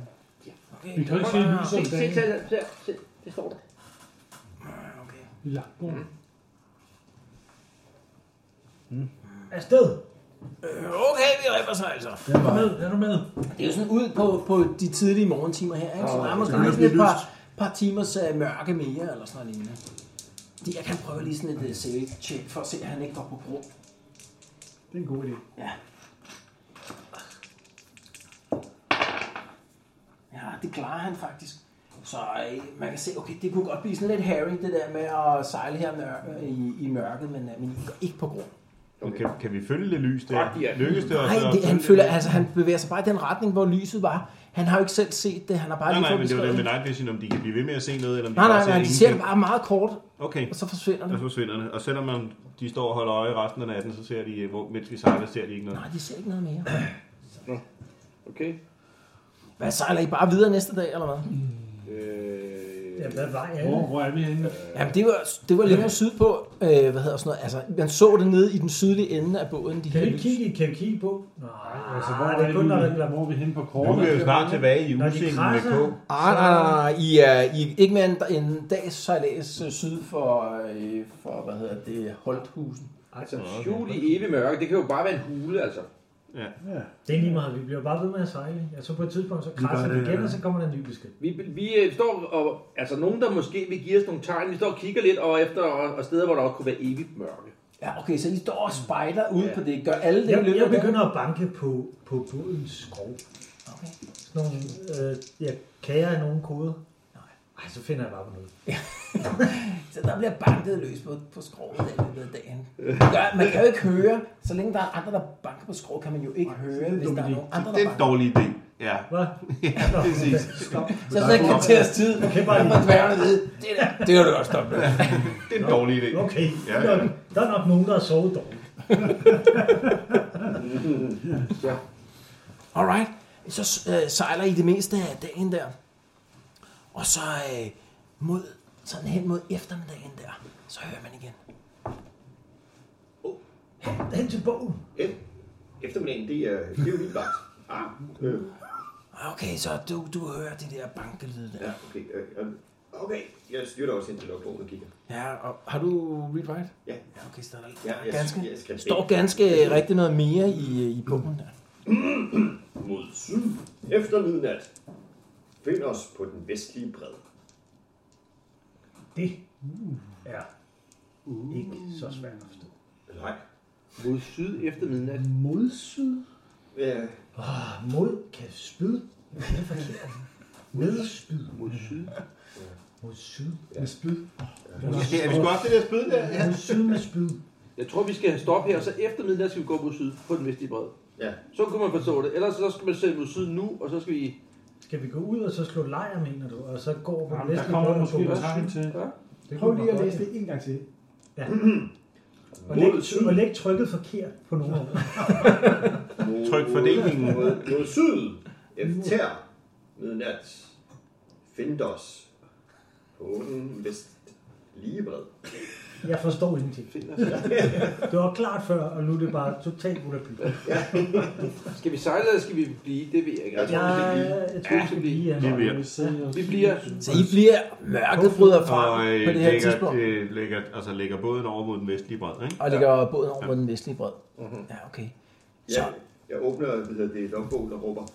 [SPEAKER 2] Okay.
[SPEAKER 9] Vi kan jo ikke se lys
[SPEAKER 5] Se,
[SPEAKER 9] om
[SPEAKER 5] se, se,
[SPEAKER 9] dagen
[SPEAKER 5] se, se, se, det står der.
[SPEAKER 2] Okay.
[SPEAKER 9] i lagbogen.
[SPEAKER 3] Afsted.
[SPEAKER 2] Øh, Okay, vi ripper sig altså.
[SPEAKER 3] Er du med? Er du med?
[SPEAKER 2] Det er jo sådan ud på, på de tidlige morgentimer her, ikke? Så der er måske
[SPEAKER 4] det er
[SPEAKER 2] sådan et
[SPEAKER 4] lidt
[SPEAKER 2] par, par timers uh, mørke mere, eller sådan noget lignende. Det, jeg kan prøve lige sådan et uh, selvtjek, for at se, at han ikke går på grund.
[SPEAKER 7] Det er en god idé.
[SPEAKER 2] Ja, det klarer han faktisk. Så øh, man kan se, okay, det kunne godt blive sådan lidt Harry, det der med at sejle her mør- i, i mørket, men, øh, men I går ikke på grund.
[SPEAKER 6] Men Kan, kan vi følge det lys der?
[SPEAKER 5] Fuck, ja.
[SPEAKER 6] Lykkes det os?
[SPEAKER 2] Nej,
[SPEAKER 6] at
[SPEAKER 2] det, han,
[SPEAKER 6] følge
[SPEAKER 2] føler,
[SPEAKER 6] lys?
[SPEAKER 2] altså, han bevæger sig bare i den retning, hvor lyset var. Han har jo ikke selv set det, han har bare
[SPEAKER 6] Nej,
[SPEAKER 2] lige
[SPEAKER 6] nej,
[SPEAKER 2] fået
[SPEAKER 6] men det var det med
[SPEAKER 2] beskrevet.
[SPEAKER 6] night vision, om de kan blive ved med at se noget, eller om de
[SPEAKER 2] Nej,
[SPEAKER 6] bare
[SPEAKER 2] nej,
[SPEAKER 6] ser
[SPEAKER 2] nej, de ser det
[SPEAKER 6] ingenting.
[SPEAKER 2] bare meget kort,
[SPEAKER 6] Okay,
[SPEAKER 2] og så forsvinder
[SPEAKER 6] så
[SPEAKER 2] det.
[SPEAKER 6] forsvinder det. Og selvom man, de står og holder øje resten af natten, så ser de, øh, hvor, mens vi sejler, ser de ikke noget.
[SPEAKER 2] Nej, de ser ikke noget mere.
[SPEAKER 5] Okay.
[SPEAKER 2] Hvad, sejler I bare videre næste dag, eller hvad?
[SPEAKER 5] Øh,
[SPEAKER 3] Ja, hvad vej er
[SPEAKER 9] Hvor,
[SPEAKER 3] det?
[SPEAKER 9] hvor er vi henne?
[SPEAKER 2] Jamen, det var, det var længere sydpå, øh, hvad hedder sådan noget, altså, man så det nede i den sydlige ende af båden, de
[SPEAKER 3] Kan
[SPEAKER 2] her
[SPEAKER 3] vi
[SPEAKER 2] lys.
[SPEAKER 3] kigge, kan vi kigge på? Nej,
[SPEAKER 9] Altså, hvor
[SPEAKER 3] Ah, det er kun, når
[SPEAKER 9] vi,
[SPEAKER 3] den bliver
[SPEAKER 9] hvor er vi henne på
[SPEAKER 6] Nu er
[SPEAKER 9] kortet?
[SPEAKER 6] vi jo snart tilbage i
[SPEAKER 3] Når de
[SPEAKER 6] udsigten med
[SPEAKER 3] krasser,
[SPEAKER 6] K.
[SPEAKER 2] Ah, nej, nej, I er, I er ikke mere end en dags sejlads øh, syd for, øh, for, hvad hedder det, Holthusen.
[SPEAKER 5] altså, skjult i evigt mørke, det kan jo bare være en hule, altså.
[SPEAKER 6] Ja.
[SPEAKER 3] ja. Det er lige meget. Vi bliver bare ved med at sejle. Jeg så på et tidspunkt, så krasser det igen, og så kommer der en ny besked.
[SPEAKER 8] Vi, vi øh, står og, altså nogen, der måske vil give os nogle tegn, vi står og kigger lidt og efter og, og steder, hvor der også kunne være evigt mørke.
[SPEAKER 2] Ja, okay, så I står og spejder ude ja. på det. Gør alle det i
[SPEAKER 3] Jeg,
[SPEAKER 2] løbet
[SPEAKER 3] jeg
[SPEAKER 2] af dagen?
[SPEAKER 3] begynder at banke på, på bådens skrov.
[SPEAKER 2] Okay.
[SPEAKER 3] Sådan nogle, øh, jeg kager af nogle koder. Nej, så finder jeg bare på noget.
[SPEAKER 2] Så der bliver banket løs på, på skroget i løbet af dagen. Gør, man kan jo ikke høre, så længe der er andre, der banker på skroget, kan man jo ikke høre, hvis der er nogen andre, der
[SPEAKER 6] Det er en
[SPEAKER 2] banker.
[SPEAKER 6] dårlig idé. Ja.
[SPEAKER 3] Hvad?
[SPEAKER 6] Ja, præcis.
[SPEAKER 2] Så er der et kvarters tid,
[SPEAKER 3] Du kan bare
[SPEAKER 2] bare
[SPEAKER 3] lige-
[SPEAKER 2] man dværgerne ved, det der, det kan du godt stoppe med.
[SPEAKER 6] Det er en dårlig idé.
[SPEAKER 3] Okay,
[SPEAKER 6] Ja,
[SPEAKER 3] ja, ja.
[SPEAKER 6] ja.
[SPEAKER 3] der er nok nogen, der har sovet dårligt.
[SPEAKER 2] Alright, så øh, sejler I det meste af dagen der. Og så øh, mod, sådan hen mod eftermiddagen der, så hører man igen.
[SPEAKER 3] Hen til bogen.
[SPEAKER 11] Eft- Eftermiddagen, det er, det er jo min vagt. Ah, øh,
[SPEAKER 2] Okay, så du, du hører de der bankelyde der.
[SPEAKER 11] ja, okay. Øh, øh, okay, jeg styrter også ind til logbogen og kigger.
[SPEAKER 2] Ja, og har du read write?
[SPEAKER 11] Ja.
[SPEAKER 2] Ja, okay, så er der
[SPEAKER 11] Ja, jeg,
[SPEAKER 2] ganske,
[SPEAKER 11] jeg skal
[SPEAKER 2] står ganske rigtig noget mere i, i bogen der.
[SPEAKER 11] mod syd efter midnat. Find os på den vestlige bred.
[SPEAKER 3] Det er ikke så svært at forstå.
[SPEAKER 11] Nej.
[SPEAKER 6] Mod syd efter midnat.
[SPEAKER 7] Modsyd?
[SPEAKER 11] Ja,
[SPEAKER 3] Ah, mod kan spyd. Det er forkert. Med spyd.
[SPEAKER 6] Mod syd.
[SPEAKER 3] Mod syd.
[SPEAKER 7] Med spyd.
[SPEAKER 6] Ja, vi skulle også det der spyd der. Ja.
[SPEAKER 3] Mod syd med spyd.
[SPEAKER 8] Jeg tror, vi skal stoppe her, og så efter middag skal vi gå mod syd på den vestlige bred.
[SPEAKER 11] ja.
[SPEAKER 8] Så kunne man forstå det. Ellers så skal man sætte mod syd nu, og så skal vi...
[SPEAKER 3] Skal vi gå ud og så slå lejr, mener du? Og så gå på
[SPEAKER 9] Jamen,
[SPEAKER 3] den
[SPEAKER 9] der
[SPEAKER 3] vestlige
[SPEAKER 9] kommer
[SPEAKER 3] bred og
[SPEAKER 9] måske
[SPEAKER 3] gå-
[SPEAKER 9] et tegn til.
[SPEAKER 8] Ja.
[SPEAKER 3] Det
[SPEAKER 7] Prøv
[SPEAKER 3] kunne
[SPEAKER 7] lige
[SPEAKER 3] man
[SPEAKER 7] at
[SPEAKER 3] godt.
[SPEAKER 7] læse det en gang til.
[SPEAKER 3] Og læg, og læg trykket forkert på nogle af dem.
[SPEAKER 11] Mod-
[SPEAKER 6] Tryk fordelingen.
[SPEAKER 11] Mod, mod syd efter midnat. Find os på den vestlige bred.
[SPEAKER 3] Jeg forstår ingenting. Det var klart før, og nu er det bare totalt volapyt.
[SPEAKER 8] Skal vi sejle, eller skal vi blive? Det ved jeg ikke.
[SPEAKER 11] Jeg
[SPEAKER 3] Jeg, jeg tror, vi skal blive her.
[SPEAKER 6] Det vil jeg.
[SPEAKER 8] Vi bliver...
[SPEAKER 2] Så Altså, I bliver mørket bryder
[SPEAKER 6] Og
[SPEAKER 2] fra
[SPEAKER 6] øh,
[SPEAKER 2] på det her
[SPEAKER 6] lægger,
[SPEAKER 2] tidspunkt.
[SPEAKER 6] øh, lægger, altså, lægger båden over mod den vestlige bred. Ikke?
[SPEAKER 2] Og ligger båden over på den vestlige bred. Ja, okay. Så,
[SPEAKER 11] Jeg, jeg åbner hvad hedder det logbogen og råber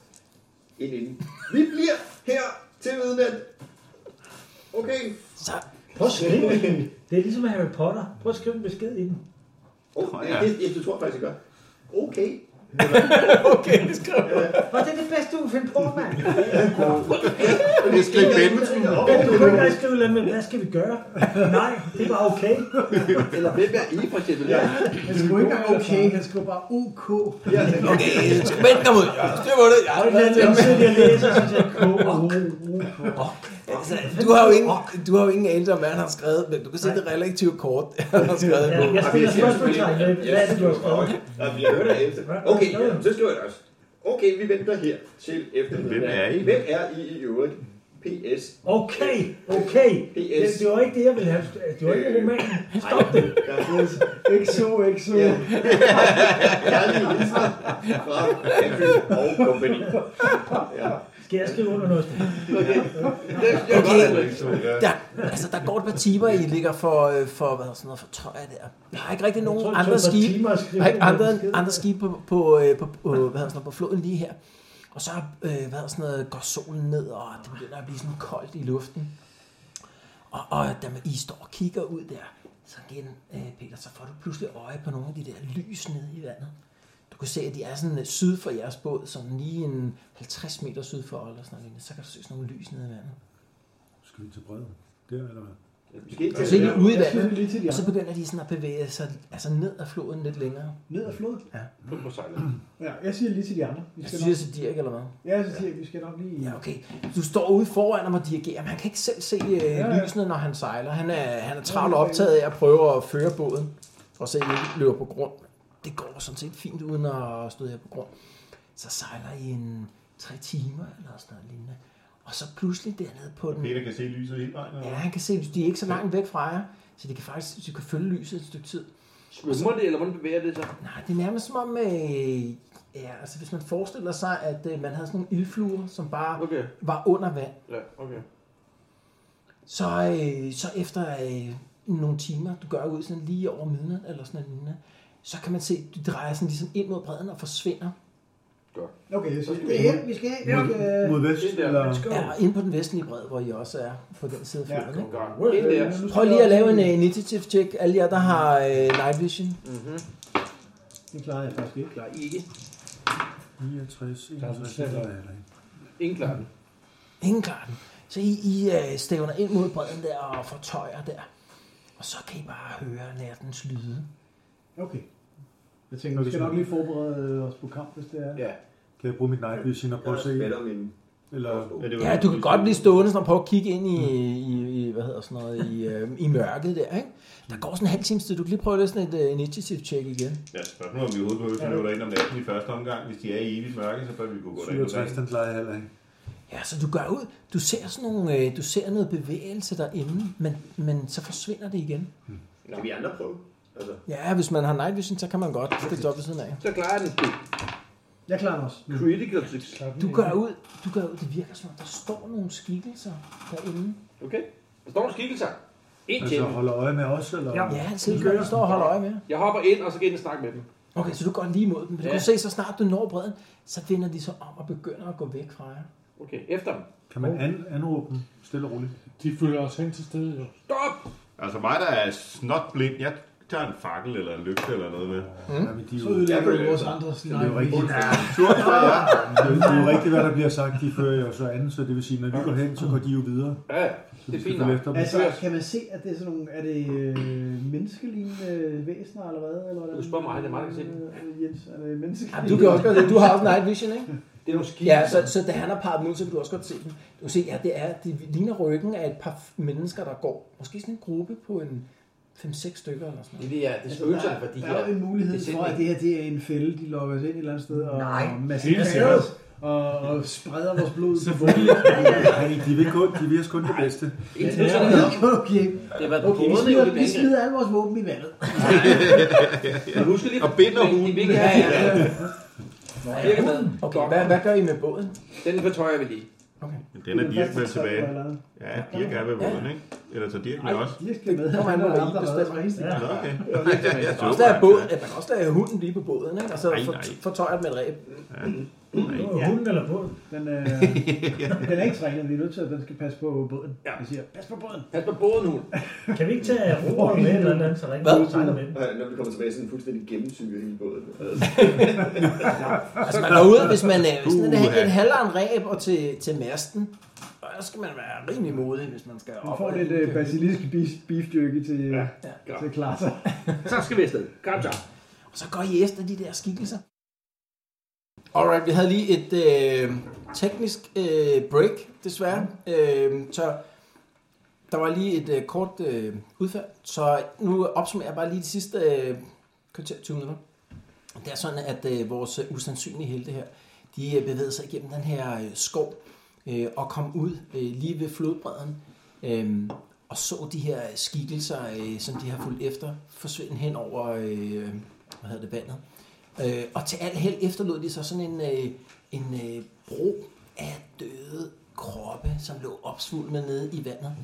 [SPEAKER 11] ind inden. Vi bliver her til midnat. Okay.
[SPEAKER 2] så,
[SPEAKER 3] Prøv at skrive den. Det er ligesom Harry Potter. Prøv at skrive en besked i den.
[SPEAKER 11] Oh,
[SPEAKER 6] Ja.
[SPEAKER 11] ja. det, det, det tror jeg faktisk, jeg gør. Okay.
[SPEAKER 3] Og det er det bedste, du kan finde på, mand.
[SPEAKER 6] Det er skridt vente.
[SPEAKER 3] Du kan ikke engang skrive lidt med, hvad skal vi gøre? Nej, det var okay.
[SPEAKER 8] Eller hvem er I, for eksempel? Ja.
[SPEAKER 7] Han skrev ikke engang okay, han skrev bare OK.
[SPEAKER 2] okay, vent dig mod. Ja, styr på det. Ja,
[SPEAKER 3] Og jeg jeg sidder lige og læser, og så siger jeg, "Kog, ro, ro, ro."
[SPEAKER 2] altså, du har jo ingen, du har jo ingen anelse om, hvad han har skrevet, men du kan se det relativt kort, han har skrevet
[SPEAKER 3] Ja,
[SPEAKER 2] på.
[SPEAKER 3] Jeg stiller spørgsmålstegn ved, hvad er det, du har skrevet?
[SPEAKER 11] skrevet? Jeg hører dig efter. Okay, ja, så skriver jeg det også. Okay, vi venter her til efter
[SPEAKER 6] Hvem er I?
[SPEAKER 11] Hvem er I i øvrigt? PS.
[SPEAKER 3] Okay, okay.
[SPEAKER 11] PS.
[SPEAKER 3] Det, det var ikke det, jeg ville have. Det var
[SPEAKER 7] Øh,
[SPEAKER 3] ikke romanen.
[SPEAKER 11] Stop det.
[SPEAKER 7] XO, XO.
[SPEAKER 11] Ja. Kærlige hilsner fra Andrew og Company. Ja.
[SPEAKER 3] Skal jeg skrive under noget?
[SPEAKER 2] Okay, der, altså, der går et par timer, I ligger for, øh, for, hvad er sådan noget, for tøj der. Der er ikke rigtig
[SPEAKER 3] Jeg tror,
[SPEAKER 2] nogen
[SPEAKER 3] det tog
[SPEAKER 2] andre
[SPEAKER 3] et par
[SPEAKER 2] skibe,
[SPEAKER 3] timer at skrive
[SPEAKER 2] der er ikke
[SPEAKER 3] den her
[SPEAKER 2] andre,
[SPEAKER 3] besked.
[SPEAKER 2] andre skibe på, på, øh, på, på, hvad hedder sådan noget, på floden lige her. Og så øh, hvad hedder sådan noget, går solen ned, og det begynder at blive sådan koldt i luften. Og, og da man, I står og kigger ud der, så igen, øh, Peter, så får du pludselig øje på nogle af de der lys nede i vandet. Du kan se, at de er sådan øh, syd for jeres båd, sådan lige en 50 meter syd for, eller sådan noget. lignende. Så kan du se sådan nogle lys nede i vandet.
[SPEAKER 4] Skal vi til bredden? Der, eller hvad?
[SPEAKER 11] Måske ikke
[SPEAKER 2] Så ligger de ude i
[SPEAKER 7] Jeg synes,
[SPEAKER 2] vandet,
[SPEAKER 7] lige til de
[SPEAKER 2] og så
[SPEAKER 7] andre.
[SPEAKER 2] begynder de sådan at bevæge sig altså ned ad floden lidt længere.
[SPEAKER 7] Ned ad floden.
[SPEAKER 6] Du må sejle.
[SPEAKER 7] Ja, jeg siger lige til de andre. Vi
[SPEAKER 2] Jeg
[SPEAKER 7] skal
[SPEAKER 2] siger til Dirk, eller hvad?
[SPEAKER 7] nok, ja, så siger jeg, vi skal nok lige...
[SPEAKER 2] Ja, okay. Du står ude foran ham og dirigerer, men han kan ikke selv se øh,
[SPEAKER 7] ja.
[SPEAKER 2] lysene, når han sejler. Han er, han er travlt optaget af at prøve at føre båden, og se, at I ikke løber på grund. Det går sådan set fint, uden at støde her på grund. Så sejler I en tre timer, eller sådan noget lignende. Og så pludselig dernede på den...
[SPEAKER 6] Peter kan se lyset hele vejen.
[SPEAKER 2] Ja, han kan se, de er ikke så langt væk fra jer, så de kan faktisk de kan følge lyset et stykke tid.
[SPEAKER 8] Svømmer det, eller hvordan bevæger det sig?
[SPEAKER 2] Nej, det er nærmest som om, øh, ja, altså hvis man forestiller sig, at øh, man havde sådan nogle ildfluer, som bare okay.
[SPEAKER 8] Okay,
[SPEAKER 2] var under vand,
[SPEAKER 8] ja, okay.
[SPEAKER 2] så, øh, så efter øh, nogle timer, du gør ud sådan lige over midnat eller sådan noget lignende, så kan man se, at de drejer sådan ligesom ind mod bredden og forsvinder
[SPEAKER 11] Godt.
[SPEAKER 7] Okay, så
[SPEAKER 11] skal
[SPEAKER 7] vi hen, vi skal hen. Vi skal-
[SPEAKER 2] Ja, og ind på den vestlige bred, hvor I også er på den side af
[SPEAKER 7] Ja,
[SPEAKER 2] fjorden. ikke?
[SPEAKER 7] godt. Ind der.
[SPEAKER 2] Prøv lige at lave en øh, initiative check, alle jer, der har øh, night vision.
[SPEAKER 7] Mhm. Det klarer jeg faktisk ikke. Klarer I ikke?
[SPEAKER 4] 69,
[SPEAKER 7] Der er sådan
[SPEAKER 4] 61,
[SPEAKER 7] slet ikke.
[SPEAKER 4] 61.
[SPEAKER 8] Ingen klar den.
[SPEAKER 2] Ingen klarer den. Så I, I øh, stævner ind mod bredden der og fortøjer der. Og så kan I bare høre nattens lyde.
[SPEAKER 7] Okay. Jeg tænker, vi skal nok lige forberede øh, os på kamp, hvis det er.
[SPEAKER 11] Ja.
[SPEAKER 4] Kan jeg bruge mit night vision og prøve at se?
[SPEAKER 11] Jeg spiller min...
[SPEAKER 4] Eller...
[SPEAKER 11] Ja,
[SPEAKER 2] Ja, du kan godt blive stående sådan, og prøve at kigge ind i, i, i hvad hedder sådan noget, i, øh, i mørket der, ikke? Der går sådan en halv times tid. Du kan lige prøve at lave sådan et øh, initiative check igen.
[SPEAKER 6] Ja, spørgsmålet er, om vi overhovedet behøver at løbe derind om natten i første omgang. Hvis de er i evigt mørke, så bør vi kunne gå derind. om
[SPEAKER 4] 67, den
[SPEAKER 6] dagen.
[SPEAKER 4] klarer jeg heller ikke.
[SPEAKER 2] Ja, så du gør ud. Du ser sådan nogle, øh, du ser noget bevægelse derinde, men, men så forsvinder det igen.
[SPEAKER 11] Kan vi andre prøve? Altså,
[SPEAKER 2] Ja, hvis man har night vision, så kan man godt stille op ved siden af.
[SPEAKER 5] Så klarer den sgu.
[SPEAKER 7] Jeg klarer den også.
[SPEAKER 5] Critical success.
[SPEAKER 2] Du gør ud, du gør ud. Det virker som om, der står nogle skikkelser derinde.
[SPEAKER 8] Okay. Der står en skikkelse. Ind til
[SPEAKER 4] Altså,
[SPEAKER 8] dem.
[SPEAKER 4] holder øje med os, eller?
[SPEAKER 2] Ja, han sidder og står og holder øje med.
[SPEAKER 8] Jeg hopper ind, og så går jeg ind og snakker med dem.
[SPEAKER 2] Okay, så du går lige mod dem. Du
[SPEAKER 8] Ja.
[SPEAKER 2] kan se, så snart du når bredden, så vender de sig om og begynder at gå væk fra jer.
[SPEAKER 8] Okay, efter dem.
[SPEAKER 4] Kan man
[SPEAKER 7] Oh.
[SPEAKER 4] an, anråbe dem stille og roligt?
[SPEAKER 9] De følger os hen til stedet, jo.
[SPEAKER 8] Stop!
[SPEAKER 6] Altså mig, der er snotblind, jeg tager en fakkel eller en lygte eller noget med.
[SPEAKER 4] Mm. Jamen, de er
[SPEAKER 7] Så
[SPEAKER 4] jo-
[SPEAKER 7] ødelægger du
[SPEAKER 4] Ja,
[SPEAKER 7] vores
[SPEAKER 4] det er
[SPEAKER 7] andres
[SPEAKER 4] jo
[SPEAKER 7] night
[SPEAKER 4] rigtigt.
[SPEAKER 7] vision.
[SPEAKER 4] Ja, surfer, ja. Det er jo- det er jo rigtigt, hvad der bliver sagt. De fører jo så an, så det vil sige, når vi går hen, så går de jo videre.
[SPEAKER 8] Ja,
[SPEAKER 4] Så vi skal følge efter dem.
[SPEAKER 7] Altså, kan man se, at det er sådan nogle, er det øh, menneskelignende øh, væsener eller hvad? Eller hvordan?
[SPEAKER 8] Du spørger mig, det er mig, der kan se det.
[SPEAKER 7] Øh, Jens, er det
[SPEAKER 2] Ja,
[SPEAKER 7] menneskelignende?
[SPEAKER 2] du kan også godt se, du har også night vision, ikke?
[SPEAKER 8] Det er nogle skikkelser.
[SPEAKER 2] Ja, så, så da han har peget dem ud, så kan du også godt se dem. Du kan se, ja, det er, det ligner ryggen af et par f- mennesker, der går. Måske sådan en gruppe på en 5-6 stykker eller sådan noget.
[SPEAKER 8] Det er, det er spøgelserne, fordi
[SPEAKER 7] der er jo en mulighed
[SPEAKER 8] det er
[SPEAKER 7] for, at det her det er en fælde, de lokker os ind et eller andet sted og
[SPEAKER 8] Nej.
[SPEAKER 7] masserer
[SPEAKER 4] Helt
[SPEAKER 7] os og, og spreder vores blod.
[SPEAKER 4] Selvfølgelig. Nej, de vil kun, de vil os kun det bedste.
[SPEAKER 7] Ja, okay, okay.
[SPEAKER 8] Det var
[SPEAKER 7] Okay, vi smider, vi smider alle vores våben i vandet.
[SPEAKER 8] Men husk lige...
[SPEAKER 6] Og binder
[SPEAKER 8] hunden. De vil ikke have jer. Birk er med.
[SPEAKER 2] Okay, hvad, hvad gør I med båden?
[SPEAKER 8] Den fortøjer vi lige.
[SPEAKER 6] Den er Dirk med
[SPEAKER 8] Første
[SPEAKER 6] tilbage.
[SPEAKER 8] tre, eller?
[SPEAKER 6] Ja, Dirk er ved vågen, ikke? Eller tager Dirk med også?
[SPEAKER 7] Dirk skal med.
[SPEAKER 2] Det kommer an på, hvad I
[SPEAKER 7] Han er ham, der
[SPEAKER 2] bestemmer.
[SPEAKER 7] redder os.
[SPEAKER 6] Ja, okay.
[SPEAKER 2] Man
[SPEAKER 6] Jeg
[SPEAKER 2] kan også
[SPEAKER 6] tror,
[SPEAKER 2] lade, båden, man kan også lade hunden lige på båden, ikke? og så
[SPEAKER 6] Nej,
[SPEAKER 2] for-
[SPEAKER 6] nej.
[SPEAKER 2] fortøjer den med et ræb.
[SPEAKER 7] Ja.
[SPEAKER 3] Hunden eller båden?
[SPEAKER 7] Den, øh, den er ikke trænet, vi er nødt til, at den skal passe på båden. Ja. Jeg siger, pas på båden.
[SPEAKER 8] Pas på båden, hun.
[SPEAKER 3] Kan vi ikke tage roret med eller andet, så ringer vi og tegner med den?
[SPEAKER 11] Nej, når vi kommer tilbage, så er den fuldstændig gennemsyge hele båden.
[SPEAKER 2] Altså man går ud, hvis man er hvis man er en halveren ræb og til, til masten, og der skal man være rimelig modig, hvis man skal
[SPEAKER 7] Du
[SPEAKER 2] op.
[SPEAKER 7] får
[SPEAKER 2] og-
[SPEAKER 7] lidt øh, basilisk beef, beef jerky til, ja.
[SPEAKER 8] Ja.
[SPEAKER 7] til Klaas.
[SPEAKER 8] Så skal vi afsted. Godt så.
[SPEAKER 2] Og så går I efter de der skikkelser. Alright, vi havde lige et øh, teknisk øh, break, desværre. Øh, så der var lige et øh, kort øh, udfald. Så nu opsummerer jeg bare lige de sidste øh, kvarter 20 minutter. Det er sådan, at øh, vores øh, usandsynlige helte her, de øh, bevægede sig igennem den her øh, skov øh, og kom ud øh, lige ved flodbredden øh, og så de her øh, skikkelser, øh, som de har fulgt efter, forsvinde hen over øh, hvad hedder det, vandet. Øh, og til al held efterlod de så sådan en, øh, en øh, bro af døde kroppe, som lå opsvulmet nede i vandet.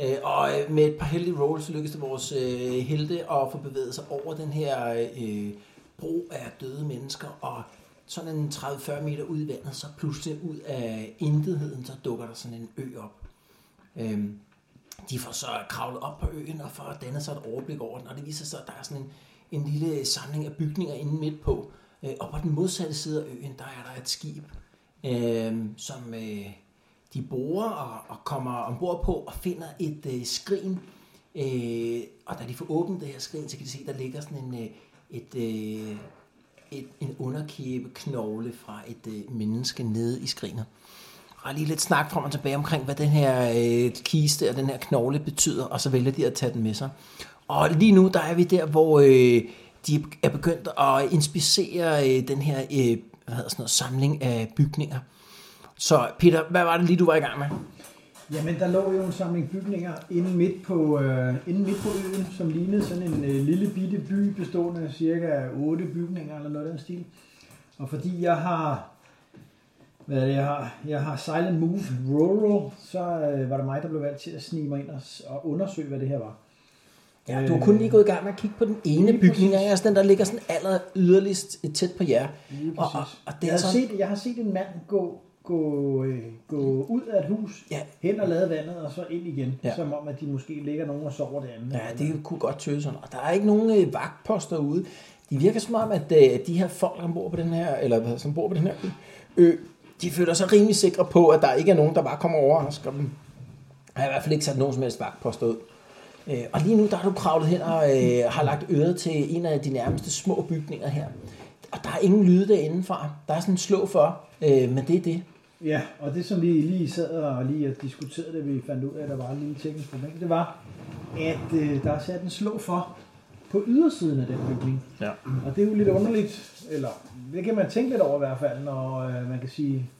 [SPEAKER 2] Øh, og øh, med et par heldige rolls så lykkedes det vores øh, helte at få bevæget sig over den her øh, bro af døde mennesker, og sådan en 30-40 meter ud i vandet, så pludselig ud af intetheden, så dukker der sådan en ø op. Øhm, de får så kravlet op på øen og får dannet sig et overblik over den, og det viser sig, at der er sådan en, en lille samling af bygninger inde midt på. Øh, og på den modsatte side af øen, der er der et skib, øh,
[SPEAKER 1] Øhm,
[SPEAKER 2] som øh, de borer og, og kommer ombord på og finder et øh, skrin. Øh, og da de får åbnet det her skrin, så kan de se, der ligger sådan en, øh, et, øh, et, en underkæbe knogle fra et øh, menneske nede i skrinet. Og lige lidt snak frem og tilbage omkring, hvad den her øh, kiste og den her knogle betyder, og så vælger de at tage den med sig. Og lige nu, der er vi der, hvor øh, de er begyndt at inspicere øh, den her øh, hvad hedder sådan noget, samling af bygninger. Så Peter, hvad var det lige, du var i gang med?
[SPEAKER 7] Jamen, der lå jo en samling bygninger inde midt på, øh, inde midt på øen, som lignede sådan en øh, lille bitte by, bestående af cirka 8 bygninger eller noget af den stil. Og fordi jeg har, hvad er det, jeg har, jeg har Silent Move Rural, så øh, var det mig, der blev valgt til at snige mig ind og, s- og undersøge, hvad det her var.
[SPEAKER 1] Ja, du har kun lige gået i gang med at kigge på den ene bygning, og altså den der ligger sådan aller yderligst tæt på jer. Og, og, og det
[SPEAKER 7] jeg,
[SPEAKER 1] er
[SPEAKER 7] har
[SPEAKER 1] sådan,
[SPEAKER 7] set, jeg har set en mand gå, gå, øh, gå ud af et hus,
[SPEAKER 1] ja.
[SPEAKER 7] hen og lade vandet, og så ind igen.
[SPEAKER 1] Ja.
[SPEAKER 7] Ja. Som om, at de måske ligger nogen og sover derinde.
[SPEAKER 1] ja, det kunne godt tyde sådan. Og der er ikke nogen øh, vagtposter ude. Det virker som om, at øh, de her folk, der bor på den her, eller hvad, som bor på den her ø, de føler sig rimelig sikre på, at der ikke er nogen, der bare kommer over og overrasker dem. Jeg har i hvert fald ikke sat nogen som helst vagtposter ud. Øh, og lige nu, der har du kravlet hen og øh, har lagt øret til en af de nærmeste små bygninger her. Og der er ingen lyde derindefra. Der er sådan en slå for, øh, men det er det.
[SPEAKER 7] Ja, og det som vi lige sad og lige og diskuterede, da vi fandt ud af, at der var en lille teknisk problem, det var, at øh, der er sat en slå for på ydersiden af den bygning.
[SPEAKER 1] Ja.
[SPEAKER 7] Og det er jo lidt underligt, eller det kan man tænke lidt over i hvert fald, når øh, man kan sige,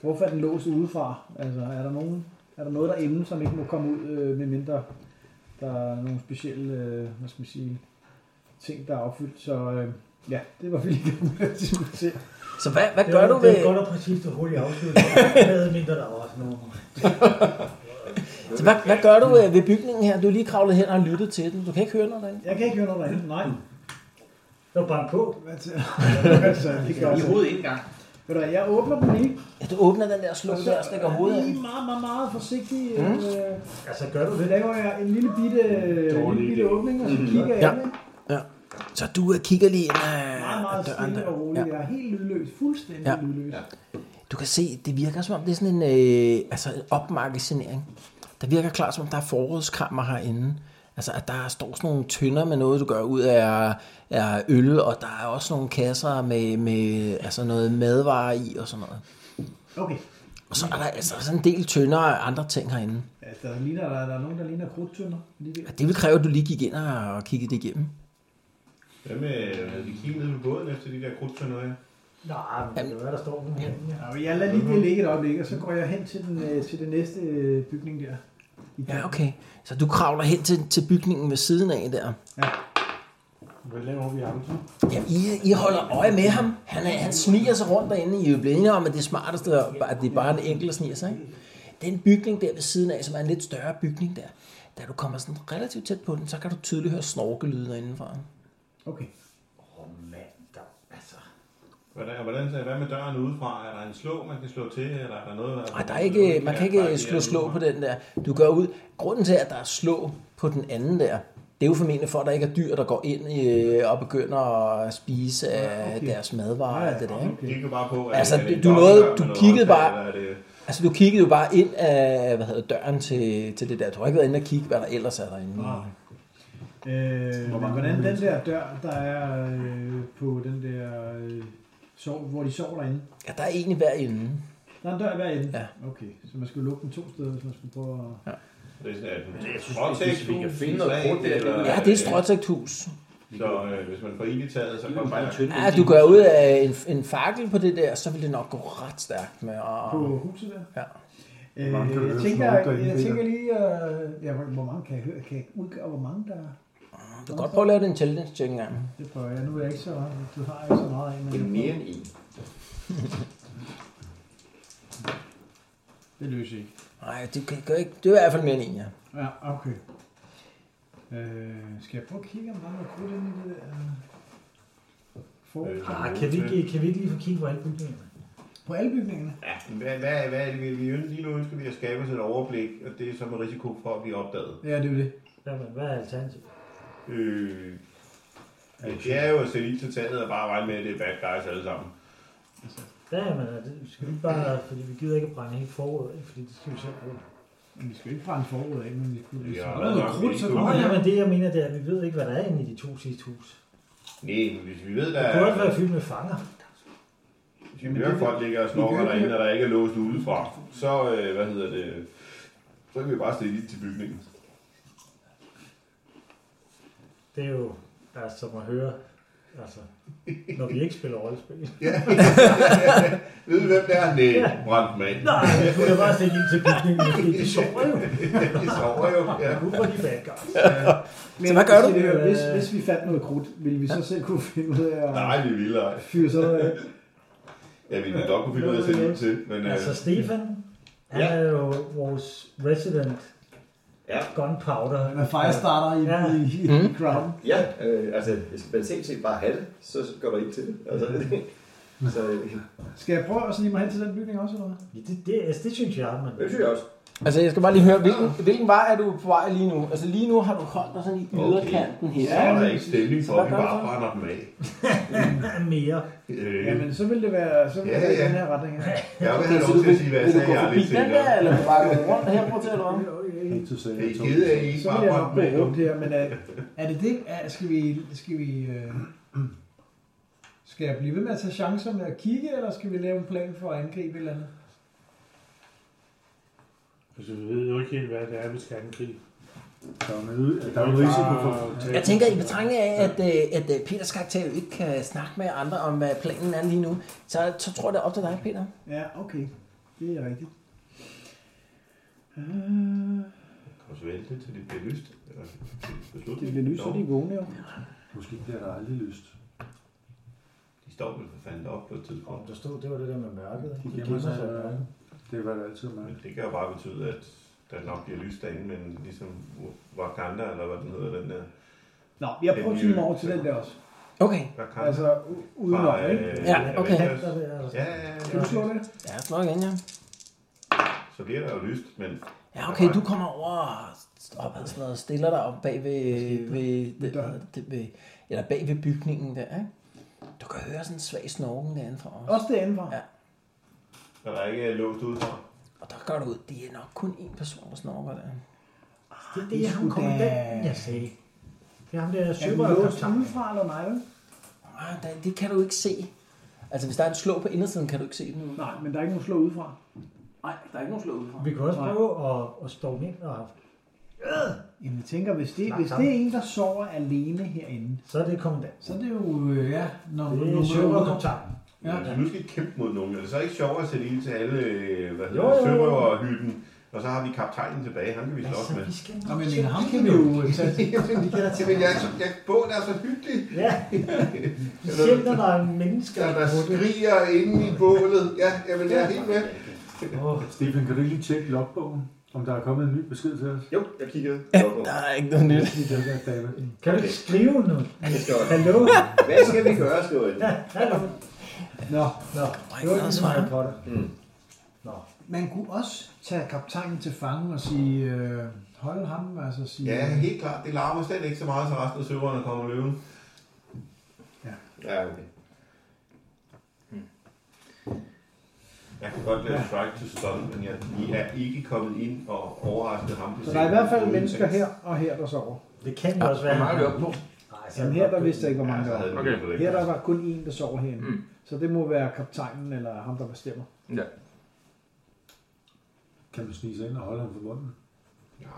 [SPEAKER 7] hvorfor er den låst udefra? Altså, er der, nogen, er der noget derinde, som ikke må komme ud, øh, medmindre der er nogle specielle, øh, hvad skal man sige, ting, der er opfyldt. Så øh, ja, det var vi lige med at diskutere.
[SPEAKER 1] Så hvad, hvad
[SPEAKER 7] Det
[SPEAKER 1] gør
[SPEAKER 7] var-
[SPEAKER 1] du
[SPEAKER 7] det
[SPEAKER 1] ved...
[SPEAKER 7] var godt
[SPEAKER 3] og præcist og hurtigt afsluttet. Hvad mindre der var også nogen.
[SPEAKER 1] Så hvad, hvad gør du øh, ved bygningen her? Du er lige kravlet hen og har lyttet til den. Du kan ikke høre noget derinde?
[SPEAKER 7] Jeg kan ikke høre noget derinde, nej.
[SPEAKER 3] Der var bare på.
[SPEAKER 7] Hvad
[SPEAKER 1] Altså, det gør
[SPEAKER 7] I
[SPEAKER 1] altså-
[SPEAKER 7] hovedet ikke engang. Ved du hvad, jeg åbner den lige.
[SPEAKER 1] Ja, du åbner den der slå der og stikker hovedet
[SPEAKER 7] Lige
[SPEAKER 1] ind.
[SPEAKER 7] meget, meget, meget forsigtig.
[SPEAKER 1] Mm.
[SPEAKER 7] Mm. Øh,
[SPEAKER 3] altså, gør du det?
[SPEAKER 7] Laver jeg en lille bitte, en lille bitte åbning, og så kigger jeg
[SPEAKER 1] Ja.
[SPEAKER 7] ind.
[SPEAKER 1] ja. Så du øh, kigger lige ind
[SPEAKER 7] ikke? Meget,
[SPEAKER 1] af
[SPEAKER 7] meget
[SPEAKER 1] døren
[SPEAKER 7] stille
[SPEAKER 1] der.
[SPEAKER 7] og roligt. Jeg er helt lydløs. Fuldstændig
[SPEAKER 1] Ja.
[SPEAKER 7] ja. lydløs.
[SPEAKER 1] Du kan se, det virker som om, det er sådan en, øh, altså en opmagasinering. Der virker klart som om, der er forrådskrammer herinde. Altså, at der står sådan nogle tynder med noget, du gør ud af, af øl, og der er også nogle kasser med, med altså noget madvarer i og sådan noget.
[SPEAKER 7] Okay.
[SPEAKER 1] Og så er der altså sådan en del tynder og andre ting herinde.
[SPEAKER 7] Ja, Altså, der, ligner, der, der er nogen, der ligner krudtønder. Lige der.
[SPEAKER 1] Det vil kræve, at du lige gik ind og og kiggede det igennem.
[SPEAKER 6] Hvad med, havde vi kigget ned på båden efter de der krudtønder her?
[SPEAKER 3] Nej, men det kan være, der står nogen her. Mhm.
[SPEAKER 7] Ja, men jeg lader lige det ligge et øjeblik, og så går jeg hen til, den, øh, til det næste øh, bygning der.
[SPEAKER 1] Ja, okay. Så du kravler hen til, til bygningen ved siden af der.
[SPEAKER 12] Hvad laver vi andre?
[SPEAKER 1] Ja, I, I holder øje med ham. Han, er, han sniger sig rundt derinde. I er jo blevet enige om, at det smarteste er, bare- at det er bare en enkelt, der sniger sig. Ikke? Den bygning der ved siden af, som er en lidt større bygning der, da du kommer sådan relativt tæt på den, så kan du tydeligt høre snorkelyde derindefra.
[SPEAKER 7] Okay.
[SPEAKER 6] Hvordan, hvordan, så- hvad med døren udefra? Er der en slå, man kan slå til? Eller er der noget,
[SPEAKER 1] Nej, der er ikke, man kan ikke slå slå på den der. Du går ud. Grunden til, at der er slå på den anden der, det er jo formentlig for, at der ikke er dyr, der går ind i, øh, og begynder at spise af okay. deres madvarer og det der. Ikke?
[SPEAKER 6] Det kan bare på,
[SPEAKER 1] Altså,
[SPEAKER 6] det en
[SPEAKER 1] du,
[SPEAKER 6] dobbeltdør
[SPEAKER 1] nåede,
[SPEAKER 6] med
[SPEAKER 1] du
[SPEAKER 6] noget
[SPEAKER 1] kiggede
[SPEAKER 6] håndtag,
[SPEAKER 1] bare...
[SPEAKER 6] eller er det-
[SPEAKER 1] Altså, du kiggede jo bare ind af hvad hedder, døren øh, til, til det der. Du har ikke været inde og kigge, hvad der ellers er derinde. Nej.
[SPEAKER 7] Øh, men hvordan den der dør, der er øh, på den der, øh, sov, hvor de sover derinde?
[SPEAKER 1] Ja, der er egentlig hver ende.
[SPEAKER 7] Der er en dør i hver ende?
[SPEAKER 1] Ja.
[SPEAKER 7] Okay, så man skulle lukke den to steder, hvis man skulle prøve at... Ja.
[SPEAKER 6] Det er sådan, at
[SPEAKER 7] jeg synes,
[SPEAKER 6] stråtægt
[SPEAKER 7] hvis vi kan
[SPEAKER 6] hus,
[SPEAKER 7] finde noget
[SPEAKER 6] træ,
[SPEAKER 7] krudt der,
[SPEAKER 6] eller-
[SPEAKER 1] Ja, det er et stråtægt hus.
[SPEAKER 6] Så øh, hvis man får ild i taget, så kommer bare...
[SPEAKER 1] Ja, du går ud af en, en fakkel på det der, så vil det nok gå ret stærkt med at...
[SPEAKER 7] På huset der?
[SPEAKER 1] Ja.
[SPEAKER 7] Øh,
[SPEAKER 1] Hvor mange kan du
[SPEAKER 7] jeg,
[SPEAKER 1] høre,
[SPEAKER 7] tænker,
[SPEAKER 1] hvor mange der er inde
[SPEAKER 7] jeg,
[SPEAKER 1] i
[SPEAKER 7] jeg
[SPEAKER 1] det
[SPEAKER 7] tænker lige, øh, ja, hvor, hvor mange kan jeg høre, kan jeg udgøre, hvor mange der
[SPEAKER 1] Du kan godt prøve at lave den intelligence check engang.
[SPEAKER 7] Det prøver jeg. Nu er jeg ikke så du har ikke så meget af, men...
[SPEAKER 13] Det er mere end
[SPEAKER 7] en. Det løser ikke.
[SPEAKER 1] Nej, det kan, kan ikke. Det er i hvert fald mere end en, ja.
[SPEAKER 7] Ja, okay. Øh, skal jeg prøve at kigge, om der er noget krudt inde i det der? For...
[SPEAKER 3] Ah, kan, vi, ikke- kan vi ikke lige få kigge på alle bygningerne?
[SPEAKER 7] På alle bygningerne?
[SPEAKER 6] Ja, hvad, hvad, hvad er det, vi, vi ønsker? Lige nu ønsker vi at skabe os et overblik, og det er så med risiko for at blive opdaget.
[SPEAKER 7] Ja, det er jo det.
[SPEAKER 3] Jamen, hvad er alternativet?
[SPEAKER 6] Øh, altså, det er jo at sætte ild til tallet og bare regne med, at det er bad guys alle sammen.
[SPEAKER 3] Ja, men det skal vi ikke bare, fordi vi gider ikke at brænde helt foråret, af, fordi det skal vi selv bruge.
[SPEAKER 7] Men vi skal jo ikke brænde foråret af, men vi kunne...
[SPEAKER 6] Ja,
[SPEAKER 7] hvis
[SPEAKER 6] hvad
[SPEAKER 7] der var noget
[SPEAKER 6] nok, vi
[SPEAKER 7] krudt,
[SPEAKER 6] ikke
[SPEAKER 7] så
[SPEAKER 6] kunne-
[SPEAKER 7] kunne
[SPEAKER 3] Nå,
[SPEAKER 7] man-
[SPEAKER 3] ja, men det jeg mener, det er, at vi ved ikke, hvad der er inde i de to sidste hus.
[SPEAKER 6] Nej, men hvis vi ved, der
[SPEAKER 3] Det kunne også være
[SPEAKER 6] er...
[SPEAKER 3] fyldt med fanger.
[SPEAKER 6] Hvis vi hører folk ligger og snorker derinde, og der ikke er låst udefra, så, øh, hvad hedder det, så kan vi bare sætte ild til bygningen.
[SPEAKER 3] Det er jo altså, som at høre, altså, når vi ikke spiller rollespil.
[SPEAKER 6] Ja. Ved du, hvem det er? Nej, brændt mand.
[SPEAKER 3] Nej, jeg kunne da bare sætte ind til bygningen, fordi de sover jo.
[SPEAKER 6] De sover jo, ja.
[SPEAKER 3] Nu var de bad guys.
[SPEAKER 7] Men hvis, øh, Hvis, hvis vi fandt noget krudt, ville vi så selv kunne finde ud af at
[SPEAKER 6] Nej, vi vil ej.
[SPEAKER 7] fyre sådan noget af?
[SPEAKER 6] Ja, vi vil godt kunne finde ud af at
[SPEAKER 4] Øh.
[SPEAKER 6] sætte ild til, men... øh,
[SPEAKER 3] Altså, Stefan, han er jo vores resident
[SPEAKER 14] Ja.
[SPEAKER 3] Gunpowder.
[SPEAKER 7] Med firestarter i, ja. i, i mm. ground.
[SPEAKER 14] Ja, øh, altså, hvis man selv set bare have det, så går der ikke til det. Altså, så, øh,
[SPEAKER 7] Skal jeg prøve at snige mig hen til den bygning også, eller hvad?
[SPEAKER 3] Ja, det, det, altså, det synes jeg, men...
[SPEAKER 14] Det synes jeg også.
[SPEAKER 2] Altså, jeg skal bare lige høre, hvilken, hvilken vej er du på vej lige nu? Altså, lige nu har du holdt dig sådan i yderkanten her.
[SPEAKER 6] Så er der ikke stemning for, at vi bare brænder dem af.
[SPEAKER 3] Mere.
[SPEAKER 6] Øh,
[SPEAKER 7] Jamen, så vil det være, så vil det
[SPEAKER 6] Ja,
[SPEAKER 7] være i
[SPEAKER 6] ja.
[SPEAKER 7] den her retning her.
[SPEAKER 6] jeg vil have lov til at sige, hvad jeg sagde, jeg
[SPEAKER 2] Forbi
[SPEAKER 6] aldrig
[SPEAKER 2] den der,
[SPEAKER 6] tænker.
[SPEAKER 2] eller bare gå rundt her, prøv at tale om.
[SPEAKER 6] Det er givet af, at I ikke
[SPEAKER 7] Så vil
[SPEAKER 6] bare brænder
[SPEAKER 7] jeg nok
[SPEAKER 6] dem af.
[SPEAKER 7] gå rundt her, men er, er det det? Er, skal vi... Skal, vi øh, skal jeg blive ved med at tage chancer med at kigge, eller skal vi lave en plan for at angribe et eller andet?
[SPEAKER 9] Altså, vi ved jo ikke helt, hvad det er, vi skal angribe.
[SPEAKER 4] Der er noget, der er noget risiko for...
[SPEAKER 2] Jeg tænker, i betragtning af, at, øh, at øh, Peters karakter jo ikke kan snakke med andre om, hvad planen er lige nu, så, så tror jeg, det er op til dig, Peter.
[SPEAKER 7] Ja, okay. Det er rigtigt. Øh,
[SPEAKER 6] Og så vente til det bliver lyst. Eller til beslutningen.
[SPEAKER 7] det bliver lyst, så
[SPEAKER 6] Nå,
[SPEAKER 7] de er vågne jo.
[SPEAKER 4] Måske bliver der aldrig lyst.
[SPEAKER 6] De står vel for fanden op på et tidspunkt.
[SPEAKER 3] Der stod, det var det der med mørket.
[SPEAKER 4] De gemmer sig. ja. Det var det altid med.
[SPEAKER 6] Men det kan jo bare betyde, at der nok bliver lyst derinde, men ligesom Wakanda, eller hvad den hedder, den der.
[SPEAKER 7] Nå, jeg prøver at
[SPEAKER 6] Den
[SPEAKER 7] tyde mig
[SPEAKER 6] nye-
[SPEAKER 7] over til den der også.
[SPEAKER 2] Okay.
[SPEAKER 6] Wakanda.
[SPEAKER 7] Altså, u- udenom,
[SPEAKER 6] Fra,
[SPEAKER 7] ikke?
[SPEAKER 6] øh,
[SPEAKER 2] Ja, okay.
[SPEAKER 6] Avengers.
[SPEAKER 3] Der er der.
[SPEAKER 6] Ja, ja,
[SPEAKER 7] Kan
[SPEAKER 6] ja.
[SPEAKER 7] du slå det?
[SPEAKER 2] Ja, slå igen, ja.
[SPEAKER 6] Så bliver der jo lyst, men
[SPEAKER 2] Ja, okay, du kommer over og stopper sådan noget, stiller dig op bag ved, ved, ved, ved, ved, eller bag ved bygningen der, ikke? Du kan høre sådan en svag snorken derinde fra os.
[SPEAKER 7] Også det andet var.
[SPEAKER 2] Ja.
[SPEAKER 6] er der ikke er låst ud fra.
[SPEAKER 2] Og der går du ud, det er nok kun én person, der snorker der.
[SPEAKER 3] Det er det, jeg ham
[SPEAKER 7] sgu
[SPEAKER 3] kommer
[SPEAKER 7] da-
[SPEAKER 3] den, jeg sagde. Det er ham der
[SPEAKER 7] Er den
[SPEAKER 3] super
[SPEAKER 7] låst udefra eller nej? vel?
[SPEAKER 2] Ah, der- det kan du ikke se. Altså, hvis der er en slå på indersiden, kan du ikke se den. nu.
[SPEAKER 7] Nej, men der er ikke nogen slå udefra.
[SPEAKER 2] Nej, der er ikke nogen slå ud fra.
[SPEAKER 3] Vi kan også
[SPEAKER 7] Nej.
[SPEAKER 3] prøve at, at storme ind, og
[SPEAKER 7] Øh. Jamen, jeg tænker, hvis det,
[SPEAKER 3] Nej,
[SPEAKER 7] hvis
[SPEAKER 3] tak.
[SPEAKER 7] det er en, der sover alene herinde,
[SPEAKER 3] så er det kommandant.
[SPEAKER 7] så er det jo, øh, ja, når
[SPEAKER 3] Det
[SPEAKER 7] når-
[SPEAKER 3] er super
[SPEAKER 7] når-
[SPEAKER 3] kommandant.
[SPEAKER 7] Ja.
[SPEAKER 6] Ja. Hvis vi nu skal kæmpe mod nogen, er det så ikke sjovere at sætte ild til alle øh, hvad
[SPEAKER 3] Jo, jo,
[SPEAKER 6] hedder,
[SPEAKER 3] jo.
[SPEAKER 6] sørøverhytten, og så har vi kaptajnen tilbage, han kan vi slås med.
[SPEAKER 3] vi Altså, skal
[SPEAKER 7] Nå,
[SPEAKER 3] nok
[SPEAKER 7] men jeg
[SPEAKER 3] se-
[SPEAKER 7] mener, ham kan vi jo øh, tage.
[SPEAKER 6] Jamen, jeg, jeg, båden er så hyggelig.
[SPEAKER 3] Ja, vi hjælper der er mennesker.
[SPEAKER 6] Der, der skriger inde i bålet. Ja, jamen, jeg er helt med.
[SPEAKER 3] Åh,
[SPEAKER 4] Stefan, kan du ikke lige tjekke logbogen? Om der er kommet en ny besked til os?
[SPEAKER 14] Jo, jeg kiggede.
[SPEAKER 2] Ja,
[SPEAKER 14] Nå, nå.
[SPEAKER 2] der er ikke noget nyt.
[SPEAKER 4] I den der dame.
[SPEAKER 3] Kan du ikke skrive nu?
[SPEAKER 14] Det står der.
[SPEAKER 3] Hallo?
[SPEAKER 14] Hvad skal vi gøre, skriver jeg.
[SPEAKER 3] Hallo?
[SPEAKER 7] Nå,
[SPEAKER 3] Nå,
[SPEAKER 2] Der er
[SPEAKER 3] det var
[SPEAKER 2] ikke
[SPEAKER 3] ikke
[SPEAKER 2] noget
[SPEAKER 3] så meget
[SPEAKER 2] svar.
[SPEAKER 3] på det.
[SPEAKER 7] man kunne også tage kaptajnen til fange og sige, øh, hold ham, altså sige...
[SPEAKER 6] Ja, helt klart. Det larmer slet ikke så meget, så resten af søverne kommer løven.
[SPEAKER 14] Ja, okay.
[SPEAKER 6] Hmm. Jeg kan godt lade strike to stun, men jeg, I er ikke kommet ind og overrasket ham.
[SPEAKER 7] Så der er i hvert fald mennesker her og her, der sover.
[SPEAKER 3] Det kan jo også være.
[SPEAKER 8] Hvor meget er vi oppe på?
[SPEAKER 3] Nej, så er
[SPEAKER 7] Jamen
[SPEAKER 3] det
[SPEAKER 7] her,
[SPEAKER 3] nok
[SPEAKER 7] der
[SPEAKER 3] det.
[SPEAKER 7] vidste jeg ikke, hvor
[SPEAKER 6] Ja,
[SPEAKER 7] mange
[SPEAKER 6] så
[SPEAKER 7] der
[SPEAKER 6] havde
[SPEAKER 7] var.
[SPEAKER 6] vi
[SPEAKER 8] Okay.
[SPEAKER 6] det på det.
[SPEAKER 7] Her der var kun en, der sover herinde. Så det må være kaptajnen eller ham, der bestemmer.
[SPEAKER 8] Ja.
[SPEAKER 4] Kan man snige sig ind og holde ham for munden?
[SPEAKER 6] Nej,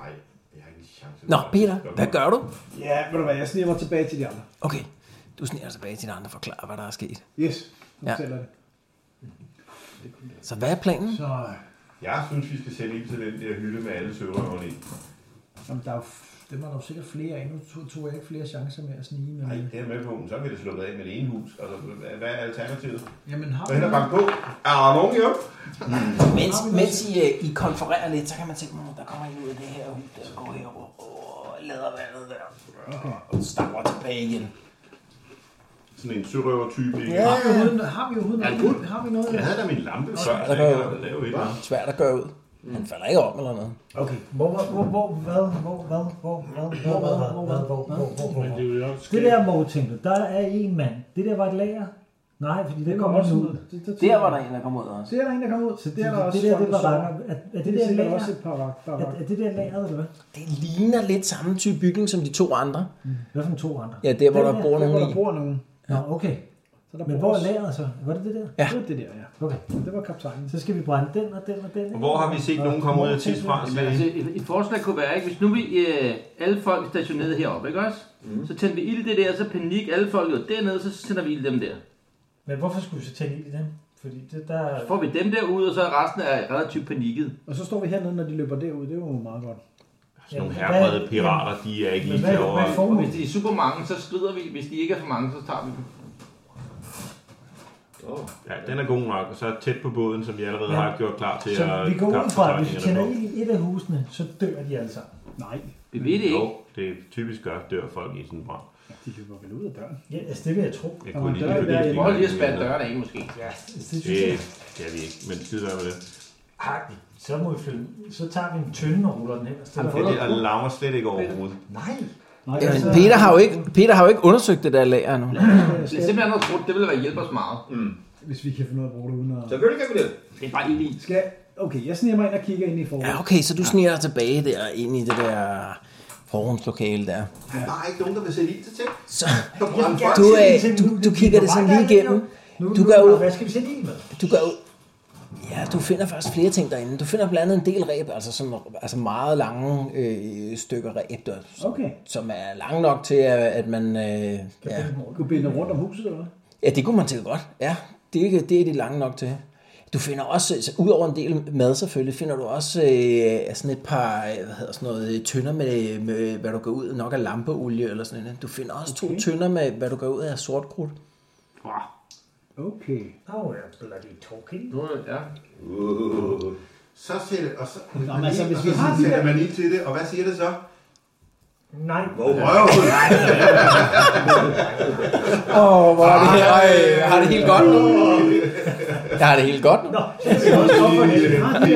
[SPEAKER 6] jeg har ikke en chance.
[SPEAKER 2] Nå, Peter, hvad gør du?
[SPEAKER 7] Ja, ved du hvad, jeg sniger mig tilbage til de andre.
[SPEAKER 2] Okay, du sniger dig tilbage til de andre og forklarer, hvad der er sket.
[SPEAKER 7] Yes, nu
[SPEAKER 2] Ja.
[SPEAKER 7] ja. tæller det.
[SPEAKER 2] Så hvad er planen?
[SPEAKER 7] Så,
[SPEAKER 6] Jeg synes, vi skal sætte ind til den der hylde med alle søverne i.
[SPEAKER 7] jamen, der er jo, f- dem var der jo sikkert flere af. Nu tog, tog jeg ikke flere chancer med at snige. Men,
[SPEAKER 6] Nej,
[SPEAKER 3] Mm.
[SPEAKER 6] det er jeg med på, men så er vi det sluppet af med det ene hus. Altså, hvad er alternativet?
[SPEAKER 7] Jamen, har
[SPEAKER 6] Så hen og
[SPEAKER 7] man,
[SPEAKER 6] bank på. Er der nogen jo?
[SPEAKER 2] Mens, mens I, øh, I konfererer lidt, så kan man tænke, "Mm, der kommer en ud af det her hus, der går herover og lader vandet der. Og stammer tilbage igen.
[SPEAKER 6] Sådan en sørøver-type. ikke?
[SPEAKER 2] Ja.
[SPEAKER 7] har vi overhovedet, har vi overhovedet
[SPEAKER 6] Er det
[SPEAKER 7] noget? Har vi noget?
[SPEAKER 6] Jeg havde da min lampe før,
[SPEAKER 2] der
[SPEAKER 6] så
[SPEAKER 2] kan
[SPEAKER 6] jeg
[SPEAKER 2] jo-
[SPEAKER 6] kan da lave et eller andet.
[SPEAKER 2] Svært at gøre ud. Han falder ikke om eller noget.
[SPEAKER 3] Okay, hvor, hvor, hvor, hvor, hvad, hvor, hvad, hvor, hvad, hvor, hvad, hvor, hvad, hvor, hvor, hvor, hvor,
[SPEAKER 9] Men det
[SPEAKER 3] hvor,
[SPEAKER 9] er jo også
[SPEAKER 3] Det der, hvor tænkte, der er en mand. Det der var et lager. Nej, fordi det,
[SPEAKER 7] Det
[SPEAKER 3] kommer
[SPEAKER 7] kommer også
[SPEAKER 3] nu.
[SPEAKER 7] ud. Det, det,
[SPEAKER 2] Der var der en, der kom ud også.
[SPEAKER 7] Det er der en, der kommer ud. Så det er der
[SPEAKER 3] det,
[SPEAKER 7] også
[SPEAKER 3] det der,
[SPEAKER 7] folk,
[SPEAKER 3] det var
[SPEAKER 7] sover.
[SPEAKER 3] lager. Er, er det,
[SPEAKER 7] Det
[SPEAKER 3] der
[SPEAKER 7] er sikkert
[SPEAKER 3] lager?
[SPEAKER 7] også et par vagt. Der
[SPEAKER 3] Er,
[SPEAKER 7] vagt.
[SPEAKER 3] er det der lager, eller hvad?
[SPEAKER 2] Det ligner lidt samme type bygning som de to andre.
[SPEAKER 3] Hvad for en to andre?
[SPEAKER 2] Ja, der hvor
[SPEAKER 7] Den
[SPEAKER 2] der bor
[SPEAKER 7] hvor
[SPEAKER 2] nogen
[SPEAKER 7] der
[SPEAKER 2] i.
[SPEAKER 7] bor nogen.
[SPEAKER 3] Nå, okay.
[SPEAKER 7] Så der
[SPEAKER 3] Men
[SPEAKER 7] bor
[SPEAKER 3] hvor er
[SPEAKER 7] også-
[SPEAKER 3] lageret så? Var det det der?
[SPEAKER 2] Ja.
[SPEAKER 7] Det var det der, ja.
[SPEAKER 3] Okay.
[SPEAKER 7] Det var kaptajnen.
[SPEAKER 3] Så skal vi brænde den og den og den.
[SPEAKER 6] Og Hvor har vi set nogen komme ud af tis fra?
[SPEAKER 8] Men altså, et, et forslag kunne være, ikke? hvis nu vi øh, alle folk stationerede heroppe, ikke også? Mm. Så tænder vi ild i det der, så panik alle folk ud dernede, så tænder vi ild i dem der.
[SPEAKER 3] Men hvorfor skulle vi så tænde ild i dem? Fordi det der...
[SPEAKER 8] Så får vi dem der ud, og så er resten er relativt panikket.
[SPEAKER 7] Og så står vi hernede, når de løber derud. Det er jo meget godt.
[SPEAKER 6] Sådan nogle herbrede pirater, de er ikke
[SPEAKER 3] Men
[SPEAKER 6] lige
[SPEAKER 3] hvad,
[SPEAKER 6] til over.
[SPEAKER 3] hvad er
[SPEAKER 8] Og
[SPEAKER 3] formålet?
[SPEAKER 8] hvis de er super mange, så skrider vi. Hvis de ikke er for mange, så tager vi dem.
[SPEAKER 14] Åh,
[SPEAKER 6] Ja, den er god nok, og så tæt på båden, som vi allerede
[SPEAKER 3] Ja.
[SPEAKER 6] har gjort klar til
[SPEAKER 3] Så
[SPEAKER 6] at
[SPEAKER 3] vi går ud fra, at hvis vi
[SPEAKER 6] kaptajnerne
[SPEAKER 3] tænder
[SPEAKER 6] på.
[SPEAKER 3] ild i et af husene, så dør de alle sammen.
[SPEAKER 7] Nej.
[SPEAKER 8] Vi ved det ikke.
[SPEAKER 6] Jo, det er typisk gør, dør folk i sådan en brand.
[SPEAKER 7] De løber vel ud af døren.
[SPEAKER 3] Ja, altså, det vil jeg tro.
[SPEAKER 6] Jeg
[SPEAKER 7] Der
[SPEAKER 6] kunne
[SPEAKER 7] var en
[SPEAKER 6] lige
[SPEAKER 7] dør i
[SPEAKER 6] løbe
[SPEAKER 7] hver
[SPEAKER 6] ind.
[SPEAKER 7] ende.
[SPEAKER 8] Prøv lige at spænde dørene af, måske.
[SPEAKER 3] Ja, det synes
[SPEAKER 6] Det
[SPEAKER 3] jeg.
[SPEAKER 6] kan vi ikke, men skide være med det.
[SPEAKER 3] Ej, så må vi flytte. Så tager vi en tynde og ruller den hen. og stiller
[SPEAKER 6] Det
[SPEAKER 3] den
[SPEAKER 6] der
[SPEAKER 3] op.
[SPEAKER 6] larmer slet ikke overhovedet.
[SPEAKER 3] Nej.
[SPEAKER 2] Jamen, Peter, har jo ikke, Peter har jo ikke undersøgt det der lager nu.
[SPEAKER 8] Det er simpelthen noget krudt, det ville være hjælpe os meget.
[SPEAKER 1] Mm.
[SPEAKER 7] Hvis vi kan finde ud af at bruge det uden at...
[SPEAKER 1] Selvfølgelig kan vi det.
[SPEAKER 8] Det er bare ild i.
[SPEAKER 7] Skal... Okay, jeg sniger mig ind og kigger ind i forvejen.
[SPEAKER 2] Ja, okay, så du sniger dig tilbage der ind i det der forhåndslokale der.
[SPEAKER 1] Der er bare ikke nogen, der vil sætte ild til ting.
[SPEAKER 2] Så,
[SPEAKER 1] Der brænder folk.
[SPEAKER 2] du, øh, du, du kigger det sådan lige igennem. Du gør jo,
[SPEAKER 3] Hvad skal vi sætte i med?
[SPEAKER 2] du gør jo, ja, du finder faktisk flere ting derinde. Du finder blandt andet en del ræb, altså, sådan, altså meget lange øh, stykker ræb, der, som,
[SPEAKER 7] Okay.
[SPEAKER 2] som er lange nok til, at at man... Øh, ja.
[SPEAKER 7] Du binder rundt om huset, eller hvad?
[SPEAKER 2] ja, det kunne man til godt. Ja, det, er- det er de lange nok til. Du finder også, altså, ud over en del mad selvfølgelig, finder du også øh, sådan et par øh, hvad hedder sådan noget, øh, tønder med, med, hvad du går ud af, nok af lampeolie eller sådan noget. Du finder også okay. to tønder med, hvad du går ud af, af sort krudt.
[SPEAKER 7] Okay.
[SPEAKER 3] Oh, yeah, bloody talking.
[SPEAKER 8] Nu, ja.
[SPEAKER 6] Uh, så sætter og så, Nå,
[SPEAKER 7] men altså, hvis
[SPEAKER 6] og
[SPEAKER 7] vi
[SPEAKER 6] så
[SPEAKER 7] har de
[SPEAKER 6] sætter
[SPEAKER 7] der-
[SPEAKER 6] man ild til det, og hvad siger det så?
[SPEAKER 3] Nej.
[SPEAKER 6] Hvor røvhul?
[SPEAKER 2] Åh, oh, hvor er det her. Ej, har det helt godt. Jeg har det helt godt nu.
[SPEAKER 7] Så kan vi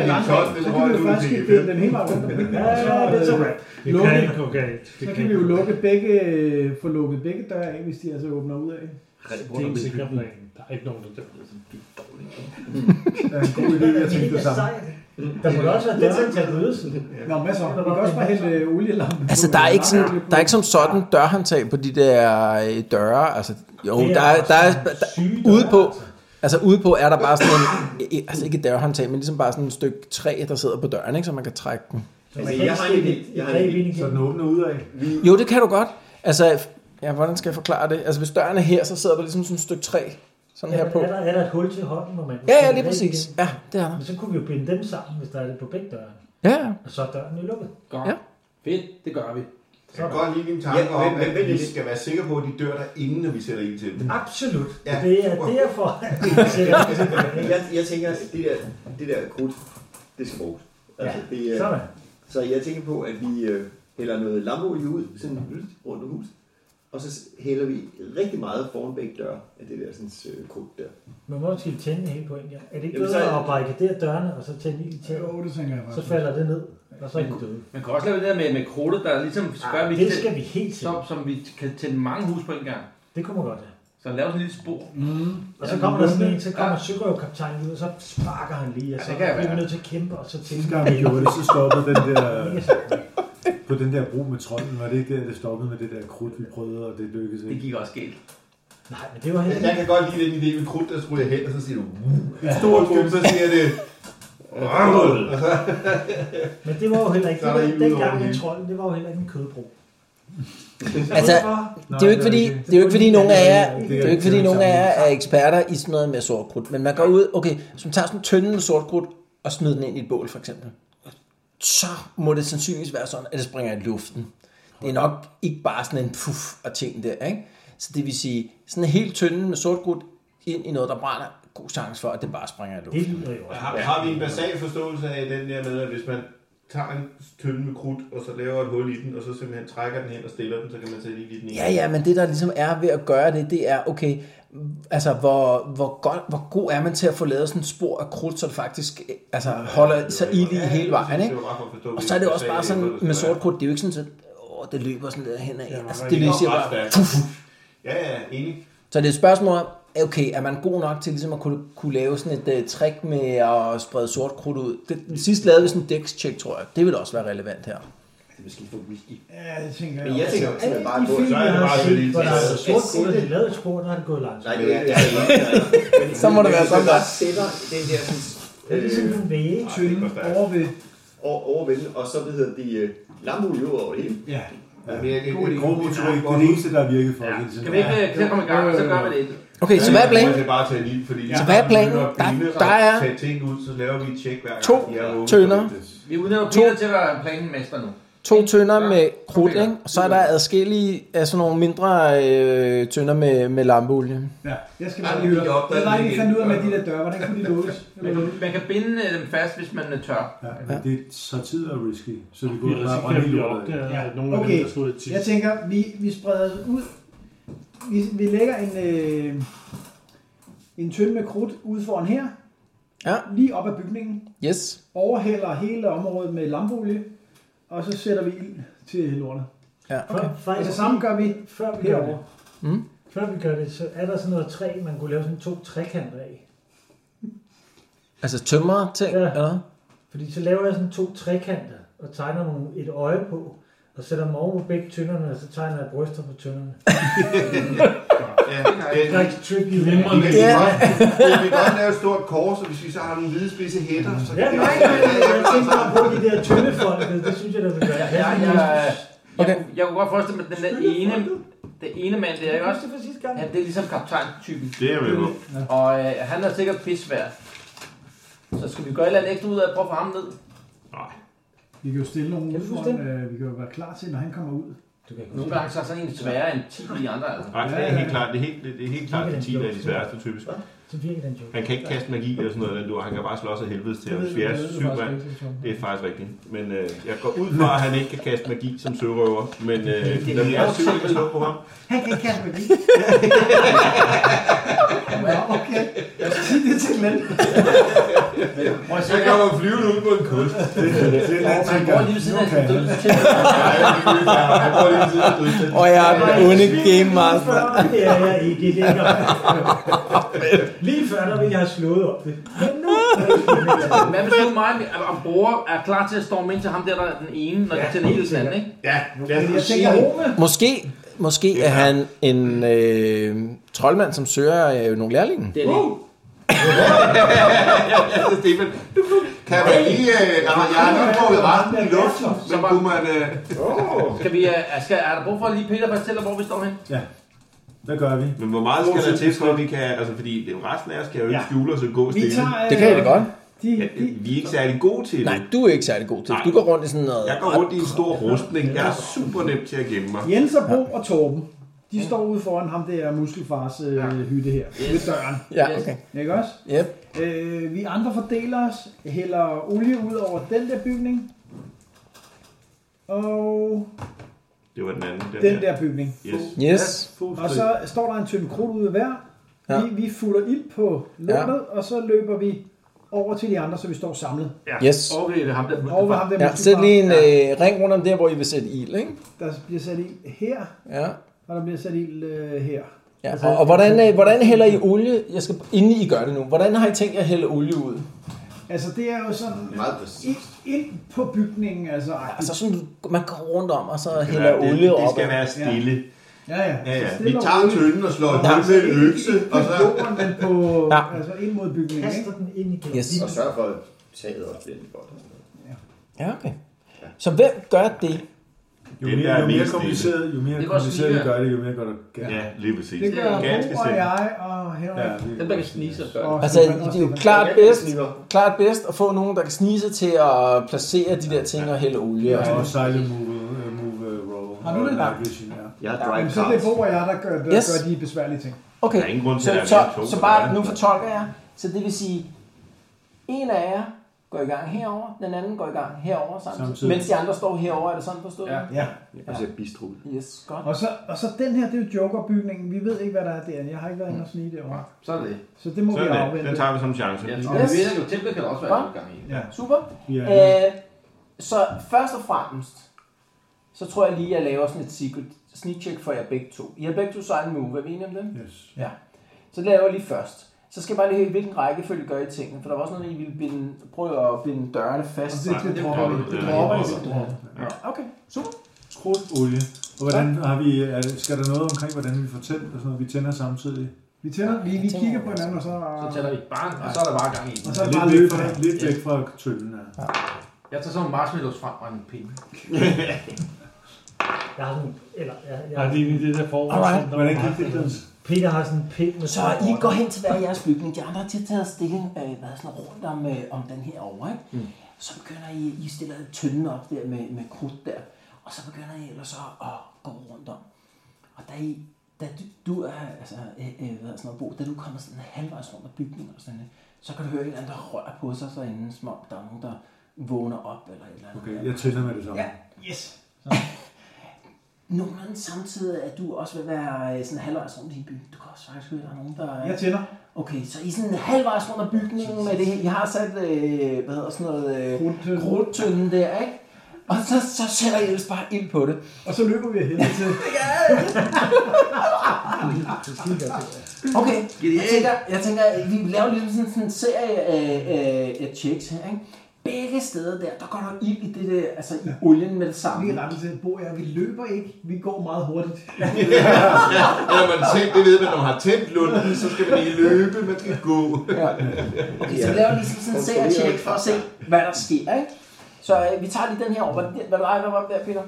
[SPEAKER 7] jo faktisk binde den hele vejen rundt om bilen.
[SPEAKER 3] Ja, det er så right.
[SPEAKER 9] Det
[SPEAKER 7] Lukke.
[SPEAKER 9] kan ikke gå galt. Det
[SPEAKER 7] Så kan vi jo
[SPEAKER 9] ikke gå
[SPEAKER 7] lukke begge, få lukket begge døre af, hvis de altså åbner ud af.
[SPEAKER 9] galt. Det er en sikker plan. Der er ikke nogen, der dør.
[SPEAKER 4] Det er en god idé, jeg tænkte det samme.
[SPEAKER 2] Mm.
[SPEAKER 3] Der må da også være døren til at mødes.
[SPEAKER 7] Nå, hvad så? Vi kan også bare hælde øh, olielampen.
[SPEAKER 2] Altså,
[SPEAKER 7] på.
[SPEAKER 2] der er ikke, sådan, der er ikke som sådan dørhåndtag på de der øh, døre. Altså, jo, der er, der er, der, ude på, altså ude på er der bare sådan en, altså ikke et dørhåndtag, men ligesom bare sådan et stykke træ, der sidder på døren, ikke, så man kan trække den.
[SPEAKER 1] Altså, jeg har en idé. Jeg har en idé.
[SPEAKER 4] Så den åbner ud af.
[SPEAKER 2] Jo, det kan du godt. Altså, ja, hvordan skal jeg forklare det? Altså, hvis døren er her, så sidder der ligesom sådan et stykke træ, sådan her på.
[SPEAKER 3] Er der, er der et hul til hånden, hvor man kan
[SPEAKER 2] Ja, ja,
[SPEAKER 3] sætte
[SPEAKER 2] lige
[SPEAKER 3] den ind
[SPEAKER 2] præcis.
[SPEAKER 3] igen?
[SPEAKER 2] Ja, det er der.
[SPEAKER 3] Men så kunne vi jo binde dem sammen, hvis der er det på begge døre.
[SPEAKER 2] Ja, ja.
[SPEAKER 3] Og så er døren jo lukket.
[SPEAKER 8] Godt.
[SPEAKER 2] Ja.
[SPEAKER 8] Fedt, det gør vi.
[SPEAKER 6] Jeg kan godt lide din tanke
[SPEAKER 1] Ja,
[SPEAKER 6] om,
[SPEAKER 1] men- men-
[SPEAKER 6] at
[SPEAKER 1] men-
[SPEAKER 6] vi skal være sikre på, at de dør der, inden når vi sætter ild til dem.
[SPEAKER 3] Absolut.
[SPEAKER 6] Ja.
[SPEAKER 3] Det er derfor, at vi sætter den tilbage.
[SPEAKER 1] Jeg, jeg tænker, at det der, det der krudt, det skal bruges. Altså,
[SPEAKER 3] Ja,
[SPEAKER 1] det, er-
[SPEAKER 3] Sådan.
[SPEAKER 1] Så jeg tænker på, at vi øh, hælder noget lampeolie ud, sådan lyst rundt om huset. Og så s- hælder vi rigtig meget foran begge døre af det der sådan, øh, krudt der.
[SPEAKER 3] Men hvor skal vi tænde det hele på en gang? Er det ikke
[SPEAKER 1] Jamen,
[SPEAKER 3] bedre
[SPEAKER 1] så-
[SPEAKER 3] at barrikadere dørene, og så tænde ild til?
[SPEAKER 7] Jo, Øh, det tænker jeg
[SPEAKER 3] Så
[SPEAKER 7] faktisk.
[SPEAKER 3] falder det ned, og så er de døde.
[SPEAKER 8] Man kan også lave det der med, med krudtet, der ligesom gør, vi
[SPEAKER 3] Det
[SPEAKER 8] kan-
[SPEAKER 3] skal vi helt sikkert.
[SPEAKER 8] som, som vi kan tænde mange hus på en gang.
[SPEAKER 3] Det kunne man godt have.
[SPEAKER 8] Så lave sådan en lille spor.
[SPEAKER 3] Og så kommer der sådan en, så kommer sørøverkaptajnen ud, og så sparker han lige, og så
[SPEAKER 8] Ja, det kan
[SPEAKER 3] bliver vi
[SPEAKER 8] være.
[SPEAKER 3] nødt til at kæmpe, og så tænde
[SPEAKER 4] Sidste gang vi gjorde det, så stoppede den der,
[SPEAKER 3] Yes.
[SPEAKER 4] på den der bro med trolden. Var det ikke der, det stoppede med det der krudt, vi prøvede, og det lykkedes
[SPEAKER 8] Det
[SPEAKER 4] ikke?
[SPEAKER 8] gik også galt.
[SPEAKER 3] Nej, men det var helt
[SPEAKER 6] Jeg kan godt lide den idé med krudt, der ryger hen, og så siger du, uh, stor krudt, så siger det, røvhul.
[SPEAKER 3] Men det var jo heller ikke,
[SPEAKER 6] Så er der
[SPEAKER 3] den,
[SPEAKER 6] ild ud over
[SPEAKER 3] dengang
[SPEAKER 6] det
[SPEAKER 3] med
[SPEAKER 6] hele.
[SPEAKER 3] trolden, det var jo heller ikke en kødbro.
[SPEAKER 2] Altså, det er jo ikke fordi, det er jo ikke fordi nogen af jer,
[SPEAKER 4] Det er
[SPEAKER 2] det er jo ikke fordi nogen af jer er eksperter i sådan noget med sort krudt, men man går ud, okay, så man tager sådan en tønde med sort krudt og smider den ind i et bål for eksempel. Så må det sandsynligvis være sådan, at det springer i luften. Det er nok ikke bare sådan en puff og ting der, ikke? Så det vil sige, sådan en helt tynde med sort krudt ind i noget, der brænder, god chance for, at det bare springer i
[SPEAKER 3] Det
[SPEAKER 2] luften.
[SPEAKER 3] lyder jo også.
[SPEAKER 6] Har, har vi en basal forståelse af den der med, at hvis man tager en tynde med krudt, og så laver et hul i den, og så simpelthen trækker den hen og stiller den, så kan man sætte ild i den igen?
[SPEAKER 2] Ja, ja, men det der ligesom er ved at gøre det, det er, okay, altså hvor, hvor, godt, hvor god er man til at få lavet sådan et spor af krudt, så det faktisk øh, altså, holder sig ild i hele vejen, ikke? Og så er det også bare sådan med sort krudt, det er jo ikke sådan, at åh, det løber sådan der henad. Altså, det lyser bare.
[SPEAKER 6] Ja, ja, enig.
[SPEAKER 2] Så det er et spørgsmål om, okay, er man god nok til ligesom at kunne, kunne lave sådan et uh, trick med at sprede sort krudt ud? Det, sidst lavede vi sådan en dex-check, tror jeg. Det vil også være relevant her.
[SPEAKER 1] Det er måske for whisky.
[SPEAKER 7] Ja, det tænker jeg.
[SPEAKER 1] Men jeg tænker også, at man bare
[SPEAKER 7] Alle de
[SPEAKER 1] går...
[SPEAKER 7] film,
[SPEAKER 6] Så er det
[SPEAKER 7] jeg har
[SPEAKER 6] bare
[SPEAKER 7] set,
[SPEAKER 6] sådan en
[SPEAKER 3] Hvor der
[SPEAKER 6] lille
[SPEAKER 3] er sort krudt, og de lavede et spor, der er det gået langt.
[SPEAKER 1] Nej, det er jeg er ikke. Men-
[SPEAKER 2] Så må det
[SPEAKER 1] men
[SPEAKER 2] være
[SPEAKER 1] hvis man
[SPEAKER 2] sådan.
[SPEAKER 1] bare sætter den der sådan,
[SPEAKER 3] Det er ligesom
[SPEAKER 1] øh,
[SPEAKER 3] en væge.
[SPEAKER 7] tynde over ved...
[SPEAKER 1] over, overvælde, og så hvad hedder de øh, lampeolie ud over det hele.
[SPEAKER 7] Ja,
[SPEAKER 6] Ja, men jeg kan
[SPEAKER 4] Det
[SPEAKER 6] ikke
[SPEAKER 4] grove motorik, det er det eneste, der har virket for os. indtil
[SPEAKER 8] Skal
[SPEAKER 4] nu.
[SPEAKER 8] vi ikke øh, til at komme i gang, så gør vi det.
[SPEAKER 2] Okay, så hvad er planen?
[SPEAKER 6] Det er bare at tage ild, fordi
[SPEAKER 2] Så hvad er planen? Der- der er-
[SPEAKER 6] Tage ting ud, så laver vi et tjek hver gang.
[SPEAKER 2] To
[SPEAKER 6] de er åbne,
[SPEAKER 2] tønder.
[SPEAKER 6] så det-
[SPEAKER 8] Vi udnævner Peter til at være planmester nu.
[SPEAKER 2] To tønder med krudt, ikke? Og så er der adskillige af sådan nogle mindre øh, tønder med, med lampeolie.
[SPEAKER 7] Ja, jeg skal
[SPEAKER 8] Ej,
[SPEAKER 7] bare
[SPEAKER 8] vi
[SPEAKER 7] lige høre. Jeg
[SPEAKER 8] opdagede
[SPEAKER 7] var
[SPEAKER 8] det
[SPEAKER 7] ikke
[SPEAKER 8] igen.
[SPEAKER 7] fandt ud af med de der døre, hvordan kunne de lukkes?
[SPEAKER 8] Man kan, man kan binde øh, dem fast, hvis man øh, tør.
[SPEAKER 4] Ja. Det er så tid og risky, så vi
[SPEAKER 9] Vi
[SPEAKER 4] kunne bare
[SPEAKER 9] risikerer
[SPEAKER 4] brænde
[SPEAKER 9] at
[SPEAKER 4] hele
[SPEAKER 9] blive
[SPEAKER 4] lortet.
[SPEAKER 9] opdaget.
[SPEAKER 4] af.
[SPEAKER 9] Ja. Nogle af dem,
[SPEAKER 7] Okay,
[SPEAKER 9] der stod i tis.
[SPEAKER 7] jeg tænker, vi, vi spreder os ud. Vi, vi lægger en, øh, en tynd med krudt ud foran her.
[SPEAKER 2] Ja.
[SPEAKER 7] Lige op ad bygningen.
[SPEAKER 2] Yes.
[SPEAKER 7] Overhælder hele området med lampeolie. Og så sætter vi ild til lortet.
[SPEAKER 2] Ja.
[SPEAKER 7] Okay.
[SPEAKER 3] Før-
[SPEAKER 7] Og det samme gør vi
[SPEAKER 3] Før vi gør
[SPEAKER 7] herovre.
[SPEAKER 3] det, før vi gør det, så er der sådan noget træ, man kunne lave sådan to trekanter af.
[SPEAKER 2] Altså tømmer ting, ja. eller?
[SPEAKER 3] Fordi så laver jeg sådan to trekanter og tegner nogle, et øje på, og sætter dem over på begge tynderne, og så tegner jeg bryster på tynderne.
[SPEAKER 15] Ja,
[SPEAKER 3] det er rigtig tricky.
[SPEAKER 15] Vi kan, vi kan
[SPEAKER 3] Ja.
[SPEAKER 15] godt, vi kan godt lave et stort kors, og hvis vi så har nogle hvide spidse hætter, så
[SPEAKER 3] Ja,
[SPEAKER 15] kan
[SPEAKER 3] nej,
[SPEAKER 15] vi...
[SPEAKER 3] nej, nej, jeg tænkte bare på de der tyndefolk, det synes jeg, der ville være.
[SPEAKER 8] Jeg, jeg, jeg, okay. jeg, jeg kunne godt forestille mig, at den der ene, den ene mand, det er ikke også?
[SPEAKER 3] Det sidste gang.
[SPEAKER 8] Ja, det er ligesom kaptajn-typen.
[SPEAKER 6] Det er jeg med på.
[SPEAKER 8] Og øh, han er sikkert pissvær. Så skal vi gøre et eller andet ekstra ud af at prøve at få ham ned?
[SPEAKER 7] Vi kan jo stille nogle ud
[SPEAKER 8] du
[SPEAKER 7] foran, øh, vi kan jo være klar til, når han kommer ud.
[SPEAKER 8] Du kan Nogle gange så er sådan en sværere end 10 af de andre. Altså.
[SPEAKER 6] Nej, det er helt klart, det er helt, det er helt klart, at 10 er de sværeste typisk.
[SPEAKER 3] Så virker den jo.
[SPEAKER 6] Han kan ikke kaste magi eller sådan noget, den dur. han kan bare slås af helvedes til
[SPEAKER 3] Det
[SPEAKER 6] ham.
[SPEAKER 3] ved
[SPEAKER 6] Hvis vi
[SPEAKER 3] jeg,
[SPEAKER 6] er
[SPEAKER 3] det er
[SPEAKER 6] syv
[SPEAKER 3] faktisk
[SPEAKER 6] mand,
[SPEAKER 3] rigtigt, Tom.
[SPEAKER 6] det er faktisk rigtigt. Men øh, jeg går ud fra, at han ikke kan kaste magi som sørøver, men øh, når vi er syv, kan vi slå på ham.
[SPEAKER 7] Han kan ikke kaste magi. Nå, okay. Sig det til Glenn.
[SPEAKER 8] Prøv at se,
[SPEAKER 15] Jeg kommer flyvende ud på en kost.
[SPEAKER 4] Det er
[SPEAKER 8] han bor lige ved siden af sin dødstæt.
[SPEAKER 2] Og jeg er den onde game master.
[SPEAKER 3] Det er jeg ikke længere. Lige før, der ville jeg have slået op det. Men nu...
[SPEAKER 8] Hvad hvis nu mig og- og bror er klar til at storme ind til ham der, der er den ene, når de tænder hele den anden, ikke?
[SPEAKER 6] Ja, lad
[SPEAKER 7] Jeg tænker, Rome,
[SPEAKER 2] Måske, måske er han en øh, troldmand, som søger øh, nogle lærlinge.
[SPEAKER 8] Det er det.
[SPEAKER 6] Ja, Stefan.
[SPEAKER 15] Kan man lige... Øh, altså, jeg har nu trukket resten i luften, men kunne man... Øh,
[SPEAKER 8] Skal vi, øh, skal, er der brug for at lige Peter fortæller, hvor vi står hen?
[SPEAKER 4] Hvad gør vi?
[SPEAKER 6] Men hvor meget skal der til, for at vi kan... Altså, fordi det- resten af os kan jo ikke
[SPEAKER 7] Ja.
[SPEAKER 6] skjule os og gå
[SPEAKER 7] vi
[SPEAKER 6] stille.
[SPEAKER 7] tager... øh,
[SPEAKER 2] Det kan I da godt.
[SPEAKER 7] De,
[SPEAKER 6] Ja,
[SPEAKER 7] de,
[SPEAKER 6] Vi er ikke særlig gode til
[SPEAKER 2] Nej,
[SPEAKER 6] det.
[SPEAKER 2] du er ikke særlig god til det. Du går rundt i sådan noget...
[SPEAKER 6] Jeg går rundt i en stor rustning. Jeg er super nem til at gemme mig.
[SPEAKER 7] Jens og Bo og Torben, de står ude foran ham der muskelfars øh, hytte her. Ved døren.
[SPEAKER 2] Ja, okay.
[SPEAKER 7] Ikke også?
[SPEAKER 2] Yep.
[SPEAKER 7] Øh, vi andre fordeler os, hælder olie ud over den der bygning. Og
[SPEAKER 6] Det var den anden. Den,
[SPEAKER 7] den
[SPEAKER 6] der.
[SPEAKER 7] der bygning.
[SPEAKER 6] Yes.
[SPEAKER 2] Yes.
[SPEAKER 7] Og så står der en tynd krudt ude hver.
[SPEAKER 2] Ja.
[SPEAKER 7] Vi, vi fulder ild på lortet, og så løber vi over til de andre, så vi står samlet.
[SPEAKER 2] Yes.
[SPEAKER 8] Over ved ham der.
[SPEAKER 7] Over ved ham der
[SPEAKER 2] Ja, sæt
[SPEAKER 7] muskelfar,
[SPEAKER 2] lige en øh, ring rundt om der, hvor I vil sætte ild, ikke?
[SPEAKER 7] der bliver sat ild her,
[SPEAKER 2] Ja.
[SPEAKER 7] og der bliver sat ild øh, her.
[SPEAKER 6] Altså,
[SPEAKER 2] ja. Og, og hvordan, øh, hvordan hælder I olie? Jeg skal, inden I gør det nu, hvordan har I tænkt jer at hælde olie ud?
[SPEAKER 7] Altså det er jo sådan
[SPEAKER 11] Meget præcis.
[SPEAKER 7] ind, ind på bygningen, altså.
[SPEAKER 2] Altså sådan, man går rundt om, og så
[SPEAKER 6] Det,
[SPEAKER 2] hælder
[SPEAKER 6] det,
[SPEAKER 2] olie
[SPEAKER 6] det,
[SPEAKER 2] op.
[SPEAKER 6] skal være stille.
[SPEAKER 7] Ja, ja.
[SPEAKER 6] Ja, ja.
[SPEAKER 15] vi
[SPEAKER 7] Så stille og
[SPEAKER 15] tager
[SPEAKER 7] roligt.
[SPEAKER 15] tønden og slår et hul med en økse,
[SPEAKER 7] Ikke på
[SPEAKER 15] og så...
[SPEAKER 7] jorden, men på,
[SPEAKER 2] Ja.
[SPEAKER 7] altså ind mod bygningen, ikke?
[SPEAKER 3] Kaster den ind igen.
[SPEAKER 2] Yes.
[SPEAKER 11] Og sørg for, at taget også bliver lidt godt. og sådan noget.
[SPEAKER 2] Ja, okay. Så hvem gør det?
[SPEAKER 4] Jo
[SPEAKER 6] Det
[SPEAKER 4] mere,
[SPEAKER 6] der er
[SPEAKER 4] jo mere
[SPEAKER 6] mest
[SPEAKER 4] kompliceret, jo mere
[SPEAKER 8] Det går
[SPEAKER 4] kompliceret vi
[SPEAKER 8] snigere.
[SPEAKER 4] gør det, jo mere gør det. Ja.
[SPEAKER 6] Ja, lige præcis.
[SPEAKER 7] Det gør
[SPEAKER 6] Ganske
[SPEAKER 7] Bo og
[SPEAKER 6] simpelt.
[SPEAKER 7] jeg og Henrik.
[SPEAKER 4] Ja, det-
[SPEAKER 8] Den der kan snige sig gør det.
[SPEAKER 7] og
[SPEAKER 2] Altså,
[SPEAKER 7] Stefan og
[SPEAKER 2] det er jo
[SPEAKER 7] Stefan.
[SPEAKER 2] klart
[SPEAKER 11] Jeg kan
[SPEAKER 2] bedst,
[SPEAKER 11] sniger.
[SPEAKER 2] klart bedst at få nogen, der kan snige sig til at placere de der ting og hælde olie. Og sådan.
[SPEAKER 4] Og sejle move, øh, move øh, roll.
[SPEAKER 7] Har du
[SPEAKER 4] Og
[SPEAKER 7] det?
[SPEAKER 4] night vision, ja.
[SPEAKER 11] Jeg har
[SPEAKER 7] Jamen,
[SPEAKER 11] drive
[SPEAKER 7] så er det
[SPEAKER 11] cards.
[SPEAKER 7] Bo og jeg, der gør, der
[SPEAKER 2] Yes.
[SPEAKER 7] gør de besværlige ting.
[SPEAKER 2] Okay,
[SPEAKER 6] Der er ingen grund til,
[SPEAKER 2] så,
[SPEAKER 6] at der er
[SPEAKER 2] så,
[SPEAKER 6] mere to,
[SPEAKER 2] så
[SPEAKER 6] eller
[SPEAKER 2] bare,
[SPEAKER 6] hvad?
[SPEAKER 2] nu fortolker jeg. Så det vil sige, en af jer går i gang herover, den anden går i gang herover samtidig.
[SPEAKER 4] Samtidig.
[SPEAKER 2] Mens de andre står herover, er det sådan forstået?
[SPEAKER 7] Ja. ja.
[SPEAKER 11] Og så bistro.
[SPEAKER 2] Yes, godt.
[SPEAKER 7] Og, så, og så den her, det er jo Joker-bygningen. Vi ved ikke, hvad der er derinde. Jeg har ikke været inde og snige derovre.
[SPEAKER 8] Mm. Så er det.
[SPEAKER 7] Så det må vi
[SPEAKER 6] Sådan det.
[SPEAKER 7] afvente.
[SPEAKER 6] Den tager vi som en chance.
[SPEAKER 8] Jeg tror, vi ved, at templet kan der også være en gang i.
[SPEAKER 7] Ja.
[SPEAKER 2] Super.
[SPEAKER 4] Vi er
[SPEAKER 2] Øh, så først og fremmest, så tror jeg lige, at jeg laver sådan et secret sneak check for jer begge to. I har begge to sejlet move, er vi enige om det?
[SPEAKER 4] Yes.
[SPEAKER 2] Ja. Så det laver jeg lige først. Så skal jeg bare lige høre, i hvilken rækkefølge gør I tingene? For der var også noget, I ville binde, prøve at binde dørene fast.
[SPEAKER 7] Og det- det dropper vi. Det
[SPEAKER 6] Ja,
[SPEAKER 7] dropper vi.
[SPEAKER 6] det
[SPEAKER 7] Det dropper vi.
[SPEAKER 2] Okay, super.
[SPEAKER 4] Skruet olie. Og hvordan har vi, er, det- skal der noget omkring, hvordan vi får tændt og sådan noget? Vi tænder samtidig.
[SPEAKER 7] Vi tænder, vi, vi kigger på hinanden, og så...
[SPEAKER 8] Så tæller vi bare, og så er der bare gang i. den.
[SPEAKER 7] Og så
[SPEAKER 4] Så
[SPEAKER 7] er det
[SPEAKER 4] Altså, lidt
[SPEAKER 7] bare
[SPEAKER 4] væk
[SPEAKER 7] løb
[SPEAKER 4] fra, lidt væk fra tøllen. Ja.
[SPEAKER 8] Jeg tager sådan en marshmallows frem og en pinde.
[SPEAKER 3] Jeg har sådan, en- eller, jeg,
[SPEAKER 9] Nej, det
[SPEAKER 3] jeg,
[SPEAKER 9] er egentlig det der forår.
[SPEAKER 2] Alright.
[SPEAKER 9] som der
[SPEAKER 4] Hvordan
[SPEAKER 9] var
[SPEAKER 4] gik det,
[SPEAKER 9] meget-
[SPEAKER 4] Glens?
[SPEAKER 3] Peter har sådan en pind med
[SPEAKER 2] Så I går hen til hver jeres bygning. De andre har til taget stilling øh, hvad, sådan rundt om, øh, om den her over. Ikke? Mm. Så begynder I, I stiller tønden op der med, med krudt der.
[SPEAKER 7] og så begynder I ellers at, at gå rundt om. Og da, I, da du, du er, altså, øh, øh, hvad er sådan noget, Bo, da du kommer sådan halvvejs rundt om bygningen og sådan noget, så kan du høre et eller andet, der rører på sig, så inden som om der er nogen, der vågner op eller et eller andet.
[SPEAKER 4] Okay, jeg tænder med det samme.
[SPEAKER 7] Ja, yes. Nogenlunde samtidig, at du også vil være øh, sådan halvvejs rundt i byen. Du kan også faktisk høre, at der er nogen, der... er-
[SPEAKER 16] Jeg tænder.
[SPEAKER 7] Okay, så I er sådan halvvejs rundt om bygningen med det her. I har sat, øh, hvad hedder sådan noget... Øh, krudtønden der, ikke? Og så, så sætter I ellers bare ild på det.
[SPEAKER 16] Og så løber vi af helvede til.
[SPEAKER 7] Okay, jeg tænker, jeg tænker, vi laver ligesom sådan, sådan en serie af, af, af checks her, ikke? Begge steder der, der går der ild i det der, altså i olien med det samme.
[SPEAKER 16] Vi er rettet til at bo her. Vi løber ikke. Vi går meget hurtigt.
[SPEAKER 6] ja, eller man tænkt, det ved man, når man har tændt lunden, så skal man ikke løbe, man skal gå.
[SPEAKER 7] ja. Okay, så vi laver ligesom sådan en serietjek for at se, hvad der sker, ikke? Så øh, vi tager lige den her over. Hvad hvad var det, hvad var det der, Peter?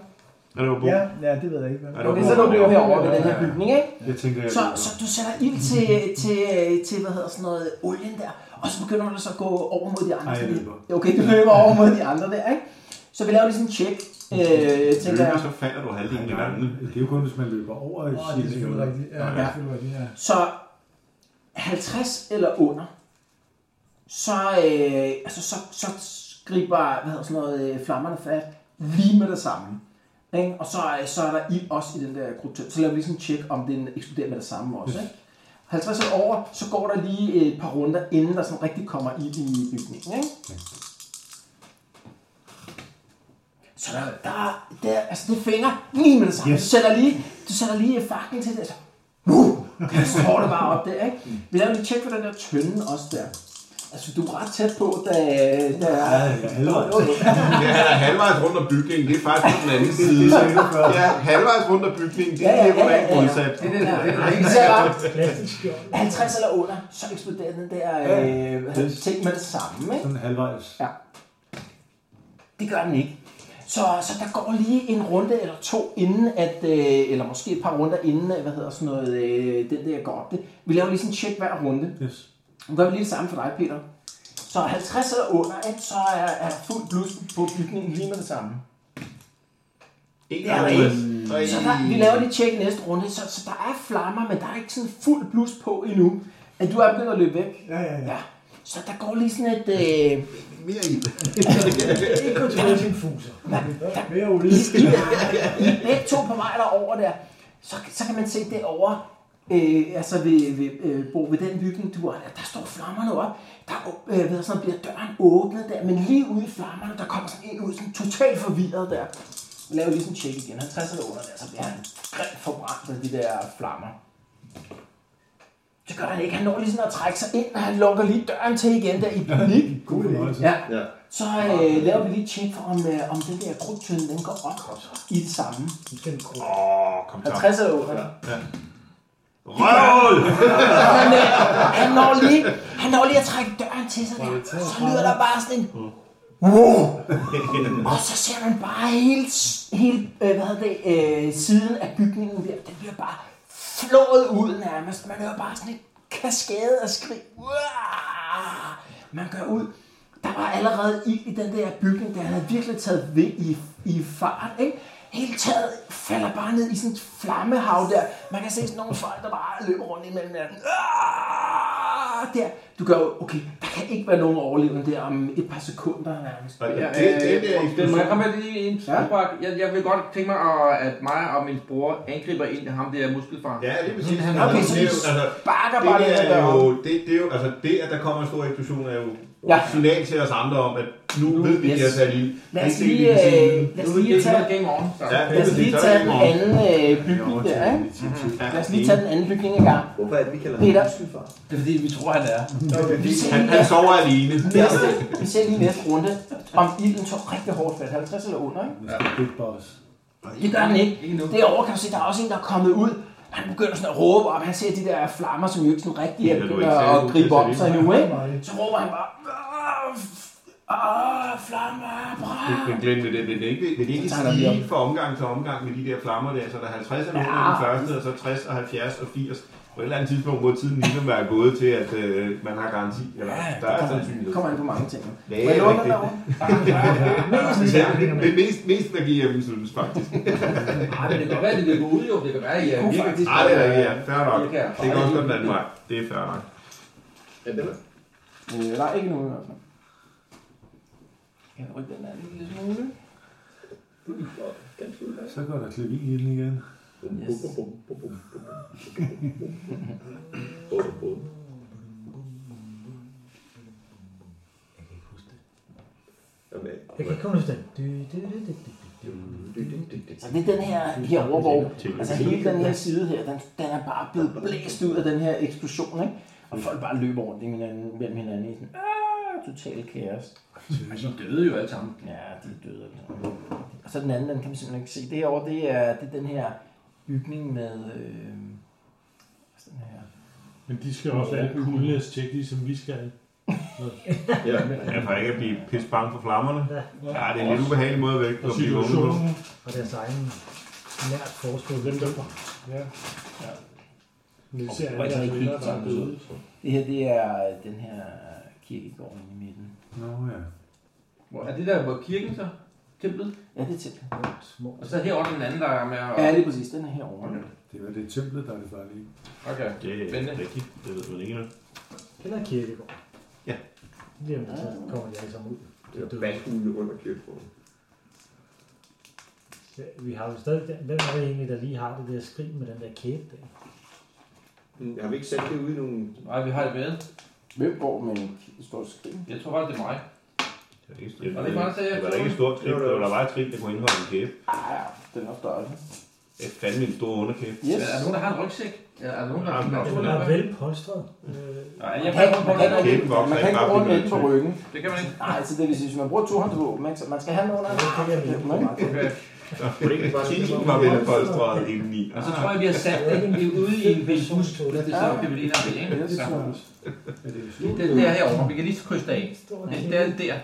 [SPEAKER 17] Er det Bo?
[SPEAKER 16] Ja, ja, det ved jeg ikke.
[SPEAKER 7] Okay, så lå det jo herovre ved den her bygning, ikke?
[SPEAKER 4] Jeg tænker, jeg
[SPEAKER 7] Så, så du sætter ild til, til, til, hvad hedder sådan noget, olien der, og så begynder du så at gå over mod de andre.
[SPEAKER 4] Ej, jeg løber.
[SPEAKER 7] Okay, du løber over mod de andre der, ikke? Så vi laver lige sådan en check, øh, tænker jeg.
[SPEAKER 17] Løbe, så falder du halvdelen af verden.
[SPEAKER 4] Det er jo kun, hvis man løber over et
[SPEAKER 16] Åh, det er selvfølgelig rigtigt. Ja, det er selvfølgelig rigtigt, ja.
[SPEAKER 7] Så 50 eller under, så, øh, altså, så, så griber hvad hedder sådan noget, øh, flammerne fat lige med det samme. Ikke? Og så, øh, så er der ild også i den der krudtøn. Så laver vi sådan en tjek, om den eksploderer med det samme også. Ikke? 50 eller over, så går der lige et par runder, inden der sådan rigtig kommer ild i bygningen. Ikke? Så der, der, der, altså det fænger lige med det samme. Yes. Du sætter lige, du sætter lige faklen til det, altså. så Okay, så står det bare op der, ikke? Vi laver lige tjek for den der tønde også der. Altså, du er ret tæt på, da... da
[SPEAKER 4] ja, helvede.
[SPEAKER 6] Ja, han er halvvejs rundt om bygningen, det er faktisk på den anden side. Ja, halvvejs rundt om bygningen, det er der, hvor der ikke er modsat.
[SPEAKER 7] Det er den her, den her. Så er der 50 eller under, så eksploderer den der øh, hvad hedder det, ting med det samme, ikke?
[SPEAKER 4] Sådan halvvejs.
[SPEAKER 7] Ja. Det gør den ikke. Så, så der går lige en runde eller to inden, at, øh, eller måske et par runder inden, øh, hvad hedder sådan noget, øh, den der går op. Det, vi laver lige sådan en check hver runde.
[SPEAKER 4] Yes.
[SPEAKER 7] Nu gør vi lige det samme for dig, Peter. Så 50 eller under, ikke, så er, er der fuld blus på bygningen lige med det samme. Det er rigtigt.
[SPEAKER 6] Ej.
[SPEAKER 7] Så der, vi laver lige tjek i næste runde, så, så der er flammer, men der er ikke sådan fuld blus på endnu. At du er begyndt at løbe væk.
[SPEAKER 16] Ja, ja, ja.
[SPEAKER 7] ja. Så der går lige sådan et... Øh,
[SPEAKER 6] Mere ild.
[SPEAKER 16] Ikke kun til rødtingfuser. Mere olie.
[SPEAKER 7] I, I er begge to på vej derover der, så, så kan man se derovre, øh, altså ved, ved, øh, Bo, ved den bygning, du er der, der står flammerne op, der er åb- øh, ved, sådan, bliver døren åbnet der, men lige ude i flammerne, der kommer sådan en ud, sådan totalt forvirret der. Vi laver lige sådan en check igen, 50 eller under der, så bliver han grimt forbrændt af de der flammer. Det gør han ikke, han når lige sådan at trække sig ind, og han lukker lige døren til igen der i panik.
[SPEAKER 4] God fornøjelse.
[SPEAKER 7] Ja.
[SPEAKER 18] Ja.
[SPEAKER 7] Så øh, laver vi lige et tjek for, om, øh, om den der krudtønde, den går op i det samme.
[SPEAKER 17] Åh, kom så.
[SPEAKER 7] 50 eller 8.
[SPEAKER 17] Røvl!
[SPEAKER 7] Han, øh, han, når lige, han når lige at trække døren til sig der, så lyder der bare sådan en... Wow! Og så ser man bare hele, s- hele øh, hvad hedder det, øh, siden af bygningen der, den bliver bare flået ud nærmest. Man hører bare sådan en kaskade af skrig. Uah! Man går ud. Der var allerede ild i den der bygning, der havde virkelig taget ved i, i fart, ikke? Hele taget falder bare ned i sådan et flammehav der. Man kan se sådan nogle folk, der bare løber rundt imellem der. Uah! Der. Du gør jo, okay, der kan ikke være nogen overlevende der om et par sekunder nærmest.
[SPEAKER 6] Og det,
[SPEAKER 8] Ja,
[SPEAKER 6] det, det,
[SPEAKER 8] øh,
[SPEAKER 6] det,
[SPEAKER 8] må jeg
[SPEAKER 6] det,
[SPEAKER 8] komme med lige en spark? Jeg, jeg vil godt tænke mig, at- at mig og min bror angriber en af ham, det er muskelfaren.
[SPEAKER 6] Ja, det er præcis.
[SPEAKER 8] Han-
[SPEAKER 7] Okay,
[SPEAKER 6] Altså,
[SPEAKER 7] så
[SPEAKER 6] det
[SPEAKER 7] vi
[SPEAKER 6] er jo- altså,
[SPEAKER 7] sparker bare
[SPEAKER 6] Det,
[SPEAKER 7] lidt af
[SPEAKER 6] er
[SPEAKER 7] døren.
[SPEAKER 6] jo, det, det er jo, altså det, at der kommer en stor eksplosion, er jo
[SPEAKER 7] Ja.
[SPEAKER 6] ja. signal til os andre om, at nu,
[SPEAKER 7] Nu,
[SPEAKER 6] ved vi,
[SPEAKER 7] yes.
[SPEAKER 6] at jeg sat i.
[SPEAKER 7] Lad os lige, øh, lad os lige tage,
[SPEAKER 8] Det er game on. Så.
[SPEAKER 6] Ja,
[SPEAKER 7] lad os lige tage den anden øh, bygning
[SPEAKER 4] Over til
[SPEAKER 7] der, ikke?
[SPEAKER 4] initiativ.
[SPEAKER 7] Lad os lige tage den anden bygning i gang.
[SPEAKER 18] Hvorfor er det, vi kalder
[SPEAKER 7] Peter.
[SPEAKER 18] ham muskelfar?
[SPEAKER 19] Det er fordi, vi tror, han er.
[SPEAKER 7] Vi ser
[SPEAKER 6] Han,
[SPEAKER 7] lige
[SPEAKER 6] han
[SPEAKER 7] næste,
[SPEAKER 6] sover alene.
[SPEAKER 7] næste, vi ser lige næste runde, om ilden tog rigtig hårdt fat, 50 eller under, ikke?
[SPEAKER 4] Det er Big Boss.
[SPEAKER 7] Det gør den ikke. Derovre kan du se, der er også en, der er kommet ud. Han begynder sådan at råbe op. Han ser de der flammer, som jo ikke sådan rigtig
[SPEAKER 6] Ja,
[SPEAKER 7] er
[SPEAKER 6] du er
[SPEAKER 7] begyndt
[SPEAKER 6] ikke særlig
[SPEAKER 7] at
[SPEAKER 6] god til
[SPEAKER 7] gribe
[SPEAKER 6] at
[SPEAKER 7] om
[SPEAKER 6] se
[SPEAKER 7] sig
[SPEAKER 6] det.
[SPEAKER 7] nu. Ikke? Så råber han bare... "Aah,
[SPEAKER 2] Åh, flammer,
[SPEAKER 6] Men- Men Glenn, vil det, vil det ikke, vil det ikke
[SPEAKER 2] Så tager han lige
[SPEAKER 6] stige
[SPEAKER 2] op.
[SPEAKER 6] fra omgang til omgang med de der flammer der, så der er 50 minutter
[SPEAKER 2] Ja.
[SPEAKER 6] ja. den første, og så 60 og 70 og 80. På et eller andet tidspunkt må tiden ligesom være gået til, at øh, man har garanti, eller ja, der er sandsynlighed.
[SPEAKER 2] kommer an på mange ting.
[SPEAKER 6] Ja,
[SPEAKER 2] Må jeg låne den
[SPEAKER 6] rigtigt. Ja, men- men mest, mest magi er synes faktisk.
[SPEAKER 8] Nej, men det kan godt være, at det vil gå ud, jo. Det kan være, at I er virkelig...
[SPEAKER 6] Nej, det er rigtigt, ja. Fair nok.
[SPEAKER 8] Jeg kan-
[SPEAKER 6] Det kan også godt være den vej. Det er fair nok.
[SPEAKER 20] Ja, det er
[SPEAKER 2] Øh, nej, ikke nu i hvert fald. Kan jeg rykke den der en lille smule?
[SPEAKER 4] Så går der klevin i den igen.
[SPEAKER 2] Yes.
[SPEAKER 3] Jeg kan ikke komme huske den. Du, du, du, du, du.
[SPEAKER 2] Så det er den her herovre, hvor altså hele den her side her, den, den er bare blevet blæst ud af den her eksplosion, ikke? Og folk bare løber rundt i hinanden, mellem hinanden i sådan, ah, total kaos.
[SPEAKER 8] Altså, de døde jo alle sammen.
[SPEAKER 2] Ja, de er døde alle sammen. Og så den anden, den kan man simpelthen ikke se. Det herovre, det er, det er den her bygning med, øh, altså den her
[SPEAKER 9] Men de skal også alle kunne tjekke, ligesom vi skal.
[SPEAKER 6] Ja, for ikke at blive pisse bange for flammerne.
[SPEAKER 3] Ja.
[SPEAKER 6] Ja, det er en lidt ubehagelig måde at vække.
[SPEAKER 9] Og
[SPEAKER 6] at blive vågnet på.
[SPEAKER 9] situationen.
[SPEAKER 3] Og deres egen nært forskud.
[SPEAKER 9] Den dømmer. Ja. ja. Men det ser alle deres venner, der er døde.
[SPEAKER 2] Det her, det er den her kirkegård inde i midten.
[SPEAKER 4] Nå ja.
[SPEAKER 8] Hvor er det der, hvor kirken så? Templet?
[SPEAKER 2] Ja, det er templet.
[SPEAKER 8] Og så herovre den anden, der er med at...
[SPEAKER 2] Ja, lige præcis. Den er herovre.
[SPEAKER 4] Det var det templet, der er det farlige.
[SPEAKER 8] Okay,
[SPEAKER 6] Det
[SPEAKER 21] øh,
[SPEAKER 8] spændende.
[SPEAKER 6] er rigtigt. Det ved man ikke noget.
[SPEAKER 3] Eller kirkegård.
[SPEAKER 6] Ja.
[SPEAKER 3] Lige om lidt, så kommer de alle sammen ud.
[SPEAKER 20] Det er vandhule under kirkegården.
[SPEAKER 3] Ja, Vi har jo stadig den. Hvem er det egentlig, der lige har det der skrig med den der kæde der?
[SPEAKER 20] Jeg har vi ikke sat det ud i nogen...
[SPEAKER 8] Nej, vi har det med.
[SPEAKER 2] Hvem går med et stort skrig?
[SPEAKER 8] Jeg tror faktisk, det er mig.
[SPEAKER 6] Det var ikke stort.
[SPEAKER 8] Var det ikke meget, der sagde,
[SPEAKER 6] Det var
[SPEAKER 8] jeg
[SPEAKER 6] da ikke et stort
[SPEAKER 20] Det
[SPEAKER 6] trip,
[SPEAKER 20] var
[SPEAKER 6] det
[SPEAKER 20] det
[SPEAKER 6] var der var et trip, der kunne indeholde en kæbe.
[SPEAKER 2] Ah, den er også større.
[SPEAKER 6] Det er fandme en stor underkæbe.
[SPEAKER 2] Yes.
[SPEAKER 8] Er der nogen, der har en rygsæk? Er er der nogen, der har en
[SPEAKER 6] Ja,
[SPEAKER 3] Den
[SPEAKER 8] rygsæk?
[SPEAKER 3] er vel polstret. Øh,
[SPEAKER 8] Nej,
[SPEAKER 2] Man
[SPEAKER 8] jeg
[SPEAKER 2] kan,
[SPEAKER 8] kan
[SPEAKER 2] ikke- man kan,
[SPEAKER 8] ikke.
[SPEAKER 2] ikke, man kan ikke gå rundt med den på ryggen.
[SPEAKER 8] Det kan man ikke.
[SPEAKER 2] Nej, så Altså, det vil sige, hvis man bruger to håndvåben, ikke? så man skal have noget under armen. ikke?
[SPEAKER 8] Okay.
[SPEAKER 6] Kæben var velpolstret indeni.
[SPEAKER 8] Og Altså, så tror jeg, vi har sat det egentlig ude i en bil hus. Det er så, det vil en af det, ikke?
[SPEAKER 2] Ja, det
[SPEAKER 8] Så.
[SPEAKER 2] tror jeg også.
[SPEAKER 8] Det det er herovre. Vi kan lige krydse det af. Det det er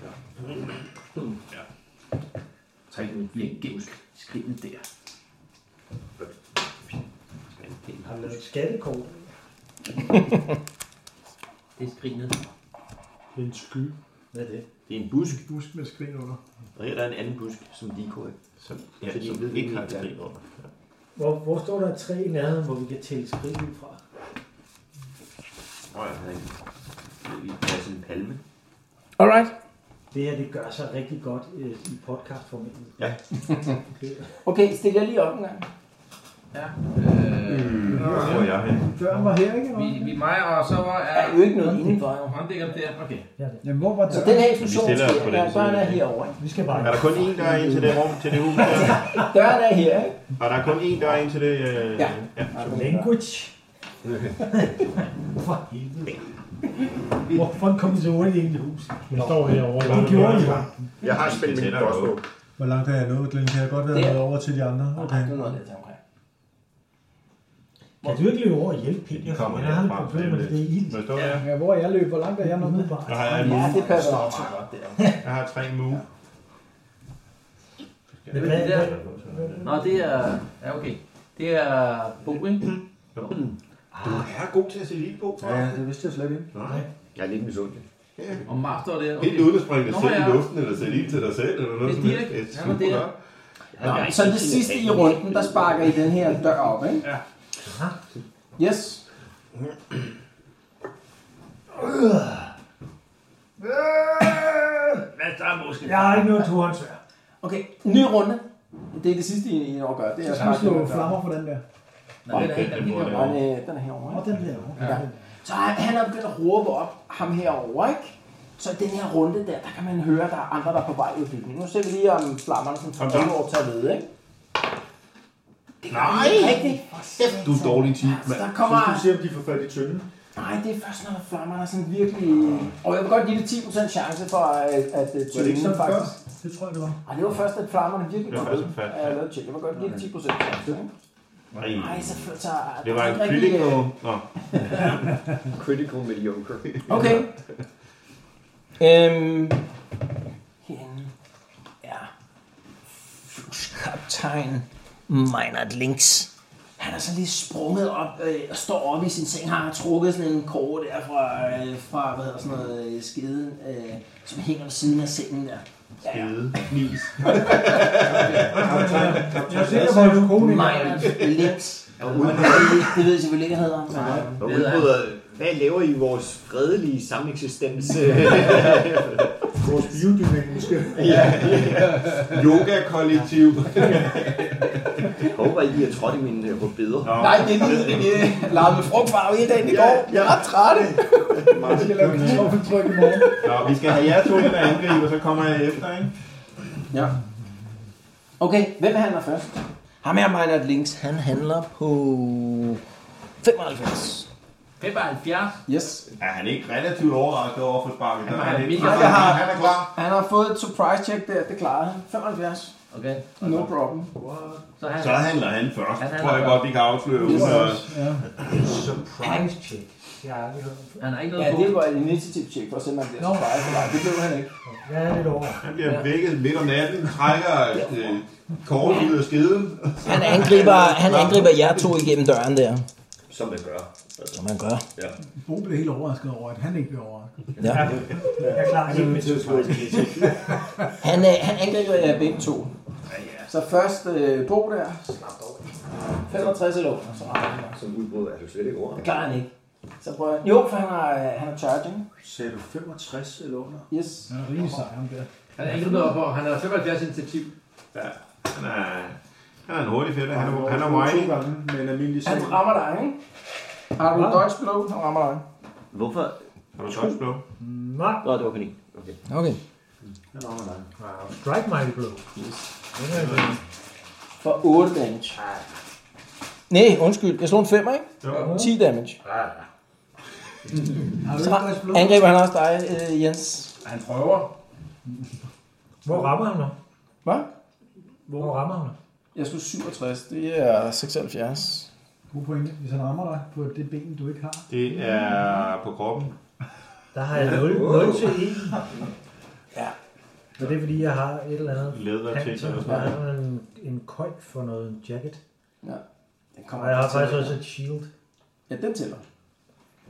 [SPEAKER 8] der.
[SPEAKER 20] Tre
[SPEAKER 8] Gem skrinet der.
[SPEAKER 3] har lavet et skattekort.
[SPEAKER 8] Det er skrinet.
[SPEAKER 9] Det er en sky.
[SPEAKER 3] Hvad er det?
[SPEAKER 21] Det er en busk,
[SPEAKER 22] Husk med skrig under.
[SPEAKER 21] og her er der en anden busk, som de ikke har.
[SPEAKER 6] Som,
[SPEAKER 21] Så
[SPEAKER 6] ja,
[SPEAKER 21] de
[SPEAKER 6] som
[SPEAKER 21] ved
[SPEAKER 6] ikke
[SPEAKER 21] ikke,
[SPEAKER 6] har
[SPEAKER 21] hvad
[SPEAKER 6] det.
[SPEAKER 21] det er.
[SPEAKER 3] Hvor, hvor står der et træ i nærheden, hvor vi kan tælle skrig ud fra?
[SPEAKER 21] Nå ja, han vi passer en palme.
[SPEAKER 2] Alright.
[SPEAKER 3] Det her, det gør sig rigtig godt øh, i podcastformat.
[SPEAKER 21] Ja.
[SPEAKER 2] Okay, stil jer lige op en gang.
[SPEAKER 8] Ja. Øh,
[SPEAKER 6] Hvor er jeg henne?
[SPEAKER 7] Døren var her, ikke?
[SPEAKER 8] vi,
[SPEAKER 7] eller
[SPEAKER 8] vi mig og så var...
[SPEAKER 2] Der er jo ikke noget indenfor. jo.
[SPEAKER 8] Hånddækker der. Okay.
[SPEAKER 7] hvad? Jamen, hvor var
[SPEAKER 2] Så den
[SPEAKER 7] døren?
[SPEAKER 2] her
[SPEAKER 6] Vi
[SPEAKER 2] eksplosion
[SPEAKER 6] stiller os på
[SPEAKER 2] sker,
[SPEAKER 6] den
[SPEAKER 2] ja,
[SPEAKER 6] side.
[SPEAKER 2] døren er herovre. ikke?
[SPEAKER 3] Vi skal bare...
[SPEAKER 6] Er der kun én dør ind til det rum, til det hus der?
[SPEAKER 2] Døren er her, ikke?
[SPEAKER 6] Og der er kun én dør ind til det... Øh,
[SPEAKER 2] Ja.
[SPEAKER 6] ja.
[SPEAKER 3] Language. For helvede. Hvorfor kom I så hurtigt ind i huset?
[SPEAKER 9] Jeg står herovre.
[SPEAKER 3] Hvad gjorde I? hva'?
[SPEAKER 21] Jeg har spillet min
[SPEAKER 6] Tættere
[SPEAKER 21] gråsbog.
[SPEAKER 22] Hvor langt er jeg nået, Glenn? Kan jeg godt være
[SPEAKER 2] Det er-
[SPEAKER 22] nået over til de andre?
[SPEAKER 2] Okay.
[SPEAKER 22] Okay.
[SPEAKER 2] Det er noget lidt omkring.
[SPEAKER 3] Kan du ikke løbe over og hjælpe Peter?
[SPEAKER 6] De kommer
[SPEAKER 3] Han har et
[SPEAKER 6] derfra.
[SPEAKER 3] problem med det, det er ild.
[SPEAKER 6] Må jeg stå der?
[SPEAKER 7] Ja, hvor er jeg løb? Hvor langt er jeg nået?
[SPEAKER 3] Umiddelbart.
[SPEAKER 6] Jeg har, jeg,
[SPEAKER 2] Ja, det passer også godt der.
[SPEAKER 6] jeg har tre move.
[SPEAKER 3] Men hvad,
[SPEAKER 8] Det er-
[SPEAKER 3] hvad,
[SPEAKER 8] Nå, det er... Ja, okay. Det er Bo, ikke?
[SPEAKER 6] Jeg er god til at se lige på.
[SPEAKER 4] Ja, ja, det vidste jeg slet ikke.
[SPEAKER 6] Nej.
[SPEAKER 21] Jeg er lidt misundelig.
[SPEAKER 8] Og Master der.
[SPEAKER 6] Helt uden at springe dig
[SPEAKER 8] Nå,
[SPEAKER 6] selv i
[SPEAKER 8] ja.
[SPEAKER 6] luften, eller sætte ild til dig selv, eller noget
[SPEAKER 8] Det er
[SPEAKER 6] som helst. Det er
[SPEAKER 8] Dirk. Han var
[SPEAKER 6] super
[SPEAKER 8] der.
[SPEAKER 6] godt.
[SPEAKER 2] Nå, så det sidste i runden, der sparker I den her dør op, ikke?
[SPEAKER 8] Ja.
[SPEAKER 2] Yes.
[SPEAKER 8] Hvad der er måske?
[SPEAKER 3] jeg har ikke noget tohåndsvær.
[SPEAKER 2] Okay, ny runde. Det er det sidste, I I når at gøre. Det er at
[SPEAKER 7] Kan vi
[SPEAKER 2] sparke
[SPEAKER 7] slå
[SPEAKER 2] den her dør.
[SPEAKER 7] flammer på den der?
[SPEAKER 8] Nej, den er helt den er helt-
[SPEAKER 2] Og den, øh, den er herovre.
[SPEAKER 7] Åh,
[SPEAKER 2] ikke?
[SPEAKER 7] den der. Okay.
[SPEAKER 2] Ja. Så han, han er begyndt at råbe op, ham herovre, ikke? Så i den her runde der, der kan man høre, at der er andre, der er på vej ud af bygningen. Nu ser vi lige, om flammerne som for
[SPEAKER 6] Kom så.
[SPEAKER 2] alvor tager ved, ikke?
[SPEAKER 6] Nej!
[SPEAKER 2] Det er rigtigt.
[SPEAKER 6] Du er dårlig tid,
[SPEAKER 2] Så
[SPEAKER 6] mand.
[SPEAKER 2] der kommer...
[SPEAKER 4] Så skal vi se, om de får fat i tønden.
[SPEAKER 2] Nej, det er først, når flammerne er sådan virkelig... Og jeg vil godt give det 10% chance for, at, at øh,
[SPEAKER 4] Var det ikke
[SPEAKER 2] tønden
[SPEAKER 4] sådan før?
[SPEAKER 2] faktisk...
[SPEAKER 22] Det tror jeg, det var.
[SPEAKER 2] Ej, det var først, at flammerne virkelig
[SPEAKER 6] Det var
[SPEAKER 2] kom
[SPEAKER 6] først
[SPEAKER 2] ud.
[SPEAKER 6] som fat,
[SPEAKER 2] Ja, jeg lavede et tjek. Jeg vil godt give det 10% chance, ikke?
[SPEAKER 6] Nej.
[SPEAKER 2] Nej, så... så
[SPEAKER 6] Det var en
[SPEAKER 2] der er ikke rigtig,
[SPEAKER 6] critical...
[SPEAKER 2] øh,
[SPEAKER 6] Nå,
[SPEAKER 20] Critical mediocre.
[SPEAKER 2] Okay. Øhm, herinde er flyskaptajn Meinert Links. Han er så lige sprunget op øh, og står oppe i sin seng, har trukket sådan en kåre der fra, øh, fra hvad hedder sådan noget, øh, skeden, øh, som hænger ved siden af sengen der. Skede, knis.
[SPEAKER 10] Jeg ser, hvor du kone
[SPEAKER 2] Meinert Links. Det ved jeg selvfølgelig ikke, hvad hedder. Nej.
[SPEAKER 23] Og udbryder, hvad laver I i vores fredelige sameksistens?
[SPEAKER 4] Vores biodynamiske.
[SPEAKER 6] Yoga-kollektiv.
[SPEAKER 23] Jeg håber ikke, I har trådt i mine øh, rødbeder.
[SPEAKER 2] Nej, det er lige det er lavet med frugtfarve i dag, det går. Jeg er ret trætte.
[SPEAKER 10] Jeg skal lave kartoffeltryk i morgen.
[SPEAKER 6] Nå, vi skal have jer to ind og angribe, og så kommer jeg efter, ikke?
[SPEAKER 2] Ja. Okay, hvem handler først? Ham her, Meinert Links, han handler på 95.
[SPEAKER 8] 75.
[SPEAKER 2] Yes.
[SPEAKER 6] Er han ikke relativt overrasket over at få sparket?
[SPEAKER 8] Han
[SPEAKER 6] Der
[SPEAKER 8] var-
[SPEAKER 6] er
[SPEAKER 8] han
[SPEAKER 6] lidt-
[SPEAKER 8] var-
[SPEAKER 6] han,
[SPEAKER 8] jeg
[SPEAKER 2] har-
[SPEAKER 6] han er klar.
[SPEAKER 2] Han har fået et surprise check der, det klarede han. 75.
[SPEAKER 8] Okay.
[SPEAKER 2] No problem.
[SPEAKER 8] Så, han,
[SPEAKER 6] Så handler han først.
[SPEAKER 8] Han handler
[SPEAKER 6] tror jeg
[SPEAKER 8] først.
[SPEAKER 6] godt, vi kan afsløre. Uden at...
[SPEAKER 8] Surprise check. Jeg har aldrig hørt om det. Han har ikke noget
[SPEAKER 2] Ja, det
[SPEAKER 8] på.
[SPEAKER 2] var et initiativ check for at se, om han bliver
[SPEAKER 8] Nå.
[SPEAKER 2] surprise. eller ej. Det blev han ikke.
[SPEAKER 3] Jeg er lidt over.
[SPEAKER 6] Han bliver vækket midt om natten, trækker et øh, kort ud af skeden.
[SPEAKER 2] Han angriber, han angriber jer to igennem døren der,
[SPEAKER 23] Som man gør.
[SPEAKER 2] som han gør.
[SPEAKER 23] Ja.
[SPEAKER 7] Bo blev helt overrasket over, at han ikke blev overrasket.
[SPEAKER 2] Ja.
[SPEAKER 3] Jeg er klar helt med surprise.
[SPEAKER 2] Han, øh, han angriber jer begge to. Så først øh, Bo der. Slap dog. 65 eller under, så rammer han.
[SPEAKER 11] Som udbrud er du slet ikke over.
[SPEAKER 2] Det klarer han ikke. Så prøver jeg. Jo, for han har, øh, han har charging.
[SPEAKER 4] Sagde du 65 eller under?
[SPEAKER 2] Yes.
[SPEAKER 7] Han er rimelig sej, ham der.
[SPEAKER 8] Han er ikke noget på. Han har 75 initiativ.
[SPEAKER 6] Ja, han er, han er en hurtig fætter. Han er,
[SPEAKER 4] Han
[SPEAKER 6] han er
[SPEAKER 4] har
[SPEAKER 6] mighty.
[SPEAKER 4] to gange med en almindelig sag.
[SPEAKER 2] Han rammer dig, ikke? Har du dodge blow? Han rammer dig.
[SPEAKER 23] Hvorfor?
[SPEAKER 6] Har du touch blow?
[SPEAKER 3] Nej,
[SPEAKER 23] Nå, det var kanin. Okay.
[SPEAKER 2] Okay.
[SPEAKER 4] Han rammer dig.
[SPEAKER 3] wow. strike mighty blow.
[SPEAKER 2] For 8 damage. Nej, undskyld. Jeg slog en 5, ikke?
[SPEAKER 6] Jo.
[SPEAKER 2] 10 damage.
[SPEAKER 7] Har du
[SPEAKER 2] Så
[SPEAKER 7] ikke dodge blow?
[SPEAKER 2] angriber han også dig, øh, Jens.
[SPEAKER 8] Han prøver.
[SPEAKER 3] Hvor rammer han mig?
[SPEAKER 2] Hvad?
[SPEAKER 3] Hvor rammer han mig?
[SPEAKER 2] Jeg slog 67. Det er 76.
[SPEAKER 7] God pointe. Hvis han rammer dig på det ben, du ikke har.
[SPEAKER 6] Det er på kroppen.
[SPEAKER 3] Der har jeg 0, 0 til 1.
[SPEAKER 2] Ja.
[SPEAKER 3] Og det er fordi, jeg har et eller andet
[SPEAKER 6] Leder til
[SPEAKER 3] panser,
[SPEAKER 6] eller
[SPEAKER 3] og så
[SPEAKER 6] sådan noget.
[SPEAKER 3] har jeg en, en køj for noget en jacket.
[SPEAKER 2] Ja. Den
[SPEAKER 3] Og jeg har
[SPEAKER 2] til.
[SPEAKER 3] faktisk også et shield.
[SPEAKER 2] Ja, den tæller.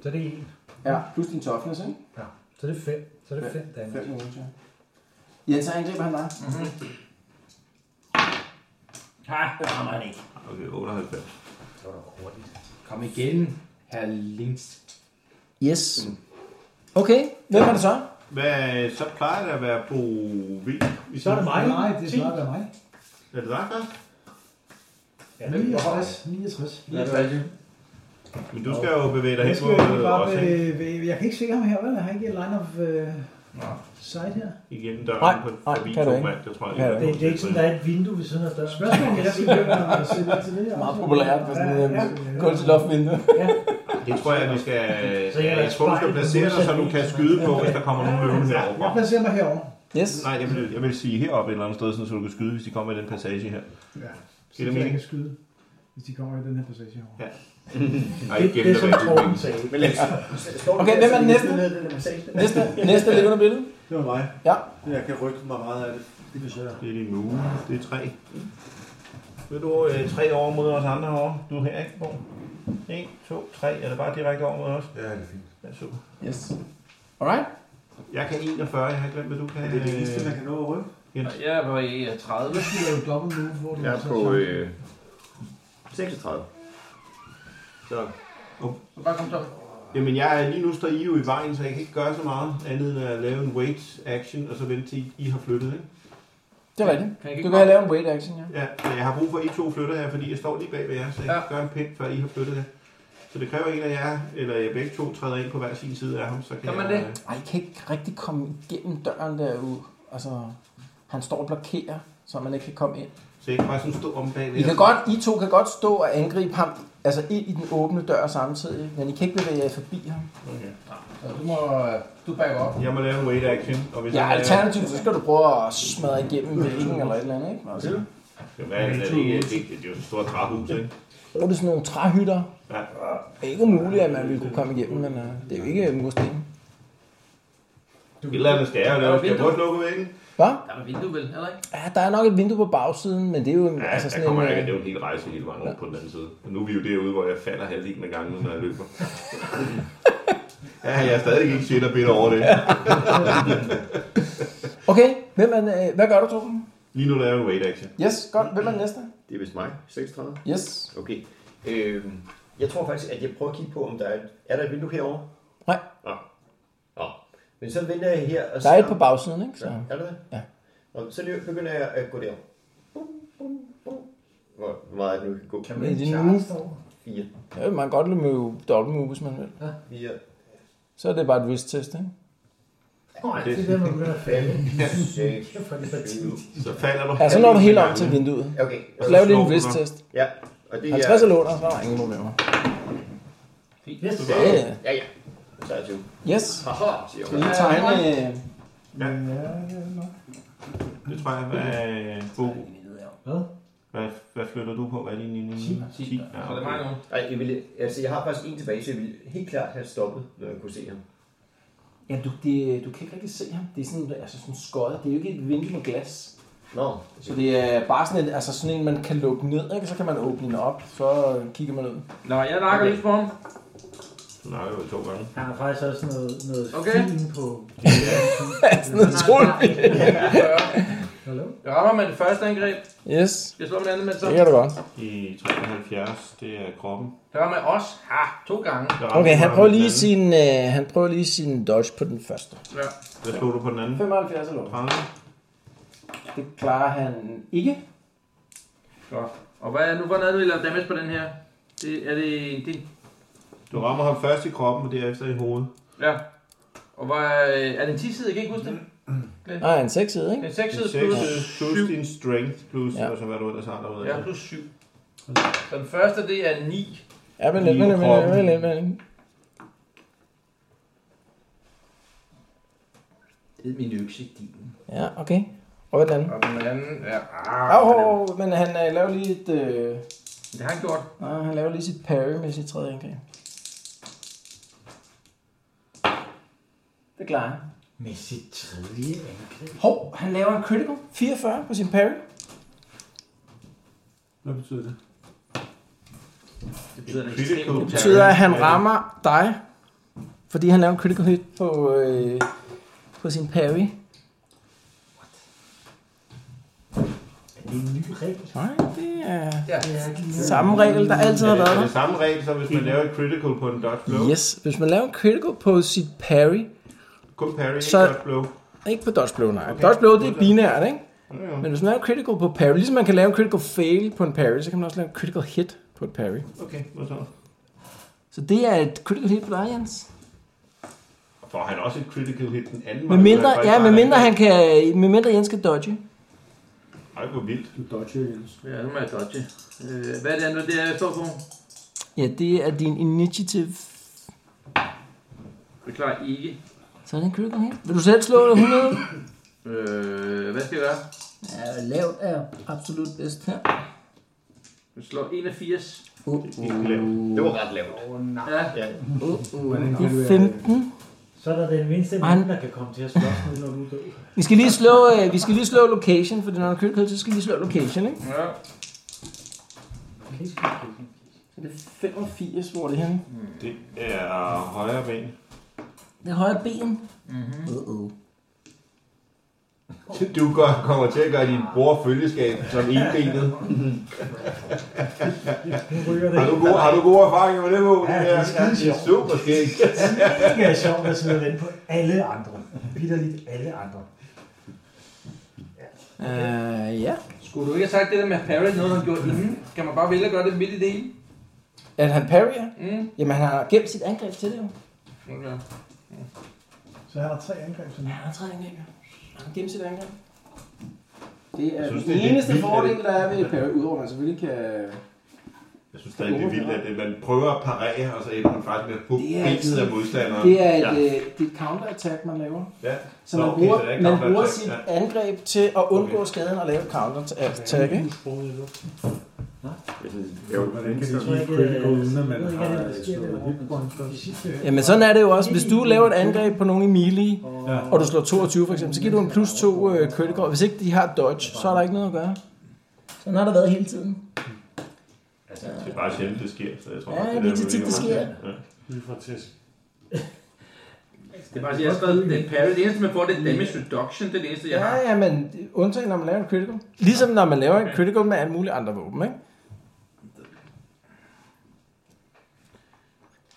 [SPEAKER 3] Så det er 1.
[SPEAKER 2] Ja, plus din toughness, ikke?
[SPEAKER 3] Ja. Så det er 5. Så det er 5 damage.
[SPEAKER 2] 5 damage, ja. Jens, så angriber han dig.
[SPEAKER 8] Ha, det rammer han ikke.
[SPEAKER 6] Okay, 98.
[SPEAKER 8] Det var da hurtigt. Kom igen, herr Links.
[SPEAKER 2] Yes. Okay, hvem er det så?
[SPEAKER 6] Hvad, så plejer det at være Bo V. Vi
[SPEAKER 3] Så er det mig.
[SPEAKER 7] Nej, det er snart af mig.
[SPEAKER 6] Er det dig først?
[SPEAKER 8] Ja, det er
[SPEAKER 7] 69. 69.
[SPEAKER 8] Ja, det er rigtigt.
[SPEAKER 6] Men du skal jo bevæge dig
[SPEAKER 7] Jeg,
[SPEAKER 6] hen
[SPEAKER 7] skal
[SPEAKER 6] på
[SPEAKER 7] jo ikke
[SPEAKER 6] øh,
[SPEAKER 7] bare
[SPEAKER 6] også ikke?
[SPEAKER 7] ved, ved, jeg kan ikke se ham her, vel? Jeg har ikke et line of uh, sight her.
[SPEAKER 6] igennem
[SPEAKER 2] Nej,
[SPEAKER 6] døren på
[SPEAKER 2] nej,
[SPEAKER 6] forbi
[SPEAKER 2] kan du
[SPEAKER 6] to
[SPEAKER 2] ikke.
[SPEAKER 6] mand. Det tror jeg
[SPEAKER 2] Kan du
[SPEAKER 3] Det, det er ikke sådan, der er et vindue ved siden af døren.
[SPEAKER 7] Spørgsmålet er, om jeg begynder at sætte mig til det her.
[SPEAKER 2] Meget populært på sådan en
[SPEAKER 7] Ja,
[SPEAKER 2] øh, kunstig loftvindue.
[SPEAKER 6] Det tror jeg, vi skal...
[SPEAKER 3] Så jeg
[SPEAKER 6] Jeg tror, du skal
[SPEAKER 3] spejl-
[SPEAKER 6] placere dig, så du kan skyde på, hvis der kommer nogen løvende
[SPEAKER 7] Jeg
[SPEAKER 6] herovre.
[SPEAKER 7] placerer mig herovre.
[SPEAKER 2] Yes.
[SPEAKER 6] Nej, jeg vil, jeg vil sige heroppe et eller andet sted, sådan, så du kan skyde, hvis de kommer i den passage her.
[SPEAKER 7] Ja. Så
[SPEAKER 6] Giver det
[SPEAKER 7] jeg
[SPEAKER 6] mening?
[SPEAKER 7] kan skyde, hvis de kommer i den her passage herovre.
[SPEAKER 6] Ja.
[SPEAKER 7] Ja.
[SPEAKER 6] Nej,
[SPEAKER 3] Det, det er som Torben sagde.
[SPEAKER 11] Men lad os...
[SPEAKER 2] Okay,
[SPEAKER 11] Altså,
[SPEAKER 2] hvem er den næste?
[SPEAKER 11] Ned, den der massage.
[SPEAKER 2] Næste, næste levende billede.
[SPEAKER 4] Det var mig.
[SPEAKER 2] Ja.
[SPEAKER 4] Jeg kan rykke mig meget af det. Det er jeg.
[SPEAKER 6] Det er din uge. Det er tre. Vil du øh, tre over mod os andre herovre? Du er her, ikke, Bo? En, to, tre. Er det bare direkte over mod os?
[SPEAKER 4] Ja, det er fint.
[SPEAKER 6] Ja, super.
[SPEAKER 2] Yes. Alright.
[SPEAKER 6] Jeg kan 41. Jeg har glemt, hvad du kan.
[SPEAKER 4] Det er det eneste, man kan nå at rykke.
[SPEAKER 8] Jeg var i 30.
[SPEAKER 7] Du laver dobbelt move, hvor du
[SPEAKER 23] Jeg er
[SPEAKER 7] så
[SPEAKER 23] på
[SPEAKER 7] tager-
[SPEAKER 23] øh, 36. Så
[SPEAKER 8] Så bare kom så.
[SPEAKER 6] Jamen, jeg er lige nu står I jo i vejen, så jeg kan ikke gøre så meget andet end at lave en wait action, og så vente til I har flyttet, ikke?
[SPEAKER 2] Det er rigtigt.
[SPEAKER 8] Kan jeg ikke
[SPEAKER 2] Du kan have lavet en wait action, ja.
[SPEAKER 6] Ja, men jeg har brug for, at I to flytter her, fordi jeg står lige bag ved jer, så jeg ja. kan gøre en pind, før I har flyttet her. Så det kræver en af jer, eller jeg begge to træder ind på hver sin side af ham, så kan,
[SPEAKER 8] Kan man
[SPEAKER 6] jeg... øh,
[SPEAKER 8] det?
[SPEAKER 2] Ej, jeg kan ikke rigtig komme igennem døren derude. Altså, han står og blokerer, så man ikke kan komme ind.
[SPEAKER 6] Så jeg kan bare sådan stå om bagved
[SPEAKER 2] I, kan
[SPEAKER 6] jer.
[SPEAKER 2] godt, I to kan godt stå og angribe ham, altså ind i den åbne dør samtidig, men I kan ikke bevæge jer forbi ham.
[SPEAKER 6] Okay.
[SPEAKER 8] Så du må... øh, Du backer op.
[SPEAKER 6] Jeg må lave en wait action, og hvis
[SPEAKER 2] Ja,
[SPEAKER 6] jeg...
[SPEAKER 2] alternativt, så skal du prøve at smadre igennem væggen eller et eller andet, ikke? Altså,
[SPEAKER 6] Ja, hvad er det, det, er, det, det er jo et stort træhus, ikke?
[SPEAKER 2] bruger det sådan nogle træhytter.
[SPEAKER 6] Ja.
[SPEAKER 2] øh, Det er ikke umuligt, at man ville kunne komme igennem, men uh, det er jo ikke mursten.
[SPEAKER 6] Et eller andet skal jeg jo
[SPEAKER 8] Der er
[SPEAKER 6] lave. Skal jeg prøve
[SPEAKER 8] vindue.
[SPEAKER 6] at slukke væggen?
[SPEAKER 2] Hvad?
[SPEAKER 8] Der er vindue, vel? Eller ikke?
[SPEAKER 2] Ja, der er nok et vindue på bagsiden, men det er jo ja,
[SPEAKER 6] Ja,
[SPEAKER 2] altså
[SPEAKER 6] der
[SPEAKER 2] sådan
[SPEAKER 6] kommer
[SPEAKER 2] en...
[SPEAKER 6] jeg ikke.
[SPEAKER 2] øh,
[SPEAKER 6] Det er jo en hel rejse hele vejen rundt på den anden side. Og nu er vi jo derude, hvor jeg falder halvdelen af gangen, når jeg løber. ja, jeg er stadig ikke shit og bitter over det.
[SPEAKER 2] øh, Okay, hvem er, øh, hvad gør du, Torben?
[SPEAKER 6] Lige nu laver jeg en wait action.
[SPEAKER 2] Yes, godt. Hvem er den næste?
[SPEAKER 24] Det er vist mig. 36?
[SPEAKER 2] Yes.
[SPEAKER 24] Okay. Øhm, jeg tror faktisk, at jeg prøver at kigge på, om der er, er der et vindue herovre?
[SPEAKER 2] Nej.
[SPEAKER 24] Nå. Nå. Men så venter jeg her. Og
[SPEAKER 2] Der
[SPEAKER 24] ser-
[SPEAKER 2] er et på bagsiden, ikke? Så-
[SPEAKER 24] Ja, er der det?
[SPEAKER 2] Ja.
[SPEAKER 24] Nå, så lige begynder jeg at gå der. Hvor meget er det nu, jeg kan gå?
[SPEAKER 2] Kan man ikke charge move? derovre?
[SPEAKER 24] Fire.
[SPEAKER 2] Ja, man kan godt løbe dobbelt move, hvis man vil.
[SPEAKER 24] Ja. Fire.
[SPEAKER 2] Så er det bare et risk test, ikke?
[SPEAKER 24] Nej,
[SPEAKER 2] det er der, man begynder at falde.
[SPEAKER 6] Så falder du
[SPEAKER 2] Ja, så når du helt om til vinduet.
[SPEAKER 24] Okay.
[SPEAKER 2] Så laver du en risk test.
[SPEAKER 24] Ja. Og det er...
[SPEAKER 2] 50 eller under, så er der ingen problemer.
[SPEAKER 24] Fint.
[SPEAKER 2] Yes.
[SPEAKER 24] Ja, ja. Så er jeg 20.
[SPEAKER 2] Yes.
[SPEAKER 24] Haha, siger jeg.
[SPEAKER 2] Skal vi lige tegne... øh,
[SPEAKER 6] Ja. Det tror jeg, hvad... Bo.
[SPEAKER 25] Hvad?
[SPEAKER 6] Hvad, hvad flytter du på? Hvad er din linje? 10. 10. Ja,
[SPEAKER 24] Så det er mig nu. Ej, jeg, ville, altså, jeg har faktisk en tilbage, så jeg ville helt klart have stoppet, når jeg kunne se ham.
[SPEAKER 2] Ja, du, det, du kan ikke rigtig se ham. Det er sådan, altså sådan skøjet. Det er jo ikke et vindue med glas.
[SPEAKER 24] Nå.
[SPEAKER 2] Så det er bare sådan en, altså sådan en, man kan lukke ned, ikke? Så kan man åbne den op, så kigger man ud.
[SPEAKER 8] Nå, jeg nakker lidt på ham.
[SPEAKER 6] Du nakker jo to gange.
[SPEAKER 3] Han har faktisk også noget, noget
[SPEAKER 8] Okay.
[SPEAKER 3] film på.
[SPEAKER 8] Sådan noget
[SPEAKER 2] troldfilm.
[SPEAKER 3] Hallo?
[SPEAKER 8] Jeg rammer med det første angreb.
[SPEAKER 2] Yes.
[SPEAKER 8] Skal jeg slå med det andet med det så?
[SPEAKER 2] Det kan du godt.
[SPEAKER 6] I 73, det er kroppen.
[SPEAKER 8] Der rammer jeg også. Ha, to gange.
[SPEAKER 2] Okay, han prøver lige sin, øh, han prøver lige sin dodge på den første.
[SPEAKER 8] Ja.
[SPEAKER 6] Hvad slog du på den anden?
[SPEAKER 2] 75 eller
[SPEAKER 6] 30.
[SPEAKER 2] Det klarer han ikke.
[SPEAKER 8] Godt. Og hvad er nu, hvordan er du eller damage på den her? Det, er det en din?
[SPEAKER 6] Du rammer ham først i kroppen, og derefter i hovedet.
[SPEAKER 8] Ja. Og hvad øh, er, er det en 10 side? Jeg kan ikke huske det. Glenn?
[SPEAKER 2] Nej, en seksside, ikke?
[SPEAKER 8] En seksside
[SPEAKER 6] Seks
[SPEAKER 8] plus
[SPEAKER 6] plus din strength, plus
[SPEAKER 2] Ja.
[SPEAKER 6] ja. og så hvad du ellers har derude.
[SPEAKER 8] Ja, Mm. plus 7. Så den første, det er 9.
[SPEAKER 2] Ja, men lidt, men lidt, men lidt, men lidt, men lidt.
[SPEAKER 8] Det er min økse, din.
[SPEAKER 2] Ja, okay. Og hvad er den anden?
[SPEAKER 8] Og den anden er...
[SPEAKER 2] Au,
[SPEAKER 8] Ah,
[SPEAKER 2] hov, men han øh, laver lige et... Øh...
[SPEAKER 8] Det har han gjort.
[SPEAKER 2] Nej, han laver lige sit parry med sit tredje angreb. Det klarer han.
[SPEAKER 26] Med sit tredje angreb.
[SPEAKER 2] Hov, han laver en critical. 44 på sin parry.
[SPEAKER 27] Hvad betyder det?
[SPEAKER 8] Det betyder,
[SPEAKER 6] en ekstrem
[SPEAKER 2] Det betyder, at han rammer dig, fordi han laver en critical hit på, øh, på sin parry.
[SPEAKER 3] Er det en ny regel?
[SPEAKER 2] Nej, det er
[SPEAKER 8] ja.
[SPEAKER 2] samme regel, der altid har
[SPEAKER 6] Er det-
[SPEAKER 2] været
[SPEAKER 6] Er
[SPEAKER 2] der.
[SPEAKER 6] det samme regel, så hvis man laver et critical på en dodge blow?
[SPEAKER 2] Yes, hvis man laver en critical på sit parry,
[SPEAKER 6] Kun parry, ikke
[SPEAKER 2] Så-
[SPEAKER 6] dodge blow.
[SPEAKER 2] ikke på dodge blow, nej.
[SPEAKER 6] Okay.
[SPEAKER 2] Okay. Dodge blow, det er binært, ikke?
[SPEAKER 6] Ja, ja.
[SPEAKER 2] Men hvis man laver en critical på parry, ligesom man kan lave en critical fail på en parry, så kan man også lave en critical hit på et parry.
[SPEAKER 6] Okay, hvad så?
[SPEAKER 2] Så det er et critical hit på dig, Jens.
[SPEAKER 6] Får han også et critical hit den anden
[SPEAKER 2] Med mindre, ja, med mindre, han kan, med mindre Jens kan dodge.
[SPEAKER 6] Ej, hvor vildt.
[SPEAKER 27] Du dodger, Jens.
[SPEAKER 8] Ja, nu må jeg dodge. Øh, hvad er det andet, det er, jeg står på?
[SPEAKER 2] Ja, det er din initiative.
[SPEAKER 8] Det klarer ikke.
[SPEAKER 2] Så er det en critical hit. Vil du selv slå 100?
[SPEAKER 8] Øh, hvad skal jeg gøre?
[SPEAKER 2] Ja, lavt er absolut bedst her.
[SPEAKER 8] Jeg slår 81.
[SPEAKER 2] Uh, uh,
[SPEAKER 24] Det var ret lavt.
[SPEAKER 3] Åh, nej.
[SPEAKER 8] Ja.
[SPEAKER 2] uh, uh.
[SPEAKER 3] Hvordan
[SPEAKER 2] Det
[SPEAKER 3] kan du,
[SPEAKER 2] er
[SPEAKER 3] øh,
[SPEAKER 2] 15.
[SPEAKER 3] Så er der den mindste
[SPEAKER 2] Og han-
[SPEAKER 3] mand, der kan komme til at slås med, når du er død.
[SPEAKER 2] Vi skal lige slå, øh, vi skal lige slå location, for når der er critical hit, så skal vi lige slå location, ikke?
[SPEAKER 8] Ja.
[SPEAKER 3] Okay, så
[SPEAKER 2] Så det er 85, hvor er det henne?
[SPEAKER 6] Det er højre ben.
[SPEAKER 2] Det er højre ben.
[SPEAKER 8] Mm-hmm.
[SPEAKER 2] Uh-oh.
[SPEAKER 6] Du gør, kommer til at gøre din bror følgeskab som enbenet.
[SPEAKER 3] nu ryger det.
[SPEAKER 6] har, du gode, har du gode erfaringer med det, Bo?
[SPEAKER 3] Ja, det er skide sjovt.
[SPEAKER 6] super skægt.
[SPEAKER 3] Det er sjovt at sidde og vente på alle andre. Bitterligt alle andre.
[SPEAKER 2] Øh, ja.
[SPEAKER 8] Skulle du ikke have sagt det der med Parry, noget han gjorde inden? Kan man bare vælge at gøre det midt i det hele?
[SPEAKER 2] At han parrier?
[SPEAKER 8] Mm.
[SPEAKER 2] Jamen, han har gemt sit angreb til det jo.
[SPEAKER 8] Okay.
[SPEAKER 25] Så han har tre angreb til nu.
[SPEAKER 2] Han har tre angreb. Han har gemt sit angreb. Det er
[SPEAKER 6] Jeg synes,
[SPEAKER 2] den
[SPEAKER 6] det er lidt
[SPEAKER 2] eneste
[SPEAKER 6] vildt,
[SPEAKER 2] fordel,
[SPEAKER 6] at det-
[SPEAKER 2] der er ved parry, udover at man selvfølgelig kan...
[SPEAKER 6] Jeg synes stadig, det er vildt, at man prøver at parere, og så ender man faktisk med at pukke
[SPEAKER 2] Det er
[SPEAKER 6] benet af modstanderen.
[SPEAKER 2] Det er et, ja. det er et counter-attack, man laver.
[SPEAKER 6] Ja.
[SPEAKER 2] Så
[SPEAKER 6] Nå,
[SPEAKER 2] man
[SPEAKER 6] okay,
[SPEAKER 2] bruger,
[SPEAKER 6] så det er
[SPEAKER 2] man bruger
[SPEAKER 6] counter-attack,
[SPEAKER 2] sit
[SPEAKER 6] ja.
[SPEAKER 2] angreb til at undgå skaden og lave et counter-attack, ikke?
[SPEAKER 28] Prøv lige at lukke.
[SPEAKER 4] Hvordan kan det blive critical, uden at man har øh, slået hit points først?
[SPEAKER 2] Jamen sådan er det jo også. Hvis du laver et angreb på nogen i melee, og du slår 22 for eksempel, så giver du en plus 2 øh, critical. Hvis ikke de har dodge, så er der ikke noget at gøre.
[SPEAKER 1] Sådan har det været hele tiden.
[SPEAKER 6] Altså, det er bare sjældent, det sker. Så jeg tror,
[SPEAKER 1] Ja,
[SPEAKER 6] nok,
[SPEAKER 1] det er
[SPEAKER 6] der,
[SPEAKER 1] ikke så
[SPEAKER 6] vi
[SPEAKER 1] tit, det
[SPEAKER 6] ligger
[SPEAKER 1] sker.
[SPEAKER 6] rundt. Ja.
[SPEAKER 9] Lige fra tæsk.
[SPEAKER 8] Det er bare, at jeg har skrevet den parry. Det eneste, man får, det er damage reduction. Det er det eneste, jeg har.
[SPEAKER 2] Ja, ja, men undtagen når man laver en critical. Ligesom når man laver en critical med alle mulige andre våben, ikke?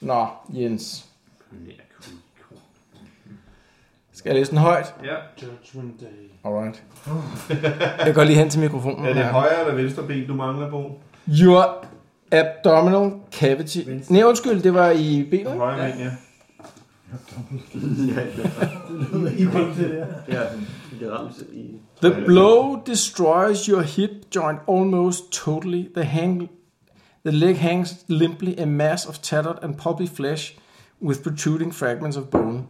[SPEAKER 2] Nå, Jens. Skal jeg læse den højt?
[SPEAKER 6] Ja.
[SPEAKER 9] Judgment Day.
[SPEAKER 2] Alright. Jeg går lige hen til mikrofonen.
[SPEAKER 6] Er det
[SPEAKER 2] her.
[SPEAKER 6] højre eller venstre ben, du mangler på?
[SPEAKER 2] Your abdominal cavity. Nej, undskyld, det var i benet. ikke?
[SPEAKER 6] Højre ben, ja.
[SPEAKER 3] I kom til det
[SPEAKER 29] Ja, det ramte i...
[SPEAKER 2] The blow destroys your hip joint almost totally. The, hang, the leg hangs limply, a mass of tattered and pulpy flesh with protruding fragments of bone.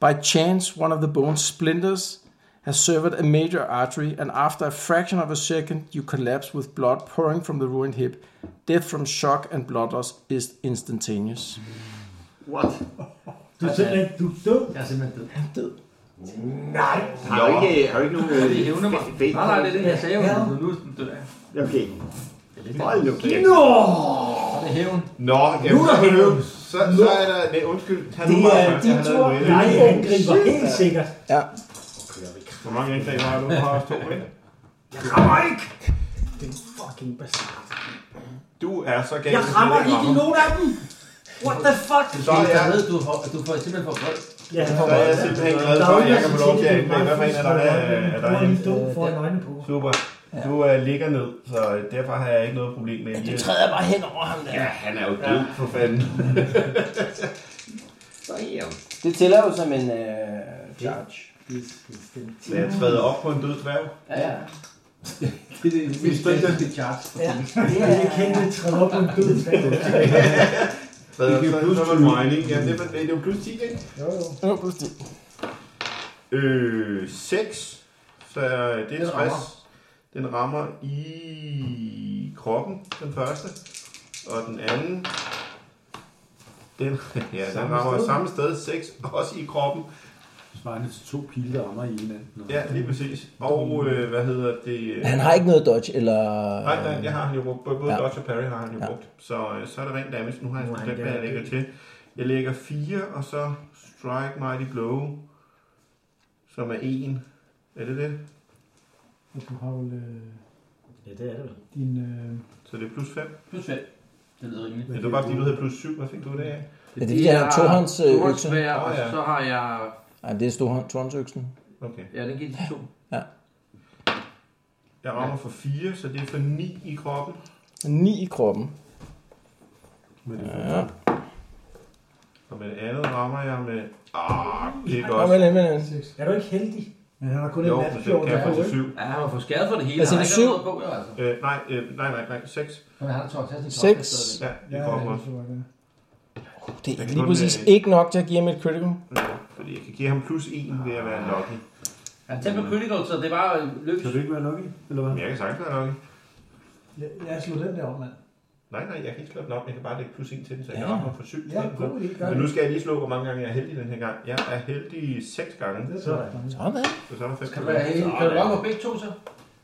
[SPEAKER 2] By chance, one of the bone splinters has severed a major artery, and after a fraction of a second, you collapse with blood pouring from the ruined hip. Death from shock and blood loss is instantaneous.
[SPEAKER 29] What?
[SPEAKER 3] Du er simpelthen du er død.
[SPEAKER 8] Jeg er simpelthen død.
[SPEAKER 2] Han er død.
[SPEAKER 29] Nej. Har du ikke, har du ikke nogen...
[SPEAKER 8] Ja,
[SPEAKER 29] øh,
[SPEAKER 8] det evner mig.
[SPEAKER 29] fa- fa-
[SPEAKER 8] Nej, nej, det er det, jeg sagde jo.
[SPEAKER 29] Ja.
[SPEAKER 8] Nu er den død.
[SPEAKER 29] Okay. Hold nu. kæft.
[SPEAKER 8] Nå! Så er det hævn.
[SPEAKER 6] Nå, jamen,
[SPEAKER 29] Nu er der
[SPEAKER 6] så-
[SPEAKER 29] hævn.
[SPEAKER 6] Så, så er der... Nej, undskyld. Tag nu
[SPEAKER 3] Det
[SPEAKER 6] bare
[SPEAKER 3] er
[SPEAKER 6] først.
[SPEAKER 3] din
[SPEAKER 6] Jeg har lavet
[SPEAKER 3] tur.
[SPEAKER 6] dueller.
[SPEAKER 3] Nej, jeg angriber helt sikkert.
[SPEAKER 2] Ja.
[SPEAKER 6] Hvor mange angreb har du? Du har også to, ikke?
[SPEAKER 3] Jeg rammer ikke! Den fucking bastard.
[SPEAKER 6] Du er så gal.
[SPEAKER 3] Jeg rammer ikke i nogen af dem! What the fuck?
[SPEAKER 6] Så er jeg...
[SPEAKER 30] Du, får- du får simpelthen for vold.
[SPEAKER 3] Ja,
[SPEAKER 6] Så er jeg simpelthen glad for, at jeg kan få lov til at anklage. Hvad for en er der, der er der
[SPEAKER 3] en?
[SPEAKER 6] en?
[SPEAKER 3] Du får en øjne på.
[SPEAKER 6] Super. Du øh, ligger ned, så øh, derfor har jeg ikke noget problem med lige...
[SPEAKER 1] Du træder bare hen over ham der.
[SPEAKER 6] Ja, han er jo død, for fanden.
[SPEAKER 1] Så er
[SPEAKER 2] Det tæller jo som en uh, charge.
[SPEAKER 6] Så jeg træder op på en død dværg.
[SPEAKER 2] Ja, ja.
[SPEAKER 30] Det er det
[SPEAKER 6] Min støtte.
[SPEAKER 30] bedste charge.
[SPEAKER 3] Ja, jeg kan ikke træde op på en død træ.
[SPEAKER 6] Træder
[SPEAKER 4] Det
[SPEAKER 6] op,
[SPEAKER 4] giver
[SPEAKER 6] så,
[SPEAKER 4] plus
[SPEAKER 6] så er man
[SPEAKER 4] 20.
[SPEAKER 6] mining. Ja, det er, det er jo plus 10, ikke?
[SPEAKER 3] Jo, jo.
[SPEAKER 2] Jo, plus 10.
[SPEAKER 6] Øh, 6. Så øh, det
[SPEAKER 30] Den
[SPEAKER 6] er
[SPEAKER 30] rammer.
[SPEAKER 6] 60. Den rammer i kroppen, den første. Og den anden, den, ja, den
[SPEAKER 4] Samme
[SPEAKER 6] rammer
[SPEAKER 4] sted.
[SPEAKER 6] samme sted, 6, også i kroppen.
[SPEAKER 4] Svarende til to pile, der rammer i hinanden.
[SPEAKER 6] Ja, lige præcis. Og øh, hvad hedder det? øh,
[SPEAKER 1] Han har ikke noget dodge, eller...
[SPEAKER 6] Nej, nej, det har han jo brugt. Både både
[SPEAKER 1] Ja.
[SPEAKER 6] Dodge og Parry har han jo brugt. Så, øh, så er det rent damage. Nu har jeg sgu glemt, hvad jeg lægger til. Jeg lægger 4, og så Strike Mighty Blow, som er 1. Er det det?
[SPEAKER 3] Og du har jo øh,
[SPEAKER 31] Ja, det er det vel.
[SPEAKER 3] din... Øh,
[SPEAKER 6] Så det er plus 5.
[SPEAKER 8] Plus 5. Det lyder rimeligt.
[SPEAKER 6] Ja, det var bare fordi, du havde plus 7. Hvad fik du det af?
[SPEAKER 1] Ja, det er fordi, han har tohånds, øh, økse.
[SPEAKER 8] økse. Og
[SPEAKER 6] Åh, ja.
[SPEAKER 8] så har jeg...
[SPEAKER 1] Nej, det er stor tornsøksen.
[SPEAKER 6] Okay.
[SPEAKER 8] Ja, den giver de to.
[SPEAKER 6] Jeg rammer for 4, så det er for 9 i kroppen.
[SPEAKER 2] 9 i kroppen. Ja.
[SPEAKER 6] Og med det andet rammer jeg med... Ah, det er
[SPEAKER 2] Kom
[SPEAKER 6] godt.
[SPEAKER 2] med den, med den.
[SPEAKER 3] er du ikke heldig? Men han har kun
[SPEAKER 6] Jo,
[SPEAKER 3] en
[SPEAKER 6] men den
[SPEAKER 3] natfjord,
[SPEAKER 6] kan
[SPEAKER 3] der
[SPEAKER 6] jeg
[SPEAKER 3] får
[SPEAKER 6] få til
[SPEAKER 3] ryg.
[SPEAKER 6] 7.
[SPEAKER 8] Ja, han var for skadet for det hele.
[SPEAKER 2] Hvad siger
[SPEAKER 8] Han
[SPEAKER 2] du,
[SPEAKER 8] har ikke
[SPEAKER 2] syv?
[SPEAKER 8] noget på, jo, altså.
[SPEAKER 6] Øh, nej, øh, nej, nej, nej, 6.
[SPEAKER 30] Men han har tørt, han sin
[SPEAKER 2] Seks.
[SPEAKER 6] Ja,
[SPEAKER 3] Ja,
[SPEAKER 6] i kroppen også.
[SPEAKER 2] Det er
[SPEAKER 6] kan
[SPEAKER 2] lige
[SPEAKER 6] kun,
[SPEAKER 2] præcis
[SPEAKER 6] øh,
[SPEAKER 2] ikke nok til at give ham et critical.
[SPEAKER 6] Nå, Fordi jeg kan give ham plus 1 ved at være lucky.
[SPEAKER 8] Han tæt på critical, så det var løs.
[SPEAKER 4] Kan du ikke være nok i, eller hvad?
[SPEAKER 6] Men jeg kan sagtens være lucky.
[SPEAKER 3] Ja, Jeg slog den der om, mand.
[SPEAKER 6] Nej, nej, jeg kan ikke slå den op. Jeg kan bare lægge plus 1 til den, så jeg
[SPEAKER 2] Ja.
[SPEAKER 6] ja. rammer for 7.
[SPEAKER 3] Ja, god idé, gør
[SPEAKER 6] Men
[SPEAKER 3] det.
[SPEAKER 6] nu skal jeg lige slå, hvor mange gange jeg er heldig den her gang. Jeg er heldig 6 gange,
[SPEAKER 3] Sådan.
[SPEAKER 2] Sådan.
[SPEAKER 6] så så er der 5
[SPEAKER 8] Kan du være heldig? Kan du ramme på begge to, så?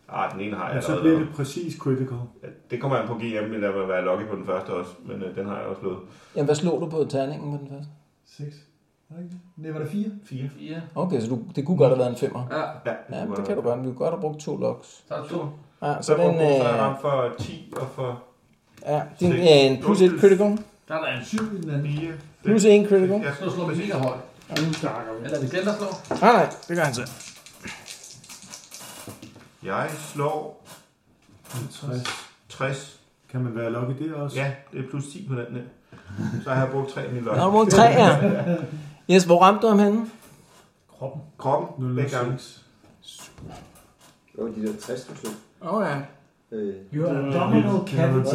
[SPEAKER 6] Ah, den ene har jeg
[SPEAKER 4] Og så
[SPEAKER 6] allerede.
[SPEAKER 4] bliver
[SPEAKER 6] lavet.
[SPEAKER 4] det præcis critical.
[SPEAKER 6] Ja, Det kommer an på GM, men der vil være lucky på den første også. Men øh, den har jeg også slået.
[SPEAKER 2] Jamen, hvad slog du på terningen på den første?
[SPEAKER 3] 6. Var det ikke det? Nej, var det 4?
[SPEAKER 6] 4.
[SPEAKER 8] Fire.
[SPEAKER 2] Okay, så du, det kunne godt have været en femmer.
[SPEAKER 8] Ja,
[SPEAKER 6] Ja,
[SPEAKER 2] Ja, men det kan du godt. Vi kunne godt have brugt to loks.
[SPEAKER 8] så er det to.
[SPEAKER 2] Ja, så
[SPEAKER 6] Så
[SPEAKER 2] den,
[SPEAKER 6] den, øh... så er jeg
[SPEAKER 2] øh,
[SPEAKER 6] ramt for 10 og for
[SPEAKER 2] ja, din, øh, en plus et critical.
[SPEAKER 8] Der er der en syv.
[SPEAKER 6] 4.
[SPEAKER 2] Plus en critical.
[SPEAKER 6] Ja,
[SPEAKER 8] Så slår vi mega højt. Eller er det glemt at slå?
[SPEAKER 2] Nej, nej, det gør han selv.
[SPEAKER 6] jeg slår
[SPEAKER 4] 50.
[SPEAKER 6] 60.
[SPEAKER 4] Kan man være lucky der også?
[SPEAKER 6] Ja, det er plus 10 på den her. Så har jeg brugt 3 af mine
[SPEAKER 2] Nå, du
[SPEAKER 6] lucky.
[SPEAKER 2] brugt tre her. Yes, hvor ramte du ham henne?
[SPEAKER 3] Kroppen.
[SPEAKER 6] Kroppen, begge gange.
[SPEAKER 29] Det var de der 60, du slog.
[SPEAKER 2] Åh oh, ja.
[SPEAKER 29] Hvad
[SPEAKER 11] Øh,
[SPEAKER 7] Your abdominal cavity.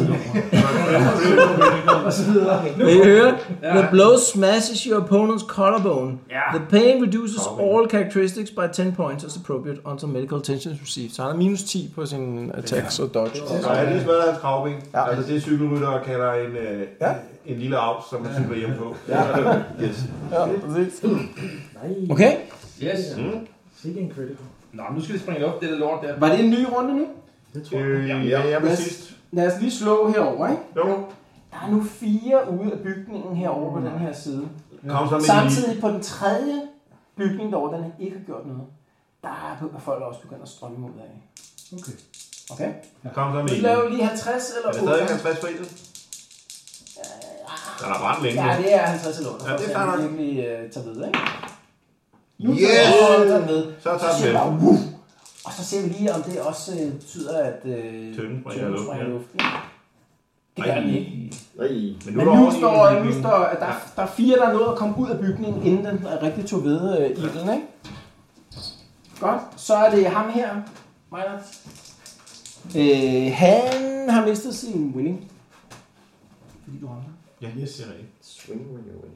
[SPEAKER 7] Og så videre.
[SPEAKER 2] Vil I høre? The blow smashes your opponent's collarbone. The pain reduces all characteristics by 10 points as appropriate until medical attention is received. Så han har minus 10 på sin attacks og dodge.
[SPEAKER 6] Nej, jeg har lige smadret hans kravben. Ja. Altså det cykelrytter kalder en, øh, ja. en lille avs, som man cykler hjem på.
[SPEAKER 11] Ja.
[SPEAKER 6] yes.
[SPEAKER 2] Ja, præcis.
[SPEAKER 8] Nej.
[SPEAKER 2] Okay.
[SPEAKER 8] Yes.
[SPEAKER 6] Mm.
[SPEAKER 8] Sikke en critical. Nå, men nu skal vi springe op det der lort der.
[SPEAKER 2] Var det en ny runde nu?
[SPEAKER 8] Det tror jeg.
[SPEAKER 6] Øh, ja, jeg var
[SPEAKER 2] Lad
[SPEAKER 6] sidst.
[SPEAKER 2] os, lad os lige slå herover, ikke?
[SPEAKER 6] Jo.
[SPEAKER 2] Der er nu fire ude af bygningen herover på den her side.
[SPEAKER 6] Kom så med
[SPEAKER 2] Samtidig på den tredje bygning derovre, den ikke har gjort noget, der er folk også begyndt at strømme ud af.
[SPEAKER 7] Okay.
[SPEAKER 2] Okay?
[SPEAKER 6] Kom så med
[SPEAKER 2] Vi
[SPEAKER 6] en.
[SPEAKER 2] laver lige 50 eller
[SPEAKER 6] Er det stadig
[SPEAKER 2] 8.
[SPEAKER 6] 50 for en? Der er brændt længe.
[SPEAKER 2] Ja, det er 50 eller 8.
[SPEAKER 6] Ja, det er fair nok.
[SPEAKER 2] virkelig uh, tager ved, ikke?
[SPEAKER 6] Yes!
[SPEAKER 2] Så tager den med.
[SPEAKER 6] Så tager den
[SPEAKER 2] siger vi
[SPEAKER 6] med.
[SPEAKER 2] bare, "Wuh!" Og så ser vi lige, om det også øh, betyder, at øh,
[SPEAKER 6] Tønden springer i
[SPEAKER 2] tønden
[SPEAKER 6] luften,
[SPEAKER 2] springer i
[SPEAKER 6] ja.
[SPEAKER 2] luften. Det gør den ikke.
[SPEAKER 6] Men
[SPEAKER 2] Men
[SPEAKER 6] nu er der
[SPEAKER 2] nu
[SPEAKER 6] også en i
[SPEAKER 2] står, nu
[SPEAKER 6] bygningen.
[SPEAKER 2] står at der, der er fire, der er nået at komme ud af bygningen, inden den er rigtig tog ved øh, ilden, ikke? Godt, så er det ham her, Meinert. Øh, han har mistet sin winning. Fordi du ramte.
[SPEAKER 6] Ja, yes, det er rigtigt.
[SPEAKER 11] Swing when you win.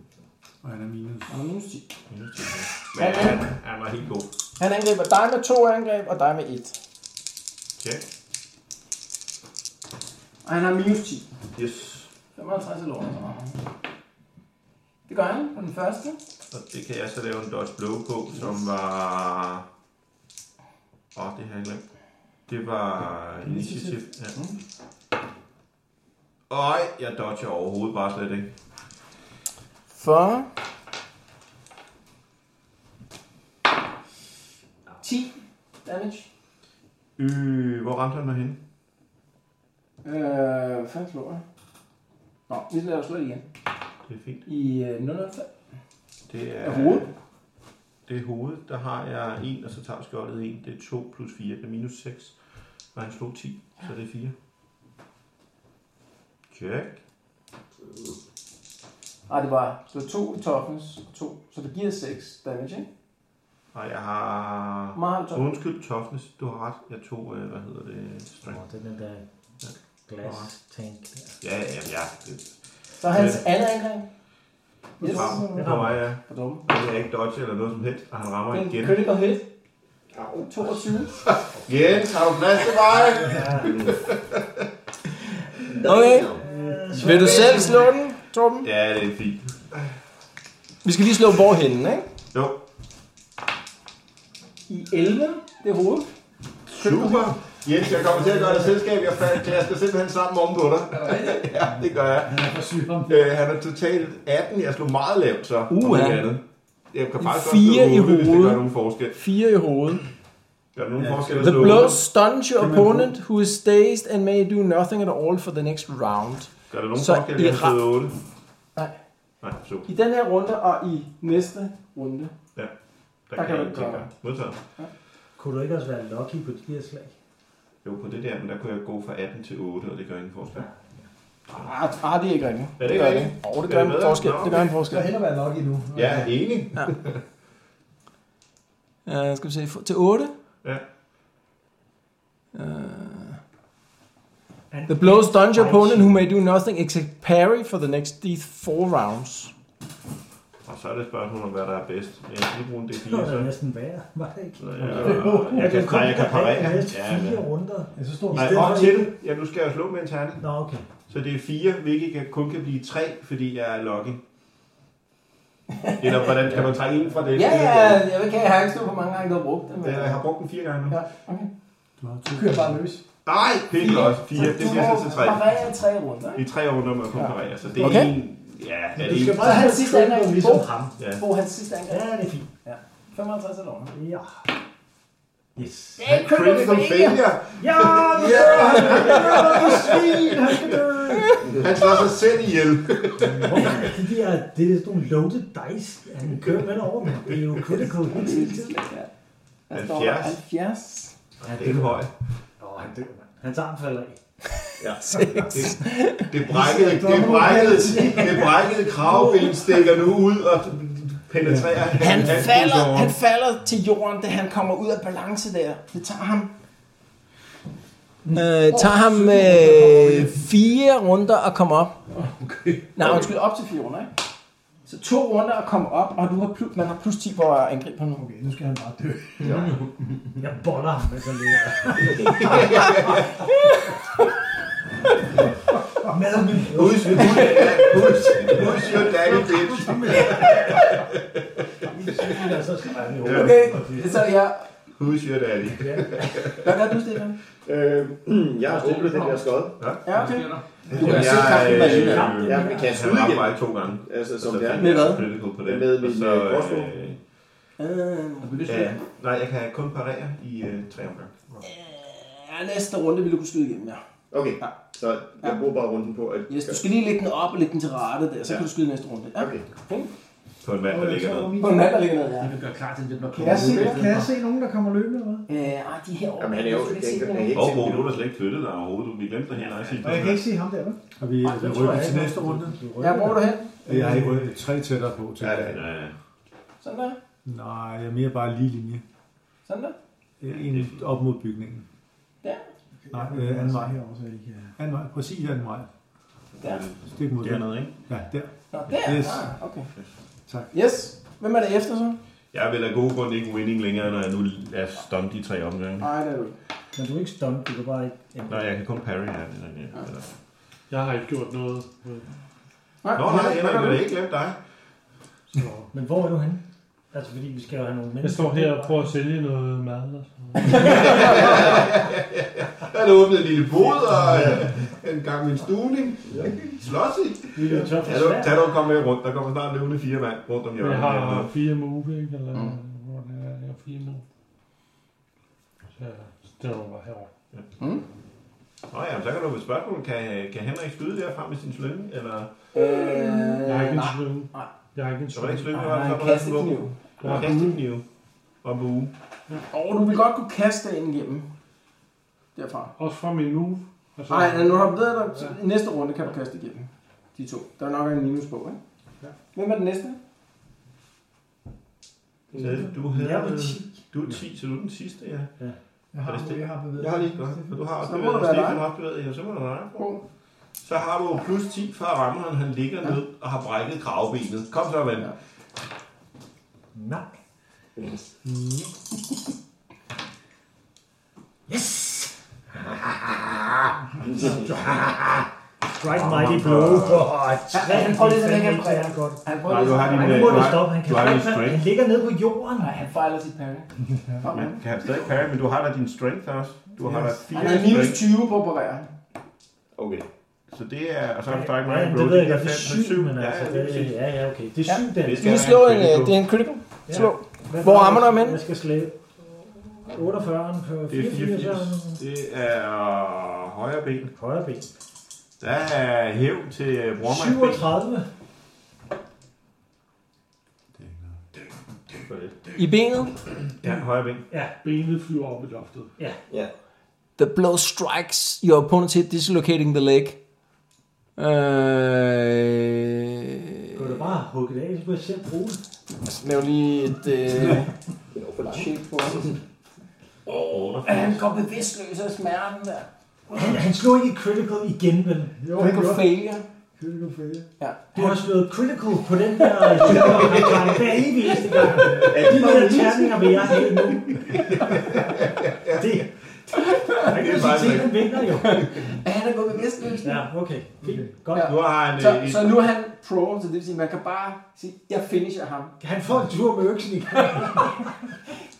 [SPEAKER 4] Og han er minus.
[SPEAKER 2] Han er minus 10.
[SPEAKER 6] Minus 10.
[SPEAKER 2] Ja,
[SPEAKER 6] Men han, han var helt god.
[SPEAKER 2] Han angriber dig med to angreb, og dig med et.
[SPEAKER 6] Ja.
[SPEAKER 2] Og han har minus 10.
[SPEAKER 6] Yes.
[SPEAKER 2] 55 eller over. Det gør han på den første.
[SPEAKER 6] Og det kan jeg så lave en dodge blow på, som var... Åh, oh, det har jeg glemt. Det var initiativ. Ja. Øj, jeg dodger overhovedet bare slet ikke.
[SPEAKER 2] For... 10 damage.
[SPEAKER 6] Øh, hvor ramte han mig henne?
[SPEAKER 2] Øh, hvad fanden slår jeg? Nå, vi lader slå igen.
[SPEAKER 6] Det er fint.
[SPEAKER 2] I øh, 0,5.
[SPEAKER 6] Det
[SPEAKER 2] Er
[SPEAKER 6] er
[SPEAKER 2] hovedet?
[SPEAKER 6] Det er hovedet. Der har jeg en, og så tager skjoldet en. Det er 2 plus 4. Det er minus 6. Og han slog 10, så det er 4. Check.
[SPEAKER 2] Nej, det var, det var 2 i toughness og 2. Så det giver 6 damage, ikke?
[SPEAKER 6] Og jeg har...
[SPEAKER 2] Meget toughness.
[SPEAKER 6] Undskyld, toughness. Du har ret. Jeg tog, øh, hvad hedder det? Strength. Oh, det er den der
[SPEAKER 3] Glas tank.
[SPEAKER 6] Ja, ja, ja. Det.
[SPEAKER 2] Så hans
[SPEAKER 6] Øh,
[SPEAKER 2] andet angreb. Yes.
[SPEAKER 6] Rammer. På mig, ja.
[SPEAKER 2] På dumme.
[SPEAKER 6] Det er ikke dodge eller noget som helst, og han rammer
[SPEAKER 2] Det er en
[SPEAKER 6] igen.
[SPEAKER 2] critical hit. 22.
[SPEAKER 6] Jens, har du plads til mig?
[SPEAKER 2] Okay. Vil du selv slå den, Torben?
[SPEAKER 6] Ja, det er fint.
[SPEAKER 2] Vi skal lige slå hvorhenne, ikke?
[SPEAKER 6] Jo.
[SPEAKER 2] I 11, det er hovedet.
[SPEAKER 6] Super. Jens, jeg kommer til at gøre dig selskab. Jeg fa- klasker simpelthen sammen om på dig. ja, det gør jeg. Øh, han er totalt 18. Jeg slog meget lavt, så. om
[SPEAKER 2] Uha.
[SPEAKER 6] ikke andet. Jeg kan faktisk
[SPEAKER 2] Fire
[SPEAKER 6] også
[SPEAKER 2] i
[SPEAKER 6] slå otte, hvis Det
[SPEAKER 2] hovedet.
[SPEAKER 6] gør nogen forskel.
[SPEAKER 2] 4 i hovedet.
[SPEAKER 6] Gør det nogen forskel at
[SPEAKER 2] The
[SPEAKER 6] slå
[SPEAKER 2] blow
[SPEAKER 6] otte?
[SPEAKER 2] stuns your opponent who is dazed and may do nothing at all for the next round.
[SPEAKER 6] Gør det nogen
[SPEAKER 2] Så
[SPEAKER 6] forskel,
[SPEAKER 2] I
[SPEAKER 6] at jeg
[SPEAKER 2] ra-
[SPEAKER 6] slog 8?
[SPEAKER 2] Nej.
[SPEAKER 6] Nej, super.
[SPEAKER 2] I den her runde og i næste runde.
[SPEAKER 6] Ja. Der,
[SPEAKER 2] Der
[SPEAKER 6] kan,
[SPEAKER 2] kan
[SPEAKER 6] jeg
[SPEAKER 2] du
[SPEAKER 6] ikke
[SPEAKER 2] gøre.
[SPEAKER 6] gøre. Modtaget.
[SPEAKER 3] Kunne du ikke også være lucky på de her slag?
[SPEAKER 6] Jo, på det der, men der kunne jeg gå fra 18 til 8, og det gør ingen forskel.
[SPEAKER 2] Ah, ah, det er ikke rigtigt.
[SPEAKER 6] Er det ikke
[SPEAKER 2] gør
[SPEAKER 6] rigtigt?
[SPEAKER 2] det. Åh, det
[SPEAKER 6] Er
[SPEAKER 2] gør
[SPEAKER 6] det
[SPEAKER 2] en
[SPEAKER 6] bedre?
[SPEAKER 2] forskel.
[SPEAKER 6] Nå,
[SPEAKER 2] Det gør en
[SPEAKER 6] okay.
[SPEAKER 2] forskel.
[SPEAKER 7] Så hellere være nok endnu.
[SPEAKER 6] Jeg er enig.
[SPEAKER 2] Ja. Uh, skal vi se, til 8.
[SPEAKER 6] Ja.
[SPEAKER 2] The blow stuns your opponent who may do nothing except parry for the next these four rounds.
[SPEAKER 6] Og så er det et spørgsmål om, hvad der er bedst. Jeg kan lige bruge en
[SPEAKER 3] Det var
[SPEAKER 6] D4,
[SPEAKER 3] da
[SPEAKER 6] så.
[SPEAKER 3] næsten værre, var det ikke?
[SPEAKER 6] Nå, ja, ja, ja. Jeg kan- nej, jeg kan parere.
[SPEAKER 3] Ja, næste
[SPEAKER 6] Ja,
[SPEAKER 3] fire
[SPEAKER 6] men-
[SPEAKER 3] runder. Ja, så står
[SPEAKER 6] Nej, op til det. Ja, nu skal jeg slå med en terning.
[SPEAKER 3] Nå, okay.
[SPEAKER 6] Så det er 4, hvilket kan, kun kan blive 3, fordi jeg er lucky. Eller hvordan kan man trække en fra det?
[SPEAKER 2] Ja, ja, jeg vil ikke have, jeg har ikke stået på mange gange, du har brugt det. men-
[SPEAKER 6] Jeg har brugt den fire gange nu.
[SPEAKER 2] Ja, okay.
[SPEAKER 7] Du kører bare løs.
[SPEAKER 6] Nej, det er også 4. Det
[SPEAKER 2] Du
[SPEAKER 6] bliver
[SPEAKER 2] må
[SPEAKER 6] så til 3.
[SPEAKER 2] parere i tre runder,
[SPEAKER 6] I
[SPEAKER 2] ikke?
[SPEAKER 6] 3 runder med at konkurrere, så det er
[SPEAKER 2] Okay.
[SPEAKER 6] en... Ja, er det
[SPEAKER 7] Du skal
[SPEAKER 6] en?
[SPEAKER 2] Så
[SPEAKER 7] bare
[SPEAKER 2] hans
[SPEAKER 7] have
[SPEAKER 2] sidste angreb,
[SPEAKER 7] ligesom
[SPEAKER 2] Bo.
[SPEAKER 7] ham.
[SPEAKER 6] Ja.
[SPEAKER 2] Bo, hans sidste angreb.
[SPEAKER 3] Ja, det er fint.
[SPEAKER 2] Ja. 55 eller under.
[SPEAKER 3] Ja.
[SPEAKER 6] Yes.
[SPEAKER 2] Det er en critical
[SPEAKER 6] Critical
[SPEAKER 2] failure.
[SPEAKER 6] failure!
[SPEAKER 3] Ja, vi
[SPEAKER 6] Ja!
[SPEAKER 3] dør! Ja, hvor svin! Han skal dø!
[SPEAKER 6] Han slår sig selv ihjel.
[SPEAKER 3] Hvorfor er det der, det er sådan nogle loaded dice, han kører med over, men det er jo critical hits hele tiden.
[SPEAKER 2] Der står
[SPEAKER 6] 70.
[SPEAKER 2] 70.
[SPEAKER 3] Ja,
[SPEAKER 6] Det er en høj.
[SPEAKER 3] Åh, han dør, mand. Hans arm falder af.
[SPEAKER 6] Ja. Det, det brækkede, det brækkede, det brækkede kravben stikker nu ud og penetrerer.
[SPEAKER 2] Han
[SPEAKER 6] hans
[SPEAKER 2] falder,
[SPEAKER 6] pulsåre.
[SPEAKER 2] han falder til jorden, da han kommer ud af balance der. Det tager ham Øh, tager ham øh, fire runder at komme op. Okay. Nej, undskyld, op til fire runder, ikke? Så to runder at komme op, og du har plus, man har plus 10 på at angribe ham nu. Okay, nu skal han bare dø.
[SPEAKER 3] Ja. Jeg boller ham, mens han lever.
[SPEAKER 8] Med min
[SPEAKER 6] Who's your who's, who's your daddy bitch?
[SPEAKER 2] Okay, så jeg...
[SPEAKER 6] Who's your daddy?
[SPEAKER 2] Hvad gør du, Stefan?
[SPEAKER 8] Øh, jeg har åbnet den der skod.
[SPEAKER 2] Ja, okay.
[SPEAKER 8] Du kan se kampen med en kamp. øh, Ja, vi kan
[SPEAKER 6] Han
[SPEAKER 8] skyde
[SPEAKER 6] ramte
[SPEAKER 8] igen.
[SPEAKER 6] mig to gange.
[SPEAKER 8] Altså, som
[SPEAKER 6] Så
[SPEAKER 8] det er.
[SPEAKER 6] fik
[SPEAKER 2] Med hvad?
[SPEAKER 6] jeg critical på det.
[SPEAKER 8] Med min,
[SPEAKER 6] Og så,
[SPEAKER 8] øh, crossbow.
[SPEAKER 6] øh,
[SPEAKER 2] Øh,
[SPEAKER 6] Ja, nej, jeg kan kun parere i øh, tre omgange.
[SPEAKER 2] ja, næste runde vil du kunne skyde igennem, ja.
[SPEAKER 8] Okay, så jeg bruger bare runden på at...
[SPEAKER 2] Yes, du skal lige lægge den op og lægge den til rette der, så kan du skyde næste runde. Ja. Okay.
[SPEAKER 6] På en mand, der ligger ned.
[SPEAKER 2] På en mand, der ligger ned, ja.
[SPEAKER 32] Vi vil gøre klar til, at det bliver
[SPEAKER 3] Kan jeg se, kan jeg se nogen, der kommer løbende? Eller?
[SPEAKER 2] Øh,
[SPEAKER 3] hvad?
[SPEAKER 2] ej, de her
[SPEAKER 8] Jamen, han er jo... Jeg kan jeg ikke
[SPEAKER 6] Og Bo,
[SPEAKER 8] se
[SPEAKER 6] du har slet ikke flyttet dig overhovedet. Vi glemte dig helt nice i
[SPEAKER 3] Og jeg kan ikke se ham der, vel?
[SPEAKER 4] Og vi
[SPEAKER 3] Ej,
[SPEAKER 4] Ej,
[SPEAKER 3] det tror
[SPEAKER 4] rykker
[SPEAKER 3] jeg
[SPEAKER 4] til
[SPEAKER 3] ikke.
[SPEAKER 4] næste runde.
[SPEAKER 2] Ja, hvor er du hen?
[SPEAKER 4] Jeg har ikke rykket tre tættere på til.
[SPEAKER 6] Ja, det er det.
[SPEAKER 2] Sådan der.
[SPEAKER 4] Nej, jeg er mere bare lige linje.
[SPEAKER 2] Sådan der.
[SPEAKER 4] En op mod bygningen.
[SPEAKER 2] Der.
[SPEAKER 4] Nej, øh, anden vej.
[SPEAKER 3] Herovre, så jeg ikke... øh,
[SPEAKER 4] Anden vej, præcis anden vej.
[SPEAKER 2] Der.
[SPEAKER 4] Stik mod
[SPEAKER 6] Dernede, ikke?
[SPEAKER 4] Ja, der.
[SPEAKER 2] Nå, der.
[SPEAKER 4] Yes.
[SPEAKER 2] Ah, okay.
[SPEAKER 4] Tak.
[SPEAKER 2] Yes. Hvem er det efter så?
[SPEAKER 6] Jeg vil af gode grunde ikke winning længere, når jeg nu er stumped i tre omgange.
[SPEAKER 2] Nej, det er du ikke.
[SPEAKER 3] Men du er ikke stunt, du kan bare ikke...
[SPEAKER 6] Nej, jeg kan kun parry her. Eller, eller.
[SPEAKER 9] Jeg har ikke gjort noget.
[SPEAKER 6] Nå, nej, Henrik, jeg har ikke glemt dig.
[SPEAKER 3] Så. Men hvor er du henne? Altså, fordi vi skal jo have nogle mennesker.
[SPEAKER 9] Jeg står her og prøver at sælge noget mad. altså. og sådan noget.
[SPEAKER 6] Jeg har åbnet en lille bod og øh, en gang min stuning. Slås i.
[SPEAKER 3] Vi er jo tør for
[SPEAKER 6] Tag du,
[SPEAKER 3] svær.
[SPEAKER 6] tag du og kom med rundt. Der kommer snart løvende fire mand rundt om
[SPEAKER 9] Men Jeg
[SPEAKER 6] hjørnet.
[SPEAKER 9] har fire move, ikke? Eller hvor det er. Jeg har fire move. Så jeg stiller mig bare herovre.
[SPEAKER 6] Nå ja, men så kan du ved spørgsmål. Kan, kan Henrik skyde derfra med sin slynge? Eller
[SPEAKER 9] Jeg har
[SPEAKER 2] Øh,
[SPEAKER 9] ikke en
[SPEAKER 2] nej.
[SPEAKER 9] slynge.
[SPEAKER 2] nej.
[SPEAKER 9] Jeg har ikke en
[SPEAKER 6] så var det
[SPEAKER 9] slynge.
[SPEAKER 6] ikke slynge,
[SPEAKER 2] Nej,
[SPEAKER 6] det var det så
[SPEAKER 2] han kaster
[SPEAKER 6] på den
[SPEAKER 2] kniv.
[SPEAKER 6] Det var kastekniv. Og bue.
[SPEAKER 2] Og du vil godt kunne kaste ind igennem. Derfra.
[SPEAKER 9] Også fra min move. Altså, Og så-
[SPEAKER 2] Nej, nu har du bedre dig. Så I næste runde kan du kaste igennem. De to. Der er nok en minus på, ikke? Hvem er den næste?
[SPEAKER 6] Så du
[SPEAKER 3] Jeg er
[SPEAKER 6] havde...
[SPEAKER 3] på 10.
[SPEAKER 6] Du er 10, så du er den sidste, ja.
[SPEAKER 3] Jeg har,
[SPEAKER 6] Er det stik?
[SPEAKER 3] jeg har bevæget.
[SPEAKER 6] Jeg har lige godt. For du har
[SPEAKER 2] Så
[SPEAKER 6] også
[SPEAKER 2] må
[SPEAKER 6] bevæget
[SPEAKER 2] det
[SPEAKER 6] dig.
[SPEAKER 2] være dig.
[SPEAKER 6] Stefan har også bevæget dig. Ja, så må det være dig. Så har du plus 10 for at ramme, og han ligger ned og har brækket kravebenet. Kom så, ven.
[SPEAKER 3] Nej. Strike mighty blow.
[SPEAKER 2] Ja, han prøver lidt at lægge en præg.
[SPEAKER 3] præger. Godt.
[SPEAKER 2] Han prøver
[SPEAKER 6] Nej, du har din...
[SPEAKER 3] Nej, nu
[SPEAKER 6] øh,
[SPEAKER 3] må
[SPEAKER 6] du
[SPEAKER 3] du
[SPEAKER 6] har-
[SPEAKER 3] stoppe. Han, kan
[SPEAKER 6] du har din
[SPEAKER 3] ikke- han
[SPEAKER 6] strength.
[SPEAKER 3] ligger nede på jorden.
[SPEAKER 2] Nej, han fejler sit parry. Kom,
[SPEAKER 6] Men
[SPEAKER 2] han.
[SPEAKER 6] kan han stadig parry, men du har da din strength også. Du har da
[SPEAKER 2] Han
[SPEAKER 6] 4
[SPEAKER 2] er minus
[SPEAKER 6] strength.
[SPEAKER 2] 20 på at parere.
[SPEAKER 8] Okay.
[SPEAKER 6] Så det er... Og så har du
[SPEAKER 3] Ja,
[SPEAKER 6] strike mig.
[SPEAKER 3] ja, det ved jeg godt, det er syv, men altså, det er, ja, ja, okay. Det er syv, den.
[SPEAKER 6] Det
[SPEAKER 2] Du
[SPEAKER 6] skal
[SPEAKER 2] vil slå en, øh, det er en critical. Slå.
[SPEAKER 3] Hvad
[SPEAKER 2] Hvor
[SPEAKER 3] får
[SPEAKER 2] rammer
[SPEAKER 3] jeg?
[SPEAKER 2] du ham henne?
[SPEAKER 3] Jeg skal slæbe. 48 for
[SPEAKER 6] Det er
[SPEAKER 3] 84.
[SPEAKER 6] 84. Det er højre ben.
[SPEAKER 3] Højre ben.
[SPEAKER 6] Der er hævn til øh, brormands ben.
[SPEAKER 3] 37.
[SPEAKER 2] I benet.
[SPEAKER 6] Ja, højre ben.
[SPEAKER 3] Ja,
[SPEAKER 9] Benet flyver op i loftet.
[SPEAKER 2] The blow strikes your opponent hit, dislocating the leg. Øh...
[SPEAKER 3] kunne du bare hugge det af, så kunne jeg selv bruge det.
[SPEAKER 2] Lav lige et øh, check på ham. Oh, han går bevidstløs af smerten der.
[SPEAKER 3] Han, han slog ikke i critical igen, vel? Jo,
[SPEAKER 2] Han går failure.
[SPEAKER 33] Critical failure.
[SPEAKER 2] Ja.
[SPEAKER 3] Du har slået critical på den der joker, hver evig eneste gang. De der terninger vil jeg have nu. Det,
[SPEAKER 6] Det er faktisk
[SPEAKER 3] det vinder jo.
[SPEAKER 2] Ja, han er gået bevidstløs.
[SPEAKER 3] Ja, okay. Fint. Godt.
[SPEAKER 2] Ja.
[SPEAKER 6] Nu har han...
[SPEAKER 2] Så,
[SPEAKER 6] øh, et-
[SPEAKER 2] så nu er han prone, så det vil sige, man kan bare sige, jeg finisher ham.
[SPEAKER 3] Han får en tur med øksen i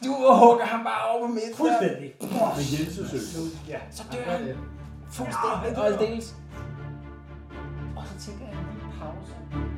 [SPEAKER 2] Du hugger ham bare over på midten.
[SPEAKER 3] Fuldstændig.
[SPEAKER 6] Med hjælpesøg.
[SPEAKER 2] Så dør han. Fuldstændig. Og aldeles. Og så tænker jeg lige pause.